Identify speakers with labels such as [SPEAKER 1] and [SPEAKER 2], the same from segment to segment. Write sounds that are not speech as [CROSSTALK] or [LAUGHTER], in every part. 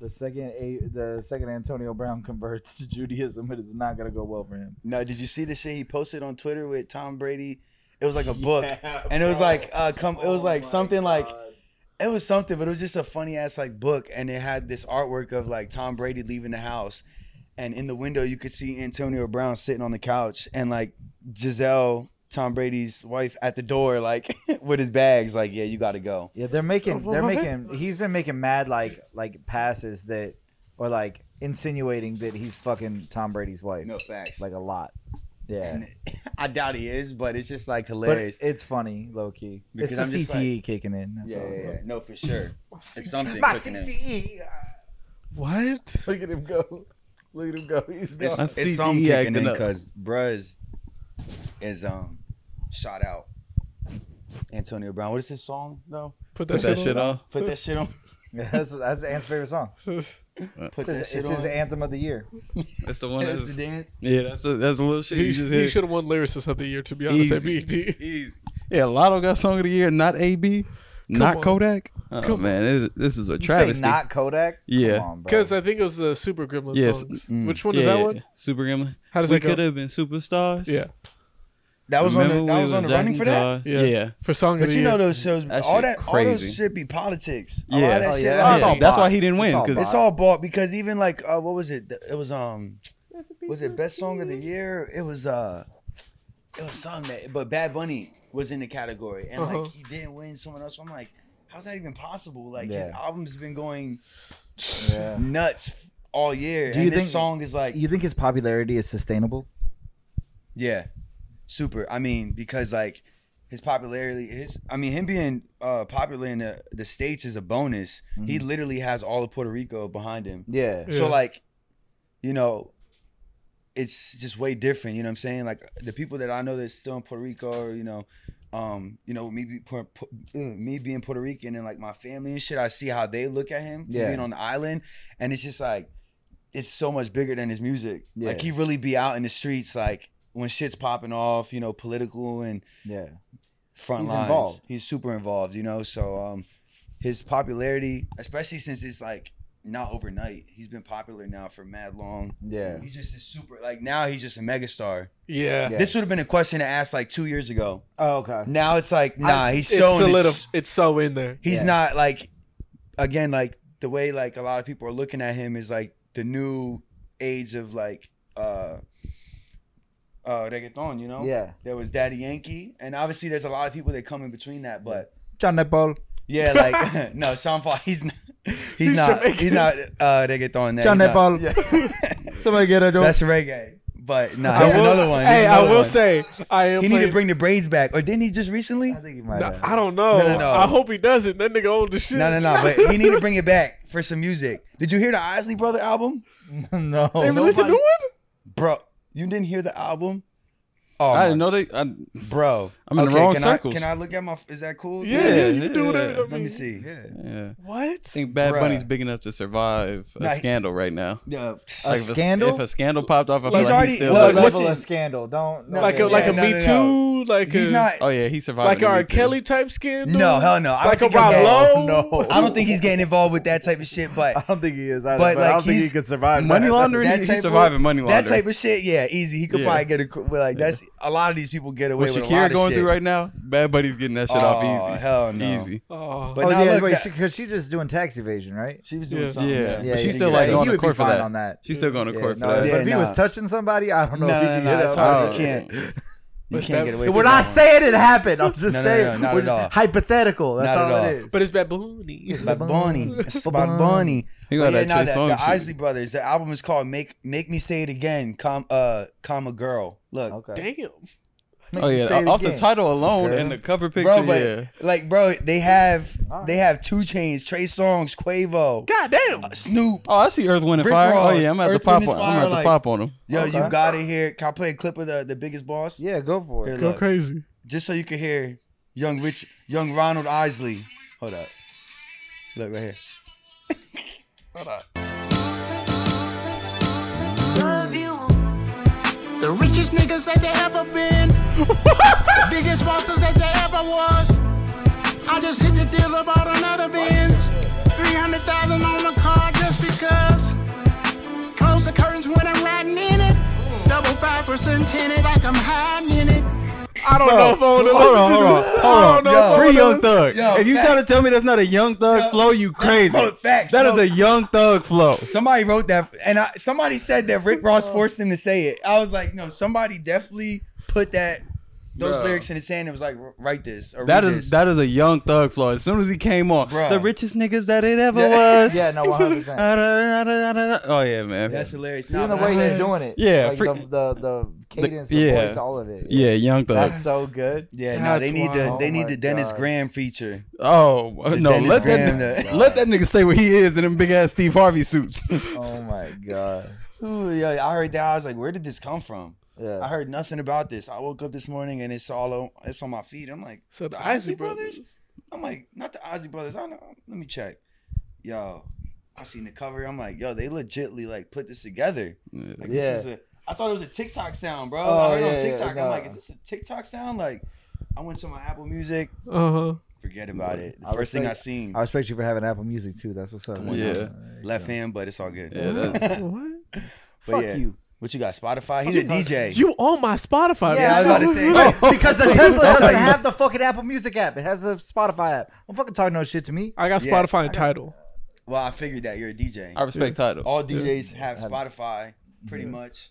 [SPEAKER 1] the second a the second Antonio Brown converts to Judaism, it is not gonna go well for him.
[SPEAKER 2] No, did you see the shit he posted on Twitter with Tom Brady? It was like a book, and it was like uh, come. It was like something like it was something, but it was just a funny ass like book, and it had this artwork of like Tom Brady leaving the house, and in the window you could see Antonio Brown sitting on the couch, and like Giselle, Tom Brady's wife, at the door, like [LAUGHS] with his bags, like yeah, you got to go.
[SPEAKER 1] Yeah, they're making they're making he's been making mad like like passes that or like insinuating that he's fucking Tom Brady's wife.
[SPEAKER 2] facts. Like, [LAUGHS]
[SPEAKER 1] Like a lot. Yeah.
[SPEAKER 2] And I doubt he is, but it's just like
[SPEAKER 1] But
[SPEAKER 2] hilarious.
[SPEAKER 1] it's funny, low key.
[SPEAKER 2] Because I'm
[SPEAKER 1] it's the
[SPEAKER 2] just
[SPEAKER 1] CTE kicking in. That's
[SPEAKER 2] yeah,
[SPEAKER 1] all.
[SPEAKER 2] yeah, yeah, no, for [LAUGHS] sure. It's something
[SPEAKER 1] My
[SPEAKER 2] cooking in.
[SPEAKER 1] CTE.
[SPEAKER 3] What?
[SPEAKER 1] Look at him go. Look at him go. He's
[SPEAKER 2] It's,
[SPEAKER 1] gone.
[SPEAKER 3] My
[SPEAKER 2] it's some kicking in
[SPEAKER 3] CTE E acting up.
[SPEAKER 2] because Bruz is um shot out. Antonio Brown. What is his song though?
[SPEAKER 3] Put that,
[SPEAKER 4] [LAUGHS]
[SPEAKER 3] shit, on. [LAUGHS]
[SPEAKER 2] Put that shit on.
[SPEAKER 1] Yeah, [LAUGHS] that's that's Ant's favorite song.
[SPEAKER 2] Put
[SPEAKER 1] It's
[SPEAKER 2] that
[SPEAKER 1] his,
[SPEAKER 2] shit
[SPEAKER 1] it's
[SPEAKER 2] on.
[SPEAKER 1] his anthem of the year.
[SPEAKER 3] That's the one.
[SPEAKER 2] That's
[SPEAKER 3] That's,
[SPEAKER 2] the dance.
[SPEAKER 3] yeah, that's the, that's the little shit.
[SPEAKER 4] He,
[SPEAKER 3] you just hit.
[SPEAKER 4] should have won lyricist of the year, to be honest. At
[SPEAKER 3] Easy. [LAUGHS]
[SPEAKER 4] BET.
[SPEAKER 3] Easy. Yeah, Lotto got song of the year, not AB, not
[SPEAKER 4] on.
[SPEAKER 3] Kodak. Oh
[SPEAKER 4] Come
[SPEAKER 3] man, it, this is a
[SPEAKER 1] You
[SPEAKER 3] travesty.
[SPEAKER 1] say not Kodak?
[SPEAKER 3] Yeah.
[SPEAKER 1] Come on, bro. Oh,
[SPEAKER 4] Because I think it was the Super Gremlin
[SPEAKER 3] Yes. mm,
[SPEAKER 4] songs. Which one is that one?
[SPEAKER 3] Super Gremlin.
[SPEAKER 4] How does
[SPEAKER 3] we
[SPEAKER 4] that go?
[SPEAKER 3] could have been superstars.
[SPEAKER 4] Yeah.
[SPEAKER 2] That was on
[SPEAKER 3] Remember
[SPEAKER 2] the, that
[SPEAKER 3] we
[SPEAKER 2] was
[SPEAKER 3] were
[SPEAKER 2] on the running for that.
[SPEAKER 3] Jack and Cars?
[SPEAKER 4] Yeah.
[SPEAKER 3] Yeah.
[SPEAKER 4] For song of
[SPEAKER 2] But
[SPEAKER 4] the
[SPEAKER 2] you
[SPEAKER 4] year.
[SPEAKER 2] know those shows,
[SPEAKER 3] That
[SPEAKER 2] all
[SPEAKER 3] shit
[SPEAKER 2] that all those
[SPEAKER 3] crazy.
[SPEAKER 2] shit be politics. A
[SPEAKER 3] Yeah.
[SPEAKER 2] lot of that
[SPEAKER 1] Oh,
[SPEAKER 2] shit,
[SPEAKER 1] yeah.
[SPEAKER 2] like-
[SPEAKER 1] It's all
[SPEAKER 3] That's
[SPEAKER 1] bot.
[SPEAKER 3] why he didn't
[SPEAKER 1] It's
[SPEAKER 3] win
[SPEAKER 1] all
[SPEAKER 3] because
[SPEAKER 2] it's all bought because even like uh, what was it? The- It was um, was it best song of the year? It was uh, it was something that but Bad Bunny was in the category and
[SPEAKER 4] Uh-huh.
[SPEAKER 2] like he didn't win someone else. So I'm like, how's that even possible? Like his
[SPEAKER 1] Yeah.
[SPEAKER 2] album's been going
[SPEAKER 1] Yeah.
[SPEAKER 2] nuts all year,
[SPEAKER 1] Do
[SPEAKER 2] and
[SPEAKER 1] you
[SPEAKER 2] this
[SPEAKER 1] think-
[SPEAKER 2] song is like
[SPEAKER 1] You think his popularity is sustainable?
[SPEAKER 2] Yeah. Super. I mean, because like his popularity his I mean him being uh popular in the, the States is a bonus. He
[SPEAKER 1] Mm-hmm.
[SPEAKER 2] literally has all of Puerto Rico behind him.
[SPEAKER 1] Yeah.
[SPEAKER 2] So
[SPEAKER 4] Yeah.
[SPEAKER 2] like, you know, it's just way different, you know what I'm saying? Like the people that I know that's still in Puerto Rico or, you know, um, you know, me, be, Pu- Pu- uh, me being Puerto Rican and like my family and shit, I see how they look at him from
[SPEAKER 1] Yeah.
[SPEAKER 2] being on the island. And it's just like, it's so much bigger than his music.
[SPEAKER 1] Yeah.
[SPEAKER 2] Like he really be out in the streets, like when shit's popping off, you know, political and
[SPEAKER 1] Yeah.
[SPEAKER 2] front
[SPEAKER 1] He's
[SPEAKER 2] lines.
[SPEAKER 1] involved.
[SPEAKER 2] He's super involved, you know. So um, his popularity, especially since it's like not overnight, he's been popular now for mad long.
[SPEAKER 1] Yeah.
[SPEAKER 2] He just is super. Like now, he's just a megastar.
[SPEAKER 4] Yeah.
[SPEAKER 1] Yeah.
[SPEAKER 2] This would have been a question to ask like two years ago.
[SPEAKER 1] Oh, okay.
[SPEAKER 2] Now it's like, nah,
[SPEAKER 4] It's-
[SPEAKER 2] he's
[SPEAKER 4] it's
[SPEAKER 2] so.
[SPEAKER 4] solid- it's so in there.
[SPEAKER 2] he's
[SPEAKER 1] Yeah.
[SPEAKER 2] not like, again, like the way like a lot of people are looking at him is like the new age of like uh, uh reggaeton. You know,
[SPEAKER 1] Yeah.
[SPEAKER 2] There was Daddy Yankee, and obviously there's a lot of people that come in between that, but.
[SPEAKER 1] John Paul.
[SPEAKER 2] Yeah, like [LAUGHS] no, Sean Paul. He's not. He's, not.
[SPEAKER 4] Jamaican.
[SPEAKER 2] He's not. Uh, reggaeton. That,
[SPEAKER 1] John
[SPEAKER 2] he's not-
[SPEAKER 1] Paul. Somebody get a joke.
[SPEAKER 2] That's reggae. But no,
[SPEAKER 4] I
[SPEAKER 2] he's
[SPEAKER 4] will-
[SPEAKER 2] another one. He's
[SPEAKER 4] Hey, I
[SPEAKER 2] another
[SPEAKER 4] will
[SPEAKER 2] one.
[SPEAKER 4] say, I am
[SPEAKER 2] he need to
[SPEAKER 4] playing-
[SPEAKER 2] bring the braids back, or didn't he just recently?
[SPEAKER 1] I think he might
[SPEAKER 4] No,
[SPEAKER 1] have.
[SPEAKER 4] I don't know.
[SPEAKER 2] No, no, no.
[SPEAKER 4] I hope he doesn't. That nigga owned the shit.
[SPEAKER 2] No, no, no.
[SPEAKER 4] [LAUGHS]
[SPEAKER 2] But he need to bring it back for some music. Did you hear the Isley Brother album,
[SPEAKER 1] [LAUGHS] no.
[SPEAKER 4] They released a
[SPEAKER 1] Oh,
[SPEAKER 4] new
[SPEAKER 1] Nobody-
[SPEAKER 4] one?
[SPEAKER 2] bro? You didn't hear the album? Oh,
[SPEAKER 3] I
[SPEAKER 2] my-
[SPEAKER 3] didn't know they. I,
[SPEAKER 2] bro.
[SPEAKER 3] I'm in the wrong
[SPEAKER 2] can
[SPEAKER 3] circles.
[SPEAKER 2] I, can I look at my? Is that cool?
[SPEAKER 4] Yeah,
[SPEAKER 3] Yeah,
[SPEAKER 4] you can do whatever.
[SPEAKER 3] yeah.
[SPEAKER 4] I mean,
[SPEAKER 2] Let me see. Yeah.
[SPEAKER 1] Yeah.
[SPEAKER 3] yeah. I
[SPEAKER 4] What?
[SPEAKER 3] think Bad
[SPEAKER 2] Bruh.
[SPEAKER 3] Bunny's big enough to survive a
[SPEAKER 2] Nah, he-
[SPEAKER 3] scandal right now.
[SPEAKER 1] A
[SPEAKER 3] if
[SPEAKER 1] scandal?
[SPEAKER 3] if a scandal popped off, I feel
[SPEAKER 2] He's
[SPEAKER 3] like
[SPEAKER 2] already-
[SPEAKER 3] he's still.
[SPEAKER 2] look,
[SPEAKER 3] like,
[SPEAKER 2] look,
[SPEAKER 1] level
[SPEAKER 2] listen.
[SPEAKER 1] of scandal. Don't. no,
[SPEAKER 4] Like a
[SPEAKER 1] yeah,
[SPEAKER 4] like a
[SPEAKER 2] no,
[SPEAKER 4] Me
[SPEAKER 2] no,
[SPEAKER 4] Too,
[SPEAKER 2] no.
[SPEAKER 4] like
[SPEAKER 2] He's
[SPEAKER 4] a
[SPEAKER 2] not.
[SPEAKER 3] oh yeah, he survived.
[SPEAKER 4] like a
[SPEAKER 3] the Me
[SPEAKER 4] R.
[SPEAKER 3] Too.
[SPEAKER 4] Kelly type scandal.
[SPEAKER 2] No, hell no. I
[SPEAKER 4] like a
[SPEAKER 2] don't think he'll
[SPEAKER 4] Rob
[SPEAKER 2] get- [LAUGHS]
[SPEAKER 4] Lowe.
[SPEAKER 1] No.
[SPEAKER 2] I don't think he's getting involved with that type of shit. [LAUGHS]
[SPEAKER 1] [LAUGHS]
[SPEAKER 2] But
[SPEAKER 1] I don't think he is either. But,
[SPEAKER 2] But,
[SPEAKER 1] I
[SPEAKER 2] like,
[SPEAKER 1] don't think he
[SPEAKER 2] he's-
[SPEAKER 1] could survive
[SPEAKER 3] Money
[SPEAKER 1] that. [LAUGHS]
[SPEAKER 3] laundering.
[SPEAKER 2] That
[SPEAKER 3] He's
[SPEAKER 2] type of-
[SPEAKER 3] surviving money laundering.
[SPEAKER 2] That type of shit, yeah, easy. He could
[SPEAKER 3] Yeah.
[SPEAKER 2] probably get a cr- like that's a lot of these people get away
[SPEAKER 3] What
[SPEAKER 2] with a lot
[SPEAKER 3] Shakira
[SPEAKER 2] of
[SPEAKER 3] going
[SPEAKER 2] shit.
[SPEAKER 3] through right now? Bad Bunny's getting that shit off
[SPEAKER 2] Oh,
[SPEAKER 3] easy.
[SPEAKER 2] hell no.
[SPEAKER 3] Easy.
[SPEAKER 4] Oh,
[SPEAKER 2] But
[SPEAKER 1] Oh
[SPEAKER 2] now
[SPEAKER 1] yeah,
[SPEAKER 2] look,
[SPEAKER 1] wait,
[SPEAKER 2] that-
[SPEAKER 1] because she's just doing tax evasion, right?
[SPEAKER 2] she was
[SPEAKER 4] Yeah.
[SPEAKER 2] doing something.
[SPEAKER 3] Yeah,
[SPEAKER 1] Yeah,
[SPEAKER 3] but
[SPEAKER 1] yeah,
[SPEAKER 3] she's still like
[SPEAKER 1] yeah,
[SPEAKER 3] going
[SPEAKER 1] he
[SPEAKER 3] to
[SPEAKER 1] would be
[SPEAKER 3] court for
[SPEAKER 1] fine
[SPEAKER 3] that.
[SPEAKER 1] on that.
[SPEAKER 3] She's still going to
[SPEAKER 1] Yeah,
[SPEAKER 3] court
[SPEAKER 1] no,
[SPEAKER 3] for that.
[SPEAKER 1] But if he
[SPEAKER 2] Yeah,
[SPEAKER 1] was
[SPEAKER 2] nah.
[SPEAKER 1] touching somebody, I don't know
[SPEAKER 2] No,
[SPEAKER 1] if he
[SPEAKER 2] no,
[SPEAKER 1] could
[SPEAKER 2] no,
[SPEAKER 1] get
[SPEAKER 2] it's
[SPEAKER 1] up.
[SPEAKER 2] hard.
[SPEAKER 3] Oh.
[SPEAKER 2] You can't. You can't get away.
[SPEAKER 1] We're
[SPEAKER 2] from
[SPEAKER 1] not
[SPEAKER 2] that one.
[SPEAKER 1] saying it happened. I'm just
[SPEAKER 2] No, no, no,
[SPEAKER 1] saying
[SPEAKER 2] not
[SPEAKER 1] we're
[SPEAKER 2] at
[SPEAKER 1] just
[SPEAKER 2] all.
[SPEAKER 1] hypothetical. That's
[SPEAKER 2] Not at
[SPEAKER 1] all,
[SPEAKER 2] all.
[SPEAKER 1] it is.
[SPEAKER 4] but it's Bad Bunny.
[SPEAKER 2] [LAUGHS] It's about Bonnie. It's about Bonnie.
[SPEAKER 3] He got
[SPEAKER 2] But
[SPEAKER 3] that
[SPEAKER 2] yeah, nah,
[SPEAKER 3] Trey
[SPEAKER 2] the,
[SPEAKER 3] Songz
[SPEAKER 2] the
[SPEAKER 3] shit.
[SPEAKER 2] Isley Brothers. The album is called "Make Make Me Say It Again." Com, uh, comma girl. Look,
[SPEAKER 1] okay.
[SPEAKER 4] Damn.
[SPEAKER 3] Oh yeah, off the title alone
[SPEAKER 1] Okay.
[SPEAKER 3] and the cover picture.
[SPEAKER 2] bro, but
[SPEAKER 3] yeah,
[SPEAKER 2] like, bro, they have
[SPEAKER 1] Alright.
[SPEAKER 2] they have two chains, Trey Songz, Quavo,
[SPEAKER 4] God damn.
[SPEAKER 2] Snoop.
[SPEAKER 3] Oh, I see Earth, Wind, and
[SPEAKER 2] Rick
[SPEAKER 3] Fire.
[SPEAKER 2] Ross,
[SPEAKER 3] oh yeah, I'm at the
[SPEAKER 2] Earth,
[SPEAKER 3] pop
[SPEAKER 2] Wind,
[SPEAKER 3] on.
[SPEAKER 2] and
[SPEAKER 3] I'm
[SPEAKER 2] Fire,
[SPEAKER 3] at the
[SPEAKER 2] like-
[SPEAKER 3] pop on him.
[SPEAKER 2] Yo,
[SPEAKER 1] Okay.
[SPEAKER 2] you gotta hear. Can I play a clip of the the biggest boss?
[SPEAKER 1] Yeah, go for
[SPEAKER 2] Here,
[SPEAKER 1] it.
[SPEAKER 4] Go
[SPEAKER 2] look.
[SPEAKER 4] crazy.
[SPEAKER 2] just so you can hear young Rich, young Ronald Isley. Hold up. Look right here. Hold up.
[SPEAKER 5] love you. The richest niggas that they ever been. the biggest bosses that they ever was. I just hit the deal about another Benz. 300,000 on the car just because. discontented like I'm hiding in it.
[SPEAKER 4] I don't know if I want to
[SPEAKER 3] Hold on,
[SPEAKER 4] listen
[SPEAKER 3] hold
[SPEAKER 4] to
[SPEAKER 3] on,
[SPEAKER 4] this. I
[SPEAKER 3] hold
[SPEAKER 4] don't
[SPEAKER 3] on.
[SPEAKER 4] know if I
[SPEAKER 3] Free
[SPEAKER 4] wanna
[SPEAKER 3] Young
[SPEAKER 4] listen-
[SPEAKER 3] Thug.
[SPEAKER 2] Yo,
[SPEAKER 3] if you
[SPEAKER 2] facts.
[SPEAKER 3] trying to tell me that's not a Young Thug flow, you crazy.
[SPEAKER 2] bro, facts,
[SPEAKER 3] That is
[SPEAKER 2] bro.
[SPEAKER 3] a Young Thug flow.
[SPEAKER 2] Somebody wrote that, and I, somebody said that Rick Ross
[SPEAKER 1] Oh.
[SPEAKER 2] forced him to say it. I was like, no, somebody definitely put that those
[SPEAKER 4] Bruh.
[SPEAKER 2] lyrics in his hand and was like, write this. Or read
[SPEAKER 3] That is
[SPEAKER 2] this.
[SPEAKER 3] that is a Young Thug flow. As soon as he came on,
[SPEAKER 2] Bruh.
[SPEAKER 3] the richest niggas that it ever
[SPEAKER 2] Yeah.
[SPEAKER 3] was.
[SPEAKER 1] Yeah, no, 100%.
[SPEAKER 3] Oh yeah, man.
[SPEAKER 2] That's hilarious. Nah,
[SPEAKER 1] Even the
[SPEAKER 2] but
[SPEAKER 1] way
[SPEAKER 2] I
[SPEAKER 1] he's
[SPEAKER 2] said-
[SPEAKER 1] doing it.
[SPEAKER 3] Yeah,
[SPEAKER 1] Like
[SPEAKER 3] free-
[SPEAKER 1] the, the, the cadence, the,
[SPEAKER 3] yeah.
[SPEAKER 1] voice, all of it.
[SPEAKER 3] yeah, Young Thug.
[SPEAKER 1] That's so [LAUGHS] good.
[SPEAKER 2] Yeah, no,
[SPEAKER 4] That's
[SPEAKER 2] they need the
[SPEAKER 4] wild.
[SPEAKER 2] they
[SPEAKER 1] Oh
[SPEAKER 2] need
[SPEAKER 1] my
[SPEAKER 2] the Dennis
[SPEAKER 1] God.
[SPEAKER 2] Graham feature.
[SPEAKER 3] Oh no,
[SPEAKER 2] Dennis
[SPEAKER 3] let that
[SPEAKER 2] Graham,
[SPEAKER 3] ni-
[SPEAKER 2] the-
[SPEAKER 3] let that nigga stay where he is in them big ass Steve Harvey suits. [LAUGHS]
[SPEAKER 1] Oh my god.
[SPEAKER 2] Ooh, yeah, I heard that. I was like, where did this come from?
[SPEAKER 1] Yeah.
[SPEAKER 2] I heard nothing about this. I woke up this morning and it's all on, it's on my feed. I'm like,
[SPEAKER 4] So the
[SPEAKER 2] Ozzy
[SPEAKER 4] Isley
[SPEAKER 2] Brothers?
[SPEAKER 4] Brothers.
[SPEAKER 2] I'm like, not the Ozzy Brothers. I know. Let me check. Yo, I seen the cover. I'm like, yo, they legitly like put this together. Like
[SPEAKER 1] Yeah.
[SPEAKER 2] this is a. I thought it was a TikTok sound, bro.
[SPEAKER 1] Oh,
[SPEAKER 2] I heard it
[SPEAKER 1] yeah,
[SPEAKER 2] on
[SPEAKER 1] yeah,
[SPEAKER 2] TikTok.
[SPEAKER 1] nah.
[SPEAKER 2] I'm like, is this a TikTok sound? Like, I went to my Apple Music.
[SPEAKER 4] Uh huh.
[SPEAKER 2] Forget about it. The
[SPEAKER 1] I
[SPEAKER 2] first thing I
[SPEAKER 1] respect-
[SPEAKER 2] seen,
[SPEAKER 1] I respect you for having Apple Music too. That's what's up.
[SPEAKER 2] Come on
[SPEAKER 3] Yeah.
[SPEAKER 1] man.
[SPEAKER 2] left hand, [LAUGHS] but it's all good.
[SPEAKER 3] Yeah, that-
[SPEAKER 4] Uh-huh. What?
[SPEAKER 2] But
[SPEAKER 1] Fuck
[SPEAKER 2] yeah.
[SPEAKER 1] you.
[SPEAKER 2] What you got? Spotify. He's a DJ.
[SPEAKER 4] You on my Spotify?
[SPEAKER 2] yeah, I was about to say.
[SPEAKER 1] Right,
[SPEAKER 2] right.
[SPEAKER 1] because
[SPEAKER 3] [LAUGHS]
[SPEAKER 1] the Tesla
[SPEAKER 3] That's how
[SPEAKER 1] doesn't
[SPEAKER 3] you-
[SPEAKER 1] have the fucking Apple Music app. It has the Spotify app. Don't fucking talk no shit to me.
[SPEAKER 4] I got
[SPEAKER 2] Yeah,
[SPEAKER 4] Spotify and Title.
[SPEAKER 2] Well, I figured that you're a DJ.
[SPEAKER 3] I respect title.
[SPEAKER 2] All DJs have Spotify, pretty much.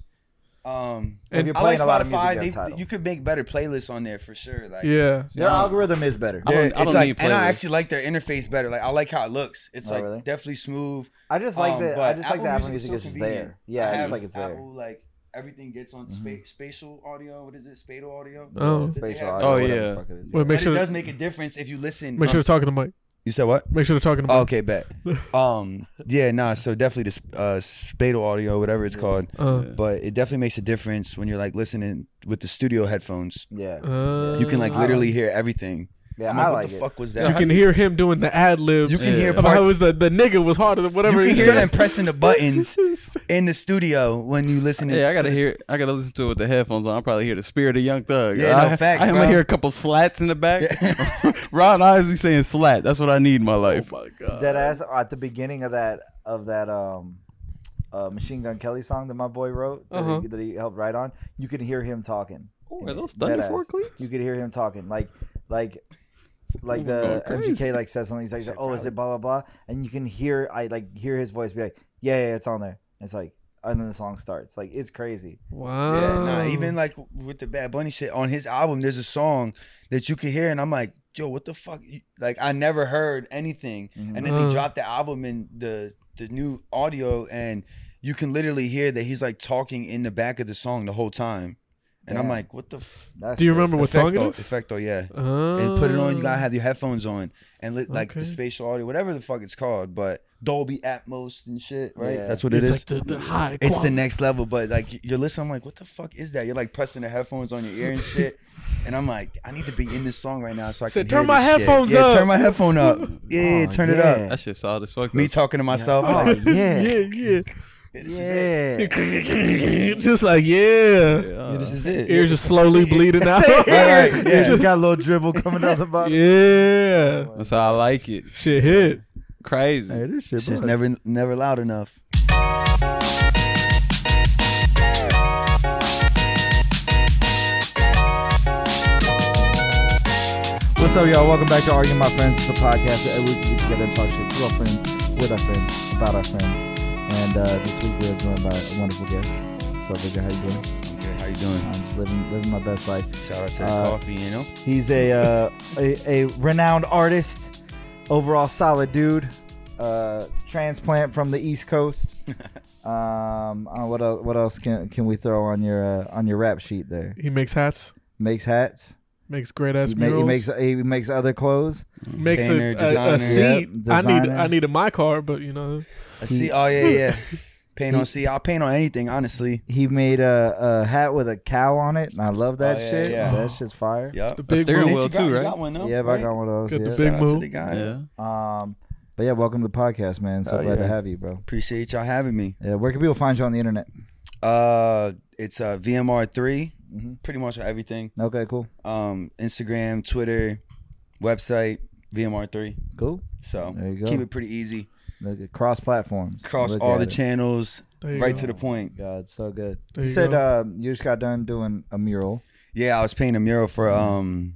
[SPEAKER 2] Um,
[SPEAKER 1] If
[SPEAKER 4] And
[SPEAKER 1] you're
[SPEAKER 2] I like
[SPEAKER 1] playing a lot of music,
[SPEAKER 2] Spotify.
[SPEAKER 1] you,
[SPEAKER 2] They,
[SPEAKER 1] have title.
[SPEAKER 2] you could make better playlists on there for sure. Like,
[SPEAKER 4] Yeah.
[SPEAKER 1] their algorithm is better.
[SPEAKER 3] I
[SPEAKER 2] They're-
[SPEAKER 3] don't- I
[SPEAKER 2] it's
[SPEAKER 3] don't
[SPEAKER 2] like,
[SPEAKER 3] need
[SPEAKER 2] and I
[SPEAKER 3] playlists.
[SPEAKER 2] actually like their interface better. Like I like how it looks. It's
[SPEAKER 1] Oh,
[SPEAKER 2] like
[SPEAKER 1] really?
[SPEAKER 2] definitely smooth.
[SPEAKER 1] I just like
[SPEAKER 2] um,
[SPEAKER 1] that. I
[SPEAKER 2] but
[SPEAKER 1] just like the Apple Music is
[SPEAKER 2] so
[SPEAKER 1] just
[SPEAKER 2] convenient.
[SPEAKER 1] there. Yeah, I, just
[SPEAKER 2] have
[SPEAKER 1] like it's there. Mm-hmm.
[SPEAKER 2] Apple like everything gets on spa- spatial audio. What is it? Spatial audio.
[SPEAKER 4] Oh.
[SPEAKER 2] That they
[SPEAKER 1] Spatial
[SPEAKER 2] have.
[SPEAKER 1] audio,
[SPEAKER 3] Oh,
[SPEAKER 1] whatever
[SPEAKER 3] yeah.
[SPEAKER 1] the fuck it is,
[SPEAKER 4] Wait,
[SPEAKER 2] But
[SPEAKER 4] make sure.
[SPEAKER 2] it does make a difference if you listen. um,
[SPEAKER 4] Make sure they're talking to Mike.
[SPEAKER 2] You said what?
[SPEAKER 4] Make sure they're talking to Mike.
[SPEAKER 2] okay, bet. um, yeah, nah. So definitely the sp- uh, spatial audio, whatever it's called.
[SPEAKER 4] Uh,
[SPEAKER 2] But it definitely makes a difference when you're like listening with the studio headphones.
[SPEAKER 1] Yeah,
[SPEAKER 4] uh,
[SPEAKER 2] You can like literally hear everything.
[SPEAKER 1] yeah,
[SPEAKER 2] I'm
[SPEAKER 1] I
[SPEAKER 2] like,
[SPEAKER 1] like
[SPEAKER 2] what the
[SPEAKER 1] it.
[SPEAKER 2] fuck was that?
[SPEAKER 4] You
[SPEAKER 2] [LAUGHS]
[SPEAKER 4] can hear him doing the ad libs.
[SPEAKER 2] You can
[SPEAKER 4] and
[SPEAKER 2] hear
[SPEAKER 4] about
[SPEAKER 2] parts-
[SPEAKER 4] how it was the the nigga was harder than
[SPEAKER 2] You
[SPEAKER 4] whatever.
[SPEAKER 2] can
[SPEAKER 4] he
[SPEAKER 2] hear
[SPEAKER 4] said.
[SPEAKER 2] them pressing the buttons in the studio when you listen. to
[SPEAKER 3] Yeah, I gotta
[SPEAKER 2] to the-
[SPEAKER 3] hear. I gotta listen to it with the headphones on. I probably hear the spirit of Young Thug.
[SPEAKER 2] Yeah, no,
[SPEAKER 3] I,
[SPEAKER 2] facts,
[SPEAKER 3] I
[SPEAKER 2] bro.
[SPEAKER 3] might hear a couple slats in the back. [LAUGHS] Ron Isley saying slat. That's what I need in my life.
[SPEAKER 4] Oh my god.
[SPEAKER 1] Dead ass at the beginning of that of that um uh, Machine Gun Kelly song that my boy wrote that,
[SPEAKER 4] Uh-huh.
[SPEAKER 1] he, that he helped write on. You can hear him talking.
[SPEAKER 3] Oh, are those
[SPEAKER 1] Dead
[SPEAKER 3] Thunder
[SPEAKER 1] ass.
[SPEAKER 3] Four
[SPEAKER 1] You
[SPEAKER 3] cleats?
[SPEAKER 1] could hear him talking, like, like, like the
[SPEAKER 3] Going crazy.
[SPEAKER 1] MGK like says something. He's like, "Oh, is it blah blah blah?" And you can hear, I like hear his voice be like, "Yeah, yeah, it's on there." And it's like, and then the song starts. Like, it's crazy.
[SPEAKER 4] Wow.
[SPEAKER 2] Yeah, nah, even like with the Bad Bunny shit on his album, there's a song that you can hear, and I'm like, yo, what the fuck? You- Like, I never heard anything, and then
[SPEAKER 4] Uh.
[SPEAKER 2] they dropped the album and the the new audio, and you can literally hear that he's like talking in the back of the song the whole time, and I'm
[SPEAKER 1] Damn.
[SPEAKER 2] like, what the f-
[SPEAKER 1] That's
[SPEAKER 4] Do you
[SPEAKER 1] good.
[SPEAKER 4] remember what song it
[SPEAKER 2] Effecto-
[SPEAKER 4] is?
[SPEAKER 2] Effecto, yeah.
[SPEAKER 4] Uh,
[SPEAKER 2] and put it on. You gotta have your headphones on and li- like the
[SPEAKER 4] Okay.
[SPEAKER 2] spatial audio, whatever the fuck it's called, but Dolby Atmos and shit, right?
[SPEAKER 1] Yeah.
[SPEAKER 2] That's what
[SPEAKER 4] It's
[SPEAKER 2] it is.
[SPEAKER 4] like the, the high.
[SPEAKER 2] it's the
[SPEAKER 4] quality.
[SPEAKER 2] next level, but like y- you're listening, I'm like, what the fuck is that? You're like pressing the headphones on your ear and
[SPEAKER 4] [LAUGHS]
[SPEAKER 2] shit, and I'm like, I need to be in this song right now, so I
[SPEAKER 4] Said,
[SPEAKER 2] can
[SPEAKER 4] "Turn
[SPEAKER 2] hear
[SPEAKER 4] my
[SPEAKER 2] this
[SPEAKER 4] headphones
[SPEAKER 2] shit.
[SPEAKER 4] up."
[SPEAKER 2] Yeah, turn my headphone
[SPEAKER 4] [LAUGHS]
[SPEAKER 2] up. Yeah,
[SPEAKER 1] Oh,
[SPEAKER 2] turn it
[SPEAKER 1] yeah.
[SPEAKER 2] up.
[SPEAKER 3] That shit solid as fuck.
[SPEAKER 2] Me
[SPEAKER 3] though.
[SPEAKER 2] talking to myself. I'm
[SPEAKER 1] Oh
[SPEAKER 2] like,
[SPEAKER 1] yeah,
[SPEAKER 4] [LAUGHS]
[SPEAKER 1] yeah,
[SPEAKER 4] Yeah, yeah.
[SPEAKER 2] yeah, this is it.
[SPEAKER 1] yeah.
[SPEAKER 4] [LAUGHS] just like yeah.
[SPEAKER 2] Yeah, this is it.
[SPEAKER 4] Ears just slowly
[SPEAKER 2] [LAUGHS]
[SPEAKER 4] bleeding out.
[SPEAKER 2] Right, right,
[SPEAKER 1] It
[SPEAKER 2] yeah.
[SPEAKER 1] just got a
[SPEAKER 4] [LAUGHS]
[SPEAKER 1] little dribble coming out the bottom.
[SPEAKER 4] yeah.
[SPEAKER 3] That's how I like it.
[SPEAKER 4] Shit hit.
[SPEAKER 3] Crazy.
[SPEAKER 1] Hey, this shit.
[SPEAKER 2] Shit's
[SPEAKER 1] bust.
[SPEAKER 2] never, never loud enough.
[SPEAKER 1] What's up, y'all? Welcome back to Arguing My Friends. It's a podcast that every week we get together and talk shit to our friends, with our friends, about our friends. And uh, this week we are joined by a wonderful guest. So, Victor, how you doing?
[SPEAKER 2] Okay, how you doing?
[SPEAKER 1] I'm just living, living my best life.
[SPEAKER 2] Shout out to the
[SPEAKER 1] Uh,
[SPEAKER 2] coffee, you know.
[SPEAKER 1] He's a, uh, a, a renowned artist, overall solid dude, uh, transplant from the East Coast. Um, uh, what else, what else can, can we throw on your uh, on your rap sheet there?
[SPEAKER 4] He makes hats.
[SPEAKER 1] Makes hats.
[SPEAKER 4] Makes great ass
[SPEAKER 1] He, ma- he
[SPEAKER 4] murals.
[SPEAKER 1] makes he makes other clothes.
[SPEAKER 4] makes
[SPEAKER 2] Banner,
[SPEAKER 4] a, a,
[SPEAKER 2] designer.
[SPEAKER 4] a seat.
[SPEAKER 1] Yep,
[SPEAKER 4] I need
[SPEAKER 1] designer.
[SPEAKER 4] I need a my car, but you know
[SPEAKER 2] A C. Oh yeah, [LAUGHS] yeah. Paint on C. I'll paint on anything, honestly.
[SPEAKER 1] He made a, a hat with a cow on it, and I love that
[SPEAKER 2] Oh, yeah,
[SPEAKER 1] shit.
[SPEAKER 2] yeah.
[SPEAKER 1] That shit's fire.
[SPEAKER 2] Yup.
[SPEAKER 4] the
[SPEAKER 2] Didn't
[SPEAKER 4] big
[SPEAKER 3] steering
[SPEAKER 4] room.
[SPEAKER 3] wheel
[SPEAKER 2] you got-
[SPEAKER 3] too,
[SPEAKER 2] you
[SPEAKER 3] right?
[SPEAKER 2] Got one, though,
[SPEAKER 1] Yep,
[SPEAKER 2] right?
[SPEAKER 1] I got one of those.
[SPEAKER 4] Got the
[SPEAKER 1] yeah.
[SPEAKER 4] big
[SPEAKER 2] Shout out to
[SPEAKER 4] move.
[SPEAKER 2] the guy.
[SPEAKER 3] Yeah.
[SPEAKER 1] Um, but yeah, welcome to the podcast, man. So
[SPEAKER 2] Hell
[SPEAKER 1] glad to
[SPEAKER 2] yeah.
[SPEAKER 1] have you, bro.
[SPEAKER 2] Appreciate y'all having me.
[SPEAKER 1] Yeah, where can people find you on the internet?
[SPEAKER 2] Uh, it's uh, VMR 3
[SPEAKER 1] Mhm.
[SPEAKER 2] pretty much everything.
[SPEAKER 1] Okay, cool,
[SPEAKER 2] Um, Instagram, Twitter, website, VMR three.
[SPEAKER 1] cool.
[SPEAKER 2] So
[SPEAKER 1] There you go.
[SPEAKER 2] keep it pretty easy.
[SPEAKER 1] Look, cross platforms.
[SPEAKER 2] Across
[SPEAKER 1] Look
[SPEAKER 2] all
[SPEAKER 1] at
[SPEAKER 2] the
[SPEAKER 1] it.
[SPEAKER 2] channels,
[SPEAKER 4] There you
[SPEAKER 2] right
[SPEAKER 4] go.
[SPEAKER 2] to the point.
[SPEAKER 1] God, so good.
[SPEAKER 4] There
[SPEAKER 1] you
[SPEAKER 4] you
[SPEAKER 1] said
[SPEAKER 4] go.
[SPEAKER 1] uh, you just got done doing a mural.
[SPEAKER 2] Yeah, I was painting a mural for
[SPEAKER 1] Mm-hmm.
[SPEAKER 2] um,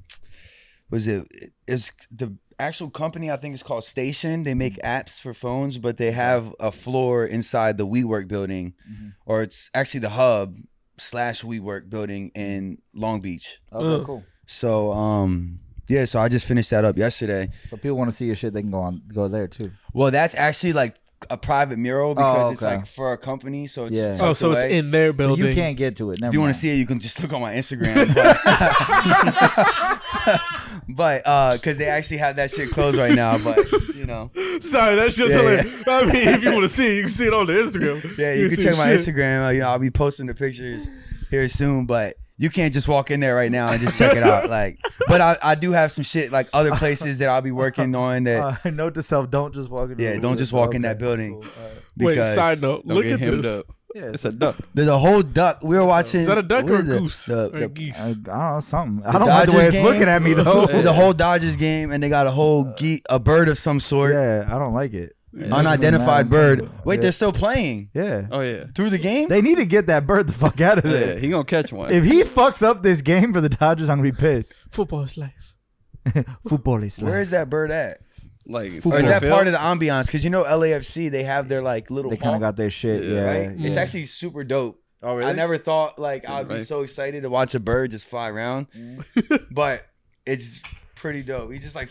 [SPEAKER 2] was it? It's the actual company. I think it's called Station. They make
[SPEAKER 1] Mm-hmm.
[SPEAKER 2] apps for phones, but they have a floor inside the WeWork building,
[SPEAKER 1] Mm-hmm.
[SPEAKER 2] or it's actually the hub slash WeWork building in Long Beach.
[SPEAKER 1] Okay,
[SPEAKER 4] Uh.
[SPEAKER 1] cool.
[SPEAKER 2] So um, yeah, so I just finished that up yesterday.
[SPEAKER 1] So if people want to see your shit, they can go on go there too.
[SPEAKER 2] Well, that's actually like a private mural because it's
[SPEAKER 1] Oh, okay.
[SPEAKER 2] like for a company. So it's
[SPEAKER 1] Yeah.
[SPEAKER 2] tucked
[SPEAKER 4] Oh, so it's
[SPEAKER 2] away.
[SPEAKER 4] in their
[SPEAKER 1] So
[SPEAKER 4] building.
[SPEAKER 1] you can't get to it. Never
[SPEAKER 2] If you want
[SPEAKER 1] mind.
[SPEAKER 2] to see it, you can just look on my Instagram. But, but [LAUGHS] uh, because they actually have that shit closed right now. But you know,
[SPEAKER 4] [LAUGHS] Sorry, that's just
[SPEAKER 2] Yeah,
[SPEAKER 4] hilarious. I mean, if you want to see it, you can see it on the
[SPEAKER 2] [LAUGHS]
[SPEAKER 4] Instagram.
[SPEAKER 2] yeah, you, can
[SPEAKER 4] see
[SPEAKER 2] check my
[SPEAKER 4] shit.
[SPEAKER 2] Instagram. uh, You know, I'll be posting the pictures here soon. But you can't just walk in there right now and just check it out. Like, but I, I do have some shit like other places that I'll be working on that.
[SPEAKER 1] Uh, [LAUGHS] note to self: Don't just walk in. the
[SPEAKER 2] Yeah,
[SPEAKER 1] room.
[SPEAKER 2] don't just walk in that building.
[SPEAKER 1] cool. All right.
[SPEAKER 4] Wait,
[SPEAKER 2] because
[SPEAKER 4] side note.
[SPEAKER 3] Don't
[SPEAKER 4] Look
[SPEAKER 3] get
[SPEAKER 4] at
[SPEAKER 3] hemmed
[SPEAKER 4] this.
[SPEAKER 3] up.
[SPEAKER 1] Yeah,
[SPEAKER 3] It's a duck.
[SPEAKER 2] There's a whole duck. We were watching.
[SPEAKER 4] Is that a duck
[SPEAKER 2] what
[SPEAKER 4] or a
[SPEAKER 2] the-
[SPEAKER 4] goose?
[SPEAKER 2] the-
[SPEAKER 4] or
[SPEAKER 2] the-
[SPEAKER 4] a geese?
[SPEAKER 1] I, I don't know something. I don't like the way
[SPEAKER 2] Dodgers
[SPEAKER 1] it's
[SPEAKER 2] game?
[SPEAKER 1] looking at me
[SPEAKER 2] [LAUGHS]
[SPEAKER 1] though. [LAUGHS]
[SPEAKER 2] There's a whole Dodgers game, and they got a whole ge- a bird of some sort.
[SPEAKER 1] yeah, I don't like it.
[SPEAKER 2] unidentified bird. Wait,
[SPEAKER 1] Yeah.
[SPEAKER 2] they're still playing
[SPEAKER 1] Yeah,
[SPEAKER 3] Oh yeah.
[SPEAKER 2] through the game.
[SPEAKER 1] they need to get that bird the fuck out of there.
[SPEAKER 3] Yeah, he gonna catch one.
[SPEAKER 1] If he fucks up this game for the Dodgers, I'm gonna be pissed.
[SPEAKER 4] [LAUGHS] Football is life.
[SPEAKER 1] [LAUGHS] Football is
[SPEAKER 2] Where
[SPEAKER 1] life.
[SPEAKER 2] is that bird at?
[SPEAKER 3] like
[SPEAKER 2] Or is
[SPEAKER 3] center
[SPEAKER 2] that
[SPEAKER 3] field?
[SPEAKER 2] part of the ambiance? Because you know LAFC, they have their like little.
[SPEAKER 1] They kind of
[SPEAKER 2] hall,
[SPEAKER 1] got their shit. Yeah,
[SPEAKER 2] right. It's
[SPEAKER 4] Yeah.
[SPEAKER 2] actually super dope.
[SPEAKER 1] Oh
[SPEAKER 2] I never thought like I'd be
[SPEAKER 3] right.
[SPEAKER 2] so excited to watch a bird just fly around,
[SPEAKER 1] Mm-hmm. [LAUGHS]
[SPEAKER 2] but it's pretty dope. He just like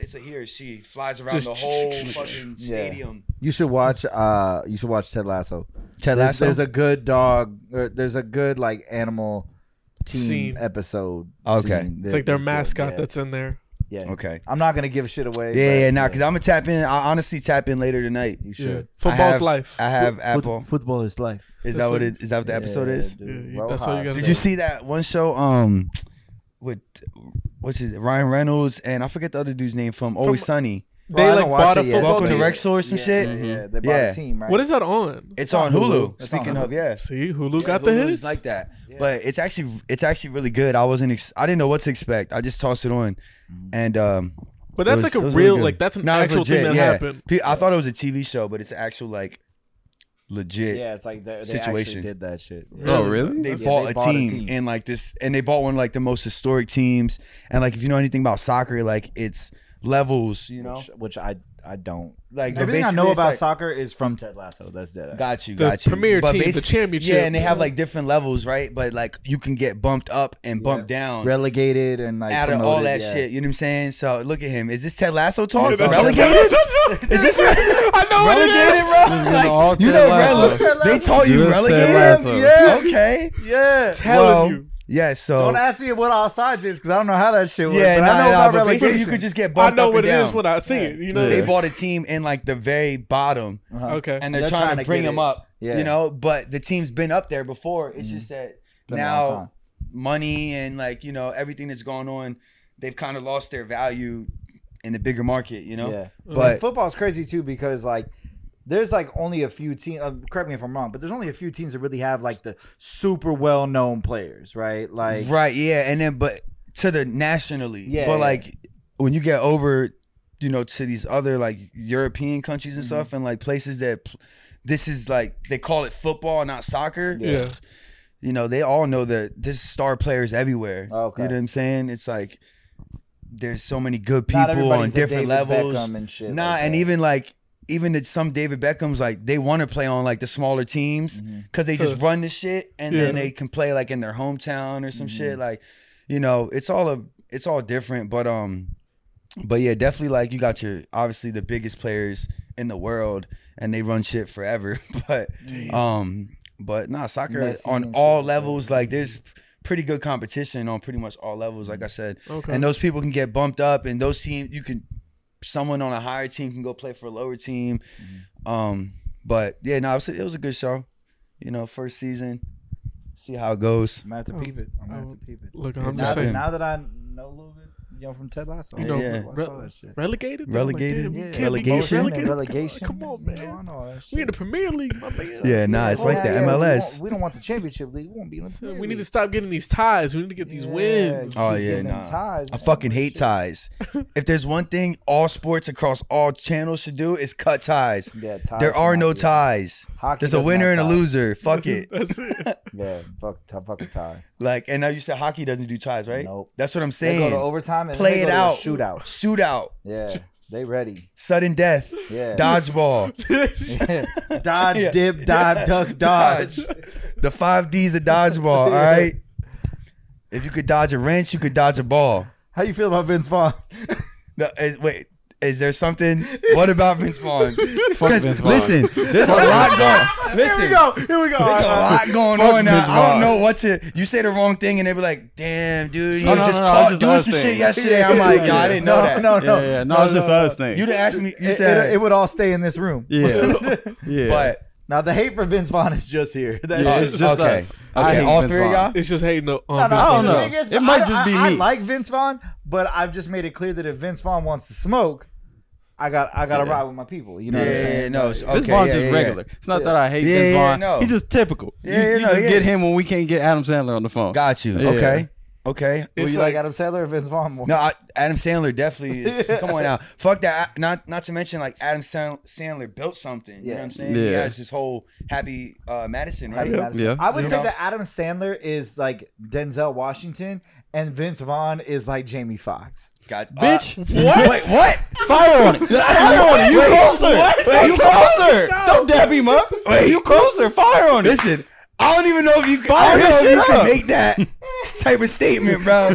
[SPEAKER 2] it's a he or she flies around
[SPEAKER 4] Just
[SPEAKER 2] the whole fucking stadium.
[SPEAKER 1] You should watch. Uh, you should watch Ted Lasso.
[SPEAKER 2] Ted
[SPEAKER 1] There's, there's a good dog. Or there's a good like animal team
[SPEAKER 4] Scene.
[SPEAKER 1] episode.
[SPEAKER 2] Okay.
[SPEAKER 1] scene
[SPEAKER 4] It's
[SPEAKER 1] that
[SPEAKER 4] like their
[SPEAKER 1] is good.
[SPEAKER 4] mascot
[SPEAKER 1] Yeah.
[SPEAKER 4] that's in there.
[SPEAKER 1] yeah.
[SPEAKER 2] okay.
[SPEAKER 1] I'm not gonna give shit away.
[SPEAKER 2] Yeah,
[SPEAKER 1] but
[SPEAKER 2] yeah, nah. Because I'm gonna tap in. I honestly tap in later tonight.
[SPEAKER 1] you
[SPEAKER 4] Yeah.
[SPEAKER 1] should.
[SPEAKER 2] I
[SPEAKER 4] Football's
[SPEAKER 2] have-
[SPEAKER 4] life.
[SPEAKER 2] I have
[SPEAKER 1] Foot-
[SPEAKER 2] Apple.
[SPEAKER 1] football is life.
[SPEAKER 2] Is that what it? Is that what the episode
[SPEAKER 1] Yeah,
[SPEAKER 2] is?
[SPEAKER 1] dude.
[SPEAKER 4] Yeah, you- that's all you
[SPEAKER 1] Rojas.
[SPEAKER 4] gotta
[SPEAKER 2] Did you see that one show? Um, with what's it? Ryan Reynolds and I forget the other dude's name from Always Sunny.
[SPEAKER 1] Well, I
[SPEAKER 4] they
[SPEAKER 1] haven't
[SPEAKER 4] like bought
[SPEAKER 1] watched
[SPEAKER 4] a
[SPEAKER 1] it yet. Mm-hmm.
[SPEAKER 4] football
[SPEAKER 2] Welcome to
[SPEAKER 4] team.
[SPEAKER 2] Rec Store or some
[SPEAKER 1] Yeah,
[SPEAKER 2] shit.
[SPEAKER 1] yeah, yeah, they bought
[SPEAKER 2] Yeah.
[SPEAKER 1] a team, right?
[SPEAKER 4] What is that on?
[SPEAKER 2] It's on Hulu.
[SPEAKER 1] It's on
[SPEAKER 2] Speaking
[SPEAKER 1] Hulu.
[SPEAKER 2] of, yeah.
[SPEAKER 4] See, Hulu
[SPEAKER 2] Yeah,
[SPEAKER 4] got the
[SPEAKER 2] Hulu's
[SPEAKER 4] hits.
[SPEAKER 2] like that, but it's actually it's actually really good. I wasn't ex- I didn't know what to expect. I just tossed it on, and um,
[SPEAKER 4] but that's
[SPEAKER 2] it was-
[SPEAKER 4] like
[SPEAKER 2] it
[SPEAKER 4] a
[SPEAKER 2] was
[SPEAKER 4] real,
[SPEAKER 2] really good.
[SPEAKER 4] like that's an
[SPEAKER 2] Nah, it's
[SPEAKER 4] actual thing
[SPEAKER 2] legit,
[SPEAKER 4] that
[SPEAKER 2] yeah.
[SPEAKER 4] happened.
[SPEAKER 2] Pe- I thought it was a TV show, but it's actual like legit.
[SPEAKER 1] Yeah, it's like they, they actually
[SPEAKER 2] Situation.
[SPEAKER 1] did that shit.
[SPEAKER 3] Oh really?
[SPEAKER 2] they
[SPEAKER 1] Yeah,
[SPEAKER 2] bought,
[SPEAKER 1] they
[SPEAKER 2] a,
[SPEAKER 1] bought a
[SPEAKER 2] team
[SPEAKER 1] team.
[SPEAKER 2] and like this and they bought one of like the most historic teams and like if you know anything about soccer like it's levels you know
[SPEAKER 1] Which, which I I don't
[SPEAKER 2] Like, but
[SPEAKER 1] Everything I
[SPEAKER 2] basically
[SPEAKER 1] know
[SPEAKER 2] it's
[SPEAKER 1] about
[SPEAKER 2] like-
[SPEAKER 1] soccer is from Ted Lasso. That's dead. ass.
[SPEAKER 2] got you
[SPEAKER 4] The
[SPEAKER 2] got you
[SPEAKER 4] premier team, the
[SPEAKER 2] basi-
[SPEAKER 4] championship.
[SPEAKER 2] yeah and they have like different levels right but like you can get bumped up and bumped down
[SPEAKER 1] Relegated and like
[SPEAKER 2] out of all
[SPEAKER 1] promoted,
[SPEAKER 2] that
[SPEAKER 1] yeah.
[SPEAKER 2] shit you know what I'm saying so look at him is this Ted Lasso talk
[SPEAKER 4] Yeah, that's [LAUGHS]
[SPEAKER 2] relegated
[SPEAKER 4] Is
[SPEAKER 2] this- [LAUGHS]
[SPEAKER 4] I know what it
[SPEAKER 2] relegated
[SPEAKER 4] is.
[SPEAKER 2] bro
[SPEAKER 3] This is
[SPEAKER 2] Like,
[SPEAKER 3] all
[SPEAKER 2] you
[SPEAKER 3] Ted
[SPEAKER 2] know
[SPEAKER 3] Lasso.
[SPEAKER 2] rele- they taught you
[SPEAKER 3] This Ted
[SPEAKER 2] relegated
[SPEAKER 3] Lasso.
[SPEAKER 1] Yeah.
[SPEAKER 2] okay
[SPEAKER 1] Yeah.
[SPEAKER 4] Telling
[SPEAKER 2] Well,
[SPEAKER 4] you.
[SPEAKER 2] yeah so
[SPEAKER 1] Don't ask me what all sides is because I don't know how that shit works.
[SPEAKER 2] yeah,
[SPEAKER 1] but
[SPEAKER 2] nah,
[SPEAKER 1] I know
[SPEAKER 2] nah,
[SPEAKER 1] about
[SPEAKER 2] but
[SPEAKER 1] relegation.
[SPEAKER 2] basically you could just get
[SPEAKER 4] I
[SPEAKER 2] bumped
[SPEAKER 4] know
[SPEAKER 2] up
[SPEAKER 4] what it
[SPEAKER 2] and
[SPEAKER 4] is
[SPEAKER 2] down.
[SPEAKER 4] when I see it. You know.
[SPEAKER 2] They
[SPEAKER 3] Yeah.
[SPEAKER 2] bought a team in like the very bottom, and
[SPEAKER 4] Okay.
[SPEAKER 2] Uh-huh. they're,
[SPEAKER 1] They're
[SPEAKER 2] trying,
[SPEAKER 1] trying
[SPEAKER 2] to
[SPEAKER 1] to
[SPEAKER 2] bring
[SPEAKER 1] get
[SPEAKER 2] them
[SPEAKER 1] it.
[SPEAKER 2] up.
[SPEAKER 1] Yeah.
[SPEAKER 2] You know, but the team's been up there before. It's just that
[SPEAKER 1] Been a long time.
[SPEAKER 2] now money and like you know everything that's going on, they've kind of lost their value in the bigger market. You know,
[SPEAKER 1] Yeah.
[SPEAKER 2] but
[SPEAKER 1] football's crazy too because like there's like only a few teams. Uh, correct me if I'm wrong, but there's only a few teams that really have like the super well known players, right? Like
[SPEAKER 2] right, yeah, and then but to the nationally,
[SPEAKER 1] Yeah,
[SPEAKER 2] but
[SPEAKER 1] yeah.
[SPEAKER 2] like when you get over, you know, to these other like European countries
[SPEAKER 1] Mm-hmm.
[SPEAKER 2] and stuff, and like places that. pl- This is like they call it football, not soccer.
[SPEAKER 4] Yeah.
[SPEAKER 2] you know, they all know that there's star players everywhere.
[SPEAKER 1] Okay.
[SPEAKER 2] You know what I'm saying? It's like there's so many good
[SPEAKER 1] Not
[SPEAKER 2] people on
[SPEAKER 1] everybody's a
[SPEAKER 2] different
[SPEAKER 1] David
[SPEAKER 2] levels.
[SPEAKER 1] Beckham and shit
[SPEAKER 2] nah,
[SPEAKER 1] like
[SPEAKER 2] and
[SPEAKER 1] that.
[SPEAKER 2] even like even that some David Beckham's like they want to play on like the smaller teams
[SPEAKER 1] Mm-hmm.
[SPEAKER 2] because they just
[SPEAKER 4] So-
[SPEAKER 2] run the shit and then
[SPEAKER 4] Yeah.
[SPEAKER 2] they can play like in their hometown or some
[SPEAKER 1] Mm-hmm.
[SPEAKER 2] shit. Like, you know, it's all a it's all different, but um, but yeah, definitely like you got your obviously the biggest players in the world and they run shit forever. [LAUGHS] But um but nah soccer
[SPEAKER 1] Messi
[SPEAKER 2] on
[SPEAKER 1] and
[SPEAKER 2] all
[SPEAKER 1] shit.
[SPEAKER 2] levels, like there's pretty good competition on pretty much all levels, like I said.
[SPEAKER 4] Okay.
[SPEAKER 2] And those people can get bumped up and those team you can someone on a higher team can go play for a lower team.
[SPEAKER 1] Mm-hmm.
[SPEAKER 2] Um but yeah, no, it was, it was a good show. You know, first season. See how it goes.
[SPEAKER 1] I'm gonna have to peep it. I'm gonna have to peep it.
[SPEAKER 4] Look, I'm
[SPEAKER 1] Now
[SPEAKER 4] Mm.
[SPEAKER 1] that,
[SPEAKER 4] just saying.
[SPEAKER 1] now that I know a little bit you know, from Ted Lasso.
[SPEAKER 4] You know,
[SPEAKER 2] Yeah.
[SPEAKER 1] Watch all
[SPEAKER 4] re-
[SPEAKER 1] that shit.
[SPEAKER 4] relegated.
[SPEAKER 2] Relegated?
[SPEAKER 4] I'm like, damn, you
[SPEAKER 2] Yeah.
[SPEAKER 4] can't be
[SPEAKER 2] Relegation?
[SPEAKER 4] relegated.
[SPEAKER 1] relegation.
[SPEAKER 4] Come on,
[SPEAKER 1] You know, I
[SPEAKER 4] man.
[SPEAKER 1] know all that
[SPEAKER 4] We in the
[SPEAKER 1] shit.
[SPEAKER 4] Premier League, my man.
[SPEAKER 2] Yeah, nah, it's
[SPEAKER 1] Oh,
[SPEAKER 2] like
[SPEAKER 1] yeah,
[SPEAKER 2] the
[SPEAKER 1] yeah, we
[SPEAKER 2] MLS.
[SPEAKER 1] don't- We don't want the championship league. We want to be in the Premier
[SPEAKER 4] We need to
[SPEAKER 1] League.
[SPEAKER 4] stop getting these ties. We need to get these
[SPEAKER 1] Yeah,
[SPEAKER 4] wins.
[SPEAKER 1] keep
[SPEAKER 2] Oh, yeah,
[SPEAKER 1] getting them
[SPEAKER 2] nah.
[SPEAKER 1] ties,
[SPEAKER 2] I
[SPEAKER 1] man.
[SPEAKER 2] fucking hate ties. if there's one thing all sports across all channels should do is cut ties.
[SPEAKER 1] Yeah, ties
[SPEAKER 2] There are
[SPEAKER 1] should
[SPEAKER 2] no
[SPEAKER 1] not be-
[SPEAKER 2] ties.
[SPEAKER 1] Hockey
[SPEAKER 2] There's a
[SPEAKER 1] does not
[SPEAKER 2] winner and a
[SPEAKER 1] tie.
[SPEAKER 2] loser.
[SPEAKER 1] [LAUGHS]
[SPEAKER 2] Fuck it.
[SPEAKER 4] That's it. [LAUGHS]
[SPEAKER 1] Yeah, fuck, t- fucking tie.
[SPEAKER 2] Like, and now you said hockey doesn't do ties, right?
[SPEAKER 1] Nope.
[SPEAKER 2] That's what I'm
[SPEAKER 1] They go
[SPEAKER 2] saying.
[SPEAKER 1] to overtime and then
[SPEAKER 2] Play
[SPEAKER 1] they
[SPEAKER 2] it
[SPEAKER 1] go to a
[SPEAKER 2] out. [LAUGHS]
[SPEAKER 1] Shootout.
[SPEAKER 2] Shootout.
[SPEAKER 1] Yeah, they ready. [LAUGHS]
[SPEAKER 2] Sudden death.
[SPEAKER 1] Yeah.
[SPEAKER 2] [LAUGHS]
[SPEAKER 1] [LAUGHS]
[SPEAKER 2] Dodgeball.
[SPEAKER 1] dodge,
[SPEAKER 2] Yeah.
[SPEAKER 1] dip, dive, duck, dodge.
[SPEAKER 2] The five D's of
[SPEAKER 1] [LAUGHS]
[SPEAKER 2] dodgeball. All right. If you could dodge a wrench, you could dodge a ball.
[SPEAKER 1] How you feel about Vince Vaughn?
[SPEAKER 2] No, is, wait, is there something? What about Vince Vaughn?
[SPEAKER 3] Fuck
[SPEAKER 2] 'Cause
[SPEAKER 3] Vince Vaughn.
[SPEAKER 2] Listen, there's a lot going. Listen,
[SPEAKER 1] Here we go.
[SPEAKER 2] There's a lot going
[SPEAKER 3] Fuck
[SPEAKER 2] on now.
[SPEAKER 3] Vince
[SPEAKER 2] I don't
[SPEAKER 3] Vaughn.
[SPEAKER 2] know what to. You say the wrong thing, and they be like, "Damn, dude, you
[SPEAKER 3] Oh,
[SPEAKER 2] were
[SPEAKER 3] no,
[SPEAKER 2] just
[SPEAKER 3] no, no,
[SPEAKER 2] caught
[SPEAKER 3] it's just
[SPEAKER 2] doing
[SPEAKER 3] us
[SPEAKER 2] some
[SPEAKER 3] thing.
[SPEAKER 2] shit yesterday." I'm like, "Yo, I didn't know
[SPEAKER 1] no,
[SPEAKER 2] that."
[SPEAKER 1] No,
[SPEAKER 3] Yeah,
[SPEAKER 1] no,
[SPEAKER 3] yeah, no,
[SPEAKER 1] no,
[SPEAKER 3] it's just
[SPEAKER 1] no,
[SPEAKER 3] us
[SPEAKER 1] no.
[SPEAKER 3] thing.
[SPEAKER 2] You'd asked me. You
[SPEAKER 1] It,
[SPEAKER 2] said,
[SPEAKER 1] it, it would all stay in this room.
[SPEAKER 3] yeah, yeah.
[SPEAKER 2] "But
[SPEAKER 1] [LAUGHS] Now the hate for Vince Vaughn is just here. That's
[SPEAKER 3] Yeah,
[SPEAKER 1] just-
[SPEAKER 3] it's just
[SPEAKER 2] okay,
[SPEAKER 3] us. I
[SPEAKER 2] okay,
[SPEAKER 3] hate
[SPEAKER 2] all
[SPEAKER 3] Vince
[SPEAKER 2] three of
[SPEAKER 3] Vaughn.
[SPEAKER 2] y'all."
[SPEAKER 4] It's just um, hating on. on
[SPEAKER 1] No, no,
[SPEAKER 4] Vince
[SPEAKER 3] I don't
[SPEAKER 1] the
[SPEAKER 3] know.
[SPEAKER 4] Vaughn.
[SPEAKER 1] thing is,
[SPEAKER 3] It might
[SPEAKER 1] I-
[SPEAKER 3] just be
[SPEAKER 1] I, I
[SPEAKER 3] me.
[SPEAKER 1] like Vince Vaughn, but I've just made it clear that if Vince Vaughn wants to smoke, I got I got to ride with my people. You know
[SPEAKER 2] Yeah,
[SPEAKER 1] what I'm
[SPEAKER 2] yeah,
[SPEAKER 1] saying?
[SPEAKER 2] yeah, no, it's- okay,
[SPEAKER 3] Vince Vaughn's
[SPEAKER 2] yeah,
[SPEAKER 3] just
[SPEAKER 2] yeah, yeah.
[SPEAKER 3] regular. It's not that I hate
[SPEAKER 2] Yeah,
[SPEAKER 3] Vince
[SPEAKER 2] yeah,
[SPEAKER 3] Vaughn.
[SPEAKER 2] no.
[SPEAKER 3] He's just typical.
[SPEAKER 2] Yeah,
[SPEAKER 3] you
[SPEAKER 2] yeah,
[SPEAKER 3] you
[SPEAKER 2] no,
[SPEAKER 3] just
[SPEAKER 2] yeah.
[SPEAKER 3] get him when we can't get Adam Sandler on the phone.
[SPEAKER 2] Got you.
[SPEAKER 3] Yeah.
[SPEAKER 2] Okay. Okay.
[SPEAKER 1] Would
[SPEAKER 4] It's
[SPEAKER 1] you like,
[SPEAKER 4] like-
[SPEAKER 1] Adam Sandler or Vince Vaughn more?
[SPEAKER 2] No, I, Adam Sandler definitely
[SPEAKER 3] [LAUGHS]
[SPEAKER 2] is. Come on now, fuck that. I- Not not to mention like Adam Sand- Sandler built something. You know what I'm saying? He
[SPEAKER 3] Yeah.
[SPEAKER 2] has his whole Happy uh, Madison,
[SPEAKER 1] I,
[SPEAKER 2] right?
[SPEAKER 1] mean, Madison.
[SPEAKER 3] Yeah.
[SPEAKER 1] I would
[SPEAKER 2] You
[SPEAKER 1] say
[SPEAKER 2] know?
[SPEAKER 1] that Adam Sandler is like Denzel Washington, and Vince Vaughn is like Jamie Foxx.
[SPEAKER 2] Got, uh,
[SPEAKER 3] Bitch,
[SPEAKER 2] what? [LAUGHS] Wait, what?
[SPEAKER 3] Fire on it. Fire on it. You closer. You closer. Don't dab him up. You closer. Fire on it. [LAUGHS]
[SPEAKER 2] Listen, I don't even know if you. Can, I don't
[SPEAKER 3] Fire
[SPEAKER 2] know if
[SPEAKER 3] his
[SPEAKER 2] you
[SPEAKER 3] shit
[SPEAKER 2] can
[SPEAKER 3] up.
[SPEAKER 2] make that [LAUGHS] type of statement, bro.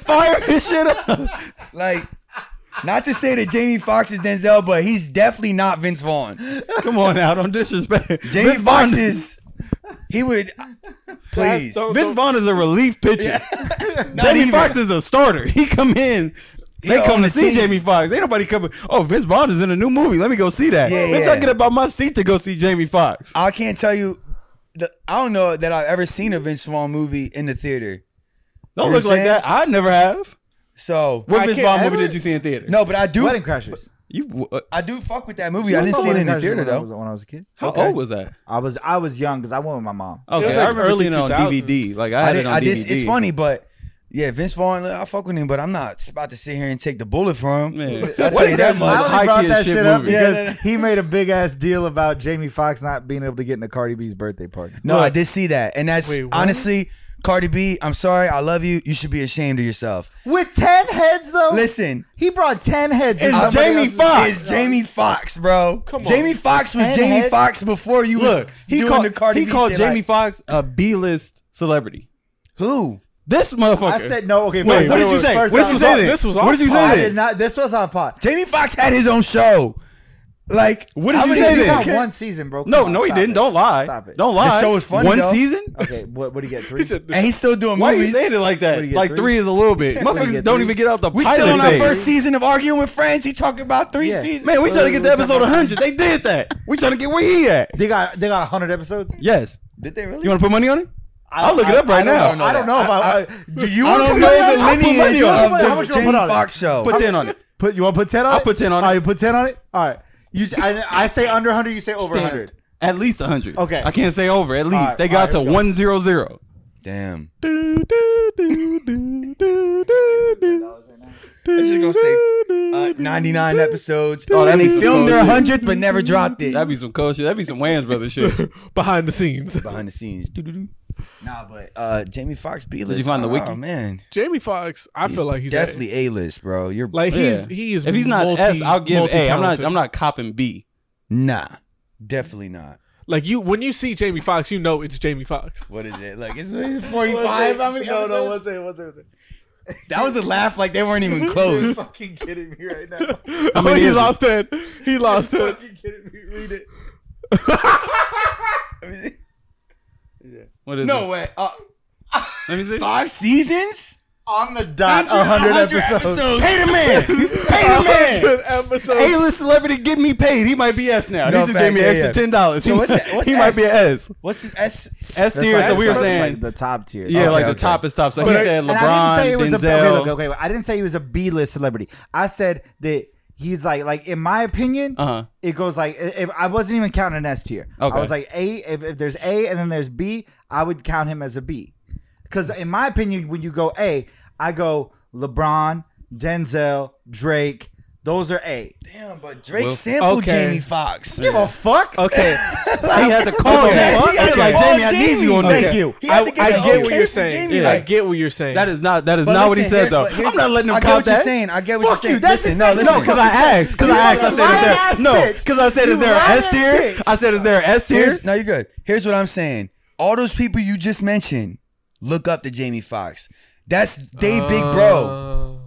[SPEAKER 3] Fire his shit up. [LAUGHS]
[SPEAKER 2] Like, not to say that Jamie Foxx is Denzel, but he's definitely not Vince Vaughn.
[SPEAKER 3] Come on now. Don't disrespect.
[SPEAKER 2] Jamie
[SPEAKER 3] Vince Vaughn
[SPEAKER 2] Foxx is. He would. Please.
[SPEAKER 4] don't-
[SPEAKER 3] Vince Vaughn is a relief pitcher.
[SPEAKER 2] even.
[SPEAKER 3] [LAUGHS] Jamie Foxx is a starter. He come in. They
[SPEAKER 2] Yeah, on
[SPEAKER 3] come
[SPEAKER 2] the
[SPEAKER 3] to see
[SPEAKER 2] team.
[SPEAKER 3] Jamie Foxx. Ain't nobody coming. Oh, Vince Vaughn is in a new movie. Let me go see that.
[SPEAKER 2] Yeah,
[SPEAKER 3] Bitch,
[SPEAKER 2] yeah.
[SPEAKER 3] I get up out my seat to go see Jamie Foxx.
[SPEAKER 2] I can't tell you. The, I don't know that I've ever seen a Vince Vaughn movie in the theater.
[SPEAKER 3] Don't
[SPEAKER 2] You
[SPEAKER 3] look
[SPEAKER 2] know what
[SPEAKER 3] like
[SPEAKER 2] I'm
[SPEAKER 3] that. I never have.
[SPEAKER 2] So
[SPEAKER 3] What
[SPEAKER 4] I
[SPEAKER 3] Vince
[SPEAKER 4] can't
[SPEAKER 3] Vaughn
[SPEAKER 4] ever-
[SPEAKER 3] movie did you see in theater?
[SPEAKER 2] no, but I do.
[SPEAKER 1] Wedding Crashers.
[SPEAKER 3] You. Uh,
[SPEAKER 2] I do fuck with that movie. I didn't see it in the theater
[SPEAKER 1] when I was,
[SPEAKER 2] though.
[SPEAKER 1] when I was a kid.
[SPEAKER 3] how
[SPEAKER 2] Okay.
[SPEAKER 3] old was that?
[SPEAKER 1] I was I was young because I went with my mom.
[SPEAKER 3] Okay,
[SPEAKER 4] was
[SPEAKER 3] I
[SPEAKER 4] like
[SPEAKER 3] remember
[SPEAKER 4] early
[SPEAKER 3] seeing it on
[SPEAKER 4] 2000s.
[SPEAKER 3] DVD. Like I
[SPEAKER 2] I
[SPEAKER 3] had
[SPEAKER 2] did,
[SPEAKER 3] it on
[SPEAKER 2] I
[SPEAKER 3] DVD.
[SPEAKER 2] did, it's funny, but yeah, Vince Vaughn. I fuck with him, but I'm not about to sit here and take the bullet for him.
[SPEAKER 3] Yeah.
[SPEAKER 2] I'll tell you that
[SPEAKER 1] I
[SPEAKER 2] much.
[SPEAKER 3] It's
[SPEAKER 1] only brought
[SPEAKER 3] high-key
[SPEAKER 1] that
[SPEAKER 3] as
[SPEAKER 1] shit,
[SPEAKER 3] shit
[SPEAKER 1] up
[SPEAKER 3] movie.
[SPEAKER 1] because
[SPEAKER 2] Yeah,
[SPEAKER 3] [LAUGHS]
[SPEAKER 2] no, no.
[SPEAKER 1] he made a big ass deal about Jamie Foxx not being able to get into Cardi B's birthday party.
[SPEAKER 2] No, I did see that, and that's
[SPEAKER 4] Wait, what?
[SPEAKER 2] honestly, Cardi B. I'm sorry, I love you. You should be ashamed of yourself.
[SPEAKER 1] With ten heads though,
[SPEAKER 2] Listen,
[SPEAKER 1] he brought ten heads. to
[SPEAKER 2] it's
[SPEAKER 1] somebody
[SPEAKER 3] Jamie
[SPEAKER 1] else's-
[SPEAKER 3] Foxx.
[SPEAKER 2] It's Jamie Foxx, bro.
[SPEAKER 4] Come on.
[SPEAKER 2] Jamie Foxx was
[SPEAKER 1] And
[SPEAKER 2] Jamie
[SPEAKER 1] head-
[SPEAKER 2] Foxx before you
[SPEAKER 3] Look,
[SPEAKER 2] was
[SPEAKER 3] he
[SPEAKER 2] doing
[SPEAKER 3] called,
[SPEAKER 2] the Cardi
[SPEAKER 3] he
[SPEAKER 2] B
[SPEAKER 3] called
[SPEAKER 2] shit,
[SPEAKER 3] Jamie
[SPEAKER 2] like,
[SPEAKER 3] Foxx a B-list celebrity.
[SPEAKER 2] Who?
[SPEAKER 3] This motherfucker.
[SPEAKER 1] I said no. Okay,
[SPEAKER 3] Wait,
[SPEAKER 1] first
[SPEAKER 3] what
[SPEAKER 1] off-
[SPEAKER 3] did you say? What
[SPEAKER 1] first
[SPEAKER 3] did
[SPEAKER 1] off-
[SPEAKER 3] you
[SPEAKER 4] was off-
[SPEAKER 3] say? then?
[SPEAKER 4] this was
[SPEAKER 3] What did you
[SPEAKER 4] off-
[SPEAKER 3] say?
[SPEAKER 1] I
[SPEAKER 3] then?
[SPEAKER 1] did not. This was on pot.
[SPEAKER 2] Jamie Foxx had his own show. Like,
[SPEAKER 3] What did
[SPEAKER 2] how
[SPEAKER 3] you
[SPEAKER 2] many
[SPEAKER 3] say
[SPEAKER 2] people
[SPEAKER 1] You
[SPEAKER 3] then?
[SPEAKER 1] got
[SPEAKER 2] can-
[SPEAKER 1] one season, bro. Come
[SPEAKER 3] No,
[SPEAKER 1] on,
[SPEAKER 3] no, he
[SPEAKER 1] stop
[SPEAKER 3] didn't.
[SPEAKER 1] it.
[SPEAKER 3] Don't lie.
[SPEAKER 1] Stop it.
[SPEAKER 3] Don't lie.
[SPEAKER 2] show was funny,
[SPEAKER 3] One
[SPEAKER 2] though. [LAUGHS]
[SPEAKER 3] season?
[SPEAKER 1] Okay, what what do you get? Three.
[SPEAKER 4] He said,
[SPEAKER 2] And he's still doing
[SPEAKER 3] Why are you
[SPEAKER 2] movies.
[SPEAKER 3] saying it like that?
[SPEAKER 1] What do you get,
[SPEAKER 3] Like
[SPEAKER 1] three?
[SPEAKER 3] three is a little bit.
[SPEAKER 1] do you
[SPEAKER 3] Motherfuckers
[SPEAKER 1] get,
[SPEAKER 3] don't
[SPEAKER 1] three?
[SPEAKER 3] even get out the
[SPEAKER 2] we
[SPEAKER 3] pilot
[SPEAKER 2] still on our
[SPEAKER 3] phase.
[SPEAKER 2] first season of arguing with friends. He talking about three
[SPEAKER 1] Yeah.
[SPEAKER 2] seasons.
[SPEAKER 3] Man, we trying to
[SPEAKER 1] Uh,
[SPEAKER 3] get to
[SPEAKER 1] we
[SPEAKER 3] episode
[SPEAKER 1] talking-
[SPEAKER 3] 100. They did that. We trying to get where he at.
[SPEAKER 1] They got they got hundred episodes.
[SPEAKER 3] Yes.
[SPEAKER 2] Did they really?
[SPEAKER 3] You want to put money on it? I'll look it up right
[SPEAKER 1] I don't
[SPEAKER 3] now.
[SPEAKER 1] know- I don't know if I, I- do you.
[SPEAKER 3] I
[SPEAKER 1] wanna
[SPEAKER 3] don't
[SPEAKER 1] put
[SPEAKER 3] know
[SPEAKER 1] money on
[SPEAKER 3] the
[SPEAKER 1] it? I'll put
[SPEAKER 3] lineage
[SPEAKER 1] money on it.
[SPEAKER 3] of
[SPEAKER 1] How
[SPEAKER 2] the
[SPEAKER 1] much you wanna
[SPEAKER 2] Jamie
[SPEAKER 1] put on it?
[SPEAKER 2] Fox show.
[SPEAKER 3] Put 10 on it.
[SPEAKER 1] Put you want to put ten on
[SPEAKER 3] I'll
[SPEAKER 1] it?
[SPEAKER 3] put 10 on
[SPEAKER 1] All
[SPEAKER 3] it.
[SPEAKER 1] right, you put ten on it. All right. You s- I, I say under hundred. You say over hundred.
[SPEAKER 3] At least 100.
[SPEAKER 1] Okay.
[SPEAKER 3] I can't say over. At least.
[SPEAKER 1] Alright,
[SPEAKER 3] they got
[SPEAKER 1] alright, here we
[SPEAKER 3] to
[SPEAKER 1] go.
[SPEAKER 3] 100.
[SPEAKER 2] Damn.
[SPEAKER 3] Do, do, do, do, do, do, do.
[SPEAKER 2] It's just gonna say uh, 99 episodes.
[SPEAKER 3] Oh, that
[SPEAKER 2] and they
[SPEAKER 3] needs to
[SPEAKER 2] filmed
[SPEAKER 3] close
[SPEAKER 2] their
[SPEAKER 3] it.
[SPEAKER 2] 100th but never dropped it.
[SPEAKER 3] That'd be some cool shit. That'd be some Wayans brother shit. Did
[SPEAKER 4] [LAUGHS] behind the scenes.
[SPEAKER 2] behind the scenes. Nah, but uh, Jamie Foxx B list.
[SPEAKER 3] you find the wiki?
[SPEAKER 2] Oh man,
[SPEAKER 4] Jamie Foxx, I feel like he's
[SPEAKER 2] definitely A list, bro. You're
[SPEAKER 4] like he's
[SPEAKER 3] Yeah.
[SPEAKER 4] he is.
[SPEAKER 3] If he's not
[SPEAKER 4] multi,
[SPEAKER 3] S, I'll give A. I'm not.
[SPEAKER 4] multi-talented.
[SPEAKER 3] I'm not copping B.
[SPEAKER 2] nah, definitely not.
[SPEAKER 4] like you when you see Jamie Foxx, you know it's Jamie Foxx.
[SPEAKER 2] What is it like? It's 45. How many
[SPEAKER 1] No, no.
[SPEAKER 2] episodes?
[SPEAKER 1] One second. One second. one second.
[SPEAKER 2] That was a laugh like they weren't even
[SPEAKER 1] You're
[SPEAKER 3] [LAUGHS]
[SPEAKER 2] close.
[SPEAKER 1] fucking kidding me right now.
[SPEAKER 4] Oh,
[SPEAKER 3] many
[SPEAKER 4] he
[SPEAKER 3] is it?
[SPEAKER 4] lost it. He lost it.
[SPEAKER 1] fucking kidding me. Read it.
[SPEAKER 3] What is
[SPEAKER 2] no
[SPEAKER 3] it?
[SPEAKER 2] way. Uh,
[SPEAKER 3] Let me
[SPEAKER 2] [LAUGHS]
[SPEAKER 3] see.
[SPEAKER 2] five seasons?
[SPEAKER 1] on the dot,
[SPEAKER 2] 100
[SPEAKER 1] hundred episodes.
[SPEAKER 3] Pay the man. Pay the man.
[SPEAKER 4] Good episode.
[SPEAKER 3] A-list celebrity, give me paid. He might be S now.
[SPEAKER 2] No,
[SPEAKER 3] he just gave
[SPEAKER 2] fact,
[SPEAKER 3] me
[SPEAKER 2] yeah,
[SPEAKER 3] extra
[SPEAKER 2] yeah.
[SPEAKER 3] ten dollars.
[SPEAKER 2] So
[SPEAKER 3] he
[SPEAKER 2] what's that- what's
[SPEAKER 3] he might be an S.
[SPEAKER 2] What's his S?
[SPEAKER 3] S
[SPEAKER 1] That's
[SPEAKER 3] tier.
[SPEAKER 1] like-
[SPEAKER 3] So we were
[SPEAKER 1] that's like
[SPEAKER 3] saying,
[SPEAKER 1] the top tier.
[SPEAKER 3] yeah,
[SPEAKER 1] Okay,
[SPEAKER 3] like the
[SPEAKER 1] okay.
[SPEAKER 3] top is top. So he
[SPEAKER 4] But I-
[SPEAKER 3] said
[SPEAKER 1] And I didn't say
[SPEAKER 3] LeBron,
[SPEAKER 1] he was a okay, look,
[SPEAKER 3] Denzel.
[SPEAKER 1] okay, wait. I didn't say he was a B list celebrity. I said that he's like like in my opinion,
[SPEAKER 3] Uh-huh.
[SPEAKER 1] it goes like if I wasn't even counting S tier.
[SPEAKER 3] Okay.
[SPEAKER 1] I was like A if, if there's A and then there's B, I would count him as a B. Cause in my opinion, when you go A, I go LeBron, Denzel, Drake, those are A.
[SPEAKER 2] Damn, but Drake
[SPEAKER 3] Well,
[SPEAKER 2] sampled
[SPEAKER 4] okay.
[SPEAKER 2] Jamie Foxx.
[SPEAKER 1] Give a fuck.
[SPEAKER 3] Okay, he had to
[SPEAKER 4] Oh,
[SPEAKER 3] call
[SPEAKER 1] What the
[SPEAKER 3] Jamie.
[SPEAKER 1] fuck?
[SPEAKER 3] He was like,
[SPEAKER 4] Okay.
[SPEAKER 3] Jamie, I need you on
[SPEAKER 2] Thank
[SPEAKER 3] this.
[SPEAKER 2] you. Oh, He had
[SPEAKER 3] I,
[SPEAKER 2] to get
[SPEAKER 3] I
[SPEAKER 2] the
[SPEAKER 3] get
[SPEAKER 2] okay
[SPEAKER 3] what
[SPEAKER 2] from
[SPEAKER 3] you're saying.
[SPEAKER 2] Jamie,
[SPEAKER 3] Yeah.
[SPEAKER 4] I
[SPEAKER 2] like-
[SPEAKER 4] get what you're saying.
[SPEAKER 3] That is not. That is
[SPEAKER 2] But
[SPEAKER 3] not what he
[SPEAKER 2] listen,
[SPEAKER 3] said
[SPEAKER 2] here's-
[SPEAKER 3] though.
[SPEAKER 2] but here's-
[SPEAKER 3] I'm not letting him
[SPEAKER 2] I get
[SPEAKER 3] count
[SPEAKER 2] what you're
[SPEAKER 3] that.
[SPEAKER 2] saying. I get what
[SPEAKER 3] Fuck
[SPEAKER 2] you're saying.
[SPEAKER 3] You. That's
[SPEAKER 2] Listen, no,
[SPEAKER 3] exactly-
[SPEAKER 2] listen.
[SPEAKER 3] No, because I asked. Because I asked. I said, is there
[SPEAKER 1] lying-ass
[SPEAKER 3] no?
[SPEAKER 1] bitch.
[SPEAKER 3] Because I said, is
[SPEAKER 1] You
[SPEAKER 3] there an S
[SPEAKER 1] lying-ass
[SPEAKER 3] tier?
[SPEAKER 1] bitch.
[SPEAKER 3] I said, is there an S tier?
[SPEAKER 2] Here's- No, you're good. Here's what I'm saying. All those people you just mentioned, look up to Jamie Foxx. That's they big bro.
[SPEAKER 3] Uh,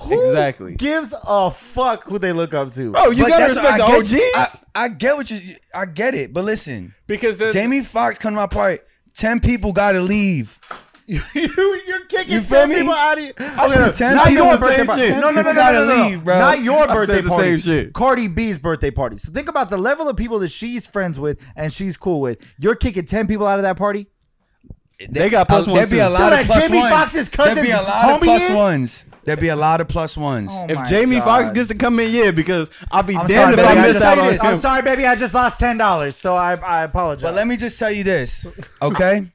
[SPEAKER 1] Who
[SPEAKER 3] Exactly.
[SPEAKER 1] Gives a fuck who they look up to.
[SPEAKER 3] Bro, you
[SPEAKER 2] But
[SPEAKER 3] gotta
[SPEAKER 2] that's-
[SPEAKER 3] respect the
[SPEAKER 2] I get-
[SPEAKER 3] OGs.
[SPEAKER 2] I, I get what you. I get it, but listen,
[SPEAKER 4] because then
[SPEAKER 2] Jamie Foxx come to my party. Ten people gotta leave.
[SPEAKER 1] [LAUGHS] you, you're kicking
[SPEAKER 2] You feel
[SPEAKER 1] 10
[SPEAKER 2] me?
[SPEAKER 1] people out of you.
[SPEAKER 2] said
[SPEAKER 1] no,
[SPEAKER 2] 10
[SPEAKER 1] Oh, not
[SPEAKER 2] people
[SPEAKER 1] your
[SPEAKER 2] at the
[SPEAKER 1] birthday
[SPEAKER 3] same
[SPEAKER 1] party.
[SPEAKER 3] shit.
[SPEAKER 1] No, no, no, no,
[SPEAKER 2] Gotta
[SPEAKER 1] no, no, no.
[SPEAKER 2] leave, bro.
[SPEAKER 1] Not your
[SPEAKER 3] said
[SPEAKER 1] birthday
[SPEAKER 3] the
[SPEAKER 1] party.
[SPEAKER 3] same shit.
[SPEAKER 1] Cardi B's birthday party. So think about the level of people that she's friends with and she's cool with. You're kicking 10 people out of that party?
[SPEAKER 3] They got plus
[SPEAKER 2] Uh,
[SPEAKER 3] ones
[SPEAKER 2] There'd be
[SPEAKER 3] too.
[SPEAKER 2] a lot
[SPEAKER 1] So
[SPEAKER 2] of
[SPEAKER 1] that
[SPEAKER 2] plus
[SPEAKER 1] Jamie
[SPEAKER 2] ones.
[SPEAKER 1] Foxx's
[SPEAKER 2] There'd be a
[SPEAKER 1] cousin's
[SPEAKER 2] lot of
[SPEAKER 1] homie
[SPEAKER 2] plus
[SPEAKER 1] is?
[SPEAKER 2] ones. There'd be a lot of plus ones.
[SPEAKER 1] Oh
[SPEAKER 3] If
[SPEAKER 1] my
[SPEAKER 3] Jamie Foxx
[SPEAKER 1] God.
[SPEAKER 3] gets to come in, yeah, because I'll be
[SPEAKER 1] I'm
[SPEAKER 3] damned
[SPEAKER 1] sorry,
[SPEAKER 3] if
[SPEAKER 1] baby,
[SPEAKER 3] I
[SPEAKER 1] I
[SPEAKER 3] miss
[SPEAKER 1] just-
[SPEAKER 3] out on
[SPEAKER 1] I'm
[SPEAKER 3] him.
[SPEAKER 1] sorry, baby. I just lost $10, so I, I apologize.
[SPEAKER 2] But let me just tell
[SPEAKER 1] [LAUGHS]
[SPEAKER 2] you this, okay?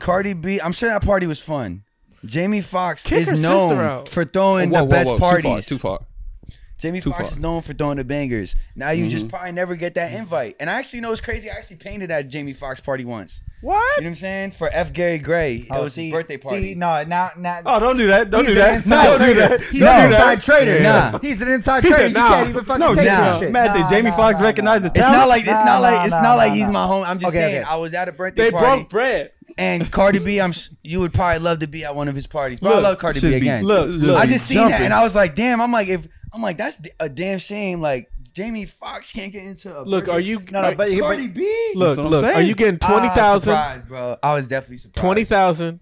[SPEAKER 2] Cardi B, I'm sure that party was fun. Jamie Foxx
[SPEAKER 4] Kick her
[SPEAKER 2] is
[SPEAKER 4] sister
[SPEAKER 2] known
[SPEAKER 4] out.
[SPEAKER 2] for throwing
[SPEAKER 3] Whoa,
[SPEAKER 2] the
[SPEAKER 3] whoa,
[SPEAKER 2] best
[SPEAKER 3] whoa,
[SPEAKER 2] parties.
[SPEAKER 3] Too far. Too far.
[SPEAKER 2] Jamie Foxx
[SPEAKER 3] far.
[SPEAKER 2] is known for throwing the bangers. Now you just probably never get that invite. And I actually know it's crazy. I actually painted at a Jamie Foxx party once. You
[SPEAKER 4] what?
[SPEAKER 2] know what I'm saying? For F. Gary Gray, it
[SPEAKER 1] Oh,
[SPEAKER 2] was
[SPEAKER 1] see-
[SPEAKER 2] his birthday party.
[SPEAKER 1] See, no, now, now.
[SPEAKER 3] Oh, don't do that. Don't
[SPEAKER 1] He's
[SPEAKER 3] do
[SPEAKER 1] an
[SPEAKER 3] that.
[SPEAKER 1] inside
[SPEAKER 3] No, don't do
[SPEAKER 1] trader.
[SPEAKER 3] that.
[SPEAKER 1] He's
[SPEAKER 3] Don't
[SPEAKER 1] an
[SPEAKER 3] do that.
[SPEAKER 1] inside trader.
[SPEAKER 2] Nah.
[SPEAKER 1] He's an inside
[SPEAKER 4] He
[SPEAKER 1] trader.
[SPEAKER 4] said,
[SPEAKER 1] you
[SPEAKER 4] nah.
[SPEAKER 1] can't even fucking
[SPEAKER 3] No,
[SPEAKER 1] take
[SPEAKER 2] nah.
[SPEAKER 1] this shit.
[SPEAKER 3] Matt, did
[SPEAKER 1] Nah,
[SPEAKER 3] Jamie
[SPEAKER 1] nah,
[SPEAKER 3] Foxx
[SPEAKER 1] nah,
[SPEAKER 3] recognize
[SPEAKER 1] nah.
[SPEAKER 3] the
[SPEAKER 2] it's
[SPEAKER 3] talent?
[SPEAKER 2] not like it's
[SPEAKER 1] Nah,
[SPEAKER 2] not like
[SPEAKER 1] nah,
[SPEAKER 2] it's
[SPEAKER 1] nah,
[SPEAKER 2] not like
[SPEAKER 1] nah,
[SPEAKER 2] he's
[SPEAKER 1] nah.
[SPEAKER 2] my home. I'm just
[SPEAKER 1] Okay,
[SPEAKER 2] saying
[SPEAKER 1] okay.
[SPEAKER 2] I was at a birthday
[SPEAKER 4] They
[SPEAKER 2] party.
[SPEAKER 4] broke bread.
[SPEAKER 2] And Cardi B, I'm s- you would probably love to be at one of his parties. But I love Cardi B
[SPEAKER 3] should be-
[SPEAKER 2] again.
[SPEAKER 3] look, look,
[SPEAKER 2] I just seen that
[SPEAKER 3] jumping.
[SPEAKER 2] and I was like, damn. I'm like, if I'm like, that's d- a damn shame. Like Jamie Foxx can't get into a
[SPEAKER 4] Look, are you
[SPEAKER 1] No, no, but,
[SPEAKER 2] birthday-
[SPEAKER 1] but
[SPEAKER 2] Cardi B?
[SPEAKER 4] look,
[SPEAKER 3] what I'm
[SPEAKER 4] look, are
[SPEAKER 3] saying.
[SPEAKER 4] you getting
[SPEAKER 2] Ah,
[SPEAKER 4] 20,000
[SPEAKER 2] surprised, bro. I was definitely surprised.
[SPEAKER 4] 20,000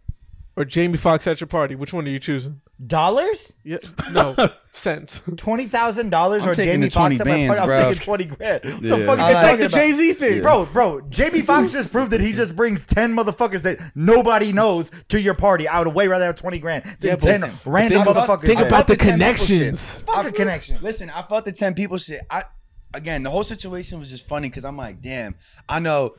[SPEAKER 4] or Jamie Foxx at your party? Which one are you choosing?
[SPEAKER 1] dollars?
[SPEAKER 4] Yeah,
[SPEAKER 3] [LAUGHS]
[SPEAKER 4] no, cents.
[SPEAKER 1] twenty thousand dollars
[SPEAKER 2] I'm
[SPEAKER 1] or
[SPEAKER 2] taking
[SPEAKER 1] Jamie
[SPEAKER 2] the 20
[SPEAKER 1] Fox at
[SPEAKER 2] bands,
[SPEAKER 1] my party,
[SPEAKER 2] bro.
[SPEAKER 1] I'm taking twenty grand. What the
[SPEAKER 3] Yeah.
[SPEAKER 1] fuck
[SPEAKER 2] I
[SPEAKER 1] are you
[SPEAKER 2] like
[SPEAKER 1] talking
[SPEAKER 4] the
[SPEAKER 1] about?
[SPEAKER 4] Jay Z thing.
[SPEAKER 1] Bro, bro, Jamie Foxx just proved that he just brings ten motherfuckers that nobody knows to your party. I would way rather have twenty grand than
[SPEAKER 4] Yeah, but
[SPEAKER 1] ten
[SPEAKER 4] listen,
[SPEAKER 1] random
[SPEAKER 4] think
[SPEAKER 1] motherfuckers.
[SPEAKER 4] Think
[SPEAKER 1] there.
[SPEAKER 4] about the
[SPEAKER 2] the ten people shit.
[SPEAKER 4] connections.
[SPEAKER 1] fuck a connection.
[SPEAKER 2] Listen, I felt the 10 people shit. I again, the whole situation was just funny because I'm like, damn, I know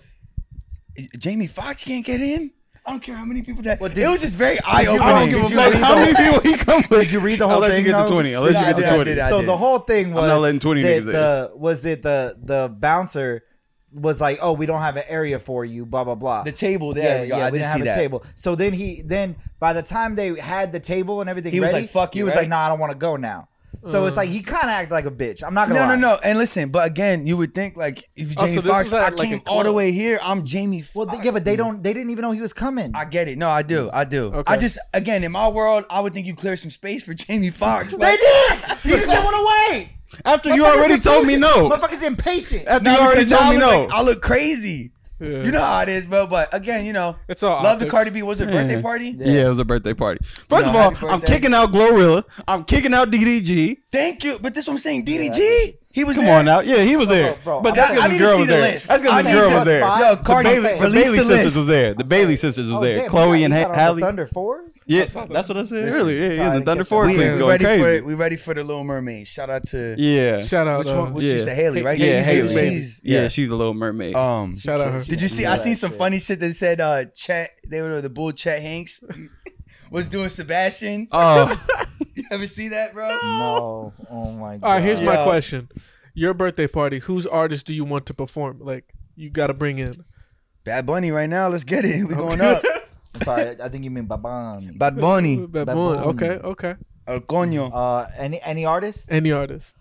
[SPEAKER 2] Jamie Foxx can't get in. I don't care how many people that.
[SPEAKER 1] did-
[SPEAKER 2] it was just very eye
[SPEAKER 1] read-
[SPEAKER 2] opening.
[SPEAKER 1] did
[SPEAKER 2] Did,
[SPEAKER 1] you
[SPEAKER 3] Like, how many people he come with?
[SPEAKER 1] Did you read the whole
[SPEAKER 3] I'll let
[SPEAKER 1] thing?
[SPEAKER 3] you get to
[SPEAKER 1] though?
[SPEAKER 3] 20. I'll let
[SPEAKER 2] Yeah,
[SPEAKER 3] you
[SPEAKER 2] I
[SPEAKER 3] get
[SPEAKER 2] did,
[SPEAKER 3] to
[SPEAKER 2] I
[SPEAKER 3] 20.
[SPEAKER 2] did, I
[SPEAKER 1] so the whole thing was
[SPEAKER 3] not letting 20
[SPEAKER 1] that
[SPEAKER 3] niggas in.
[SPEAKER 1] the, was that the the bouncer was like, "Oh, we don't have an area for you." Blah blah blah.
[SPEAKER 2] The table, there
[SPEAKER 1] yeah,
[SPEAKER 2] we go.
[SPEAKER 1] yeah,
[SPEAKER 2] I
[SPEAKER 1] we
[SPEAKER 2] did
[SPEAKER 1] didn't
[SPEAKER 2] see
[SPEAKER 1] have a
[SPEAKER 2] that.
[SPEAKER 1] table. So then he then by the time they had the table and everything,
[SPEAKER 2] He was
[SPEAKER 1] ready,
[SPEAKER 2] like, "Fuck
[SPEAKER 1] he
[SPEAKER 2] you,"
[SPEAKER 1] was
[SPEAKER 2] right?
[SPEAKER 1] like, "No, I don't want to go now." So
[SPEAKER 3] Uh.
[SPEAKER 1] it's like he kind of acted like a bitch. I'm not gonna.
[SPEAKER 2] no, no,
[SPEAKER 1] lie.
[SPEAKER 2] no. And listen, but again, you would think like if
[SPEAKER 4] Oh, so
[SPEAKER 2] Jamie
[SPEAKER 4] this
[SPEAKER 2] Foxx,
[SPEAKER 4] was at,
[SPEAKER 2] I
[SPEAKER 4] like, a
[SPEAKER 2] came all the
[SPEAKER 4] club.
[SPEAKER 2] way here. I'm Jamie Foxx.
[SPEAKER 1] Well, th- yeah, but they don't. They didn't even know he was coming.
[SPEAKER 2] I get it. No, I do. I do. I just again in my world, I would think you clear some space for Jamie
[SPEAKER 1] [LAUGHS]
[SPEAKER 2] Foxx. Like,
[SPEAKER 1] did. He just didn't want to wait.
[SPEAKER 3] After you
[SPEAKER 1] Motherfucker's
[SPEAKER 3] already told me
[SPEAKER 1] impatient.
[SPEAKER 3] no.
[SPEAKER 1] Motherfucker's impatient.
[SPEAKER 3] After
[SPEAKER 2] No,
[SPEAKER 3] you already
[SPEAKER 2] because now
[SPEAKER 3] told me
[SPEAKER 2] I
[SPEAKER 3] no.
[SPEAKER 2] look like- I look crazy. You know how it is, bro. But again, you know,
[SPEAKER 4] It's all
[SPEAKER 2] love the
[SPEAKER 4] optics.
[SPEAKER 2] Cardi B. Was it birthday party?
[SPEAKER 3] Yeah. it was a birthday party. First
[SPEAKER 2] No,
[SPEAKER 3] of
[SPEAKER 2] happy
[SPEAKER 3] all, I'm
[SPEAKER 2] birthday.
[SPEAKER 3] kicking out Glorilla. I'm kicking out DDG.
[SPEAKER 2] Thank you. But this is what I'm saying. DDG. He was
[SPEAKER 3] Come
[SPEAKER 2] there.
[SPEAKER 3] on now. Yeah, he was there.
[SPEAKER 1] bro,
[SPEAKER 3] But
[SPEAKER 1] I-
[SPEAKER 3] that's
[SPEAKER 2] I
[SPEAKER 3] because
[SPEAKER 2] need
[SPEAKER 3] his
[SPEAKER 2] to
[SPEAKER 3] girl
[SPEAKER 2] see
[SPEAKER 3] was
[SPEAKER 2] the
[SPEAKER 3] there.
[SPEAKER 2] list.
[SPEAKER 3] That's
[SPEAKER 2] I
[SPEAKER 3] because his
[SPEAKER 2] need
[SPEAKER 3] girl
[SPEAKER 2] the
[SPEAKER 3] was there.
[SPEAKER 1] spot.
[SPEAKER 2] Yo,
[SPEAKER 1] The
[SPEAKER 2] Cardi,
[SPEAKER 1] Bailey- the
[SPEAKER 3] The
[SPEAKER 2] release
[SPEAKER 3] Bailey
[SPEAKER 2] the
[SPEAKER 3] sisters
[SPEAKER 2] list.
[SPEAKER 3] was there. The Bailey sisters was
[SPEAKER 1] Oh, damn,
[SPEAKER 3] there.
[SPEAKER 1] he
[SPEAKER 3] Chloe and
[SPEAKER 1] got- he
[SPEAKER 3] Ha-
[SPEAKER 1] got on the
[SPEAKER 3] Hallie.
[SPEAKER 1] Thunder Four.
[SPEAKER 3] Yeah,
[SPEAKER 4] saw that.
[SPEAKER 3] that's what I said earlier. Yeah,
[SPEAKER 1] sorry,
[SPEAKER 3] yeah, the
[SPEAKER 1] I
[SPEAKER 3] Thunder
[SPEAKER 1] kept
[SPEAKER 3] Four
[SPEAKER 1] up.
[SPEAKER 2] We,
[SPEAKER 3] Queen's
[SPEAKER 2] we
[SPEAKER 3] going
[SPEAKER 2] ready
[SPEAKER 3] crazy.
[SPEAKER 2] for we ready for the Little Mermaid. Shout out to
[SPEAKER 3] Yeah.
[SPEAKER 4] Shout out,
[SPEAKER 2] which
[SPEAKER 4] uh,
[SPEAKER 2] one? Which you
[SPEAKER 3] yeah.
[SPEAKER 2] say, Haley, right?
[SPEAKER 4] Yeah,
[SPEAKER 2] You said
[SPEAKER 4] Haley.
[SPEAKER 2] She's,
[SPEAKER 3] yeah, she's a little mermaid.
[SPEAKER 2] Um,
[SPEAKER 4] shout out her.
[SPEAKER 2] did you see? I seen some funny shit that said uh, Chet. They were the bull Chet Hanks [LAUGHS] was doing Sebastian.
[SPEAKER 3] Oh,
[SPEAKER 2] You ever see that, bro?
[SPEAKER 1] No. Oh my god.
[SPEAKER 4] All right, here's my
[SPEAKER 2] Yeah.
[SPEAKER 4] question: Your birthday party, whose artist do you want to perform? Like, you got to bring in.
[SPEAKER 2] Bad Bunny right now. Let's get it. We going
[SPEAKER 3] [LAUGHS]
[SPEAKER 2] up.
[SPEAKER 1] I'm sorry. I think you mean Baban.
[SPEAKER 2] Bad Bunny.
[SPEAKER 4] Bad
[SPEAKER 1] Bad
[SPEAKER 4] Bunny.
[SPEAKER 1] Bunny.
[SPEAKER 4] Okay, okay.
[SPEAKER 2] El Coño.
[SPEAKER 1] Uh, any any artist?
[SPEAKER 4] Any artist?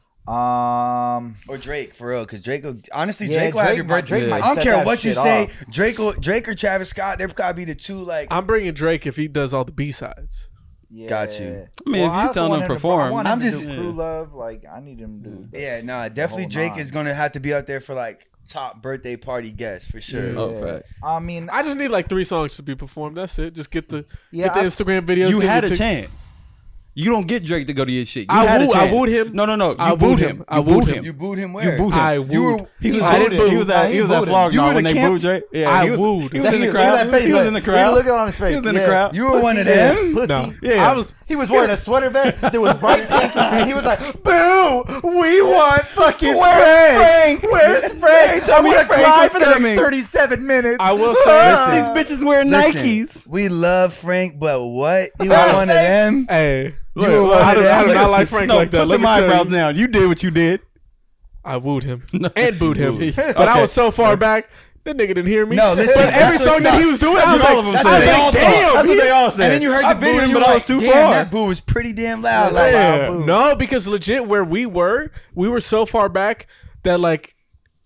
[SPEAKER 1] Um,
[SPEAKER 2] Or Drake, for real, because Drake, will, honestly,
[SPEAKER 1] Yeah,
[SPEAKER 2] Drake will have
[SPEAKER 1] Drake
[SPEAKER 2] your
[SPEAKER 1] might-
[SPEAKER 2] birthday.
[SPEAKER 1] Drake might
[SPEAKER 2] I don't
[SPEAKER 1] set
[SPEAKER 2] care
[SPEAKER 1] that
[SPEAKER 2] what you
[SPEAKER 1] shit
[SPEAKER 2] say,
[SPEAKER 1] off.
[SPEAKER 2] Drake, will, Drake or Travis Scott, they're probably the two like. I'm,
[SPEAKER 4] I'm bringing Drake if he does all the B sides.
[SPEAKER 1] yeah.
[SPEAKER 2] Got you.
[SPEAKER 3] I mean, if you
[SPEAKER 1] also
[SPEAKER 3] tell
[SPEAKER 1] want
[SPEAKER 3] him to
[SPEAKER 1] I
[SPEAKER 3] perform,
[SPEAKER 1] want him
[SPEAKER 2] I'm
[SPEAKER 1] to
[SPEAKER 2] just-
[SPEAKER 1] do crew love. Like I need him to. do the-
[SPEAKER 2] Mm, yeah, nah, definitely
[SPEAKER 1] whole
[SPEAKER 2] Drake
[SPEAKER 1] nine.
[SPEAKER 2] is gonna have to be out there for like top birthday party guest for sure.
[SPEAKER 4] Yeah.
[SPEAKER 3] Oh,
[SPEAKER 1] Yeah.
[SPEAKER 3] facts.
[SPEAKER 1] I mean,
[SPEAKER 4] I just need like three songs to be performed. That's it. Just get the
[SPEAKER 1] Yeah,
[SPEAKER 4] get the
[SPEAKER 1] I-
[SPEAKER 4] Instagram videos.
[SPEAKER 3] You
[SPEAKER 4] get
[SPEAKER 3] had
[SPEAKER 4] the
[SPEAKER 3] a
[SPEAKER 4] tic-
[SPEAKER 3] chance. You don't get Drake to go to your shit. You
[SPEAKER 4] I
[SPEAKER 3] had a
[SPEAKER 4] woo- I
[SPEAKER 3] chance.
[SPEAKER 4] wooed him.
[SPEAKER 3] No, no, no. You
[SPEAKER 4] I
[SPEAKER 3] booed,
[SPEAKER 4] wooed
[SPEAKER 3] him.
[SPEAKER 4] him. I
[SPEAKER 3] you
[SPEAKER 4] wooed
[SPEAKER 3] booed
[SPEAKER 4] him.
[SPEAKER 2] You booed him
[SPEAKER 3] You
[SPEAKER 2] where?
[SPEAKER 3] booed him.
[SPEAKER 4] I
[SPEAKER 2] You were-
[SPEAKER 4] wooed.
[SPEAKER 3] He was,
[SPEAKER 4] I
[SPEAKER 3] booted.
[SPEAKER 4] didn't boo.
[SPEAKER 3] he was at
[SPEAKER 1] I
[SPEAKER 3] he was
[SPEAKER 1] ain't
[SPEAKER 3] at
[SPEAKER 1] booted.
[SPEAKER 3] Flog
[SPEAKER 4] You were
[SPEAKER 3] Knob
[SPEAKER 4] the
[SPEAKER 3] when they
[SPEAKER 4] camp-
[SPEAKER 3] booed Drake. Yeah,
[SPEAKER 4] I
[SPEAKER 3] he was,
[SPEAKER 4] wooed.
[SPEAKER 3] He was in the
[SPEAKER 1] Look at that
[SPEAKER 3] crowd.
[SPEAKER 1] face,
[SPEAKER 3] He was
[SPEAKER 1] like,
[SPEAKER 3] in the
[SPEAKER 1] we
[SPEAKER 3] crowd.
[SPEAKER 1] look at his face,
[SPEAKER 3] He was in the
[SPEAKER 1] yeah.
[SPEAKER 3] crowd.
[SPEAKER 2] You were one of them.
[SPEAKER 1] pussy.
[SPEAKER 4] No.
[SPEAKER 3] Yeah.
[SPEAKER 4] I was.
[SPEAKER 1] He was wearing a sweater vest that was bright
[SPEAKER 3] [LAUGHS]
[SPEAKER 1] pink, and he was like, "Boo! We want fucking
[SPEAKER 3] Where's
[SPEAKER 1] Frank.
[SPEAKER 3] Frank?
[SPEAKER 1] Where's Frank?
[SPEAKER 3] Tell
[SPEAKER 1] I'm
[SPEAKER 3] me
[SPEAKER 1] gonna
[SPEAKER 3] Frank
[SPEAKER 1] cry
[SPEAKER 3] was
[SPEAKER 1] for the
[SPEAKER 3] coming.
[SPEAKER 1] next 37 minutes." [LAUGHS]
[SPEAKER 4] I will say. listen,
[SPEAKER 3] These bitches wear
[SPEAKER 2] Listen,
[SPEAKER 3] Nikes.
[SPEAKER 2] We love Frank, but what? You were one of them.
[SPEAKER 4] Hey,
[SPEAKER 3] Look,
[SPEAKER 4] you were
[SPEAKER 3] look,
[SPEAKER 4] I do I do
[SPEAKER 3] look,
[SPEAKER 4] not like Frank
[SPEAKER 3] no,
[SPEAKER 4] like that.
[SPEAKER 3] Put
[SPEAKER 4] Let
[SPEAKER 3] them
[SPEAKER 4] me tell
[SPEAKER 3] eyebrows
[SPEAKER 4] you.
[SPEAKER 3] down. You did what you did.
[SPEAKER 4] I wooed
[SPEAKER 3] [LAUGHS]
[SPEAKER 4] him and booed him, but
[SPEAKER 3] Okay.
[SPEAKER 4] I was so far back that nigga didn't hear me.
[SPEAKER 2] No, listen,
[SPEAKER 4] But every
[SPEAKER 2] that's what
[SPEAKER 4] song that he was doing, I was
[SPEAKER 3] That's
[SPEAKER 4] like,
[SPEAKER 3] what all of them
[SPEAKER 4] I
[SPEAKER 3] said.
[SPEAKER 4] was
[SPEAKER 3] They all
[SPEAKER 4] like,
[SPEAKER 3] thought.
[SPEAKER 4] damn,
[SPEAKER 3] That's
[SPEAKER 4] he-
[SPEAKER 3] what they all said.
[SPEAKER 2] And then you heard
[SPEAKER 3] I
[SPEAKER 2] the
[SPEAKER 3] booed
[SPEAKER 2] boo,
[SPEAKER 3] him,
[SPEAKER 2] and you
[SPEAKER 3] but
[SPEAKER 2] were
[SPEAKER 3] I
[SPEAKER 2] like,
[SPEAKER 3] was too
[SPEAKER 2] "Damn,
[SPEAKER 3] far."
[SPEAKER 2] That boo was pretty damn loud.
[SPEAKER 1] Yeah.
[SPEAKER 2] Like,
[SPEAKER 1] Yeah. Ooh.
[SPEAKER 4] No, because legit where we were, we were so far back that like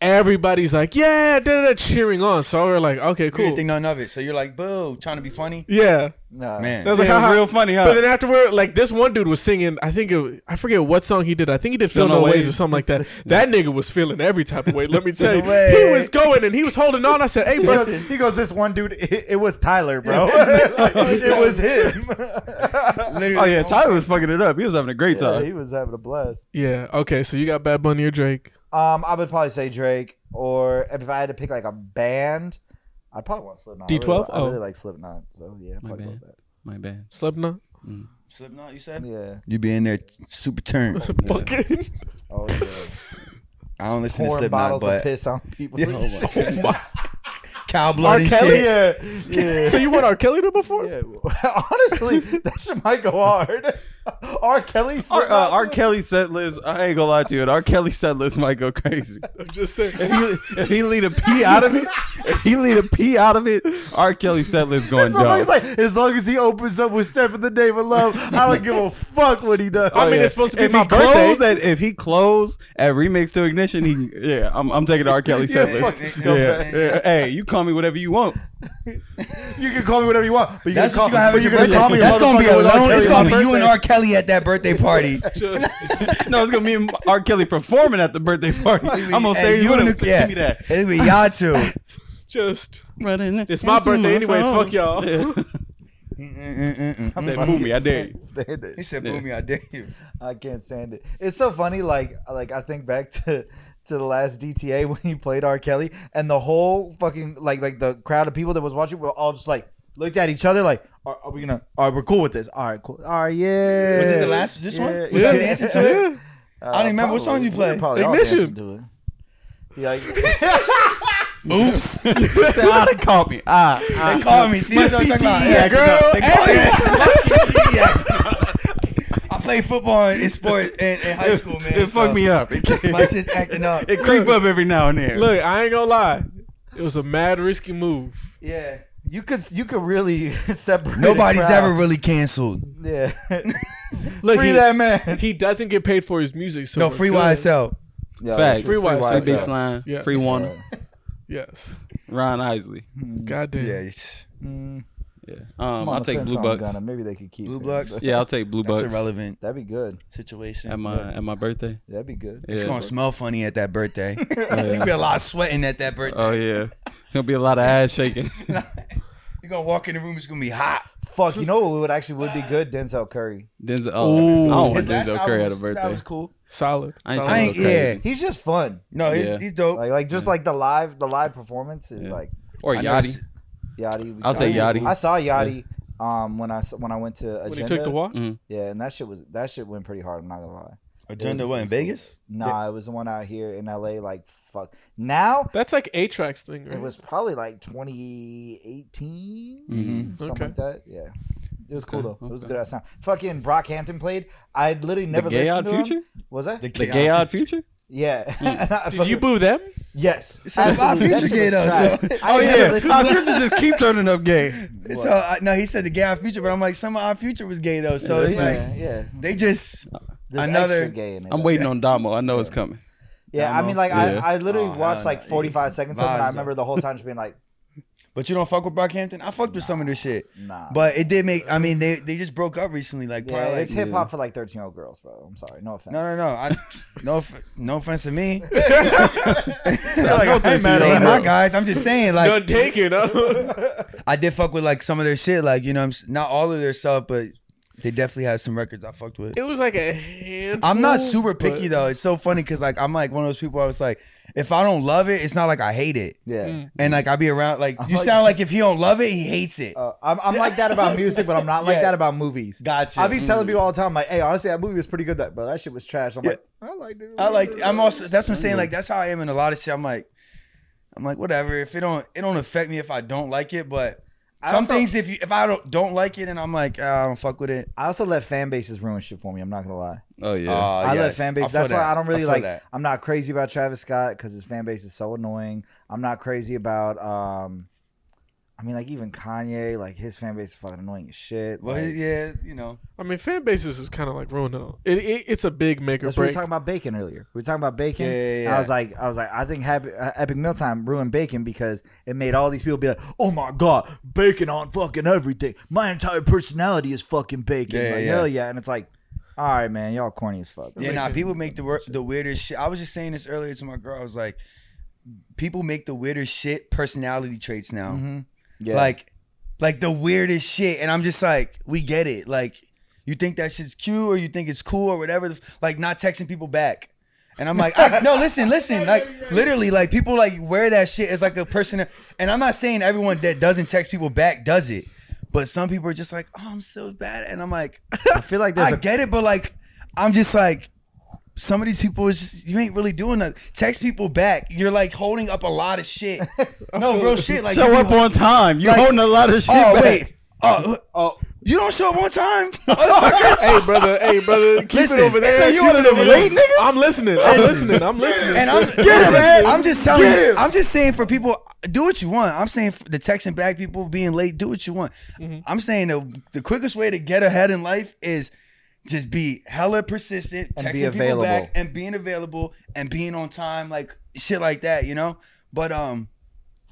[SPEAKER 4] everybody's like, yeah, da da da, cheering on. So we are like, okay,
[SPEAKER 2] You
[SPEAKER 4] cool.
[SPEAKER 2] didn't think nothing of it. So you're like, boo, trying to be funny.
[SPEAKER 4] Yeah.
[SPEAKER 1] Nah.
[SPEAKER 2] Man,
[SPEAKER 4] That was
[SPEAKER 3] Yeah,
[SPEAKER 4] like,
[SPEAKER 3] it was
[SPEAKER 4] haha.
[SPEAKER 3] real funny, huh?
[SPEAKER 4] But then afterward, like this one dude was singing, I think it, I forget what song he did. I think he did Feel, No, ways. or something like
[SPEAKER 3] [LAUGHS]
[SPEAKER 4] that. that nigga was feeling every type of way. Let me tell you.
[SPEAKER 2] Way.
[SPEAKER 4] He was going and he was holding on. I said, hey,
[SPEAKER 1] He
[SPEAKER 3] [LAUGHS]
[SPEAKER 4] bro.
[SPEAKER 1] goes, he goes, this one dude, [LAUGHS] it, it was Tyler, bro. [LAUGHS] it was him. [LAUGHS]
[SPEAKER 2] literally.
[SPEAKER 3] Oh yeah, Tyler was fucking it up. He was having a great
[SPEAKER 1] Yeah,
[SPEAKER 3] time.
[SPEAKER 1] he was having a blast.
[SPEAKER 4] Yeah. Okay. So you got Bad Bunny or Drake.
[SPEAKER 1] Um, I would probably say Drake, or if I had to pick like a band, I'd probably want Slipknot. I really
[SPEAKER 4] D12?
[SPEAKER 1] li- I really,
[SPEAKER 4] Oh.
[SPEAKER 1] like Slipknot, so yeah, I'd probably go
[SPEAKER 3] bad.
[SPEAKER 1] with
[SPEAKER 3] My bad.
[SPEAKER 4] Slipknot.
[SPEAKER 2] Slipknot, you said?
[SPEAKER 1] that. Yeah.
[SPEAKER 2] You be in there super turned.
[SPEAKER 4] Fucking. [LAUGHS]
[SPEAKER 1] Oh
[SPEAKER 3] [LAUGHS]
[SPEAKER 1] yeah.
[SPEAKER 2] I don't listen to
[SPEAKER 1] Pouring
[SPEAKER 2] Slipknot,
[SPEAKER 1] bottles of
[SPEAKER 2] but
[SPEAKER 1] piss on people. [LAUGHS]
[SPEAKER 3] Oh,
[SPEAKER 2] [LAUGHS] cow
[SPEAKER 4] R.
[SPEAKER 2] blood and
[SPEAKER 4] Kelly?
[SPEAKER 2] shit.
[SPEAKER 1] yeah. Yeah.
[SPEAKER 4] so you want R. Kelly to before?
[SPEAKER 1] Yeah. [LAUGHS] Honestly, that shit might go hard. [LAUGHS] R. Kelly.
[SPEAKER 3] R, uh,
[SPEAKER 1] Slipknot?
[SPEAKER 3] R. Kelly set list. I ain't gonna lie to you. R. Kelly set list might go crazy.
[SPEAKER 4] I'm just saying.
[SPEAKER 3] If he, if he lead a pee out of it, if he lead a pee out of it, R. Kelly set list going
[SPEAKER 1] This motherfucker's
[SPEAKER 3] down.
[SPEAKER 1] like, as long as he opens up with "Step in the Name of Love," I don't give a fuck what he does.
[SPEAKER 4] I mean, it's supposed to be
[SPEAKER 3] Oh, if
[SPEAKER 4] my
[SPEAKER 3] he closed
[SPEAKER 4] birthday.
[SPEAKER 3] At, if he close at remix to ignition, he yeah, I'm, I'm taking R. Kelly set
[SPEAKER 1] Yeah, fuck
[SPEAKER 3] list.
[SPEAKER 1] this
[SPEAKER 3] Yeah,
[SPEAKER 1] guy.
[SPEAKER 3] yeah. hey, you call me whatever you want.
[SPEAKER 1] You can call me whatever you want, but you
[SPEAKER 2] That's
[SPEAKER 1] can
[SPEAKER 2] what
[SPEAKER 1] call,
[SPEAKER 2] you gonna have
[SPEAKER 1] but
[SPEAKER 2] at
[SPEAKER 1] you
[SPEAKER 2] your
[SPEAKER 1] can
[SPEAKER 2] birthday.
[SPEAKER 1] call me
[SPEAKER 2] That's gonna be
[SPEAKER 1] motherfucker with R.
[SPEAKER 2] alone. It's
[SPEAKER 1] Kelly
[SPEAKER 2] gonna
[SPEAKER 1] on
[SPEAKER 2] be
[SPEAKER 1] my
[SPEAKER 2] you and
[SPEAKER 1] birthday.
[SPEAKER 2] R. Kelly at that birthday
[SPEAKER 3] [LAUGHS]
[SPEAKER 2] party.
[SPEAKER 4] Just,
[SPEAKER 3] No, it's gonna be R. Kelly performing at the birthday party. I'm on
[SPEAKER 2] Hey,
[SPEAKER 3] stage
[SPEAKER 2] you
[SPEAKER 3] with
[SPEAKER 2] and
[SPEAKER 3] him.
[SPEAKER 2] the- yeah.
[SPEAKER 3] Give me that.
[SPEAKER 2] It'll be y'all
[SPEAKER 3] [LAUGHS]
[SPEAKER 2] two.
[SPEAKER 4] just.
[SPEAKER 3] It's
[SPEAKER 4] my birthday anyways, fuck y'all.
[SPEAKER 2] Mm-mm-mm-mm.
[SPEAKER 3] I said, move me, I dare you.
[SPEAKER 1] Stand
[SPEAKER 2] He
[SPEAKER 1] it.
[SPEAKER 2] said, boo me, I dare you.
[SPEAKER 1] I can't stand it. It's so funny. Like, like I think back to to the last DTA [LAUGHS] when he played R. Kelly, and the whole fucking like like the crowd of people that was watching were all just like looked at each other like, are, are we gonna? Are we cool with this? All right, cool. All right, yeah.
[SPEAKER 2] Was it the last, this one?
[SPEAKER 1] Yeah.
[SPEAKER 2] Was that the answer to
[SPEAKER 1] Uh,
[SPEAKER 2] it? I don't even remember what song you
[SPEAKER 1] we
[SPEAKER 2] played.
[SPEAKER 1] were Probably all
[SPEAKER 4] Ignition.
[SPEAKER 1] dancing to it. He like,
[SPEAKER 2] Oops. they
[SPEAKER 3] I said, ah, [LAUGHS] they called me. Ah, ah.
[SPEAKER 2] called me. See,
[SPEAKER 3] My
[SPEAKER 2] that's what I'm talking about.
[SPEAKER 3] CTE
[SPEAKER 2] Yeah,
[SPEAKER 3] acting up. They called me.
[SPEAKER 2] I played football in, in sport in, in high school,
[SPEAKER 3] [LAUGHS]
[SPEAKER 2] man.
[SPEAKER 3] It fucked me up. It,
[SPEAKER 2] [LAUGHS] My shit's acting up.
[SPEAKER 3] it creep up every now and then.
[SPEAKER 4] [LAUGHS] Look, I ain't gonna lie. It was a mad risky move.
[SPEAKER 1] [LAUGHS] yeah. You could you could really [LAUGHS] separate. a
[SPEAKER 2] Nobody's
[SPEAKER 1] crowd.
[SPEAKER 2] ever really canceled. [LAUGHS]
[SPEAKER 1] Yeah.
[SPEAKER 4] Look,
[SPEAKER 1] Free
[SPEAKER 4] he,
[SPEAKER 1] that man.
[SPEAKER 4] he doesn't get paid for his music. So
[SPEAKER 2] No,
[SPEAKER 4] we're
[SPEAKER 2] free
[SPEAKER 4] good.
[SPEAKER 2] YSL.
[SPEAKER 1] Yeah,
[SPEAKER 3] Facts.
[SPEAKER 1] free
[SPEAKER 4] Free Wise
[SPEAKER 1] Wise
[SPEAKER 4] Side.
[SPEAKER 3] Free
[SPEAKER 1] Side.
[SPEAKER 3] Beach Line,
[SPEAKER 4] Yes.
[SPEAKER 3] Free Warner,
[SPEAKER 4] Yes.
[SPEAKER 3] Ron Isley.
[SPEAKER 4] Goddamn.
[SPEAKER 2] Yeah, it's-
[SPEAKER 1] Mm,
[SPEAKER 3] Yeah.
[SPEAKER 1] I'm
[SPEAKER 3] Um,
[SPEAKER 1] on
[SPEAKER 3] I'll
[SPEAKER 1] the
[SPEAKER 3] take
[SPEAKER 1] fence
[SPEAKER 3] Blue
[SPEAKER 1] on
[SPEAKER 3] Bucks.
[SPEAKER 1] Ghana. Maybe they could keep
[SPEAKER 2] Blue
[SPEAKER 1] him,
[SPEAKER 2] Bucks?
[SPEAKER 1] but
[SPEAKER 3] Yeah, I'll take Blue
[SPEAKER 2] that's
[SPEAKER 3] Bucks
[SPEAKER 2] irrelevant
[SPEAKER 1] That'd be good.
[SPEAKER 2] situation.
[SPEAKER 3] at my at my birthday.
[SPEAKER 1] That'd be good.
[SPEAKER 2] It's
[SPEAKER 3] Yeah.
[SPEAKER 2] gonna smell funny at that
[SPEAKER 3] [LAUGHS]
[SPEAKER 2] birthday. [LAUGHS] There's gonna be a lot of sweating at that birthday.
[SPEAKER 3] Oh
[SPEAKER 2] [LAUGHS]
[SPEAKER 3] yeah, it's gonna be a lot of ass shaking.
[SPEAKER 2] You're gonna walk in the room, it's gonna be hot.
[SPEAKER 1] Fuck, you know what would actually would be good? Denzel Curry.
[SPEAKER 3] Denzel, oh, I don't want
[SPEAKER 2] His last
[SPEAKER 3] Denzel
[SPEAKER 2] album
[SPEAKER 3] Curry at a
[SPEAKER 2] was- that was
[SPEAKER 3] birthday.
[SPEAKER 1] cool.
[SPEAKER 4] Solid.
[SPEAKER 3] I
[SPEAKER 2] I
[SPEAKER 4] Solid.
[SPEAKER 3] ain't trying
[SPEAKER 2] ain't,
[SPEAKER 3] to go crazy.
[SPEAKER 2] yeah.
[SPEAKER 1] He's just fun.
[SPEAKER 2] No, he's,
[SPEAKER 3] Yeah.
[SPEAKER 2] he's dope.
[SPEAKER 1] Like, like just like the live, the live performance is like
[SPEAKER 3] Or
[SPEAKER 2] I never
[SPEAKER 3] Yachty.
[SPEAKER 2] s-
[SPEAKER 1] Yachty.
[SPEAKER 3] I'll say Yachty.
[SPEAKER 1] I saw Yachty. Um, when I s- when I went to agenda,
[SPEAKER 4] When he took the walk?
[SPEAKER 1] yeah, and that shit was that shit went pretty hard. I'm not gonna lie.
[SPEAKER 2] Agenda what in Vegas?
[SPEAKER 1] Nah, it was the one out here in LA. Like fuck. Now
[SPEAKER 4] That's like A Track's thing, right?
[SPEAKER 1] it
[SPEAKER 4] [CLEARS THROAT]
[SPEAKER 1] was probably like 2018, something
[SPEAKER 4] Okay.
[SPEAKER 1] like that. Yeah, it was cool though. It was a good ass sound. Fucking Brockhampton played. I literally never
[SPEAKER 3] gay
[SPEAKER 1] listened
[SPEAKER 3] Odd
[SPEAKER 1] to him.
[SPEAKER 3] Future?
[SPEAKER 1] Was I?
[SPEAKER 3] The gay odd future?
[SPEAKER 1] yeah. [LAUGHS] And I
[SPEAKER 4] Did
[SPEAKER 1] fucking-
[SPEAKER 4] you
[SPEAKER 1] [LAUGHS]
[SPEAKER 4] boo them?
[SPEAKER 1] Yes.
[SPEAKER 2] It's not my
[SPEAKER 1] Absolutely. That
[SPEAKER 2] future
[SPEAKER 1] shit
[SPEAKER 2] gay
[SPEAKER 1] was
[SPEAKER 2] though.
[SPEAKER 1] trash.
[SPEAKER 2] So.
[SPEAKER 3] Oh,
[SPEAKER 1] I
[SPEAKER 2] [LAUGHS]
[SPEAKER 1] never listened
[SPEAKER 3] Odd
[SPEAKER 1] to
[SPEAKER 3] future just keep turning up gay.
[SPEAKER 2] So I, no, he said the gay our future, but I'm like, some of our future was gay though. So it's like
[SPEAKER 1] yeah, yeah.
[SPEAKER 2] they just
[SPEAKER 1] There's
[SPEAKER 2] Another-
[SPEAKER 1] extra gay in it.
[SPEAKER 3] I'm waiting on Damo. I know it's coming.
[SPEAKER 1] Yeah, I mean, like
[SPEAKER 3] Yeah.
[SPEAKER 1] I, I literally
[SPEAKER 2] Oh, hell
[SPEAKER 1] watched like
[SPEAKER 2] no.
[SPEAKER 1] 45 seconds of it. and
[SPEAKER 2] Vibes,
[SPEAKER 1] I remember the whole time just being like,
[SPEAKER 2] But you don't fuck with Brockhampton? I fucked with some of this shit.
[SPEAKER 1] Nah.
[SPEAKER 2] But it did make I mean they they just broke up recently. Like
[SPEAKER 1] Yeah,
[SPEAKER 2] probably
[SPEAKER 1] it's
[SPEAKER 2] like,
[SPEAKER 1] hip hop for like thirteen year old girls, bro. I'm sorry, no offense.
[SPEAKER 2] No, no, no. I, no, off- no offense
[SPEAKER 1] [LAUGHS]
[SPEAKER 2] to me.
[SPEAKER 3] Hey,
[SPEAKER 2] They
[SPEAKER 3] man,
[SPEAKER 2] ain't my
[SPEAKER 3] uh,
[SPEAKER 2] guys. I'm just saying, like,
[SPEAKER 4] [LAUGHS] Don't take it. huh?
[SPEAKER 2] I did fuck with like some of their shit, like you know, I'm s- not all of their stuff, but they definitely had some records I fucked with.
[SPEAKER 4] [LAUGHS] it was like a handful.
[SPEAKER 2] I'm not super
[SPEAKER 4] but-
[SPEAKER 2] picky though. It's so funny because like I'm like one of those people. I was like, if I don't love it, it's not like I hate it.
[SPEAKER 1] Yeah.
[SPEAKER 2] And like I be
[SPEAKER 1] [LAUGHS]
[SPEAKER 2] around, like you
[SPEAKER 1] like-
[SPEAKER 2] sound like if he don't love it, he hates it.
[SPEAKER 1] Uh, I'm, I'm like that about music, but I'm not like
[SPEAKER 2] [LAUGHS] Yeah.
[SPEAKER 1] that about movies.
[SPEAKER 2] Gotcha. Mm.
[SPEAKER 1] I be telling people all the time, like, hey, honestly, that movie was pretty good, that bro. That shit was trash. I'm like, I like it.
[SPEAKER 2] I like. I'm also. That's what I'm saying. Like that's how I am in a lot of shit. I'm like, I'm like whatever. If it don't, it don't affect me if I don't like it. But some
[SPEAKER 1] also-
[SPEAKER 2] things, if you if I don't don't like it, and I'm like, ah, I don't fuck with it.
[SPEAKER 1] I also let fan bases ruin shit for me. I'm not gonna lie.
[SPEAKER 3] Oh yeah.
[SPEAKER 2] Uh,
[SPEAKER 1] I let fan base. That's why I don't really like.
[SPEAKER 2] That.
[SPEAKER 1] I'm not crazy about Travis Scott because his fan base is so annoying. I'm not crazy about. um I mean, like even Kanye, like his fan base is fucking annoying as shit.
[SPEAKER 2] Well,
[SPEAKER 1] like-
[SPEAKER 2] yeah, you know.
[SPEAKER 4] I mean, fan bases is kind of like ruined. though. It, it it's a big make or
[SPEAKER 1] That's what we were
[SPEAKER 4] break.
[SPEAKER 1] talking about bacon earlier. We were talking about bacon.
[SPEAKER 2] Yeah, yeah,
[SPEAKER 1] and I was
[SPEAKER 2] yeah.
[SPEAKER 1] like, I was like, I think Happy, uh, Epic Mealtime ruined bacon because it made all these people be like, "Oh my god, bacon on fucking everything. My entire personality is fucking bacon."
[SPEAKER 2] Yeah, yeah,
[SPEAKER 1] like,
[SPEAKER 2] yeah.
[SPEAKER 1] Hell yeah! And it's like, all right, man, y'all corny as fuck.
[SPEAKER 2] Yeah,
[SPEAKER 4] Like
[SPEAKER 2] nah,
[SPEAKER 4] the-
[SPEAKER 2] people make the wor- the weirdest shit. I was just saying this earlier to my girl. I was like, people make the weirdest shit personality traits now.
[SPEAKER 1] Yeah.
[SPEAKER 2] Like, like the weirdest shit. And I'm just like, we get it. Like, you think that shit's cute or you think it's cool or whatever. the f- Like, not texting people back. And I'm like, I, no, listen, listen. Like, literally, like people like wear that shit as like a person. And I'm not saying everyone that doesn't text people back does it, but some people are just like, oh, I'm so bad. And I'm like,
[SPEAKER 1] I feel like
[SPEAKER 2] I
[SPEAKER 1] there's a
[SPEAKER 2] get it, but like, I'm just like, some of these people is just, you ain't really doing that. Text people back. You're like holding up a lot of shit. no, real shit. Like,
[SPEAKER 3] Show
[SPEAKER 2] you be-
[SPEAKER 3] up on time. You
[SPEAKER 2] like-
[SPEAKER 3] holding a lot of shit
[SPEAKER 2] Oh
[SPEAKER 3] back.
[SPEAKER 2] wait. Oh,
[SPEAKER 1] Oh.
[SPEAKER 2] you don't show up on time. Motherfucker.
[SPEAKER 4] hey brother, hey brother, keep
[SPEAKER 2] Listen,
[SPEAKER 4] it over there.
[SPEAKER 3] so you
[SPEAKER 4] keep
[SPEAKER 3] one of
[SPEAKER 4] it
[SPEAKER 3] them
[SPEAKER 4] over there.
[SPEAKER 3] late niggas?
[SPEAKER 4] I'm listening. I'm listening. I'm listening.
[SPEAKER 2] and I'm,
[SPEAKER 3] man.
[SPEAKER 2] I'm just telling
[SPEAKER 3] Get
[SPEAKER 2] you,
[SPEAKER 3] him.
[SPEAKER 2] I'm just saying for people, do what you want. I'm saying for the texting back people being late, do what you want.
[SPEAKER 3] Mm-hmm.
[SPEAKER 2] I'm saying the, the quickest way to get ahead in life is just be hella persistent,
[SPEAKER 1] And
[SPEAKER 2] texting
[SPEAKER 1] be
[SPEAKER 2] people
[SPEAKER 1] available.
[SPEAKER 2] back, and being available and being on time, like shit like that, you know. But um,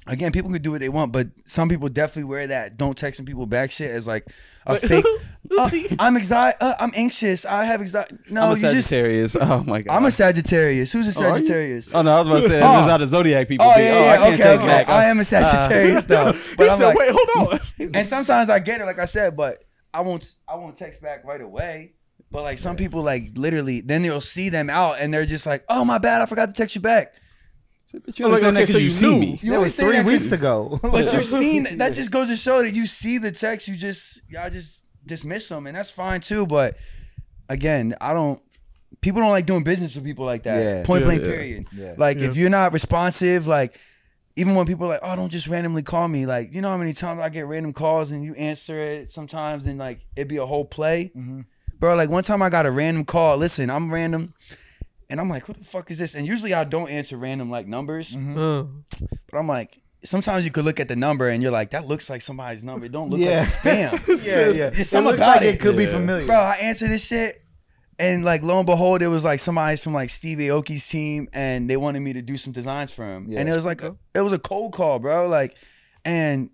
[SPEAKER 2] again, people can do what they want, but some people definitely wear that don't texting people back shit as like a fake. [LAUGHS] uh, I'm exi- uh, I'm anxious. I have anxiety. No,
[SPEAKER 3] I'm a
[SPEAKER 2] you just.
[SPEAKER 3] Sagittarius. [LAUGHS] oh my god.
[SPEAKER 2] I'm a Sagittarius. Who's a
[SPEAKER 3] are you?
[SPEAKER 2] Sagittarius?
[SPEAKER 3] Oh no, I was about to say
[SPEAKER 2] Oh.
[SPEAKER 3] that's how the zodiac people
[SPEAKER 2] Oh
[SPEAKER 3] be.
[SPEAKER 2] yeah,
[SPEAKER 3] oh,
[SPEAKER 2] yeah.
[SPEAKER 3] I can't
[SPEAKER 2] okay,
[SPEAKER 3] text
[SPEAKER 2] okay.
[SPEAKER 3] back.
[SPEAKER 2] I am a
[SPEAKER 3] [LAUGHS] uh,
[SPEAKER 2] Sagittarius though,
[SPEAKER 4] he
[SPEAKER 2] but I'm
[SPEAKER 4] said,
[SPEAKER 2] like,
[SPEAKER 4] wait, hold on.
[SPEAKER 2] and sometimes I get it, like I said, but I won't, I won't text back right away. But like some people, like literally, then you'll see them out, and they're just like, "Oh my bad, I forgot to text you back."
[SPEAKER 3] You understand
[SPEAKER 4] okay,
[SPEAKER 3] that 'cause
[SPEAKER 4] so
[SPEAKER 3] you
[SPEAKER 4] you
[SPEAKER 3] see
[SPEAKER 4] knew.
[SPEAKER 3] me.
[SPEAKER 2] You
[SPEAKER 1] that
[SPEAKER 2] always
[SPEAKER 1] was
[SPEAKER 2] say
[SPEAKER 1] three
[SPEAKER 2] that 'cause-
[SPEAKER 1] weeks ago. [LAUGHS]
[SPEAKER 2] [LAUGHS] but you've seen that just goes to show that you see the text, you just y'all just dismiss them, and that's fine too. But again, I don't. People don't like doing business with people like that.
[SPEAKER 1] Yeah.
[SPEAKER 2] Point
[SPEAKER 3] Yeah,
[SPEAKER 2] blank.
[SPEAKER 3] yeah.
[SPEAKER 2] Period.
[SPEAKER 1] Yeah.
[SPEAKER 2] Like
[SPEAKER 4] Yeah.
[SPEAKER 2] if you're not responsive, like even when people are like, oh, don't just randomly call me. Like you know how many times I get random calls and you answer it sometimes, and like it'd be a whole play,
[SPEAKER 1] Mm-hmm.
[SPEAKER 2] bro. Like one time I got a random call. Listen, I'm random. And I'm like, what the fuck is this? And usually I don't answer random like numbers.
[SPEAKER 1] Mm-hmm.
[SPEAKER 4] Uh,
[SPEAKER 2] But I'm like, sometimes you could look at the number and you're like, that looks like somebody's number. It don't look
[SPEAKER 1] Yeah.
[SPEAKER 2] like a
[SPEAKER 1] [LAUGHS]
[SPEAKER 2] spam.
[SPEAKER 1] yeah, yeah.
[SPEAKER 2] There's
[SPEAKER 1] it
[SPEAKER 2] something
[SPEAKER 1] looks
[SPEAKER 2] about
[SPEAKER 1] like it,
[SPEAKER 2] it.
[SPEAKER 1] could be
[SPEAKER 3] Yeah.
[SPEAKER 1] familiar.
[SPEAKER 2] Bro, I answered this shit. And like lo and behold, it was like somebody's from like Steve Aoki's team, and they wanted me to do some designs for him. And it was like a, it was a cold call, bro. Like, and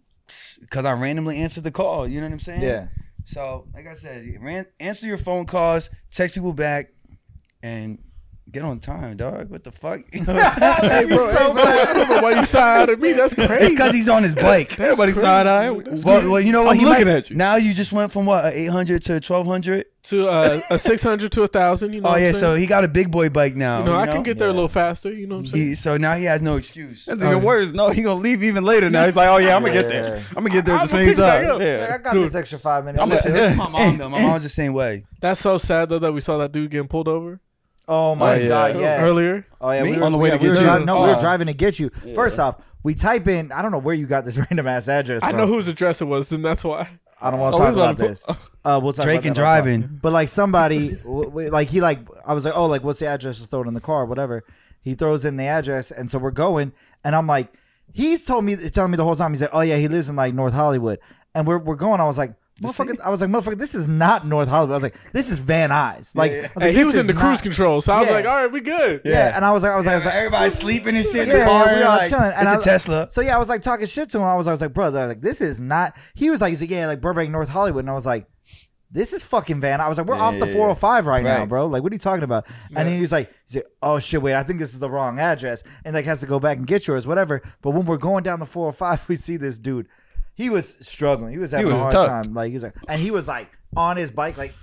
[SPEAKER 2] because I randomly answered the call, you know what I'm saying?
[SPEAKER 1] Yeah.
[SPEAKER 2] So like I said, you ran, answer your phone calls, text people back, and get on time, dog. What
[SPEAKER 1] [LAUGHS]
[SPEAKER 2] the fuck? [LAUGHS]
[SPEAKER 4] hey, bro, hey, bro, I don't know why you sighed at me. That's
[SPEAKER 2] it's
[SPEAKER 4] crazy.
[SPEAKER 2] because he's on his [LAUGHS] bike.
[SPEAKER 3] Everybody side eye.
[SPEAKER 2] Well, well, you know what?
[SPEAKER 3] I'm
[SPEAKER 2] He
[SPEAKER 3] looking
[SPEAKER 2] might-
[SPEAKER 3] at you.
[SPEAKER 2] Now you just went from what, a 800 to a 1200?
[SPEAKER 4] to uh, a six hundred to a thousand. You know.
[SPEAKER 2] Oh,
[SPEAKER 4] what I'm
[SPEAKER 2] yeah,
[SPEAKER 4] saying?
[SPEAKER 2] so he got a big boy bike now.
[SPEAKER 4] no,
[SPEAKER 2] you
[SPEAKER 4] I
[SPEAKER 2] know?
[SPEAKER 4] can get there a little faster. You know what I'm saying?
[SPEAKER 2] He, so now he has no excuse. [LAUGHS]
[SPEAKER 3] That's even worse. No, he gonna leave even later now. He's like, oh yeah, I'm gonna get there. I'm gonna get there at the
[SPEAKER 4] I'ma
[SPEAKER 3] same
[SPEAKER 4] pick back up.
[SPEAKER 3] time.
[SPEAKER 1] Like, I
[SPEAKER 3] Yeah.
[SPEAKER 1] got this extra five minutes.
[SPEAKER 3] I'm
[SPEAKER 2] Listen,
[SPEAKER 3] listening.
[SPEAKER 2] this is my mom, though. My mom's the same way.
[SPEAKER 4] That's so sad though that we saw that dude getting pulled over
[SPEAKER 1] oh my
[SPEAKER 3] Oh, yeah.
[SPEAKER 1] god, yeah.
[SPEAKER 4] earlier.
[SPEAKER 1] Oh yeah,
[SPEAKER 2] Me?
[SPEAKER 1] we were,
[SPEAKER 3] On the way
[SPEAKER 1] yeah,
[SPEAKER 3] to
[SPEAKER 1] we
[SPEAKER 3] get
[SPEAKER 1] were
[SPEAKER 3] you.
[SPEAKER 1] driving- no, we
[SPEAKER 3] Oh.
[SPEAKER 1] were driving to get you. First off, we type in. I don't know where you got this [LAUGHS] random ass address.
[SPEAKER 4] I
[SPEAKER 1] from.
[SPEAKER 4] know whose address it was. Then that's why.
[SPEAKER 1] I don't want to
[SPEAKER 3] Oh, we
[SPEAKER 1] talk
[SPEAKER 3] was
[SPEAKER 1] about
[SPEAKER 3] about to
[SPEAKER 1] this. Uh, we'll talk about
[SPEAKER 2] Drake
[SPEAKER 1] that
[SPEAKER 2] and
[SPEAKER 1] on the pod.
[SPEAKER 2] driving.
[SPEAKER 1] But like somebody, [LAUGHS] w- w- like he like I was like, oh, like what's the address? Just throw it in the car, whatever. He throws in the address, and so we're going, and I'm like, he's told me telling me the whole time. He's like, oh yeah, he lives in like North Hollywood, and we're we're going. I was like, Motherfucker, I was like, motherfucker, this is not North Hollywood. I was like, this is Van Nuys. Like, I was like,
[SPEAKER 4] And he
[SPEAKER 1] this
[SPEAKER 4] was in
[SPEAKER 1] is
[SPEAKER 4] the cruise
[SPEAKER 1] not-
[SPEAKER 4] control, so I was
[SPEAKER 1] Yeah.
[SPEAKER 4] like, all right, we good.
[SPEAKER 1] Yeah. and I was like, I was like, I was like,
[SPEAKER 2] Everybody's sleeping and shit in the
[SPEAKER 1] yeah,
[SPEAKER 2] car.
[SPEAKER 1] we all
[SPEAKER 2] like,
[SPEAKER 1] chilling. And
[SPEAKER 2] it's
[SPEAKER 1] I-
[SPEAKER 2] a Tesla.
[SPEAKER 1] So yeah, I was like talking shit to him. I was, I was like, brother, like this is not. He was like, he's like, yeah, like Burbank, North Hollywood, and I was like, this is fucking Van. I was like, we're off the
[SPEAKER 2] yeah, yeah.
[SPEAKER 1] 405 right, now,
[SPEAKER 2] Right.
[SPEAKER 1] bro. Like, what are you talking about? And then he was like, he's like, oh shit, wait, I think this is the wrong address, and like has to go back and get yours, whatever. But when we're going down the 405, [LAUGHS] we see this dude. He was struggling. He was having
[SPEAKER 3] was
[SPEAKER 1] a hard
[SPEAKER 3] tucked.
[SPEAKER 1] time. Like he was like, and he was like on his bike, like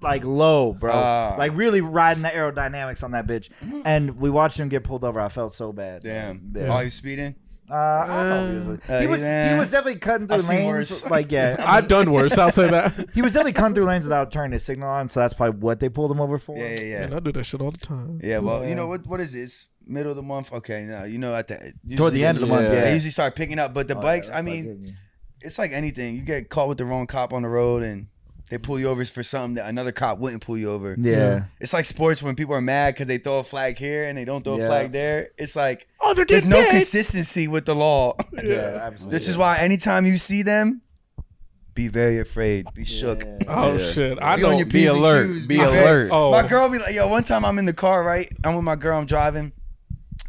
[SPEAKER 1] like low, bro.
[SPEAKER 2] Ah.
[SPEAKER 1] like really riding the aerodynamics on that bitch. And we watched him get pulled over. I felt so bad.
[SPEAKER 2] Mm-hmm. Damn.
[SPEAKER 1] Yeah.
[SPEAKER 2] Are you speeding?
[SPEAKER 1] Uh, I don't know. If he was,
[SPEAKER 2] Uh,
[SPEAKER 1] he, was
[SPEAKER 2] yeah.
[SPEAKER 1] he was definitely cutting through
[SPEAKER 2] I've seen
[SPEAKER 1] lanes.
[SPEAKER 2] worse.
[SPEAKER 1] Like
[SPEAKER 2] [LAUGHS]
[SPEAKER 1] yeah, I
[SPEAKER 4] I've done worse. I'll say that.
[SPEAKER 1] mean, he was definitely cutting through lanes without turning his signal on. So that's probably what they pulled him over for.
[SPEAKER 2] Yeah, yeah, yeah.
[SPEAKER 4] And I do that shit all the time.
[SPEAKER 2] Yeah, well, you know what? What is this? Middle of the month? Okay, no, you know at the
[SPEAKER 1] Toward the
[SPEAKER 2] usually-
[SPEAKER 1] end of the month, yeah. Oh,
[SPEAKER 2] They usually start picking up, but the bikes. I mean, it's like anything. You get caught with the wrong cop on the road, and they pull you over for something that another cop wouldn't pull you over.
[SPEAKER 1] Yeah.
[SPEAKER 2] It's like sports when people are mad because they throw a flag here and they don't throw
[SPEAKER 1] Yeah.
[SPEAKER 2] a flag there. It's like
[SPEAKER 4] Oh, they're
[SPEAKER 2] there's
[SPEAKER 4] just
[SPEAKER 2] no consistency with the law.
[SPEAKER 1] yeah, absolutely.
[SPEAKER 2] [LAUGHS] this is why anytime you see them, be very afraid, be shook.
[SPEAKER 4] Oh shit! I
[SPEAKER 2] Be on
[SPEAKER 4] know.
[SPEAKER 2] your
[SPEAKER 3] Be
[SPEAKER 2] P's and
[SPEAKER 3] alert.
[SPEAKER 2] Q's,
[SPEAKER 3] Be
[SPEAKER 2] very-
[SPEAKER 3] alert.
[SPEAKER 4] Oh.
[SPEAKER 2] My girl be like, yo, one time I'm in the car, right? I'm with my girl, I'm driving.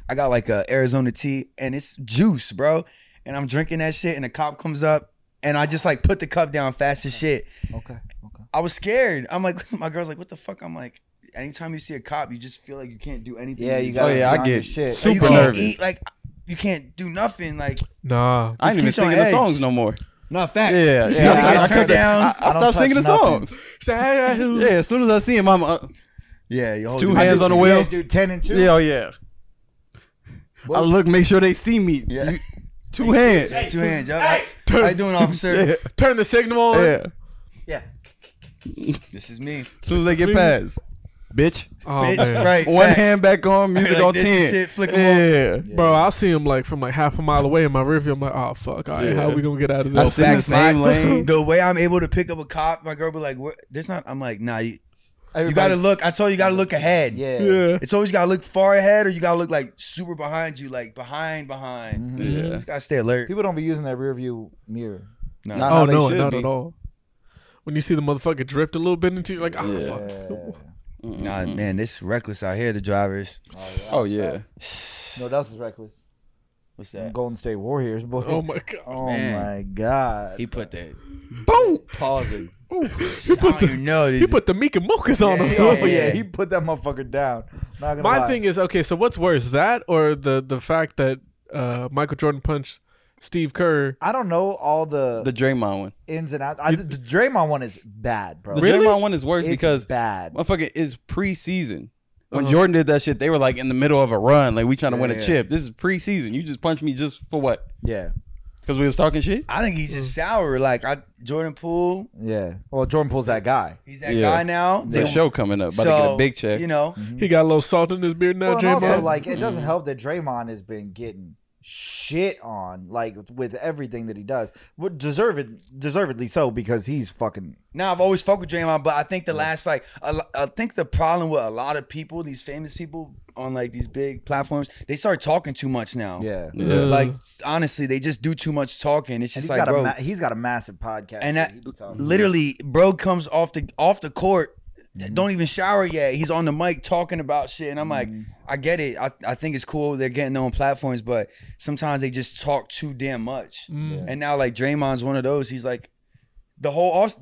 [SPEAKER 2] I got like a Arizona tea and it's juice, bro. And I'm drinking that shit and a cop comes up and I just like put the cup down fast as shit.
[SPEAKER 1] Okay. Okay.
[SPEAKER 2] I was scared. I'm like, [LAUGHS] my girl's like, what the fuck? I'm like, anytime you see a cop, you just feel like you can't do anything.
[SPEAKER 1] Yeah, you
[SPEAKER 2] just-
[SPEAKER 1] got.
[SPEAKER 3] gotta Oh, yeah, I
[SPEAKER 1] on your
[SPEAKER 3] get
[SPEAKER 1] shit.
[SPEAKER 3] super-
[SPEAKER 2] Like, you can't
[SPEAKER 3] nervous.
[SPEAKER 2] Eat, like you can't do nothing. Like
[SPEAKER 4] Nah.
[SPEAKER 3] I ain't even
[SPEAKER 2] keeps you on
[SPEAKER 3] singing the
[SPEAKER 2] edge.
[SPEAKER 3] songs no more.
[SPEAKER 2] no facts.
[SPEAKER 3] Yeah,
[SPEAKER 2] You
[SPEAKER 1] I-
[SPEAKER 2] gotta
[SPEAKER 3] yeah.
[SPEAKER 2] get
[SPEAKER 1] I- I
[SPEAKER 2] turned
[SPEAKER 1] cut that-
[SPEAKER 2] down.
[SPEAKER 3] I, I
[SPEAKER 1] don't
[SPEAKER 3] stopped
[SPEAKER 1] touch
[SPEAKER 3] singing the
[SPEAKER 1] nothing.
[SPEAKER 3] songs.
[SPEAKER 4] yeah.
[SPEAKER 3] Yeah, as soon as I see him, I'm uh,
[SPEAKER 2] yeah, you hold
[SPEAKER 3] two
[SPEAKER 2] it.
[SPEAKER 3] hands on the wheel.
[SPEAKER 1] Yeah, dude, ten and two.
[SPEAKER 3] Yeah, oh yeah. I look, make sure they see me. [LAUGHS]
[SPEAKER 2] Yeah.
[SPEAKER 3] Two hands.
[SPEAKER 2] Two hands. Yo. How you doing, officer?
[SPEAKER 3] [LAUGHS] Yeah.
[SPEAKER 4] Turn the signal on.
[SPEAKER 3] Yeah.
[SPEAKER 1] yeah.
[SPEAKER 2] This is me.
[SPEAKER 3] As soon as they get past, bitch.
[SPEAKER 4] Oh
[SPEAKER 2] Bitch,
[SPEAKER 4] man.
[SPEAKER 2] right.
[SPEAKER 3] One
[SPEAKER 2] facts.
[SPEAKER 3] hand back on, music
[SPEAKER 2] Like,
[SPEAKER 3] on
[SPEAKER 2] this
[SPEAKER 3] ten.
[SPEAKER 2] is it, flick 'em
[SPEAKER 3] yeah.
[SPEAKER 4] Bro, I'll see him like from like half a mile away in my rearview. I'm like, oh fuck, all right,
[SPEAKER 3] Yeah.
[SPEAKER 4] how we gonna get out of
[SPEAKER 3] I
[SPEAKER 4] this?
[SPEAKER 3] see the
[SPEAKER 2] Facts, my-
[SPEAKER 3] same
[SPEAKER 2] [LAUGHS]
[SPEAKER 3] lane.
[SPEAKER 2] The way I'm able to pick up a cop, my girl be like, "What? There's not." I'm like, "Nah, you, you gotta
[SPEAKER 1] Everybody's-
[SPEAKER 2] look." I told you, you gotta look ahead.
[SPEAKER 1] Yeah.
[SPEAKER 4] yeah.
[SPEAKER 2] It's always you gotta look far ahead, or you gotta look like super behind you, like behind, behind.
[SPEAKER 3] Yeah.
[SPEAKER 2] Just gotta stay alert.
[SPEAKER 1] People don't be using that rear view mirror.
[SPEAKER 2] No.
[SPEAKER 3] Not
[SPEAKER 4] Oh
[SPEAKER 3] how they
[SPEAKER 4] no,
[SPEAKER 3] should
[SPEAKER 4] not
[SPEAKER 3] be.
[SPEAKER 4] at all. When you see the motherfucker drift a little bit into you, like, oh fuck.
[SPEAKER 2] Nah, man, this reckless out here. The drivers.
[SPEAKER 3] Oh yeah.
[SPEAKER 1] No, that's is reckless.
[SPEAKER 2] What's that?
[SPEAKER 1] Golden State Warriors, boy.
[SPEAKER 4] Oh my god.
[SPEAKER 1] Oh
[SPEAKER 2] man.
[SPEAKER 1] my god.
[SPEAKER 2] He put that.
[SPEAKER 3] Boom.
[SPEAKER 2] Pausing.
[SPEAKER 4] You
[SPEAKER 2] I
[SPEAKER 4] put
[SPEAKER 2] don't
[SPEAKER 4] the
[SPEAKER 2] even know.
[SPEAKER 4] you put the Mika Mokas on him.
[SPEAKER 1] [LAUGHS]
[SPEAKER 4] [LAUGHS]
[SPEAKER 1] oh yeah, he put that motherfucker down. Not gonna
[SPEAKER 4] My
[SPEAKER 1] lie.
[SPEAKER 4] thing is okay. So what's worse, that or the the fact that uh, Michael Jordan punched Steve Kerr?
[SPEAKER 1] I don't know all the,
[SPEAKER 3] The Draymond one.
[SPEAKER 1] ins and outs. I, the Draymond one is bad, bro.
[SPEAKER 3] The
[SPEAKER 4] Really?
[SPEAKER 3] Draymond one is worse
[SPEAKER 1] It's
[SPEAKER 3] because
[SPEAKER 1] bad.
[SPEAKER 3] motherfucker is preseason. When Jordan did that shit, they were like in the middle of a run, like we trying to win a
[SPEAKER 2] Uh-huh. yeah.
[SPEAKER 3] chip. This is preseason. You just punched me just for what?
[SPEAKER 1] Yeah,
[SPEAKER 3] Because we was talking shit.
[SPEAKER 2] I think he's just sour. Like I, Jordan Poole,
[SPEAKER 1] yeah. Well, Jordan Poole's that guy.
[SPEAKER 2] he's that
[SPEAKER 3] Yeah.
[SPEAKER 2] guy now.
[SPEAKER 3] The show coming up, about to get a big check.
[SPEAKER 2] You know,
[SPEAKER 4] He got a little salt in his beard now,
[SPEAKER 1] Well, and also,
[SPEAKER 4] Draymond.
[SPEAKER 1] like, it doesn't help that Draymond has been getting shit on, like, with everything that he does. Well, Deserved, deservedly so, because he's fucking.
[SPEAKER 2] Now I've always fucked with Draymond, but I think the last like a lo- I think the problem with a lot of people, these famous people on like these big platforms, they start talking too much now.
[SPEAKER 1] Yeah. And
[SPEAKER 3] Yeah.
[SPEAKER 2] Like honestly, they just do too much talking. It's
[SPEAKER 1] he's
[SPEAKER 2] just like
[SPEAKER 1] got a
[SPEAKER 2] bro,
[SPEAKER 1] ma- he's got a massive podcast.
[SPEAKER 2] and that
[SPEAKER 1] he be talking-
[SPEAKER 2] literally, bro comes off the off the court.
[SPEAKER 1] Mm-hmm.
[SPEAKER 2] Don't even shower yet. He's on the mic talking about shit, and I'm like,
[SPEAKER 1] Mm-hmm.
[SPEAKER 2] I get it. I, I think it's cool they're getting their own platforms, but sometimes they just talk too damn much.
[SPEAKER 1] Mm-hmm.
[SPEAKER 2] And now like Draymond's one of those. He's like, the whole off,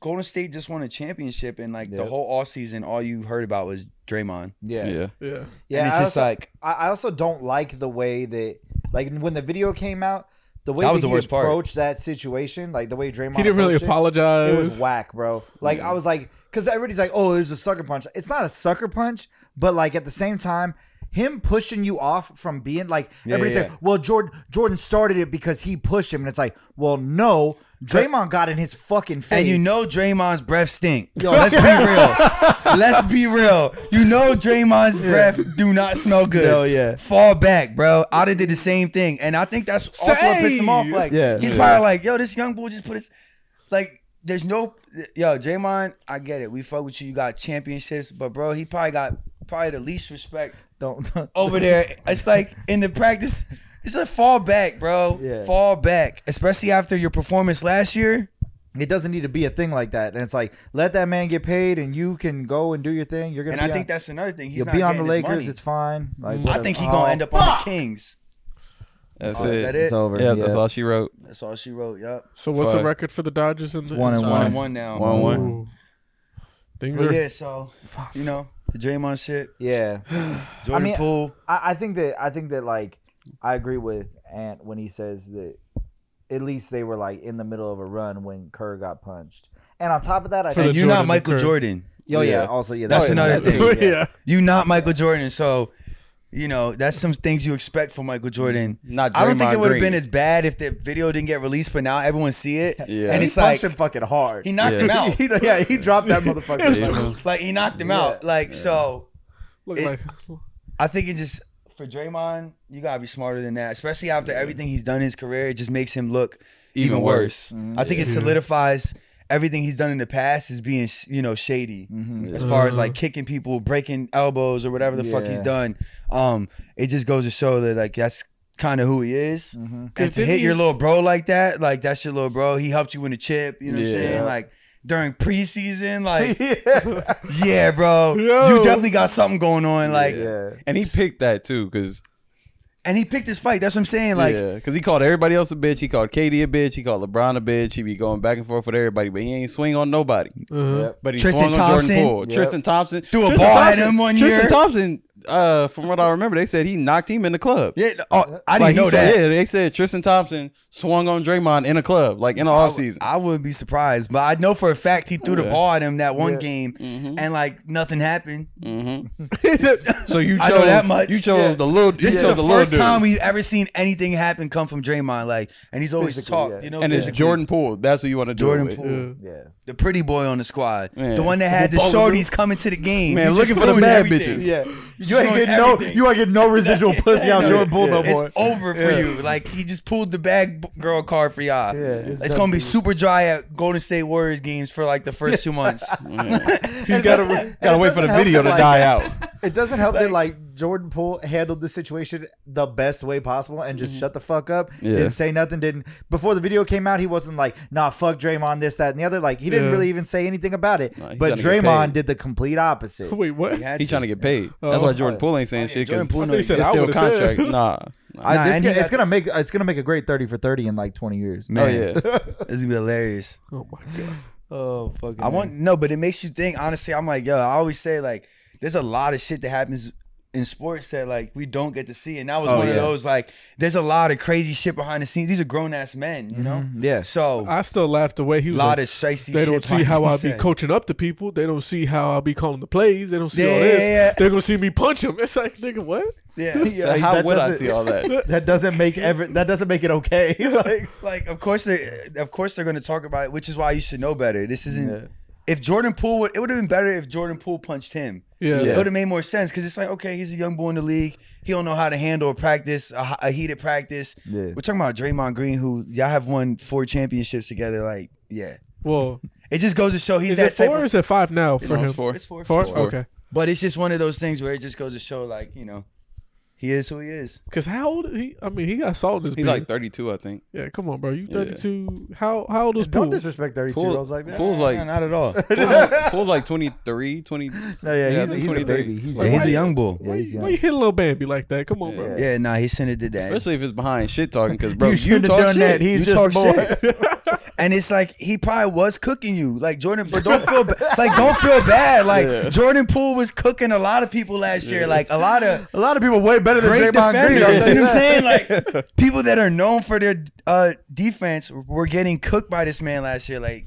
[SPEAKER 2] Golden State just won a championship, and like the
[SPEAKER 1] Yep.
[SPEAKER 2] whole off season, all you heard about was Draymond.
[SPEAKER 1] yeah.
[SPEAKER 3] Yeah.
[SPEAKER 4] yeah.
[SPEAKER 1] Yeah,
[SPEAKER 2] and it's
[SPEAKER 1] I
[SPEAKER 2] just
[SPEAKER 1] also-
[SPEAKER 2] like,
[SPEAKER 1] I, I also don't like the way that, like, when the video came out, the way
[SPEAKER 2] That was
[SPEAKER 1] that
[SPEAKER 2] the
[SPEAKER 1] he
[SPEAKER 2] worst part.
[SPEAKER 1] approached that situation, like the way Draymond,
[SPEAKER 4] He didn't really
[SPEAKER 1] approached it,
[SPEAKER 4] apologize.
[SPEAKER 1] It was whack, bro. Like I was like, because everybody's like, oh, it was a sucker punch. It's not a sucker punch, but like at the same time, him pushing you off from being like everybody's
[SPEAKER 2] yeah.
[SPEAKER 1] like, well, Jordan Jordan started it because he pushed him, and it's like, well, no, Draymond got in his fucking face,
[SPEAKER 2] and you know Draymond's breath stink.
[SPEAKER 1] [LAUGHS]
[SPEAKER 2] Yo, let's be real. Let's be real. You know Draymond's breath do not smell good.
[SPEAKER 1] Hell yeah.
[SPEAKER 2] Fall back, bro. I did the same thing, and I think that's also what pissed him off.
[SPEAKER 4] Say.
[SPEAKER 2] Like,
[SPEAKER 1] Yeah.
[SPEAKER 2] he's
[SPEAKER 1] Yeah.
[SPEAKER 2] probably like, yo, this young boy just put his like. There's no, yo, Draymond. I get it. We fuck with you. You got championships, but bro, he probably got probably the least respect
[SPEAKER 1] [LAUGHS] don't
[SPEAKER 2] over there. It's like in the practice, it's a fall back, bro.
[SPEAKER 1] Yeah.
[SPEAKER 2] Fall back, especially after your performance last year.
[SPEAKER 1] it doesn't need to be a thing like that. And it's like let that man get paid, and you can go and do your thing. You're gonna.
[SPEAKER 2] And
[SPEAKER 1] be
[SPEAKER 2] I think
[SPEAKER 1] on,
[SPEAKER 2] that's another thing. He's
[SPEAKER 1] you'll
[SPEAKER 2] not
[SPEAKER 1] be on the
[SPEAKER 2] getting his
[SPEAKER 1] Lakers.
[SPEAKER 2] money.
[SPEAKER 1] It's fine. Like
[SPEAKER 2] Mm-hmm. I
[SPEAKER 1] whatever.
[SPEAKER 2] think he's gonna
[SPEAKER 1] Oh,
[SPEAKER 2] end up on the Kings.
[SPEAKER 3] That's
[SPEAKER 2] Oh,
[SPEAKER 3] it.
[SPEAKER 2] that
[SPEAKER 1] It's
[SPEAKER 2] it.
[SPEAKER 1] over.
[SPEAKER 3] Yeah, that's all she wrote.
[SPEAKER 2] That's all she wrote. Yep.
[SPEAKER 4] So what's
[SPEAKER 3] Fuck.
[SPEAKER 4] the record for the Dodgers and the
[SPEAKER 1] one and
[SPEAKER 2] One,
[SPEAKER 1] one.
[SPEAKER 2] and one now.
[SPEAKER 3] One and one.
[SPEAKER 4] Ooh. Things
[SPEAKER 2] But
[SPEAKER 4] are
[SPEAKER 2] yeah, so you know the Draymond shit,
[SPEAKER 1] Yeah,
[SPEAKER 2] Jordan
[SPEAKER 1] mean-
[SPEAKER 2] Poole.
[SPEAKER 1] [LAUGHS] I, I think that I think that like I agree with Ant when he says that at least they were like in the middle of a run when Kerr got punched. And on top of that, I
[SPEAKER 4] For
[SPEAKER 1] think
[SPEAKER 2] And
[SPEAKER 4] the
[SPEAKER 2] you're
[SPEAKER 4] Jordan
[SPEAKER 2] not
[SPEAKER 4] and
[SPEAKER 2] Michael
[SPEAKER 4] Kerr.
[SPEAKER 2] Jordan.
[SPEAKER 1] oh yeah,
[SPEAKER 3] Yeah.
[SPEAKER 1] also yeah,
[SPEAKER 2] That's
[SPEAKER 1] that-
[SPEAKER 2] another
[SPEAKER 1] that-
[SPEAKER 2] thing.
[SPEAKER 4] [LAUGHS] [LAUGHS] yeah.
[SPEAKER 2] You not Michael Jordan. So you know that's some things you expect from Michael Jordan.
[SPEAKER 3] Not
[SPEAKER 2] I don't think
[SPEAKER 3] Draymond
[SPEAKER 2] it would have
[SPEAKER 3] Green.
[SPEAKER 2] been as bad if the video didn't get released, but now everyone see it.
[SPEAKER 3] Yeah.
[SPEAKER 2] And
[SPEAKER 1] he
[SPEAKER 2] it's like
[SPEAKER 1] punched him fucking hard.
[SPEAKER 2] he knocked
[SPEAKER 3] Yeah.
[SPEAKER 2] him
[SPEAKER 3] [LAUGHS]
[SPEAKER 2] out.
[SPEAKER 1] [LAUGHS] He- yeah, he dropped that motherfucker.
[SPEAKER 3] Yeah.
[SPEAKER 2] Like he knocked him out. Like so.
[SPEAKER 4] Look
[SPEAKER 2] It-
[SPEAKER 4] like [LAUGHS]
[SPEAKER 2] I think it just for Draymond, you gotta be smarter than that. Especially after everything he's done in his career, it just makes him look even,
[SPEAKER 3] Even
[SPEAKER 2] worse.
[SPEAKER 3] worse. Mm-hmm.
[SPEAKER 2] I think it solidifies everything he's done in the past as being you know shady
[SPEAKER 3] Mm-hmm.
[SPEAKER 2] as far as
[SPEAKER 4] Uh-huh.
[SPEAKER 2] like kicking people, breaking elbows, or whatever the fuck he's
[SPEAKER 1] Yeah.
[SPEAKER 2] done. Um, it just goes to show that like that's kind of who he is.
[SPEAKER 3] Mm-hmm.
[SPEAKER 2] And to
[SPEAKER 4] didn't
[SPEAKER 2] hit your
[SPEAKER 4] he-
[SPEAKER 2] little bro like that, like that's your little bro. He helped you win the chip. You know what I'm
[SPEAKER 3] Yeah.
[SPEAKER 2] saying? Like during
[SPEAKER 4] [LAUGHS]
[SPEAKER 2] preseason, like
[SPEAKER 1] yeah.
[SPEAKER 2] yeah, bro, you
[SPEAKER 4] Yo.
[SPEAKER 2] definitely got something going on. Like.
[SPEAKER 1] yeah.
[SPEAKER 3] And he picked that too, because
[SPEAKER 2] and he picked his fight. That's what I'm saying. Like,
[SPEAKER 3] like, because he called everybody else a bitch. He called Katie a bitch. He called LeBron a bitch. He be going back and forth with everybody, but he ain't swing on nobody.
[SPEAKER 1] Yep.
[SPEAKER 3] But he
[SPEAKER 2] Uh, Tristan
[SPEAKER 3] swung on
[SPEAKER 2] Thompson.
[SPEAKER 3] Jordan Poole.
[SPEAKER 1] Yep.
[SPEAKER 3] Tristan Thompson
[SPEAKER 2] Threw a
[SPEAKER 3] Tristan
[SPEAKER 2] ball at
[SPEAKER 3] Thompson-
[SPEAKER 2] him one
[SPEAKER 3] Tristan
[SPEAKER 2] year.
[SPEAKER 3] Thompson, uh, from what I remember, they said he knocked him in the club.
[SPEAKER 2] yeah, oh, I didn't
[SPEAKER 3] Like, he
[SPEAKER 2] know
[SPEAKER 3] said-
[SPEAKER 2] that.
[SPEAKER 3] Yeah, they said Tristan Thompson swung on Draymond in a club, like in the
[SPEAKER 2] I,
[SPEAKER 3] off
[SPEAKER 2] w- [LAUGHS]
[SPEAKER 3] season.
[SPEAKER 2] I wouldn't be surprised, but I know for a fact he threw the
[SPEAKER 3] Yeah. Mm-hmm.
[SPEAKER 2] ball at him that one
[SPEAKER 1] Yeah.
[SPEAKER 2] game, and like nothing happened.
[SPEAKER 3] So you chose
[SPEAKER 2] I know that much.
[SPEAKER 3] You chose
[SPEAKER 2] Yeah.
[SPEAKER 3] the little.
[SPEAKER 2] This
[SPEAKER 3] you
[SPEAKER 2] is
[SPEAKER 3] chose
[SPEAKER 2] the,
[SPEAKER 3] the, little
[SPEAKER 2] first
[SPEAKER 3] dude.
[SPEAKER 2] time we've ever seen anything happen come from Draymond. Like, and he's always
[SPEAKER 1] Physically,
[SPEAKER 2] talked,
[SPEAKER 1] yeah.
[SPEAKER 2] you know,
[SPEAKER 3] and it's
[SPEAKER 2] physically.
[SPEAKER 3] Jordan Poole. That's what you want to do.
[SPEAKER 2] Jordan
[SPEAKER 3] with.
[SPEAKER 2] Poole,
[SPEAKER 1] Yeah.
[SPEAKER 2] the pretty boy on the squad,
[SPEAKER 3] Yeah.
[SPEAKER 2] the one that had the
[SPEAKER 3] Who ballin'
[SPEAKER 2] shorties coming to the game,
[SPEAKER 3] Man,
[SPEAKER 2] You just
[SPEAKER 3] looking for the
[SPEAKER 2] ruined
[SPEAKER 3] bad
[SPEAKER 2] everything.
[SPEAKER 3] bitches.
[SPEAKER 1] Yeah. You
[SPEAKER 2] throwing
[SPEAKER 1] ain't getting no
[SPEAKER 2] everything.
[SPEAKER 1] you ain't getting no residual pussy out
[SPEAKER 2] Yeah.
[SPEAKER 1] of Jordan Poole no more.
[SPEAKER 2] It's over for you. Like he just pulled the bag b- girl card for y'all.
[SPEAKER 1] Yeah, it's
[SPEAKER 2] it's
[SPEAKER 1] done
[SPEAKER 2] gonna be
[SPEAKER 1] for you.
[SPEAKER 2] super dry at Golden State Warriors games for like the
[SPEAKER 3] [LAUGHS]
[SPEAKER 2] first two months.
[SPEAKER 3] You gotta gotta
[SPEAKER 1] it
[SPEAKER 3] wait for
[SPEAKER 1] doesn't
[SPEAKER 3] the
[SPEAKER 1] help
[SPEAKER 3] video
[SPEAKER 1] it
[SPEAKER 3] to
[SPEAKER 1] like
[SPEAKER 3] die
[SPEAKER 1] that.
[SPEAKER 3] out.
[SPEAKER 1] It doesn't help that like Jordan Poole handled the situation the best way possible and
[SPEAKER 2] Mm-hmm.
[SPEAKER 1] just shut the fuck up.
[SPEAKER 3] Yeah.
[SPEAKER 1] Didn't say nothing. Didn't before the video came out, he wasn't like, nah, fuck Draymond, this, that, and the other. Like he didn't
[SPEAKER 4] Yeah.
[SPEAKER 1] really even say anything about it.
[SPEAKER 3] Nah, he
[SPEAKER 1] but
[SPEAKER 3] gotta get
[SPEAKER 1] Draymond
[SPEAKER 3] paid.
[SPEAKER 1] did the complete opposite.
[SPEAKER 4] wait, what?
[SPEAKER 2] He had
[SPEAKER 3] He's
[SPEAKER 2] to. Oh,
[SPEAKER 3] trying to get paid. That's why Jordan Poole ain't saying
[SPEAKER 2] yeah,
[SPEAKER 3] shit.
[SPEAKER 2] Jordan
[SPEAKER 3] Because
[SPEAKER 2] Poole knows
[SPEAKER 4] I
[SPEAKER 3] it's
[SPEAKER 4] thought you said I
[SPEAKER 3] still a
[SPEAKER 4] would've
[SPEAKER 2] [LAUGHS]
[SPEAKER 4] said.
[SPEAKER 3] contract. Nah. nah.
[SPEAKER 1] I-
[SPEAKER 2] Nah,
[SPEAKER 1] this
[SPEAKER 2] and he
[SPEAKER 1] guy- it's
[SPEAKER 2] got-
[SPEAKER 1] gonna make it's gonna make a great thirty for thirty in like twenty years.
[SPEAKER 3] Oh
[SPEAKER 2] Man,
[SPEAKER 3] yeah.
[SPEAKER 2] this would be hilarious.
[SPEAKER 4] Oh my god.
[SPEAKER 1] Oh fucking!
[SPEAKER 2] I want no, but it makes you think. Honestly, I'm like, yo, I always say like, there's a lot of shit that happens in sports that like we don't get to see, and that was
[SPEAKER 3] Oh,
[SPEAKER 2] one of
[SPEAKER 3] yeah.
[SPEAKER 2] those like, there's a lot of crazy shit behind the scenes. These are grown ass men, you know.
[SPEAKER 3] Mm-hmm.
[SPEAKER 1] yeah.
[SPEAKER 2] So a
[SPEAKER 4] I still laughed the way he was.
[SPEAKER 2] lot
[SPEAKER 4] like,
[SPEAKER 2] of shifty.
[SPEAKER 4] they
[SPEAKER 2] shit
[SPEAKER 4] don't see
[SPEAKER 2] behind
[SPEAKER 4] how
[SPEAKER 2] what
[SPEAKER 4] I
[SPEAKER 2] he
[SPEAKER 4] be
[SPEAKER 2] said.
[SPEAKER 4] coaching up the people. They don't see how I be calling the plays. They don't see all
[SPEAKER 2] Yeah,
[SPEAKER 4] this.
[SPEAKER 2] yeah, yeah.
[SPEAKER 4] They're gonna see me punch him. It's like, nigga, what?
[SPEAKER 2] Yeah. [LAUGHS]
[SPEAKER 1] Like,
[SPEAKER 3] how
[SPEAKER 1] that
[SPEAKER 3] would I
[SPEAKER 1] doesn't-
[SPEAKER 3] see all that?
[SPEAKER 1] That doesn't make ever. That doesn't make it okay. [LAUGHS] like
[SPEAKER 2] like of course they of course they're going to talk about it which is why you should know better this isn't if jordan poole would it would have been better if jordan poole punched him
[SPEAKER 4] Yeah.
[SPEAKER 2] it
[SPEAKER 3] Yeah.
[SPEAKER 2] would have made more sense because it's like okay he's a young boy in the league he don't know how to handle a practice a, h- a heated practice
[SPEAKER 1] Yeah.
[SPEAKER 2] we're talking about draymond green who y'all have won four championships together like yeah
[SPEAKER 4] Well,
[SPEAKER 2] it just goes to show he's
[SPEAKER 4] is
[SPEAKER 2] that
[SPEAKER 4] it
[SPEAKER 2] type
[SPEAKER 4] four or
[SPEAKER 2] of
[SPEAKER 4] is it five now for
[SPEAKER 3] No,
[SPEAKER 4] him?
[SPEAKER 3] it's four.
[SPEAKER 2] it's four,
[SPEAKER 4] Four?
[SPEAKER 2] four.
[SPEAKER 4] Okay.
[SPEAKER 2] but it's just one of those things where it just goes to show like you know he is who he is
[SPEAKER 4] Cause how old he? I mean, he got salt in his
[SPEAKER 3] He's
[SPEAKER 4] beard.
[SPEAKER 3] like 32, I think.
[SPEAKER 4] yeah, come on, bro. You thirty two. How how old is
[SPEAKER 1] don't
[SPEAKER 4] Poole?
[SPEAKER 1] disrespect thirty-two year olds like that.
[SPEAKER 2] [LAUGHS]
[SPEAKER 3] Poole's
[SPEAKER 2] Nah,
[SPEAKER 3] like
[SPEAKER 2] not
[SPEAKER 4] [LAUGHS]
[SPEAKER 2] at all
[SPEAKER 3] Poole's like
[SPEAKER 2] [LAUGHS]
[SPEAKER 3] 23, 20.
[SPEAKER 1] No, yeah,
[SPEAKER 3] Yeah,
[SPEAKER 1] he's,
[SPEAKER 3] I think
[SPEAKER 1] he's a
[SPEAKER 3] 23.
[SPEAKER 1] baby. He's,
[SPEAKER 2] yeah, he's a
[SPEAKER 1] young.
[SPEAKER 2] young bull
[SPEAKER 1] Yeah, he's
[SPEAKER 4] Why
[SPEAKER 1] young.
[SPEAKER 4] you hitting little Bambi like that? Come on, bro.
[SPEAKER 2] yeah nah he shouldn't have did that
[SPEAKER 3] Especially if it's behind shit talking, because bro,
[SPEAKER 1] You
[SPEAKER 3] you,
[SPEAKER 1] shouldn't have
[SPEAKER 3] talk
[SPEAKER 1] done
[SPEAKER 3] shit.
[SPEAKER 1] that. He's
[SPEAKER 2] you
[SPEAKER 1] just
[SPEAKER 2] talk
[SPEAKER 1] boy.
[SPEAKER 2] shit. [LAUGHS] and it's like he probably was cooking you, like Jordan. But don't
[SPEAKER 1] [LAUGHS]
[SPEAKER 2] feel ba- like don't feel bad. Like Jordan Poole was cooking a lot of people last year. Like a lot of
[SPEAKER 1] A lot of people way better than
[SPEAKER 2] great
[SPEAKER 1] Draymond Green.
[SPEAKER 2] defenders.
[SPEAKER 1] I'll tell
[SPEAKER 2] [LAUGHS] You know
[SPEAKER 1] you
[SPEAKER 2] what
[SPEAKER 1] that.
[SPEAKER 2] I'm saying? Like people that are known for their uh, defense were getting cooked by this man last year. Like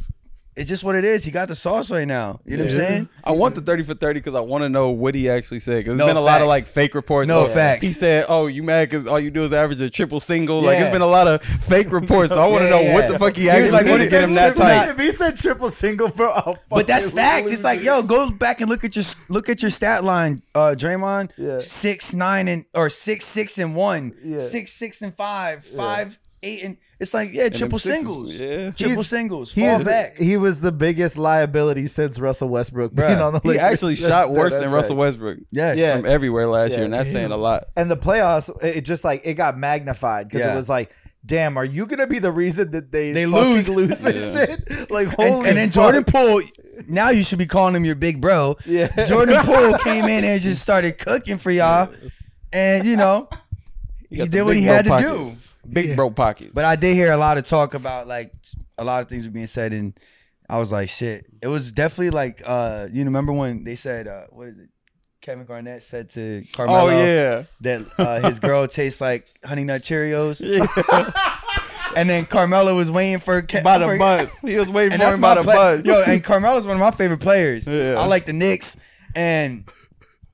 [SPEAKER 2] it's just what it is. He got the sauce right now. You know what I'm saying?
[SPEAKER 3] [LAUGHS] I want the 30 for 30 because I want to know what he actually said. Because
[SPEAKER 2] No
[SPEAKER 3] there's been a lot of
[SPEAKER 2] facts.
[SPEAKER 3] like fake reports.
[SPEAKER 2] No
[SPEAKER 3] of-
[SPEAKER 2] facts.
[SPEAKER 3] He said, Oh, you mad because all you do is average a triple single. Like,
[SPEAKER 2] Yeah.
[SPEAKER 3] it's been a lot of fake reports. So I want
[SPEAKER 2] Yeah,
[SPEAKER 3] to know
[SPEAKER 2] yeah,
[SPEAKER 3] what
[SPEAKER 2] yeah.
[SPEAKER 3] the fuck
[SPEAKER 2] He
[SPEAKER 3] he
[SPEAKER 2] was
[SPEAKER 3] actually
[SPEAKER 2] like,
[SPEAKER 3] did
[SPEAKER 2] what
[SPEAKER 3] to
[SPEAKER 2] is
[SPEAKER 3] get
[SPEAKER 2] that
[SPEAKER 3] him that
[SPEAKER 2] triple- [LAUGHS]
[SPEAKER 3] tight.
[SPEAKER 1] If he said triple single, bro, I'll fuck
[SPEAKER 2] But that's
[SPEAKER 1] you.
[SPEAKER 2] facts. It's like, yo, go back and look at your look at your stat line, uh, Draymond.
[SPEAKER 1] Yeah.
[SPEAKER 2] Six nine and or six six and one,
[SPEAKER 1] Yeah.
[SPEAKER 2] six six and five, five eight and it's like yeah, triple
[SPEAKER 3] sixes,
[SPEAKER 2] singles,
[SPEAKER 3] yeah.
[SPEAKER 2] triple
[SPEAKER 1] He's-
[SPEAKER 2] singles,
[SPEAKER 1] He,
[SPEAKER 2] fall
[SPEAKER 1] is,
[SPEAKER 2] back.
[SPEAKER 1] he was the biggest liability since Russell Westbrook being
[SPEAKER 2] Bruh,
[SPEAKER 1] on the
[SPEAKER 3] He
[SPEAKER 1] Lakers.
[SPEAKER 3] actually
[SPEAKER 1] That's-
[SPEAKER 3] shot worse
[SPEAKER 1] that's
[SPEAKER 3] than
[SPEAKER 1] fact.
[SPEAKER 3] Russell Westbrook.
[SPEAKER 2] Yes.
[SPEAKER 1] Yeah.
[SPEAKER 3] From everywhere last
[SPEAKER 1] Yeah.
[SPEAKER 3] year, and that's saying a lot.
[SPEAKER 1] And the playoffs, it just like it got magnified because
[SPEAKER 2] Yeah.
[SPEAKER 1] it was like damn, are you gonna be the reason that they
[SPEAKER 2] They
[SPEAKER 1] fucking
[SPEAKER 2] lose.
[SPEAKER 1] lose this
[SPEAKER 3] Yeah.
[SPEAKER 1] shit? [LAUGHS] Like holy
[SPEAKER 2] And, and then
[SPEAKER 1] fuck.
[SPEAKER 2] Jordan Poole, now you should be calling him your big bro.
[SPEAKER 1] Yeah. [LAUGHS]
[SPEAKER 2] Jordan Poole came in and just started cooking for y'all. And, you know, he,
[SPEAKER 3] got the
[SPEAKER 2] did what
[SPEAKER 3] big
[SPEAKER 2] he
[SPEAKER 3] bro
[SPEAKER 2] had to
[SPEAKER 3] pockets.
[SPEAKER 2] do.
[SPEAKER 3] Big bro pockets.
[SPEAKER 2] But I did hear a lot of talk about, like, a lot of things were being said. And I was like, shit. It was definitely like, uh, you remember when they said, uh, what is it? Kevin Garnett said to Carmelo
[SPEAKER 3] oh yeah.
[SPEAKER 2] that uh, his girl tastes like Honey Nut Cheerios. and then Carmelo was waiting for Ke-
[SPEAKER 3] [LAUGHS] By the
[SPEAKER 2] [LAUGHS] for-
[SPEAKER 3] bus. He was waiting
[SPEAKER 2] and
[SPEAKER 3] for
[SPEAKER 2] that's
[SPEAKER 3] him
[SPEAKER 2] my
[SPEAKER 3] by the
[SPEAKER 2] play-
[SPEAKER 3] bus.
[SPEAKER 2] Yo,
[SPEAKER 3] [LAUGHS]
[SPEAKER 2] and Carmelo's one of my favorite players.
[SPEAKER 3] Yeah.
[SPEAKER 2] I like the Knicks, and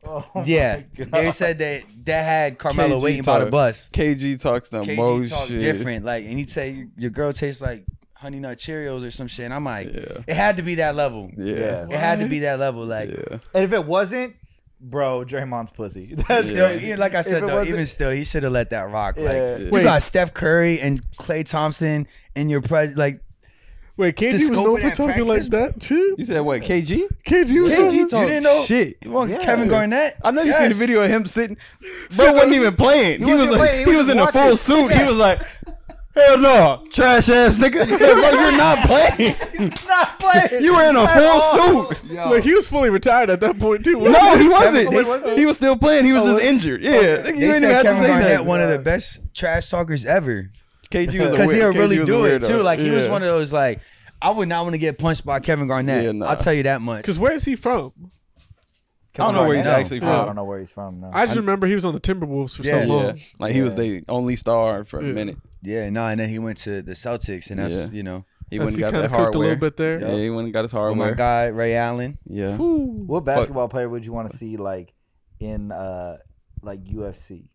[SPEAKER 1] Oh,
[SPEAKER 2] yeah,
[SPEAKER 1] my God.
[SPEAKER 2] they said that that had Carmelo
[SPEAKER 3] KG
[SPEAKER 2] waiting by the
[SPEAKER 3] talk.
[SPEAKER 2] bus.
[SPEAKER 3] KG talks the
[SPEAKER 2] KG
[SPEAKER 3] most
[SPEAKER 2] talk
[SPEAKER 3] shit.
[SPEAKER 2] different, like, and he'd say your, your girl tastes like Honey Nut Cheerios or some shit. And I'm like,
[SPEAKER 3] Yeah.
[SPEAKER 2] it had to be that level.
[SPEAKER 3] Yeah.
[SPEAKER 2] It had to be that level, like.
[SPEAKER 3] Yeah.
[SPEAKER 1] And if it wasn't, bro, Draymond's pussy. [LAUGHS] That's
[SPEAKER 2] Still,
[SPEAKER 1] crazy.
[SPEAKER 2] even like I
[SPEAKER 1] If
[SPEAKER 2] said,
[SPEAKER 1] it
[SPEAKER 2] though,
[SPEAKER 1] wasn't-
[SPEAKER 2] even still, he should have let that rock.
[SPEAKER 1] Yeah.
[SPEAKER 2] Like, you
[SPEAKER 4] Wait.
[SPEAKER 2] got Steph Curry and Clay Thompson in your pres, like,
[SPEAKER 4] Wait,
[SPEAKER 2] Just
[SPEAKER 4] KG was
[SPEAKER 2] scope
[SPEAKER 4] known
[SPEAKER 2] it
[SPEAKER 4] for
[SPEAKER 2] at
[SPEAKER 4] talking
[SPEAKER 2] practice.
[SPEAKER 4] like that. Shit.
[SPEAKER 3] You said what? KG?
[SPEAKER 4] KG was known
[SPEAKER 3] KG
[SPEAKER 4] for-
[SPEAKER 3] talk
[SPEAKER 2] you didn't know
[SPEAKER 3] shit.
[SPEAKER 2] You want
[SPEAKER 1] Yeah.
[SPEAKER 2] oh, Kevin Garnett?
[SPEAKER 3] I know you seen
[SPEAKER 2] Yes.
[SPEAKER 3] the video of
[SPEAKER 2] [LAUGHS]
[SPEAKER 3] him sitting. Bro wasn't even playing. He, was
[SPEAKER 1] wasn't
[SPEAKER 3] like,
[SPEAKER 1] playing,
[SPEAKER 3] he, was in a
[SPEAKER 1] watching.
[SPEAKER 3] full suit. He
[SPEAKER 2] [LAUGHS]
[SPEAKER 3] was like, hell no, trash ass nigga. He said, bro, you're not playing.
[SPEAKER 1] not
[SPEAKER 2] [LAUGHS]
[SPEAKER 1] playing.
[SPEAKER 3] You were in a full suit.
[SPEAKER 4] Like he was fully retired at [LAUGHS] that point too. wasn't
[SPEAKER 3] No,
[SPEAKER 4] he?
[SPEAKER 3] he wasn't.
[SPEAKER 1] Kevin- wait, was
[SPEAKER 3] They- he was still playing. He was just injured. Yeah, nigga,
[SPEAKER 2] Oh, They
[SPEAKER 3] you ain't even
[SPEAKER 2] said
[SPEAKER 3] have to
[SPEAKER 2] Kevin
[SPEAKER 3] say
[SPEAKER 2] Garnett,
[SPEAKER 3] that.
[SPEAKER 2] one of the
[SPEAKER 3] [LAUGHS]
[SPEAKER 2] best trash talkers ever,
[SPEAKER 3] KG was a
[SPEAKER 2] because he'll
[SPEAKER 3] weird-
[SPEAKER 2] really
[SPEAKER 3] KG was a
[SPEAKER 2] do it
[SPEAKER 3] weirdo.
[SPEAKER 2] too. Like he was
[SPEAKER 3] Yeah.
[SPEAKER 2] one of those like, I would not want to get punched by Kevin Garnett.
[SPEAKER 3] Yeah, nah.
[SPEAKER 2] I'll tell you that much.
[SPEAKER 4] Because where is he from?
[SPEAKER 3] I don't know where he's
[SPEAKER 1] Kevin
[SPEAKER 3] actually
[SPEAKER 1] Garnett. I
[SPEAKER 3] from.
[SPEAKER 1] don't know where he's from. No.
[SPEAKER 4] I just remember he was on the Timberwolves for
[SPEAKER 2] Yeah.
[SPEAKER 4] so long.
[SPEAKER 3] Yeah, like he was the only star for a
[SPEAKER 4] Yeah.
[SPEAKER 3] minute.
[SPEAKER 2] Yeah, no, and then he went to the Celtics, and that's
[SPEAKER 3] Yeah.
[SPEAKER 2] you know,
[SPEAKER 3] He
[SPEAKER 4] That's-
[SPEAKER 3] went and
[SPEAKER 4] he
[SPEAKER 3] got
[SPEAKER 4] kinda
[SPEAKER 3] that
[SPEAKER 4] cooked a little
[SPEAKER 3] hardware.
[SPEAKER 4] bit there.
[SPEAKER 3] Yeah, he went and got his
[SPEAKER 2] oh
[SPEAKER 3] hardware.
[SPEAKER 2] my guy, Ray Allen.
[SPEAKER 3] Yeah.
[SPEAKER 4] Ooh.
[SPEAKER 1] What basketball player would you want to see like in uh like UFC?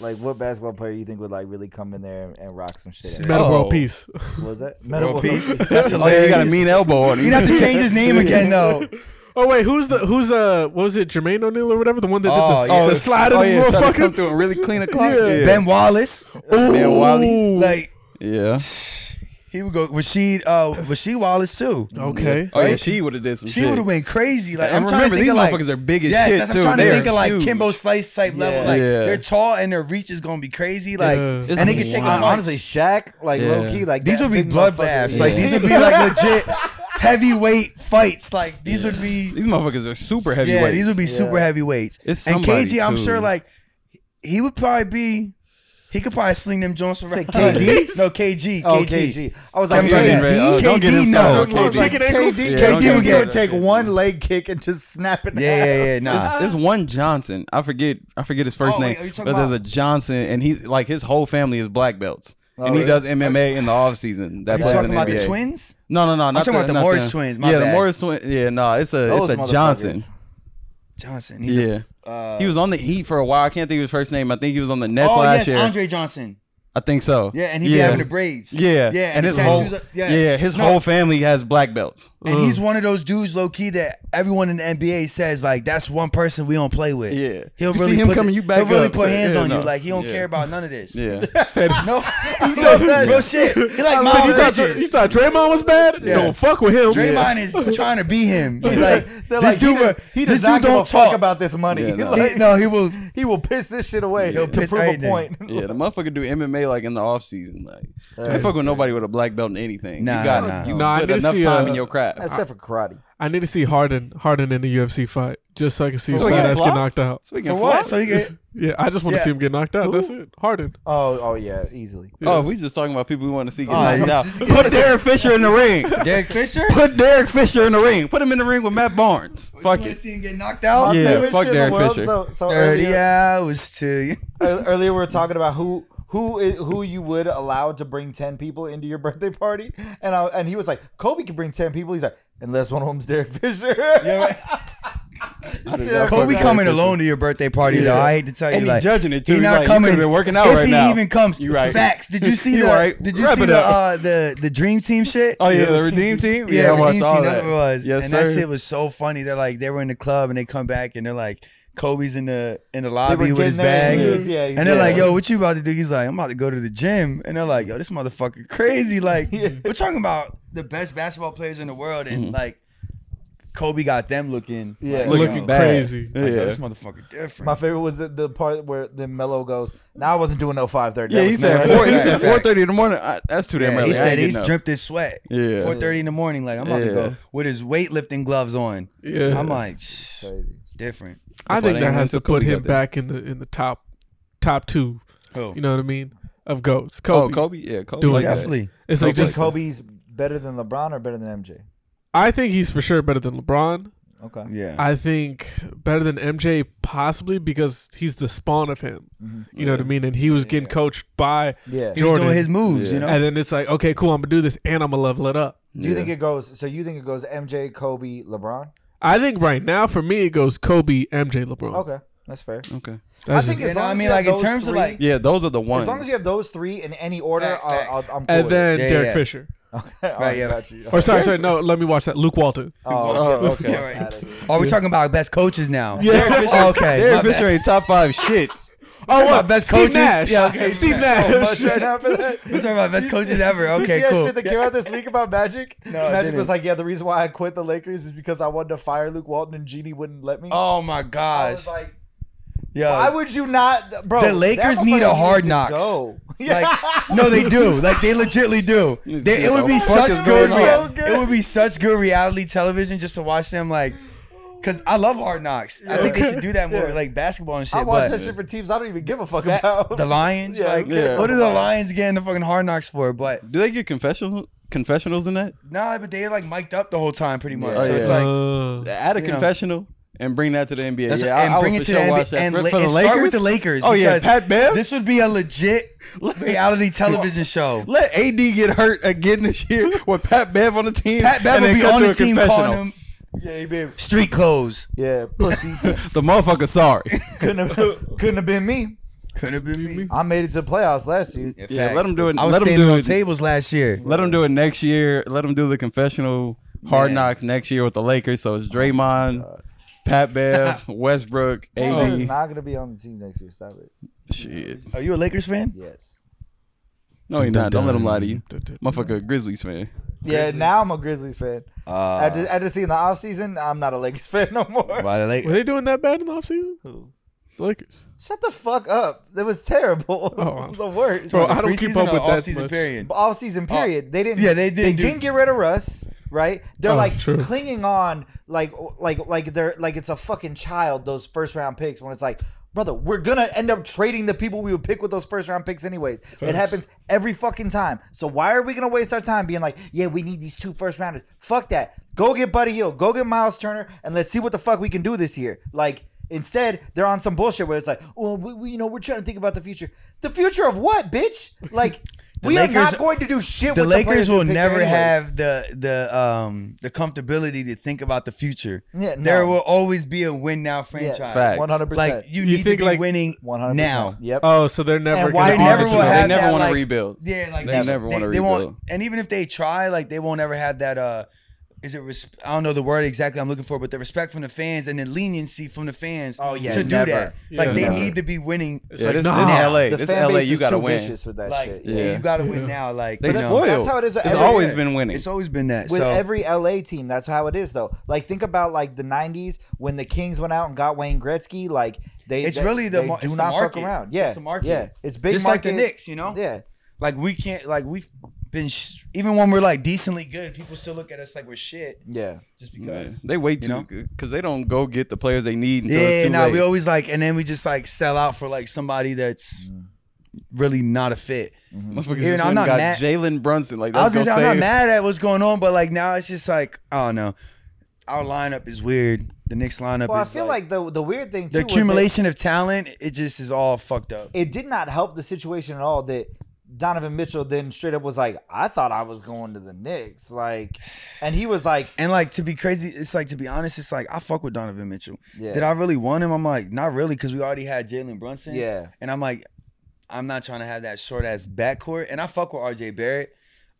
[SPEAKER 1] Like what basketball player you think would like really come in there and, and rock some shit? Out?
[SPEAKER 4] Metal
[SPEAKER 3] Oh.
[SPEAKER 4] World Peace. [LAUGHS]
[SPEAKER 1] What was that
[SPEAKER 2] World peace. That's
[SPEAKER 1] That's
[SPEAKER 3] [LAUGHS] Oh, yeah,
[SPEAKER 2] hilarious.
[SPEAKER 3] he got a mean elbow on him.
[SPEAKER 2] You'd
[SPEAKER 3] [LAUGHS]
[SPEAKER 2] have to change his name again [LAUGHS] though.
[SPEAKER 4] Oh wait, who's the who's uh what was it Jermaine O'Neal or whatever the one that
[SPEAKER 2] Oh,
[SPEAKER 4] did the,
[SPEAKER 2] yeah.
[SPEAKER 4] the slide of
[SPEAKER 3] Oh,
[SPEAKER 4] the
[SPEAKER 3] yeah, trying to come
[SPEAKER 4] motherfucker?
[SPEAKER 3] through and really clean a clock.
[SPEAKER 4] Yeah.
[SPEAKER 3] Yeah.
[SPEAKER 2] Ben Wallace,
[SPEAKER 3] Ben Wally.
[SPEAKER 2] like
[SPEAKER 3] Yeah.
[SPEAKER 2] he would go Rasheed, uh, Rasheed Wallace too.
[SPEAKER 4] Okay,
[SPEAKER 3] Oh yeah,
[SPEAKER 2] Right?
[SPEAKER 3] she would have did some
[SPEAKER 2] She
[SPEAKER 3] shit.
[SPEAKER 2] would have went crazy. Like
[SPEAKER 3] And
[SPEAKER 2] I'm trying to
[SPEAKER 3] remember,
[SPEAKER 2] think
[SPEAKER 3] these
[SPEAKER 2] of, like,
[SPEAKER 3] motherfuckers are big as
[SPEAKER 2] yes,
[SPEAKER 3] shit,
[SPEAKER 2] that's-
[SPEAKER 3] too.
[SPEAKER 2] I'm trying
[SPEAKER 3] They
[SPEAKER 2] to think
[SPEAKER 3] are
[SPEAKER 2] of like
[SPEAKER 3] huge.
[SPEAKER 2] Kimbo Slice type level.
[SPEAKER 1] Yeah.
[SPEAKER 2] Like
[SPEAKER 3] Yeah.
[SPEAKER 2] they're tall and their reach is gonna be crazy. Like
[SPEAKER 4] It's-
[SPEAKER 2] and they can take
[SPEAKER 1] wow.
[SPEAKER 2] on
[SPEAKER 1] honestly Shaq, like
[SPEAKER 3] Yeah.
[SPEAKER 1] low key, like
[SPEAKER 2] These
[SPEAKER 1] that
[SPEAKER 2] would be
[SPEAKER 1] big motherfucker.
[SPEAKER 2] bloodbaths.
[SPEAKER 1] Yeah.
[SPEAKER 2] Like these would be [LAUGHS] like legit heavyweight fights. Like these would be
[SPEAKER 3] These motherfuckers are super heavyweights.
[SPEAKER 2] yeah, these would be super
[SPEAKER 1] Yeah.
[SPEAKER 2] heavyweights.
[SPEAKER 3] It's
[SPEAKER 2] and
[SPEAKER 3] somebody,
[SPEAKER 2] KG, I'm
[SPEAKER 3] too.
[SPEAKER 2] sure like he would probably be. He could probably sling them Jones from
[SPEAKER 1] Say KD?
[SPEAKER 2] [LAUGHS] No KG.
[SPEAKER 1] oh,
[SPEAKER 2] KG.
[SPEAKER 1] KG. I was
[SPEAKER 2] I'm
[SPEAKER 1] like,
[SPEAKER 2] getting
[SPEAKER 1] yeah,
[SPEAKER 2] ready.
[SPEAKER 1] KD?
[SPEAKER 2] Uh, don't get him
[SPEAKER 3] started
[SPEAKER 2] no.
[SPEAKER 3] on
[SPEAKER 4] Little
[SPEAKER 1] I was like,
[SPEAKER 4] chicken ankles.
[SPEAKER 1] KD,
[SPEAKER 3] Yeah,
[SPEAKER 1] KD
[SPEAKER 3] don't get
[SPEAKER 1] would
[SPEAKER 3] him
[SPEAKER 1] get
[SPEAKER 3] started.
[SPEAKER 1] take one leg kick and just snap it. in
[SPEAKER 2] Yeah,
[SPEAKER 1] half.
[SPEAKER 2] yeah, yeah. Nah.
[SPEAKER 3] There's, there's one Johnson. I forget. I forget his first
[SPEAKER 2] Oh, wait,
[SPEAKER 3] name.
[SPEAKER 2] are you talking
[SPEAKER 3] but there's
[SPEAKER 2] about- Oh,
[SPEAKER 3] a Johnson, and he's like his whole family is black belts, and he
[SPEAKER 1] really?
[SPEAKER 3] does MMA in the off season. That
[SPEAKER 2] You
[SPEAKER 3] plays
[SPEAKER 2] talking
[SPEAKER 3] in
[SPEAKER 2] about the
[SPEAKER 3] NBA.
[SPEAKER 2] twins?
[SPEAKER 3] No, no, no. Not
[SPEAKER 2] talking about the
[SPEAKER 3] not
[SPEAKER 2] Morris twins, my
[SPEAKER 3] yeah, the
[SPEAKER 2] bad.
[SPEAKER 3] Morris twins. Yeah, no, it's a
[SPEAKER 1] Those
[SPEAKER 3] it's a
[SPEAKER 1] motherfuckers.
[SPEAKER 3] Johnson.
[SPEAKER 2] Johnson. He's
[SPEAKER 3] Yeah.
[SPEAKER 2] A, uh,
[SPEAKER 3] he was on the Heat for a while. I can't think of his first name. I think he was on the Nets
[SPEAKER 2] oh
[SPEAKER 3] last
[SPEAKER 2] yes,
[SPEAKER 3] year.
[SPEAKER 2] Andre Johnson.
[SPEAKER 3] I think so.
[SPEAKER 2] Yeah, and he be
[SPEAKER 3] Yeah.
[SPEAKER 2] having the braids.
[SPEAKER 3] Yeah,
[SPEAKER 2] yeah,
[SPEAKER 3] and, his
[SPEAKER 2] the
[SPEAKER 3] whole
[SPEAKER 2] tattoos up-
[SPEAKER 3] yeah. his whole family has black belts.
[SPEAKER 2] And he's one of those dudes, low key, that everyone in the NBA says like that's one person we don't play with.
[SPEAKER 3] Yeah.
[SPEAKER 2] he'll
[SPEAKER 3] You see
[SPEAKER 2] really
[SPEAKER 3] him
[SPEAKER 2] put,
[SPEAKER 3] coming, you back
[SPEAKER 2] he'll really
[SPEAKER 3] up.
[SPEAKER 2] put
[SPEAKER 3] Say,
[SPEAKER 2] hands
[SPEAKER 3] yeah,
[SPEAKER 2] on
[SPEAKER 3] no.
[SPEAKER 2] you. Like he don't
[SPEAKER 3] Yeah.
[SPEAKER 2] care about none of this. [LAUGHS]
[SPEAKER 3] Yeah,
[SPEAKER 4] Said,
[SPEAKER 2] No,
[SPEAKER 4] said,
[SPEAKER 2] real shit. He like
[SPEAKER 4] said,
[SPEAKER 2] my
[SPEAKER 4] you, thought,
[SPEAKER 2] bitches.
[SPEAKER 4] you thought Draymond was bad?
[SPEAKER 2] Oh, Yeah.
[SPEAKER 4] Don't fuck with him.
[SPEAKER 2] Draymond is trying to be him. He's like,
[SPEAKER 1] [LAUGHS] They're
[SPEAKER 2] this
[SPEAKER 1] like,
[SPEAKER 2] dude,
[SPEAKER 1] he, does,
[SPEAKER 2] will-
[SPEAKER 1] he
[SPEAKER 2] this
[SPEAKER 1] does not
[SPEAKER 2] dude
[SPEAKER 1] give
[SPEAKER 2] don't
[SPEAKER 1] a fuck
[SPEAKER 2] talk.
[SPEAKER 1] about this money.
[SPEAKER 3] Yeah,
[SPEAKER 1] [LAUGHS]
[SPEAKER 3] no.
[SPEAKER 1] Like,
[SPEAKER 2] He- no, he will.
[SPEAKER 1] he will piss this shit away
[SPEAKER 2] He'll
[SPEAKER 1] [LAUGHS] to
[SPEAKER 2] piss
[SPEAKER 1] prove a
[SPEAKER 2] anything.
[SPEAKER 1] point.
[SPEAKER 3] [LAUGHS]
[SPEAKER 1] [LAUGHS]
[SPEAKER 3] yeah. The motherfucker do MMA like in the off season. Like, I fuck with nobody with a black belt in anything.
[SPEAKER 2] Nah,
[SPEAKER 3] you got
[SPEAKER 2] nah.
[SPEAKER 3] you
[SPEAKER 4] Nah, I
[SPEAKER 3] put
[SPEAKER 4] did
[SPEAKER 3] enough
[SPEAKER 4] see,
[SPEAKER 3] time
[SPEAKER 4] uh,
[SPEAKER 3] in your craft.
[SPEAKER 1] Except for karate.
[SPEAKER 4] I need to see Harden Harden in the UFC fight just so I can see his
[SPEAKER 3] So he
[SPEAKER 4] fat
[SPEAKER 3] can
[SPEAKER 4] ass
[SPEAKER 3] flop?
[SPEAKER 4] get knocked out.
[SPEAKER 3] Speaking of
[SPEAKER 2] What?
[SPEAKER 3] flaws-
[SPEAKER 2] So he get,
[SPEAKER 4] Yeah, I just want to
[SPEAKER 2] Yeah.
[SPEAKER 4] see him get knocked out. That's it. Harden.
[SPEAKER 1] Oh, oh yeah, easily.
[SPEAKER 3] [LAUGHS] Oh, we just talking about people we want to see get
[SPEAKER 2] Oh,
[SPEAKER 3] knocked out.
[SPEAKER 2] this is-
[SPEAKER 3] Put Derek Fisher in
[SPEAKER 2] [LAUGHS]
[SPEAKER 3] the ring.
[SPEAKER 2] Derek Fisher.
[SPEAKER 3] Put Derek Fisher in the ring. Put him in the ring with Matt Barnes. Fuck
[SPEAKER 2] You
[SPEAKER 3] it.
[SPEAKER 2] see him get knocked out.
[SPEAKER 3] Yeah,
[SPEAKER 1] Favorite
[SPEAKER 3] fuck
[SPEAKER 1] shit in
[SPEAKER 3] Derek
[SPEAKER 1] the world.
[SPEAKER 3] Fisher.
[SPEAKER 1] So, so
[SPEAKER 2] Thirty
[SPEAKER 1] earlier,
[SPEAKER 2] hours to you.
[SPEAKER 1] ear- earlier we were talking about who who i- who you would allow to bring ten people into your birthday party, and I, and he was like, Kobe can bring ten people. He's like, unless one of them's Derek Fisher. [LAUGHS] Shit, I
[SPEAKER 2] Kobe
[SPEAKER 1] forgot.
[SPEAKER 2] coming alone to your birthday party though. I hate to tell you,
[SPEAKER 3] And he
[SPEAKER 2] like
[SPEAKER 3] judging it, too.
[SPEAKER 2] He
[SPEAKER 3] He's
[SPEAKER 2] not
[SPEAKER 3] like, you
[SPEAKER 2] coming.
[SPEAKER 3] could've been working out
[SPEAKER 2] if
[SPEAKER 3] right
[SPEAKER 2] he
[SPEAKER 3] now.
[SPEAKER 2] even comes.
[SPEAKER 3] You right.
[SPEAKER 2] Facts. [LAUGHS] Did you see
[SPEAKER 3] You
[SPEAKER 2] the?
[SPEAKER 3] right.
[SPEAKER 2] Did you
[SPEAKER 3] Wrap
[SPEAKER 2] see
[SPEAKER 3] it
[SPEAKER 2] the,
[SPEAKER 3] up.
[SPEAKER 2] uh, the the dream team shit?
[SPEAKER 3] Oh yeah, the Redeem Team.
[SPEAKER 2] [LAUGHS] Yeah,
[SPEAKER 3] I watched
[SPEAKER 2] Redeem
[SPEAKER 3] all
[SPEAKER 2] Team, that's what it was.
[SPEAKER 3] Yes,
[SPEAKER 2] and
[SPEAKER 3] sir.
[SPEAKER 2] that shit was so funny. They're like, they were in the club and they come back and they're like, Kobe's in the in the lobby with
[SPEAKER 1] getting
[SPEAKER 2] his
[SPEAKER 1] there,
[SPEAKER 2] bag.
[SPEAKER 1] he is, yeah, he's
[SPEAKER 2] and they're
[SPEAKER 1] there.
[SPEAKER 2] like, yo, what you about to do? He's like, I'm about to go to the gym. And they're like, yo, this
[SPEAKER 3] [LAUGHS] Mm-hmm.
[SPEAKER 2] motherfucker crazy. Like, we're talking about the best basketball players in the world and like Kobe got them looking.
[SPEAKER 1] Yeah.
[SPEAKER 2] like,
[SPEAKER 4] looking
[SPEAKER 2] yo,
[SPEAKER 3] bad.
[SPEAKER 4] crazy.
[SPEAKER 2] like, yo,
[SPEAKER 3] Yeah.
[SPEAKER 2] this motherfucker different.
[SPEAKER 1] My favorite was the, the part where then Mello goes, "No, I wasn't doing no 530.
[SPEAKER 3] Yeah, he said
[SPEAKER 2] Facts,
[SPEAKER 3] four, he said
[SPEAKER 2] facts.
[SPEAKER 3] four thirty in the morning. I, that's too damn
[SPEAKER 2] Yeah,
[SPEAKER 3] early.
[SPEAKER 2] he
[SPEAKER 3] I
[SPEAKER 2] said
[SPEAKER 3] ain't
[SPEAKER 2] he's
[SPEAKER 3] getting up.
[SPEAKER 2] dripped his sweat.
[SPEAKER 3] Yeah.
[SPEAKER 2] Four thirty in the morning. Like I'm about to
[SPEAKER 3] Yeah.
[SPEAKER 2] go with his weightlifting gloves on.
[SPEAKER 4] Yeah.
[SPEAKER 2] I'm like "Shh, different.
[SPEAKER 4] I
[SPEAKER 3] That's why
[SPEAKER 4] think
[SPEAKER 3] they
[SPEAKER 4] that
[SPEAKER 3] ain't
[SPEAKER 4] has to
[SPEAKER 3] went to
[SPEAKER 4] put
[SPEAKER 3] Kobe
[SPEAKER 4] him
[SPEAKER 3] up there.
[SPEAKER 4] back in the in the top top two.
[SPEAKER 2] Who?
[SPEAKER 4] You know what I mean? Of goats. Kobe.
[SPEAKER 3] Oh, Kobe. Yeah, Kobe.
[SPEAKER 4] Doing
[SPEAKER 3] like that.
[SPEAKER 2] Definitely.
[SPEAKER 4] It's like
[SPEAKER 1] Like
[SPEAKER 4] just
[SPEAKER 1] Kobe's better than LeBron or better than MJ.
[SPEAKER 4] I think he's for sure better than LeBron.
[SPEAKER 1] Okay.
[SPEAKER 2] Yeah.
[SPEAKER 4] I think better than MJ possibly because he's the spawn of him. You know what I mean? And he was getting coached by
[SPEAKER 1] Yeah.
[SPEAKER 2] He's
[SPEAKER 4] Jordan.
[SPEAKER 2] doing his moves, you know.
[SPEAKER 4] and then it's like, okay, cool, I'm gonna do this and I'm gonna level it up.
[SPEAKER 1] Do you think it goes? So you think it goes MJ, Kobe, LeBron?
[SPEAKER 4] I think right now for me it goes Kobe, MJ, LeBron.
[SPEAKER 1] Okay, that's fair.
[SPEAKER 3] Okay.
[SPEAKER 4] That's
[SPEAKER 1] I think
[SPEAKER 4] it.
[SPEAKER 1] as
[SPEAKER 2] know
[SPEAKER 1] long
[SPEAKER 2] what I
[SPEAKER 1] as
[SPEAKER 2] mean?
[SPEAKER 1] you have
[SPEAKER 2] Like, in
[SPEAKER 1] those
[SPEAKER 2] terms of,
[SPEAKER 1] three-
[SPEAKER 2] like-
[SPEAKER 3] Yeah, those are the ones.
[SPEAKER 1] as long as
[SPEAKER 3] [LAUGHS]
[SPEAKER 1] you have those three in any order,
[SPEAKER 2] Facts,
[SPEAKER 1] I'll, I'll,
[SPEAKER 2] facts.
[SPEAKER 1] I'm cool.
[SPEAKER 4] and
[SPEAKER 1] with it.
[SPEAKER 4] then
[SPEAKER 2] Yeah,
[SPEAKER 4] Derek
[SPEAKER 2] yeah.
[SPEAKER 4] Fisher.
[SPEAKER 1] okay, all
[SPEAKER 2] [LAUGHS] Right, yeah.
[SPEAKER 1] got you.
[SPEAKER 4] Or sorry, sorry, no, let me watch that. Luke Walton.
[SPEAKER 1] Oh,
[SPEAKER 3] Oh,
[SPEAKER 1] okay.
[SPEAKER 2] Yeah, right.
[SPEAKER 1] Outta here.
[SPEAKER 2] Are Oh, we talking about best coaches now? [LAUGHS]
[SPEAKER 3] Derek Fisher,
[SPEAKER 2] okay. my
[SPEAKER 3] Derek
[SPEAKER 2] bad.
[SPEAKER 3] Fisher ain't top five shit.
[SPEAKER 4] Oh,
[SPEAKER 2] about
[SPEAKER 4] what?
[SPEAKER 2] best
[SPEAKER 4] Steve
[SPEAKER 2] coaches?
[SPEAKER 4] Nash.
[SPEAKER 2] Yeah, okay.
[SPEAKER 4] Steve
[SPEAKER 1] Oh, much
[SPEAKER 4] Nash.
[SPEAKER 2] [LAUGHS]
[SPEAKER 3] [LAUGHS]
[SPEAKER 1] right after that.
[SPEAKER 2] We're talking about
[SPEAKER 1] [LAUGHS]
[SPEAKER 2] best
[SPEAKER 1] You
[SPEAKER 2] coaches
[SPEAKER 1] see-
[SPEAKER 2] ever.
[SPEAKER 1] you see
[SPEAKER 2] Okay,
[SPEAKER 1] that
[SPEAKER 2] cool.
[SPEAKER 1] shit that came out this week about Magic?
[SPEAKER 2] No, I
[SPEAKER 1] Magic
[SPEAKER 2] didn't.
[SPEAKER 1] was like, yeah, the reason why I quit the Lakers is because I wanted to fire Luke Walton and Genie wouldn't let me.
[SPEAKER 2] Oh my
[SPEAKER 1] I
[SPEAKER 2] gosh.
[SPEAKER 1] was like,
[SPEAKER 2] Yo.
[SPEAKER 1] why would you not, bro?
[SPEAKER 2] The
[SPEAKER 1] that
[SPEAKER 2] Lakers need
[SPEAKER 1] motherfucker
[SPEAKER 2] a hard
[SPEAKER 1] needed to
[SPEAKER 2] knocks.
[SPEAKER 1] Go. [LAUGHS]
[SPEAKER 2] like [LAUGHS] no, they do. Like they legitly do. They, it would be
[SPEAKER 3] What the fuck
[SPEAKER 2] such
[SPEAKER 3] is
[SPEAKER 2] good,
[SPEAKER 3] going
[SPEAKER 2] rea-
[SPEAKER 1] on? So good.
[SPEAKER 2] It would be such good reality television just to watch them like. Cause I love Hard Knocks. I think they should do that more,
[SPEAKER 1] Yeah.
[SPEAKER 2] like basketball and shit.
[SPEAKER 1] I watch
[SPEAKER 2] but
[SPEAKER 1] that shit for teams I don't even give a fuck about. [LAUGHS]
[SPEAKER 2] the Lions,
[SPEAKER 1] Yeah,
[SPEAKER 2] like,
[SPEAKER 1] who cares
[SPEAKER 3] Yeah.
[SPEAKER 2] what are
[SPEAKER 1] about
[SPEAKER 2] the
[SPEAKER 1] that?
[SPEAKER 2] Lions getting the fucking Hard Knocks for? But
[SPEAKER 3] Do they get confessional confessionals in that?
[SPEAKER 2] nah, but they like mic'd up the whole time, pretty much.
[SPEAKER 3] Yeah.
[SPEAKER 2] so
[SPEAKER 3] Oh,
[SPEAKER 2] it's
[SPEAKER 3] yeah.
[SPEAKER 2] like,
[SPEAKER 3] Add a
[SPEAKER 2] You know.
[SPEAKER 3] confessional and bring that to the NBA.
[SPEAKER 2] that's
[SPEAKER 3] yeah,
[SPEAKER 2] and
[SPEAKER 3] I, I
[SPEAKER 2] bring
[SPEAKER 3] would
[SPEAKER 2] it
[SPEAKER 3] for
[SPEAKER 2] to the
[SPEAKER 3] sure watch
[SPEAKER 2] NBA
[SPEAKER 3] that.
[SPEAKER 2] and,
[SPEAKER 3] for,
[SPEAKER 2] la-
[SPEAKER 3] for the
[SPEAKER 2] and
[SPEAKER 3] Lakers.
[SPEAKER 2] start with the Lakers.
[SPEAKER 3] Oh yeah,
[SPEAKER 2] because
[SPEAKER 3] Pat Bev.
[SPEAKER 2] This would be a legit
[SPEAKER 3] [LAUGHS]
[SPEAKER 2] reality television show.
[SPEAKER 3] let AD get hurt again
[SPEAKER 2] [LAUGHS]
[SPEAKER 3] this year with Pat Bev on the team.
[SPEAKER 2] Pat Bev
[SPEAKER 3] and
[SPEAKER 2] would
[SPEAKER 3] then
[SPEAKER 2] be
[SPEAKER 3] come
[SPEAKER 2] on
[SPEAKER 3] to
[SPEAKER 2] the
[SPEAKER 3] a
[SPEAKER 2] team
[SPEAKER 3] confessional.
[SPEAKER 2] calling him
[SPEAKER 1] yeah, babe.
[SPEAKER 2] street clothes.
[SPEAKER 1] Yeah, pussy. [LAUGHS]
[SPEAKER 3] The motherfucker, sorry.
[SPEAKER 1] couldn't have, couldn't have been me.
[SPEAKER 2] Could have been me.
[SPEAKER 1] I made it to the playoffs last year.
[SPEAKER 3] Yeah, let him do it.
[SPEAKER 2] I was
[SPEAKER 3] Let him
[SPEAKER 2] standing
[SPEAKER 3] do
[SPEAKER 2] on
[SPEAKER 3] it.
[SPEAKER 2] tables last year.
[SPEAKER 3] Let him do it next year. Let him do the confessional hard
[SPEAKER 2] Man.
[SPEAKER 3] knocks next year with the Lakers. So it's
[SPEAKER 2] Oh,
[SPEAKER 3] Draymond,
[SPEAKER 2] [LAUGHS]
[SPEAKER 3] Pat Bev, Westbrook,
[SPEAKER 1] Bro,
[SPEAKER 3] AD.
[SPEAKER 1] he's not gonna be on the team next year. Stop it.
[SPEAKER 3] Shit.
[SPEAKER 2] Are you a Lakers fan?
[SPEAKER 1] Yes.
[SPEAKER 3] No, he's not. Don't let him lie to you. Motherfucker, a Grizzlies fan.
[SPEAKER 1] Yeah. Now I'm a Grizzlies Uh, fan. after, after seeing the offseason, I'm not a Lakers [LAUGHS] fan no more.
[SPEAKER 2] By the
[SPEAKER 4] Were
[SPEAKER 2] Lakers.
[SPEAKER 4] they doing that bad in the offseason? Lakers.
[SPEAKER 1] Shut the fuck up. That was terrible. [LAUGHS]
[SPEAKER 4] Oh.
[SPEAKER 1] the worst.
[SPEAKER 4] Bro, I don't keep up with that much.
[SPEAKER 2] Period.
[SPEAKER 1] offseason period. they didn't.
[SPEAKER 2] yeah, they
[SPEAKER 1] They
[SPEAKER 2] didn't do-
[SPEAKER 1] didn't get rid of Russ. Right? They're
[SPEAKER 4] Oh,
[SPEAKER 1] like
[SPEAKER 4] true.
[SPEAKER 1] clinging on, like like like they're like it's a fucking child. Those first round picks when it's like. Brother, we're gonna end up trading the people we would pick with those first round picks, anyways. It happens every fucking time. So why are we gonna waste our time being like, yeah, we need these two first rounders? Fuck that. Go get Buddy Hill. Go get Miles Turner, and let's see what the fuck we can do this year. Like instead, they're on some bullshit where it's like, well, we, we you know we're trying to think about the future. The future of what, bitch?
[SPEAKER 2] [LAUGHS]
[SPEAKER 1] Like we
[SPEAKER 2] Lakers-
[SPEAKER 1] are not going to do shit.
[SPEAKER 2] The
[SPEAKER 1] with the
[SPEAKER 2] Lakers
[SPEAKER 1] players we
[SPEAKER 2] will
[SPEAKER 1] picked
[SPEAKER 2] never
[SPEAKER 1] anyways.
[SPEAKER 2] have the the um the comfortability to think about the future.
[SPEAKER 1] Yeah, no.
[SPEAKER 2] There will always be a win now franchise.
[SPEAKER 1] yeah,
[SPEAKER 3] Facts.
[SPEAKER 1] one hundred
[SPEAKER 2] Like
[SPEAKER 1] percent.
[SPEAKER 2] you,
[SPEAKER 4] You
[SPEAKER 2] need
[SPEAKER 4] think,
[SPEAKER 2] to be
[SPEAKER 4] like,
[SPEAKER 2] winning
[SPEAKER 1] 100%.
[SPEAKER 2] now.
[SPEAKER 1] Yep.
[SPEAKER 4] Oh, so they're never
[SPEAKER 1] And why
[SPEAKER 4] gonna
[SPEAKER 1] they never
[SPEAKER 4] arbitrage.
[SPEAKER 1] will have
[SPEAKER 3] they never
[SPEAKER 2] that,
[SPEAKER 3] want to
[SPEAKER 2] like-
[SPEAKER 3] rebuild.
[SPEAKER 2] Yeah, like
[SPEAKER 3] They
[SPEAKER 2] that's-
[SPEAKER 3] never wanna
[SPEAKER 2] they won't-
[SPEAKER 3] rebuild.
[SPEAKER 2] And even if they try, like they won't ever have that. uh Is it? Res- I don't know the word exactly I'm looking for, but the respect from the fans and the leniency from the fans.
[SPEAKER 1] Oh, yeah,
[SPEAKER 2] to do
[SPEAKER 1] never.
[SPEAKER 2] that,
[SPEAKER 4] Yeah.
[SPEAKER 2] like they
[SPEAKER 3] Never.
[SPEAKER 2] need to be winning.
[SPEAKER 3] Yeah,
[SPEAKER 4] like,
[SPEAKER 3] this,
[SPEAKER 4] nah.
[SPEAKER 3] this LA.
[SPEAKER 1] the
[SPEAKER 3] this
[SPEAKER 1] fan
[SPEAKER 3] LA,
[SPEAKER 1] base
[SPEAKER 3] you
[SPEAKER 1] is
[SPEAKER 3] gotta
[SPEAKER 1] too
[SPEAKER 3] win.
[SPEAKER 1] vicious with that
[SPEAKER 2] Like
[SPEAKER 1] shit.
[SPEAKER 2] yeah.
[SPEAKER 3] Yeah.
[SPEAKER 2] you gotta win now. Like
[SPEAKER 3] They
[SPEAKER 2] you know.
[SPEAKER 3] spoiled.
[SPEAKER 1] That's how it is.
[SPEAKER 3] It's
[SPEAKER 1] every
[SPEAKER 3] always
[SPEAKER 1] year.
[SPEAKER 3] been winning.
[SPEAKER 2] It's always been that.
[SPEAKER 1] with
[SPEAKER 2] so
[SPEAKER 1] every LA team. That's how it is, though. Like think about like the '90s when the Kings went out and got Wayne Gretzky. Like they,
[SPEAKER 2] It's
[SPEAKER 1] they-
[SPEAKER 2] really the
[SPEAKER 1] they
[SPEAKER 2] mar-
[SPEAKER 1] do
[SPEAKER 2] it's the
[SPEAKER 1] not fuck
[SPEAKER 2] market.
[SPEAKER 1] around.
[SPEAKER 2] It's
[SPEAKER 1] Yeah,
[SPEAKER 2] the market.
[SPEAKER 1] Yeah, it's big
[SPEAKER 2] Just like
[SPEAKER 1] market.
[SPEAKER 2] the Knicks, you know?
[SPEAKER 1] Yeah,
[SPEAKER 2] like we can't. Like we've been. Sh- even when we're like decently good, people still look at us like we're shit
[SPEAKER 1] yeah.
[SPEAKER 2] just
[SPEAKER 3] Yeah,
[SPEAKER 2] because.
[SPEAKER 3] They wait
[SPEAKER 2] You know?
[SPEAKER 3] too because they don't go get the players they need until it's
[SPEAKER 2] Yeah,
[SPEAKER 3] too
[SPEAKER 2] nah,
[SPEAKER 3] late.
[SPEAKER 2] we always like, and then we just like sell out for like somebody that's
[SPEAKER 3] Mm-hmm.
[SPEAKER 2] really not a fit.
[SPEAKER 3] [LAUGHS] Motherfuckers
[SPEAKER 2] Even
[SPEAKER 3] just
[SPEAKER 2] I'm
[SPEAKER 3] went and
[SPEAKER 2] not
[SPEAKER 3] got
[SPEAKER 2] mad-
[SPEAKER 3] Jalen Brunson. Like
[SPEAKER 2] I
[SPEAKER 3] Mm-hmm. that's
[SPEAKER 2] was
[SPEAKER 3] gonna
[SPEAKER 2] gonna say, I'm not mad
[SPEAKER 3] save.
[SPEAKER 2] at what's going on, but like now it's just like I don't know. Our lineup is weird. The Knicks lineup.
[SPEAKER 1] Well, I
[SPEAKER 2] is
[SPEAKER 1] feel like the the weird thing
[SPEAKER 2] the
[SPEAKER 1] too was that-
[SPEAKER 2] accumulation of talent. It just is all fucked up.
[SPEAKER 1] it did not help the situation at all that Donovan Mitchell then straight up was like, I thought I was going to the Knicks. Like, and he was like,
[SPEAKER 2] And like to be crazy, it's like to be honest, it's like I fuck with Donovan Mitchell.
[SPEAKER 1] Yeah.
[SPEAKER 2] Did I really want him? I'm like, not really, because we already had Jalen Brunson.
[SPEAKER 1] Yeah.
[SPEAKER 2] And I'm like, I'm not trying to have that short ass backcourt. And I fuck with RJ Barrett.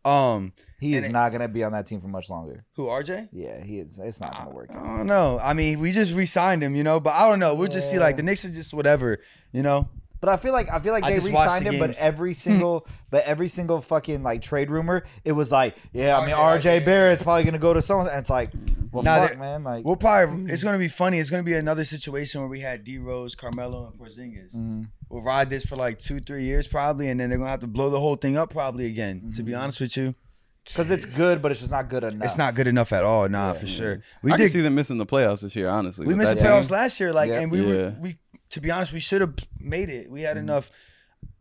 [SPEAKER 2] Um,
[SPEAKER 1] he
[SPEAKER 2] And
[SPEAKER 1] is
[SPEAKER 2] it-
[SPEAKER 1] not going to be on that team for much longer.
[SPEAKER 2] who RJ?
[SPEAKER 1] Yeah, he is. It's not going to work.
[SPEAKER 2] I don't know. I mean, we just re-signed him, you know, but I don't know. We'll just see. Like the Knicks are just whatever, you know.
[SPEAKER 1] But I feel like I feel like
[SPEAKER 2] I
[SPEAKER 1] they
[SPEAKER 2] just watched
[SPEAKER 1] re-signed
[SPEAKER 2] the
[SPEAKER 1] him, but
[SPEAKER 2] games.
[SPEAKER 1] every
[SPEAKER 2] [LAUGHS]
[SPEAKER 1] single but every single fucking like trade rumor, it was like, yeah, I mean
[SPEAKER 2] RJ,
[SPEAKER 1] RJ Barrett's probably gonna go to someone, and it's like, Well,
[SPEAKER 2] Nah,
[SPEAKER 1] fuck,
[SPEAKER 2] they-
[SPEAKER 1] man. Like,
[SPEAKER 2] We'll
[SPEAKER 3] Mm.
[SPEAKER 2] probably. It's gonna be funny. It's gonna be another situation where we had D Rose, Carmelo, and Porzingis.
[SPEAKER 3] Mm-hmm.
[SPEAKER 2] We'll ride this for like two, three years probably, and then they're gonna have to blow the whole thing up probably again. To
[SPEAKER 3] Mm-hmm.
[SPEAKER 2] be honest with you,
[SPEAKER 1] because it's good, but it's just not good enough.
[SPEAKER 2] it's not good enough at all. Nah, for sure. We
[SPEAKER 3] I can
[SPEAKER 2] did.
[SPEAKER 3] see them missing the playoffs this year. Honestly,
[SPEAKER 2] we
[SPEAKER 3] with
[SPEAKER 2] missed
[SPEAKER 3] that
[SPEAKER 2] the
[SPEAKER 3] team.
[SPEAKER 2] playoffs last year, like,
[SPEAKER 1] Yeah. Mm-hmm.
[SPEAKER 2] and we were
[SPEAKER 3] Yeah.
[SPEAKER 2] we. To be honest, we should have made it. We had enough.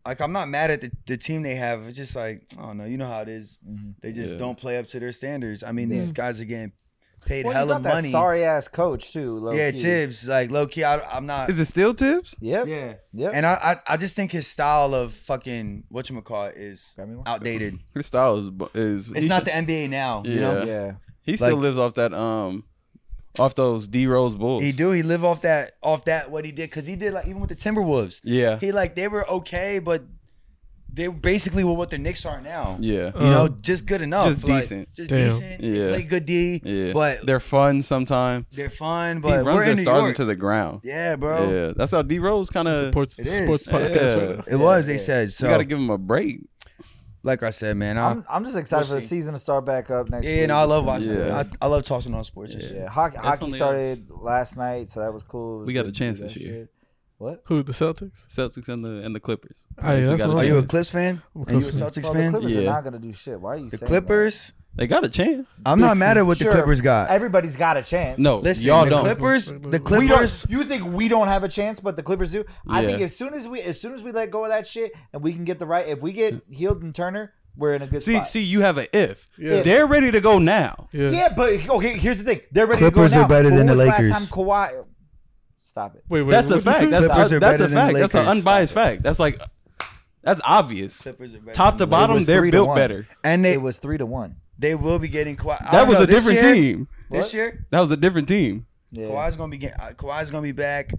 [SPEAKER 2] Like, I'm not mad at the, the team they have. It's just like I don't know. You know how it is.
[SPEAKER 1] Mm-hmm.
[SPEAKER 2] They just
[SPEAKER 3] Yeah.
[SPEAKER 2] don't play up to their standards. I mean, these guys are getting paid
[SPEAKER 1] Well, you
[SPEAKER 2] hella
[SPEAKER 1] got that
[SPEAKER 2] money.
[SPEAKER 1] sorry ass coach too. low
[SPEAKER 2] yeah,
[SPEAKER 1] key.
[SPEAKER 2] Tibbs. Like low key, I, I'm not.
[SPEAKER 3] Is it still Tibbs?
[SPEAKER 1] Yep.
[SPEAKER 2] Yeah.
[SPEAKER 1] Yep.
[SPEAKER 2] And I, I I just think his style of fucking whatchamacallit is
[SPEAKER 1] Grab me one? [LAUGHS]
[SPEAKER 2] outdated.
[SPEAKER 3] His style is. bu- is
[SPEAKER 2] It's
[SPEAKER 3] he
[SPEAKER 2] not
[SPEAKER 3] should-
[SPEAKER 2] the NBA now. You know?
[SPEAKER 3] Yeah.
[SPEAKER 1] yeah.
[SPEAKER 3] He still
[SPEAKER 2] like-
[SPEAKER 3] lives off that um, off those D Rose Bulls.
[SPEAKER 2] He do he live off that off that what he did because he did like even with the Timberwolves.
[SPEAKER 3] Yeah.
[SPEAKER 2] He like they were okay, but they basically were what the Knicks are now.
[SPEAKER 3] yeah.
[SPEAKER 2] You know,
[SPEAKER 4] Uh,
[SPEAKER 2] just good enough.
[SPEAKER 3] just
[SPEAKER 2] like,
[SPEAKER 3] decent.
[SPEAKER 2] Just
[SPEAKER 4] Damn.
[SPEAKER 2] decent. They
[SPEAKER 3] Yeah.
[SPEAKER 2] Play good D.
[SPEAKER 3] yeah.
[SPEAKER 2] But they're
[SPEAKER 3] they're fun sometimes.
[SPEAKER 2] they're fun.
[SPEAKER 3] He
[SPEAKER 2] But
[SPEAKER 3] runs
[SPEAKER 2] we're
[SPEAKER 3] their
[SPEAKER 2] in New
[SPEAKER 3] stars
[SPEAKER 2] York.
[SPEAKER 3] into the ground.
[SPEAKER 2] yeah, bro.
[SPEAKER 3] Yeah. That's how D Rose kind of.
[SPEAKER 4] Sports,
[SPEAKER 2] It is.
[SPEAKER 4] sports podcast.
[SPEAKER 3] Yeah.
[SPEAKER 4] right now.
[SPEAKER 2] It was they said so.
[SPEAKER 3] You got to give him a break.
[SPEAKER 2] like I said, man. I,
[SPEAKER 1] I'm, I'm just excited for
[SPEAKER 2] We'll
[SPEAKER 1] the
[SPEAKER 2] see.
[SPEAKER 1] season to start back up next.
[SPEAKER 2] yeah,
[SPEAKER 1] week.
[SPEAKER 2] and I love watching.
[SPEAKER 3] Yeah.
[SPEAKER 2] I, I love tossing on sports. and shit.
[SPEAKER 1] Yeah, hockey, hockey
[SPEAKER 3] on the
[SPEAKER 1] started last night, so that was cool. It was
[SPEAKER 3] We got
[SPEAKER 1] good
[SPEAKER 3] a
[SPEAKER 1] to
[SPEAKER 3] chance
[SPEAKER 1] do
[SPEAKER 3] this
[SPEAKER 1] that
[SPEAKER 3] year.
[SPEAKER 1] shit. What?
[SPEAKER 4] Who the Celtics?
[SPEAKER 3] Celtics and the and the Clippers.
[SPEAKER 4] Ah, yeah,
[SPEAKER 3] They
[SPEAKER 4] that's
[SPEAKER 3] got a
[SPEAKER 4] what
[SPEAKER 2] Are
[SPEAKER 4] I'm
[SPEAKER 3] chance.
[SPEAKER 2] you a Clips fan? Are
[SPEAKER 4] a
[SPEAKER 2] you a
[SPEAKER 4] Clips fan.
[SPEAKER 2] Celtics
[SPEAKER 1] Well, the
[SPEAKER 2] fan?
[SPEAKER 1] Clippers
[SPEAKER 3] Yeah.
[SPEAKER 1] are not gonna do shit. Why are you?
[SPEAKER 2] The
[SPEAKER 1] saying
[SPEAKER 2] Clippers.
[SPEAKER 3] They got a chance.
[SPEAKER 2] I'm not mad at what the
[SPEAKER 1] Sure,
[SPEAKER 2] Clippers got.
[SPEAKER 1] Everybody's got a chance.
[SPEAKER 3] No,
[SPEAKER 2] Listen,
[SPEAKER 3] y'all
[SPEAKER 2] the
[SPEAKER 3] don't.
[SPEAKER 2] Clippers. The
[SPEAKER 1] We
[SPEAKER 2] Clippers.
[SPEAKER 1] don't- you think we don't have a chance, but the Clippers do. I
[SPEAKER 3] Yeah.
[SPEAKER 1] think as soon as we as soon as we let go of that shit and we can get the right, if we get Healed and Turner, we're in a good
[SPEAKER 3] See,
[SPEAKER 1] spot.
[SPEAKER 3] see, you have an if.
[SPEAKER 4] Yeah.
[SPEAKER 3] They're ready to go now.
[SPEAKER 4] Yeah.
[SPEAKER 1] yeah, but okay. Here's the thing: they're ready
[SPEAKER 2] Clippers
[SPEAKER 1] to go now.
[SPEAKER 2] are better
[SPEAKER 1] But
[SPEAKER 2] than
[SPEAKER 1] when
[SPEAKER 2] the
[SPEAKER 1] was last
[SPEAKER 2] Lakers.
[SPEAKER 1] time Kawhi. Stop it.
[SPEAKER 4] Wait, wait.
[SPEAKER 3] That's a
[SPEAKER 4] what you
[SPEAKER 3] fact.
[SPEAKER 4] said?
[SPEAKER 3] That's
[SPEAKER 2] Clippers
[SPEAKER 3] a,
[SPEAKER 2] are better
[SPEAKER 3] that's a
[SPEAKER 2] than
[SPEAKER 3] fact. That's an
[SPEAKER 2] Lakers.
[SPEAKER 3] unbiased fact. That's like that's obvious.
[SPEAKER 2] Clippers are better
[SPEAKER 3] Top to
[SPEAKER 2] than
[SPEAKER 3] bottom,
[SPEAKER 1] was
[SPEAKER 3] they're
[SPEAKER 1] three to
[SPEAKER 3] built
[SPEAKER 1] one.
[SPEAKER 3] better.
[SPEAKER 2] And they
[SPEAKER 1] It was three to one.
[SPEAKER 2] they will be getting Kawhi. I
[SPEAKER 3] That
[SPEAKER 2] don't
[SPEAKER 3] was
[SPEAKER 2] know,
[SPEAKER 3] a
[SPEAKER 2] this
[SPEAKER 3] different
[SPEAKER 2] year-
[SPEAKER 3] team.
[SPEAKER 2] This
[SPEAKER 1] What?
[SPEAKER 2] year,
[SPEAKER 3] That was a different team.
[SPEAKER 1] Yeah.
[SPEAKER 2] Kawhi's gonna be getting, uh, Kawhi's gonna be back.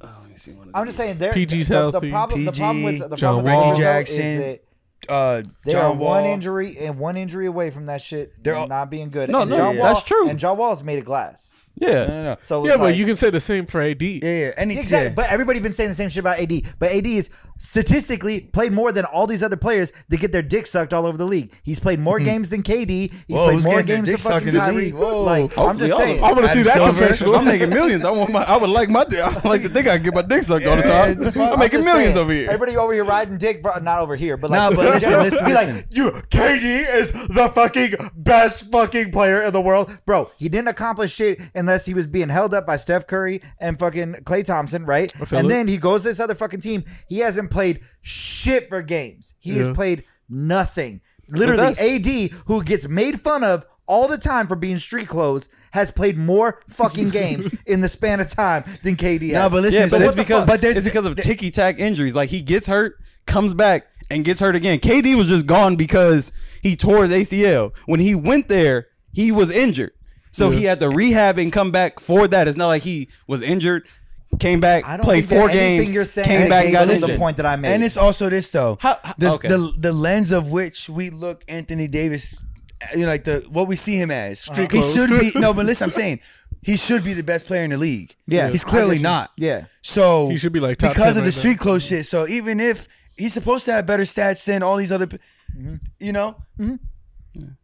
[SPEAKER 3] Oh, let me see one of
[SPEAKER 1] I'm just
[SPEAKER 3] these.
[SPEAKER 1] saying, they're,
[SPEAKER 4] PG's
[SPEAKER 1] the, the
[SPEAKER 4] healthy.
[SPEAKER 1] problem. the problem with the
[SPEAKER 4] John
[SPEAKER 1] problem with
[SPEAKER 4] Wall.
[SPEAKER 1] Toronto
[SPEAKER 2] Jackson.
[SPEAKER 1] is that
[SPEAKER 2] Uh,
[SPEAKER 1] They
[SPEAKER 2] John
[SPEAKER 1] are
[SPEAKER 2] Wall.
[SPEAKER 1] one injury and one injury away from that shit.
[SPEAKER 2] They're
[SPEAKER 1] and
[SPEAKER 2] all-
[SPEAKER 1] not being good.
[SPEAKER 3] No,
[SPEAKER 1] and
[SPEAKER 3] no,
[SPEAKER 1] John
[SPEAKER 2] yeah,
[SPEAKER 1] Wall,
[SPEAKER 3] that's true.
[SPEAKER 1] And John Wall is made of glass,
[SPEAKER 3] Yeah.
[SPEAKER 2] No, no, no.
[SPEAKER 1] so it's
[SPEAKER 4] Yeah, but
[SPEAKER 1] like-
[SPEAKER 4] you can say the same for AD.
[SPEAKER 2] Yeah, yeah. And he's
[SPEAKER 1] exactly.
[SPEAKER 2] yeah.
[SPEAKER 1] But everybody been saying the same shit about AD. But AD is statistically played more than all these other players that get their dick sucked all over the league. He's played more
[SPEAKER 2] Mm-hmm.
[SPEAKER 1] games than KD. He's
[SPEAKER 2] Whoa,
[SPEAKER 1] played
[SPEAKER 2] who's
[SPEAKER 1] more
[SPEAKER 2] getting their
[SPEAKER 1] games
[SPEAKER 2] dick
[SPEAKER 1] than
[SPEAKER 2] sucked
[SPEAKER 1] fucking
[SPEAKER 2] in the
[SPEAKER 1] Kyrie.
[SPEAKER 2] league? Whoa.
[SPEAKER 1] Like I'm
[SPEAKER 3] Hopefully
[SPEAKER 1] just
[SPEAKER 3] all of
[SPEAKER 1] saying.
[SPEAKER 3] them.
[SPEAKER 4] I want to see
[SPEAKER 2] Adam
[SPEAKER 4] that
[SPEAKER 2] Silver.
[SPEAKER 3] If [LAUGHS]
[SPEAKER 4] confessional.
[SPEAKER 3] I'm making millions, I want my. I would like my. I would like to think I get my dick sucked all the time. [LAUGHS] I'm making
[SPEAKER 1] just
[SPEAKER 3] millions
[SPEAKER 1] saying,
[SPEAKER 3] over here.
[SPEAKER 1] Everybody over here riding dick, bro, not over here, but like, [LAUGHS]
[SPEAKER 2] Nah, but
[SPEAKER 1] in
[SPEAKER 2] listen,
[SPEAKER 1] general,
[SPEAKER 2] listen,
[SPEAKER 1] be
[SPEAKER 2] listen.
[SPEAKER 1] like, you KD is the fucking best fucking player in the world, bro. He didn't accomplish shit unless he was being held up by Steph Curry and fucking Clay Thompson, right?
[SPEAKER 4] feel
[SPEAKER 1] And
[SPEAKER 4] it.
[SPEAKER 1] then he goes to this other fucking team. He hasn't played shit for games. He
[SPEAKER 4] Yeah.
[SPEAKER 1] has played nothing. Literally,
[SPEAKER 3] that's-
[SPEAKER 1] AD, who gets made fun of. All the time for being street clothes has played more fucking [LAUGHS] games in the span of time than KD.
[SPEAKER 2] Nah,
[SPEAKER 1] has.
[SPEAKER 2] but listen,
[SPEAKER 3] Yeah,
[SPEAKER 2] so
[SPEAKER 3] but it's
[SPEAKER 2] what the
[SPEAKER 3] because
[SPEAKER 2] fuck- but there's-
[SPEAKER 3] it's because of ticky tack injuries. Like he gets hurt, comes back, and gets hurt again. KD was just gone because he tore his ACL. When he went there, he was injured, so he had to rehab and come back for that. It's not like he was injured, came
[SPEAKER 1] I
[SPEAKER 3] back,
[SPEAKER 1] don't
[SPEAKER 3] played
[SPEAKER 1] think that
[SPEAKER 3] four
[SPEAKER 1] anything
[SPEAKER 3] games,
[SPEAKER 1] you're saying
[SPEAKER 3] came back,
[SPEAKER 1] negates
[SPEAKER 3] got
[SPEAKER 1] the
[SPEAKER 3] injured.
[SPEAKER 1] point that I made.
[SPEAKER 2] And it's also this though.
[SPEAKER 3] How- how-
[SPEAKER 2] the,
[SPEAKER 3] okay.
[SPEAKER 2] the the lens of which we look Anthony Davis, you know, like the what we see him as.
[SPEAKER 4] Street
[SPEAKER 2] he
[SPEAKER 4] clothes.
[SPEAKER 2] should be
[SPEAKER 1] [LAUGHS]
[SPEAKER 2] no, but listen, I'm saying he should be the best player in the league.
[SPEAKER 1] Yeah.
[SPEAKER 2] he's
[SPEAKER 1] I
[SPEAKER 2] clearly
[SPEAKER 1] get you.
[SPEAKER 2] not.
[SPEAKER 1] Yeah.
[SPEAKER 2] so
[SPEAKER 4] He should be, like, top
[SPEAKER 2] because
[SPEAKER 4] 10
[SPEAKER 2] of the
[SPEAKER 4] right now.
[SPEAKER 2] street clothes shit. So even if he's supposed to have better stats than all these other, p
[SPEAKER 4] Mm-hmm.
[SPEAKER 2] you know.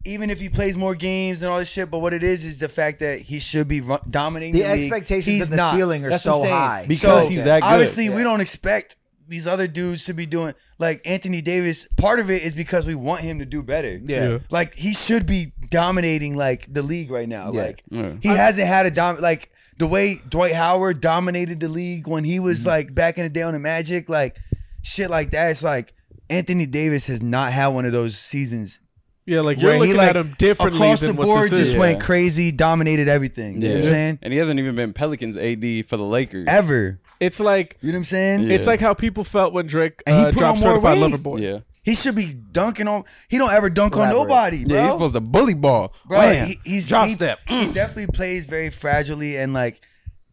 [SPEAKER 2] Even if he plays more games and all this shit, but what it is is the fact that he should be run- dominating
[SPEAKER 1] The
[SPEAKER 2] the, league.
[SPEAKER 1] expectations
[SPEAKER 2] He's
[SPEAKER 1] and the
[SPEAKER 2] not.
[SPEAKER 1] ceiling are
[SPEAKER 2] That's what I'm
[SPEAKER 1] so
[SPEAKER 2] saying.
[SPEAKER 1] high.
[SPEAKER 3] Because
[SPEAKER 2] So,
[SPEAKER 3] he's that good.
[SPEAKER 2] Obviously, we
[SPEAKER 1] Yeah.
[SPEAKER 2] don't expect these other dudes to be doing like Anthony Davis. Part of it is because we want him to do better.
[SPEAKER 1] Yeah.
[SPEAKER 4] Yeah.
[SPEAKER 2] Like he should be dominating like the league right now.
[SPEAKER 1] Yeah.
[SPEAKER 2] Like
[SPEAKER 3] Yeah.
[SPEAKER 2] he hasn't had a dom like the way Dwight Howard dominated the league when he was like back in the day on the Magic, like shit like that. It's like Anthony Davis has not had one of those seasons
[SPEAKER 4] Yeah, like
[SPEAKER 2] where
[SPEAKER 4] you're looking
[SPEAKER 2] he like
[SPEAKER 4] at him differently
[SPEAKER 2] across
[SPEAKER 4] than
[SPEAKER 2] the
[SPEAKER 4] what
[SPEAKER 2] board
[SPEAKER 4] this
[SPEAKER 2] just
[SPEAKER 4] is.
[SPEAKER 3] Yeah.
[SPEAKER 2] went crazy, dominated everything. You know what I'm saying?
[SPEAKER 3] and he hasn't even been Pelicans AD for the Lakers.
[SPEAKER 2] Ever.
[SPEAKER 4] It's like
[SPEAKER 2] You know what I'm saying?
[SPEAKER 3] Yeah.
[SPEAKER 4] it's like how people felt when Drake
[SPEAKER 2] And he
[SPEAKER 4] uh,
[SPEAKER 2] put
[SPEAKER 4] dropped
[SPEAKER 2] on more
[SPEAKER 4] Certified
[SPEAKER 2] weight.
[SPEAKER 4] Lover Boy.
[SPEAKER 3] Yeah,
[SPEAKER 2] He should be dunking on. He don't ever dunk on
[SPEAKER 1] Elaborate.
[SPEAKER 2] nobody, bro.
[SPEAKER 3] yeah, he's supposed to bully ball.
[SPEAKER 2] bro,
[SPEAKER 3] Wham,
[SPEAKER 2] he- he's
[SPEAKER 3] drop
[SPEAKER 2] he,
[SPEAKER 3] step. Mm.
[SPEAKER 2] He definitely plays very fragilely and like,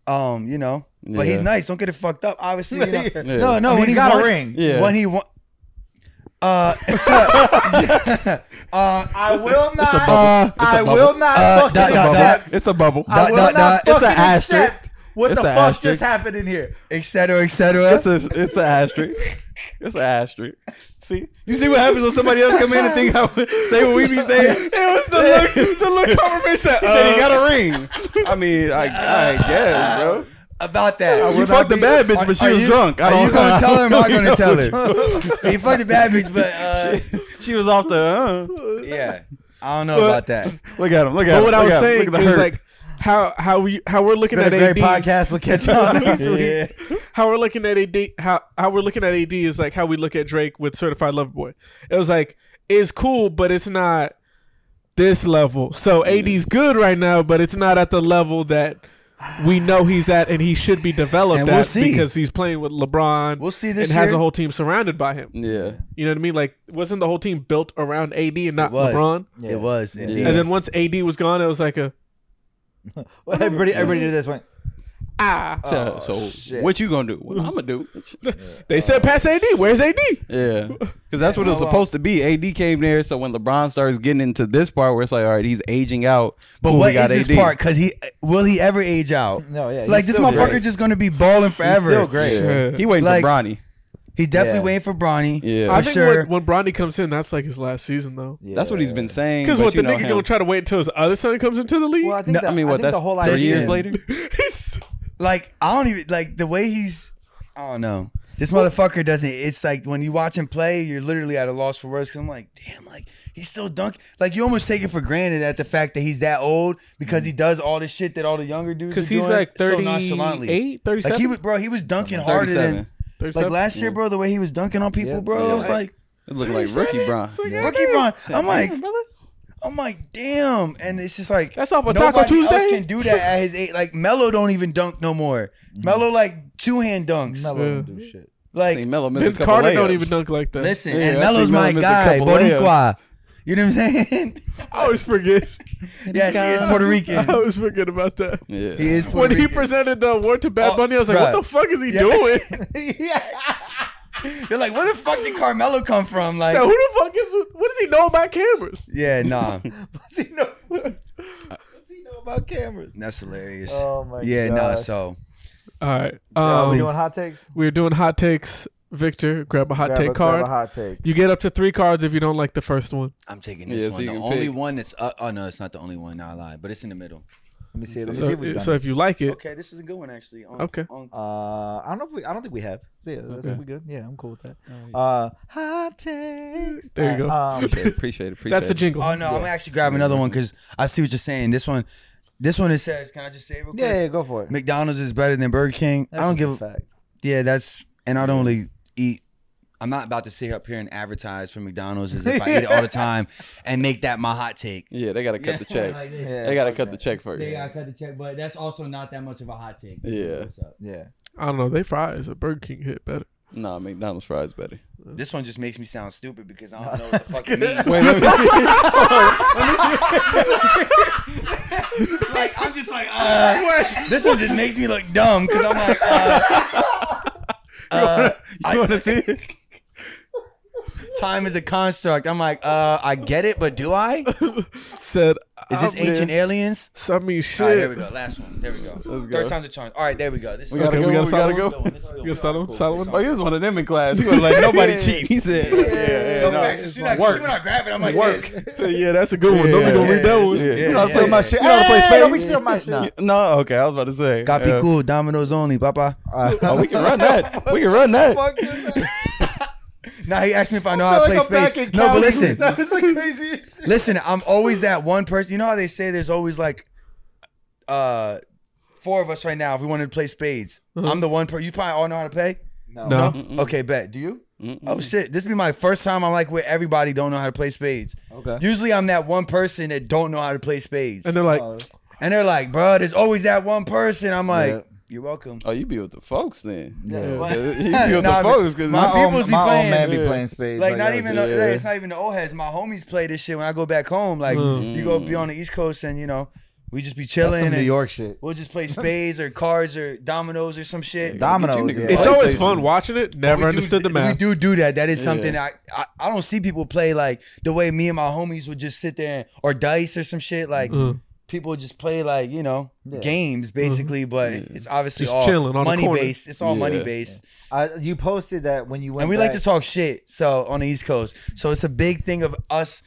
[SPEAKER 2] um, you know. But
[SPEAKER 3] Yeah.
[SPEAKER 2] he's nice. Don't get it fucked up. Obviously, you
[SPEAKER 1] [LAUGHS]
[SPEAKER 2] know.
[SPEAKER 1] Yeah.
[SPEAKER 2] no, no.
[SPEAKER 1] I mean,
[SPEAKER 2] when
[SPEAKER 1] he's
[SPEAKER 2] he
[SPEAKER 1] got a
[SPEAKER 2] wants-
[SPEAKER 1] ring.
[SPEAKER 3] Yeah.
[SPEAKER 2] When he wa-
[SPEAKER 1] I will not.
[SPEAKER 3] bubble. It's a
[SPEAKER 1] I
[SPEAKER 3] bubble.
[SPEAKER 1] will not
[SPEAKER 2] Uh,
[SPEAKER 1] fucking
[SPEAKER 2] dot, dot, dot.
[SPEAKER 1] accept.
[SPEAKER 3] It's a bubble.
[SPEAKER 1] I will
[SPEAKER 2] dot,
[SPEAKER 1] not
[SPEAKER 2] dot.
[SPEAKER 3] It's an
[SPEAKER 1] fucking
[SPEAKER 3] asterisk.
[SPEAKER 1] accept what
[SPEAKER 3] It's
[SPEAKER 1] the
[SPEAKER 3] an
[SPEAKER 1] fuck
[SPEAKER 3] asterisk.
[SPEAKER 1] [LAUGHS] just happened in here.
[SPEAKER 2] et cetera, et cetera.
[SPEAKER 3] It's a it's an asterisk. That's an asterisk. See, you see what happens when somebody else come in and think I would say what we be saying. It was the look. The look Carver Bay said. He said he got a ring. I mean, I, I guess, bro.
[SPEAKER 2] about that.
[SPEAKER 3] You fucked the bad bitch, but she
[SPEAKER 2] Are
[SPEAKER 3] was
[SPEAKER 2] you-
[SPEAKER 3] drunk. I
[SPEAKER 2] Are you
[SPEAKER 3] don't-
[SPEAKER 2] gonna tell her? or Am I
[SPEAKER 3] [LAUGHS] You
[SPEAKER 2] gonna
[SPEAKER 3] know
[SPEAKER 2] tell
[SPEAKER 3] what
[SPEAKER 2] [LAUGHS] her? You fucked the bad bitch, but
[SPEAKER 3] [LAUGHS]
[SPEAKER 2] uh,
[SPEAKER 3] She was off the. Uh,
[SPEAKER 2] yeah, I don't know about that.
[SPEAKER 3] look at him. Look at him.
[SPEAKER 4] But what I
[SPEAKER 3] look
[SPEAKER 4] was
[SPEAKER 3] at him,
[SPEAKER 4] saying
[SPEAKER 3] look at the
[SPEAKER 4] is
[SPEAKER 3] hurt.
[SPEAKER 4] like how how we how we're looking
[SPEAKER 1] Been a
[SPEAKER 4] at
[SPEAKER 1] great
[SPEAKER 4] AD.
[SPEAKER 1] podcast. We'll catch you on [LAUGHS] next week.
[SPEAKER 2] Yeah.
[SPEAKER 4] How we're looking at AD. How how we're looking at AD is like how we look at Drake with Certified Lover Boy. It was like it's cool, but it's not this level. So AD's good right now, but it's not at the level that. We know he's at, and he should be developed
[SPEAKER 2] And we'll
[SPEAKER 4] at
[SPEAKER 2] see.
[SPEAKER 4] because he's playing with LeBron.
[SPEAKER 2] We'll see this
[SPEAKER 4] and has
[SPEAKER 2] year.
[SPEAKER 4] a whole team surrounded by him.
[SPEAKER 3] yeah.
[SPEAKER 4] You know what I mean? Like, wasn't the whole team built around AD and not
[SPEAKER 2] It was.
[SPEAKER 4] LeBron?
[SPEAKER 1] Yeah.
[SPEAKER 2] It was. indeed.
[SPEAKER 4] And then once AD was gone, it was like a
[SPEAKER 1] Well, everybody, everybody did this one.
[SPEAKER 4] ah.
[SPEAKER 3] So, so
[SPEAKER 1] shit.
[SPEAKER 3] what you gonna do? What I'm gonna do?
[SPEAKER 4] They said pass AD. Where's AD?
[SPEAKER 3] Yeah,
[SPEAKER 4] [LAUGHS]
[SPEAKER 3] because that's what it was
[SPEAKER 1] Hold on.
[SPEAKER 3] supposed to be. AD came there, so when LeBron starts getting into this part where it's like, all right, he's aging out.
[SPEAKER 2] But
[SPEAKER 3] Cool, we
[SPEAKER 2] what is
[SPEAKER 3] got
[SPEAKER 2] this
[SPEAKER 3] AD.
[SPEAKER 2] part? Because he will he ever age out?
[SPEAKER 1] No, yeah, he's
[SPEAKER 2] Like this
[SPEAKER 1] still
[SPEAKER 2] motherfucker
[SPEAKER 1] great.
[SPEAKER 2] just gonna be balling forever.
[SPEAKER 1] Still great.
[SPEAKER 3] Yeah. He waiting
[SPEAKER 2] Like-
[SPEAKER 3] for Bronny.
[SPEAKER 2] He definitely
[SPEAKER 1] Yeah.
[SPEAKER 2] waiting for Bronny.
[SPEAKER 3] Yeah.
[SPEAKER 2] for
[SPEAKER 4] I think
[SPEAKER 2] sure.
[SPEAKER 4] when, when Bronny comes in, that's like his last season though.
[SPEAKER 3] That's what he's been saying.
[SPEAKER 4] Because
[SPEAKER 3] but
[SPEAKER 4] what
[SPEAKER 3] you
[SPEAKER 4] the
[SPEAKER 3] know
[SPEAKER 4] nigga
[SPEAKER 3] him.
[SPEAKER 4] gonna try to wait until his other son comes into the league?
[SPEAKER 1] Well, I think
[SPEAKER 2] No,
[SPEAKER 1] the,
[SPEAKER 3] I mean, what?
[SPEAKER 1] think
[SPEAKER 3] that's
[SPEAKER 1] the whole
[SPEAKER 3] thirty
[SPEAKER 1] idea-
[SPEAKER 3] years later.
[SPEAKER 4] [LAUGHS] He's-
[SPEAKER 2] like I don't even like the way he's. I don't know. This motherfucker doesn't. It's like when you watch him play, you're literally at a loss for words. Cause I'm like, damn, like he's still dunking. Like you almost take it for granted at the fact that he's that old because
[SPEAKER 1] Mm.
[SPEAKER 2] he does all this shit that all the younger dudes.
[SPEAKER 4] Because
[SPEAKER 2] are
[SPEAKER 4] he's
[SPEAKER 2] doing
[SPEAKER 4] like
[SPEAKER 2] so nonchalantly.
[SPEAKER 4] 38,
[SPEAKER 2] Like he
[SPEAKER 4] 37.
[SPEAKER 2] was, bro. He was dunking harder than
[SPEAKER 3] 37.
[SPEAKER 2] like last year, bro. The way he was dunking on people,
[SPEAKER 1] Yeah,
[SPEAKER 2] bro.
[SPEAKER 1] yeah.
[SPEAKER 2] I was like,
[SPEAKER 3] It looked like rookie Bron. Yeah.
[SPEAKER 2] Rookie Bron. I'm like, I'm like, damn. And it's just like
[SPEAKER 4] That's off of
[SPEAKER 2] nobody
[SPEAKER 4] Taco Tuesday?
[SPEAKER 2] Else can do that at his age. Like Melo don't even dunk no more. Melo like two hand dunks.
[SPEAKER 1] Melo don't do [LAUGHS] shit.
[SPEAKER 3] Mm. See,
[SPEAKER 2] Like
[SPEAKER 3] Melo missed a
[SPEAKER 4] Vince
[SPEAKER 3] couple
[SPEAKER 4] Carter
[SPEAKER 3] layups.
[SPEAKER 4] don't even dunk like that.
[SPEAKER 2] listen,
[SPEAKER 3] Yeah,
[SPEAKER 2] and
[SPEAKER 3] I
[SPEAKER 2] Melo's
[SPEAKER 3] see
[SPEAKER 2] my
[SPEAKER 3] Melo missed a
[SPEAKER 2] guy,
[SPEAKER 3] couple layups.
[SPEAKER 2] Boricua. You know what I'm saying?
[SPEAKER 4] I always forget.
[SPEAKER 2] [LAUGHS] yes, he is Puerto
[SPEAKER 4] I
[SPEAKER 3] [LAUGHS]
[SPEAKER 2] Rican.
[SPEAKER 4] always forget about that.
[SPEAKER 3] Yeah.
[SPEAKER 2] He is
[SPEAKER 4] When
[SPEAKER 2] Puerto
[SPEAKER 4] he
[SPEAKER 2] Rican.
[SPEAKER 4] presented the award to Bad
[SPEAKER 2] Oh,
[SPEAKER 4] Bunny, I was like,
[SPEAKER 2] bruh.
[SPEAKER 4] "What the fuck is
[SPEAKER 2] [LAUGHS]
[SPEAKER 4] he doing?" [LAUGHS]
[SPEAKER 2] They're like, where the fuck did Carmelo come from? Like,
[SPEAKER 4] so who the fuck gives? a- What does he know about cameras?
[SPEAKER 2] yeah, nah,
[SPEAKER 1] Does he know? [LAUGHS] Does he know about cameras?
[SPEAKER 2] that's
[SPEAKER 3] [LAUGHS]
[SPEAKER 2] hilarious.
[SPEAKER 1] Oh my
[SPEAKER 2] yeah,
[SPEAKER 1] god.
[SPEAKER 2] nah. So
[SPEAKER 4] All right.
[SPEAKER 1] Are uh, we
[SPEAKER 4] Um,
[SPEAKER 1] doing hot takes?
[SPEAKER 4] we're doing hot takes. Victor, grab a hot
[SPEAKER 1] Grab a-
[SPEAKER 4] take
[SPEAKER 1] grab
[SPEAKER 4] card.
[SPEAKER 1] a hot take.
[SPEAKER 4] You get up to three cards if you don't like the first one.
[SPEAKER 2] I'm taking this
[SPEAKER 3] Yeah, so
[SPEAKER 2] one.
[SPEAKER 3] you
[SPEAKER 2] the
[SPEAKER 3] can
[SPEAKER 2] only
[SPEAKER 3] pick.
[SPEAKER 2] one that's uh, oh no, it's not the only one. Nah, I lied, but it's in the middle.
[SPEAKER 1] Let me see. Let me see if we've
[SPEAKER 4] So,
[SPEAKER 1] done.
[SPEAKER 4] so
[SPEAKER 1] it.
[SPEAKER 4] if you like it,
[SPEAKER 2] Okay, this is a good one actually. On,
[SPEAKER 4] Okay.
[SPEAKER 2] on-
[SPEAKER 1] Uh, I don't know if we. I don't think we have. So yeah, that's we good. Yeah, I'm cool with that. Uh, hot takes.
[SPEAKER 4] There you
[SPEAKER 1] Alright, Um,
[SPEAKER 3] Appreciate it. Appreciate it. Appreciate
[SPEAKER 4] that's the
[SPEAKER 3] it.
[SPEAKER 4] jingle.
[SPEAKER 2] oh no, I'm gonna actually grab another one because I see what you're saying. This one, this one it says. Can I just say it real quick?
[SPEAKER 1] yeah, yeah, go for it.
[SPEAKER 2] McDonald's is better than Burger King.
[SPEAKER 1] That's
[SPEAKER 2] I don't
[SPEAKER 1] just a
[SPEAKER 2] give. A,
[SPEAKER 1] fact.
[SPEAKER 2] yeah, that's and I don't really eat. I'm not about to sit up here and advertise for McDonald's as if I eat it
[SPEAKER 1] [LAUGHS]
[SPEAKER 2] all the time and make that my hot take.
[SPEAKER 3] Yeah, they gotta cut the check.
[SPEAKER 2] Like,
[SPEAKER 1] Yeah.
[SPEAKER 3] They gotta cut the check first.
[SPEAKER 2] They gotta cut the check, but that's also not that much of a hot take.
[SPEAKER 3] Yeah.
[SPEAKER 2] What's up?
[SPEAKER 1] Yeah.
[SPEAKER 4] I don't know. They fries a Burger King hit better.
[SPEAKER 3] Nah, McDonald's fries better.
[SPEAKER 2] This one just makes me sound stupid because I don't know what the fuck it means.
[SPEAKER 3] Wait, [LAUGHS] let me see.
[SPEAKER 2] like I'm just like, uh, this one just makes me look dumb because I'm like, uh, uh, I-
[SPEAKER 3] You wanna see? it?
[SPEAKER 2] time is a construct. I'm like, uh, I get it, but do I?
[SPEAKER 4] Said
[SPEAKER 2] Is
[SPEAKER 4] [LAUGHS] Oh,
[SPEAKER 2] this ancient aliens?
[SPEAKER 4] I mean, shit.
[SPEAKER 2] All right, there we go. Last one. There we go.
[SPEAKER 3] go.
[SPEAKER 2] Third time's a charm. All right, there we go. This is
[SPEAKER 3] We gotta
[SPEAKER 4] Okay,
[SPEAKER 3] go.
[SPEAKER 4] we
[SPEAKER 3] We
[SPEAKER 4] gotta
[SPEAKER 3] gotta
[SPEAKER 4] solve
[SPEAKER 3] go.
[SPEAKER 4] You gonna start on- start on?
[SPEAKER 3] Oh, he was one of them in class. He
[SPEAKER 4] [LAUGHS]
[SPEAKER 3] was like, nobody cheat. He said, yeah, yeah,
[SPEAKER 2] Go
[SPEAKER 3] no.
[SPEAKER 2] back. As soon as as soon as I grab it, I'm like,
[SPEAKER 3] Work.
[SPEAKER 2] this.
[SPEAKER 3] [LAUGHS]
[SPEAKER 4] So yeah, that's a good one. Nobody gonna read that one.
[SPEAKER 3] Yeah.
[SPEAKER 2] yeah,
[SPEAKER 3] You know, I was
[SPEAKER 2] yeah,
[SPEAKER 3] playing
[SPEAKER 2] yeah.
[SPEAKER 3] my shit. You know, I play
[SPEAKER 1] Hey, don't be
[SPEAKER 3] space.
[SPEAKER 1] stealing my shit. [LAUGHS]
[SPEAKER 3] Yeah, No, okay, I was about to say.
[SPEAKER 2] Copy
[SPEAKER 3] uh,
[SPEAKER 2] cool. Dominoes only, papa.
[SPEAKER 3] Oh, we
[SPEAKER 2] [LAUGHS]
[SPEAKER 3] can run that. We can run that.
[SPEAKER 1] Fuck just that.
[SPEAKER 2] Now he asked me if I know
[SPEAKER 1] I
[SPEAKER 2] how
[SPEAKER 1] feel
[SPEAKER 2] to
[SPEAKER 1] like I'm
[SPEAKER 2] play
[SPEAKER 1] back
[SPEAKER 2] space.
[SPEAKER 1] in
[SPEAKER 2] No, but
[SPEAKER 1] Cali. [LAUGHS]
[SPEAKER 2] listen,
[SPEAKER 1] That was the craziest shit.
[SPEAKER 2] Listen, I'm always that one person. You know how they say there's always like uh four of us right now if we wanted to play spades. I'm the one person. You probably all know how to play?
[SPEAKER 4] No.
[SPEAKER 1] Mm-hmm.
[SPEAKER 2] Okay, bet. Do you? Oh shit. This be my first time I'm like where everybody don't know how to play spades.
[SPEAKER 1] Okay.
[SPEAKER 2] Usually I'm that one person that don't know how to play spades.
[SPEAKER 4] And
[SPEAKER 2] And they're,
[SPEAKER 4] they're like,
[SPEAKER 1] Oh,
[SPEAKER 2] like, "Bruh, there's always that one person. I'm like,
[SPEAKER 1] Yeah.
[SPEAKER 2] You're welcome.
[SPEAKER 3] Oh, you be with the folks then.
[SPEAKER 1] Yeah.
[SPEAKER 2] [LAUGHS]
[SPEAKER 3] You be with
[SPEAKER 2] Nah,
[SPEAKER 3] the folks because
[SPEAKER 2] my
[SPEAKER 1] My, old,
[SPEAKER 2] peoples be
[SPEAKER 1] my
[SPEAKER 2] playing,
[SPEAKER 1] old man be
[SPEAKER 3] yeah.
[SPEAKER 1] playing spades.
[SPEAKER 2] Like, not even
[SPEAKER 1] that
[SPEAKER 2] the-
[SPEAKER 3] yeah.
[SPEAKER 2] it's not even the old heads. My homies play this shit when I go back home. Like you go be on the East Coast and you know, we just be
[SPEAKER 1] was-
[SPEAKER 2] chilling
[SPEAKER 1] some New
[SPEAKER 2] and
[SPEAKER 1] York shit.
[SPEAKER 2] We'll just play spades or cards or dominoes or some shit.
[SPEAKER 1] Dominoes.
[SPEAKER 3] niggas
[SPEAKER 1] yeah.
[SPEAKER 4] it's always
[SPEAKER 3] PlayStation.
[SPEAKER 4] fun watching it. Never
[SPEAKER 2] We do-
[SPEAKER 4] understood the
[SPEAKER 2] We
[SPEAKER 4] math.
[SPEAKER 2] do do that. That is something I, I
[SPEAKER 4] Mm-hmm.
[SPEAKER 2] I don't see people play like the way me and my homies would just sit there and, or dice or some shit. Like people just play like you know
[SPEAKER 1] Yeah.
[SPEAKER 2] games basically, but it's obviously
[SPEAKER 4] Just
[SPEAKER 2] all
[SPEAKER 4] chilling on the
[SPEAKER 2] money
[SPEAKER 4] corner.
[SPEAKER 2] based. It's all money
[SPEAKER 3] Yeah.
[SPEAKER 2] based,
[SPEAKER 1] I, you posted that when you went.
[SPEAKER 2] and we like
[SPEAKER 1] back- [LAUGHS]
[SPEAKER 2] to talk shit. So on the East Coast, so it's a big thing of us.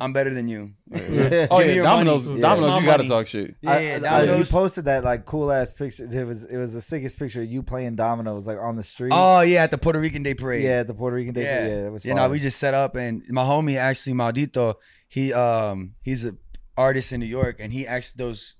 [SPEAKER 2] I'm better than you.
[SPEAKER 3] Oh
[SPEAKER 2] Give me
[SPEAKER 3] yeah,
[SPEAKER 2] your
[SPEAKER 3] Domino's.
[SPEAKER 2] money.
[SPEAKER 3] Domino's,
[SPEAKER 2] It's my
[SPEAKER 3] you gotta
[SPEAKER 2] money.
[SPEAKER 3] talk shit.
[SPEAKER 1] I-
[SPEAKER 2] Yeah,
[SPEAKER 1] I- Uh, you
[SPEAKER 2] Domino's.
[SPEAKER 1] posted that like cool ass picture. It was it was the sickest picture of you playing dominoes like on the street.
[SPEAKER 2] Oh yeah, at the Puerto Rican Day Parade.
[SPEAKER 1] yeah, at the Puerto Rican day. Yeah,
[SPEAKER 2] yeah,
[SPEAKER 1] it was.
[SPEAKER 2] You
[SPEAKER 1] Fun.
[SPEAKER 2] know, we just set up, and my homie actually Maldito, he um he's a artist in New York, and he actually those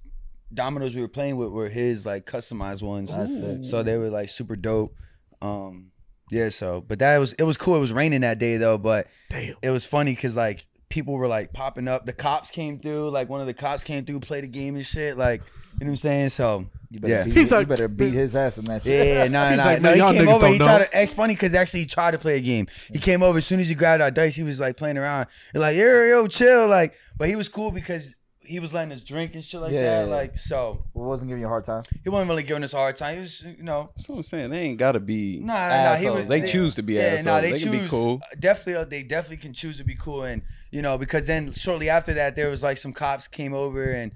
[SPEAKER 2] dominoes we were playing with were his like customized ones,
[SPEAKER 1] That's sick.
[SPEAKER 2] so they were like super dope. Um, yeah, so but that was it was cool. It was raining that day though, but
[SPEAKER 4] Damn.
[SPEAKER 2] it was funny because like people were like popping up. The cops came through, like one of the cops came through, played a game and shit, like you know what I'm saying. So
[SPEAKER 1] You better
[SPEAKER 2] yeah.
[SPEAKER 1] beat,
[SPEAKER 4] He's
[SPEAKER 1] you
[SPEAKER 4] like-
[SPEAKER 1] [LAUGHS] better beat his ass in that shit.
[SPEAKER 4] [LAUGHS]
[SPEAKER 2] Yeah, nah,
[SPEAKER 4] He's
[SPEAKER 2] nah.
[SPEAKER 4] like,
[SPEAKER 2] no,
[SPEAKER 4] man, y'all
[SPEAKER 2] he came
[SPEAKER 4] niggas
[SPEAKER 2] over. He
[SPEAKER 4] don't
[SPEAKER 2] tried
[SPEAKER 4] know.
[SPEAKER 2] to, it's funny because actually he tried to play a game. He came over as soon as he grabbed our dice. He was like playing around. You're like, yo, yo, chill, like. But he was cool because he was letting us drink and shit like
[SPEAKER 1] Yeah,
[SPEAKER 2] that.
[SPEAKER 1] yeah, yeah.
[SPEAKER 2] Like so,
[SPEAKER 1] wasn't giving you a hard time.
[SPEAKER 2] he wasn't really giving us a hard time. He was, you know,
[SPEAKER 3] That's what I'm saying. They ain't gotta be
[SPEAKER 2] nah, nah, nah. He
[SPEAKER 3] assholes.
[SPEAKER 2] was,
[SPEAKER 3] they, choose to be assholes.
[SPEAKER 2] nah,
[SPEAKER 3] they can be cool.
[SPEAKER 2] Definitely, uh, they definitely can choose to be cool, and you know, because then shortly after that, there was like some cops came over and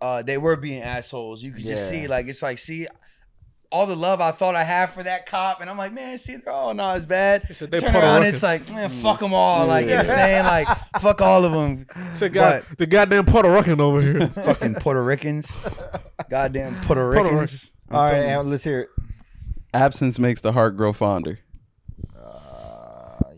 [SPEAKER 2] uh, they were being assholes. You could just
[SPEAKER 1] Yeah.
[SPEAKER 2] see, like, it's like, see. All the love I thought I had for that cop, and I'm like, man, see, they're all not as bad.
[SPEAKER 4] said they
[SPEAKER 2] Turn
[SPEAKER 4] Puerto
[SPEAKER 2] around,
[SPEAKER 4] Rican.
[SPEAKER 2] it's like, man,
[SPEAKER 3] Mm.
[SPEAKER 2] fuck them all. Like, you know what I'm saying? Like, fuck all of them.
[SPEAKER 4] So God, the goddamn Puerto Rican over here.
[SPEAKER 2] fucking Puerto
[SPEAKER 3] [LAUGHS]
[SPEAKER 2] Ricans. Goddamn Puerto
[SPEAKER 4] Puerto
[SPEAKER 2] Ricans.
[SPEAKER 1] All right, and let's hear it.
[SPEAKER 3] Absence makes the heart grow fonder.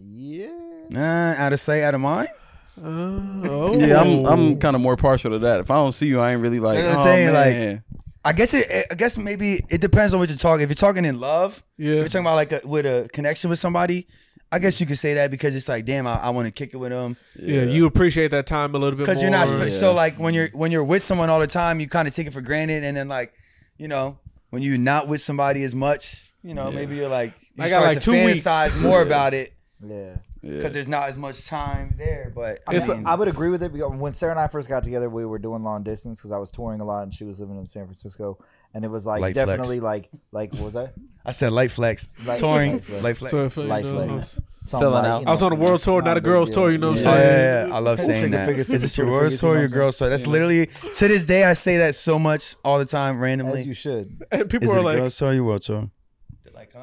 [SPEAKER 1] Yeah.
[SPEAKER 2] Nah, out of sight, out of mind.
[SPEAKER 4] [LAUGHS] Oh,
[SPEAKER 3] Yeah, I'm I'm kind of more partial to that. If I don't see you, I ain't really like.
[SPEAKER 2] You know what I'm
[SPEAKER 3] oh,
[SPEAKER 2] saying? Like,
[SPEAKER 3] man.
[SPEAKER 2] I guess it. I guess maybe it depends on what you're talking. If you're talking in love,
[SPEAKER 4] Yeah.
[SPEAKER 2] if you're talking about like a, with a connection with somebody. I guess you could say that because it's like, damn, I, I want to kick it with them.
[SPEAKER 4] yeah, you appreciate that time a little bit more.
[SPEAKER 2] Because you're not
[SPEAKER 3] Or-
[SPEAKER 2] sp- so like when you're when you're with someone all the time, you kind of take it for granted, and then like, you know, when you're not with somebody as much, you know, maybe you're like, you
[SPEAKER 4] I got,
[SPEAKER 2] start
[SPEAKER 4] like,
[SPEAKER 2] to
[SPEAKER 4] two weeks.
[SPEAKER 2] fantasize more about it
[SPEAKER 1] Yeah.
[SPEAKER 2] because there's not as much time there. But I
[SPEAKER 4] It's a-
[SPEAKER 2] mean,
[SPEAKER 1] I would agree with it because when Sarah and I first got together, we were doing long distance because I was touring a lot and she was living in San Francisco, and it was like
[SPEAKER 2] Light flex.
[SPEAKER 1] definitely like like what was that
[SPEAKER 2] I said light flex,
[SPEAKER 1] Light-
[SPEAKER 2] touring,
[SPEAKER 1] light flex.
[SPEAKER 2] light flex.
[SPEAKER 4] So if, [LAUGHS] you
[SPEAKER 1] life
[SPEAKER 4] know,
[SPEAKER 1] legs.
[SPEAKER 3] Selling out.
[SPEAKER 4] I was on a world tour, not a girls' tour, you know what I'm
[SPEAKER 2] Yeah,
[SPEAKER 4] saying?
[SPEAKER 2] yeah, yeah. I love saying
[SPEAKER 1] Finger
[SPEAKER 2] that.
[SPEAKER 1] figures,
[SPEAKER 2] Is
[SPEAKER 1] finger
[SPEAKER 2] this your
[SPEAKER 1] fingers,
[SPEAKER 2] worst
[SPEAKER 1] fingers,
[SPEAKER 2] story or
[SPEAKER 1] you
[SPEAKER 2] your
[SPEAKER 1] know
[SPEAKER 2] girl's story? That's literally to this day I say that so much all the time
[SPEAKER 1] As you
[SPEAKER 2] randomly.
[SPEAKER 1] should.
[SPEAKER 4] and people
[SPEAKER 2] Is it
[SPEAKER 4] are
[SPEAKER 2] a
[SPEAKER 4] like,
[SPEAKER 2] girl's story or your world story?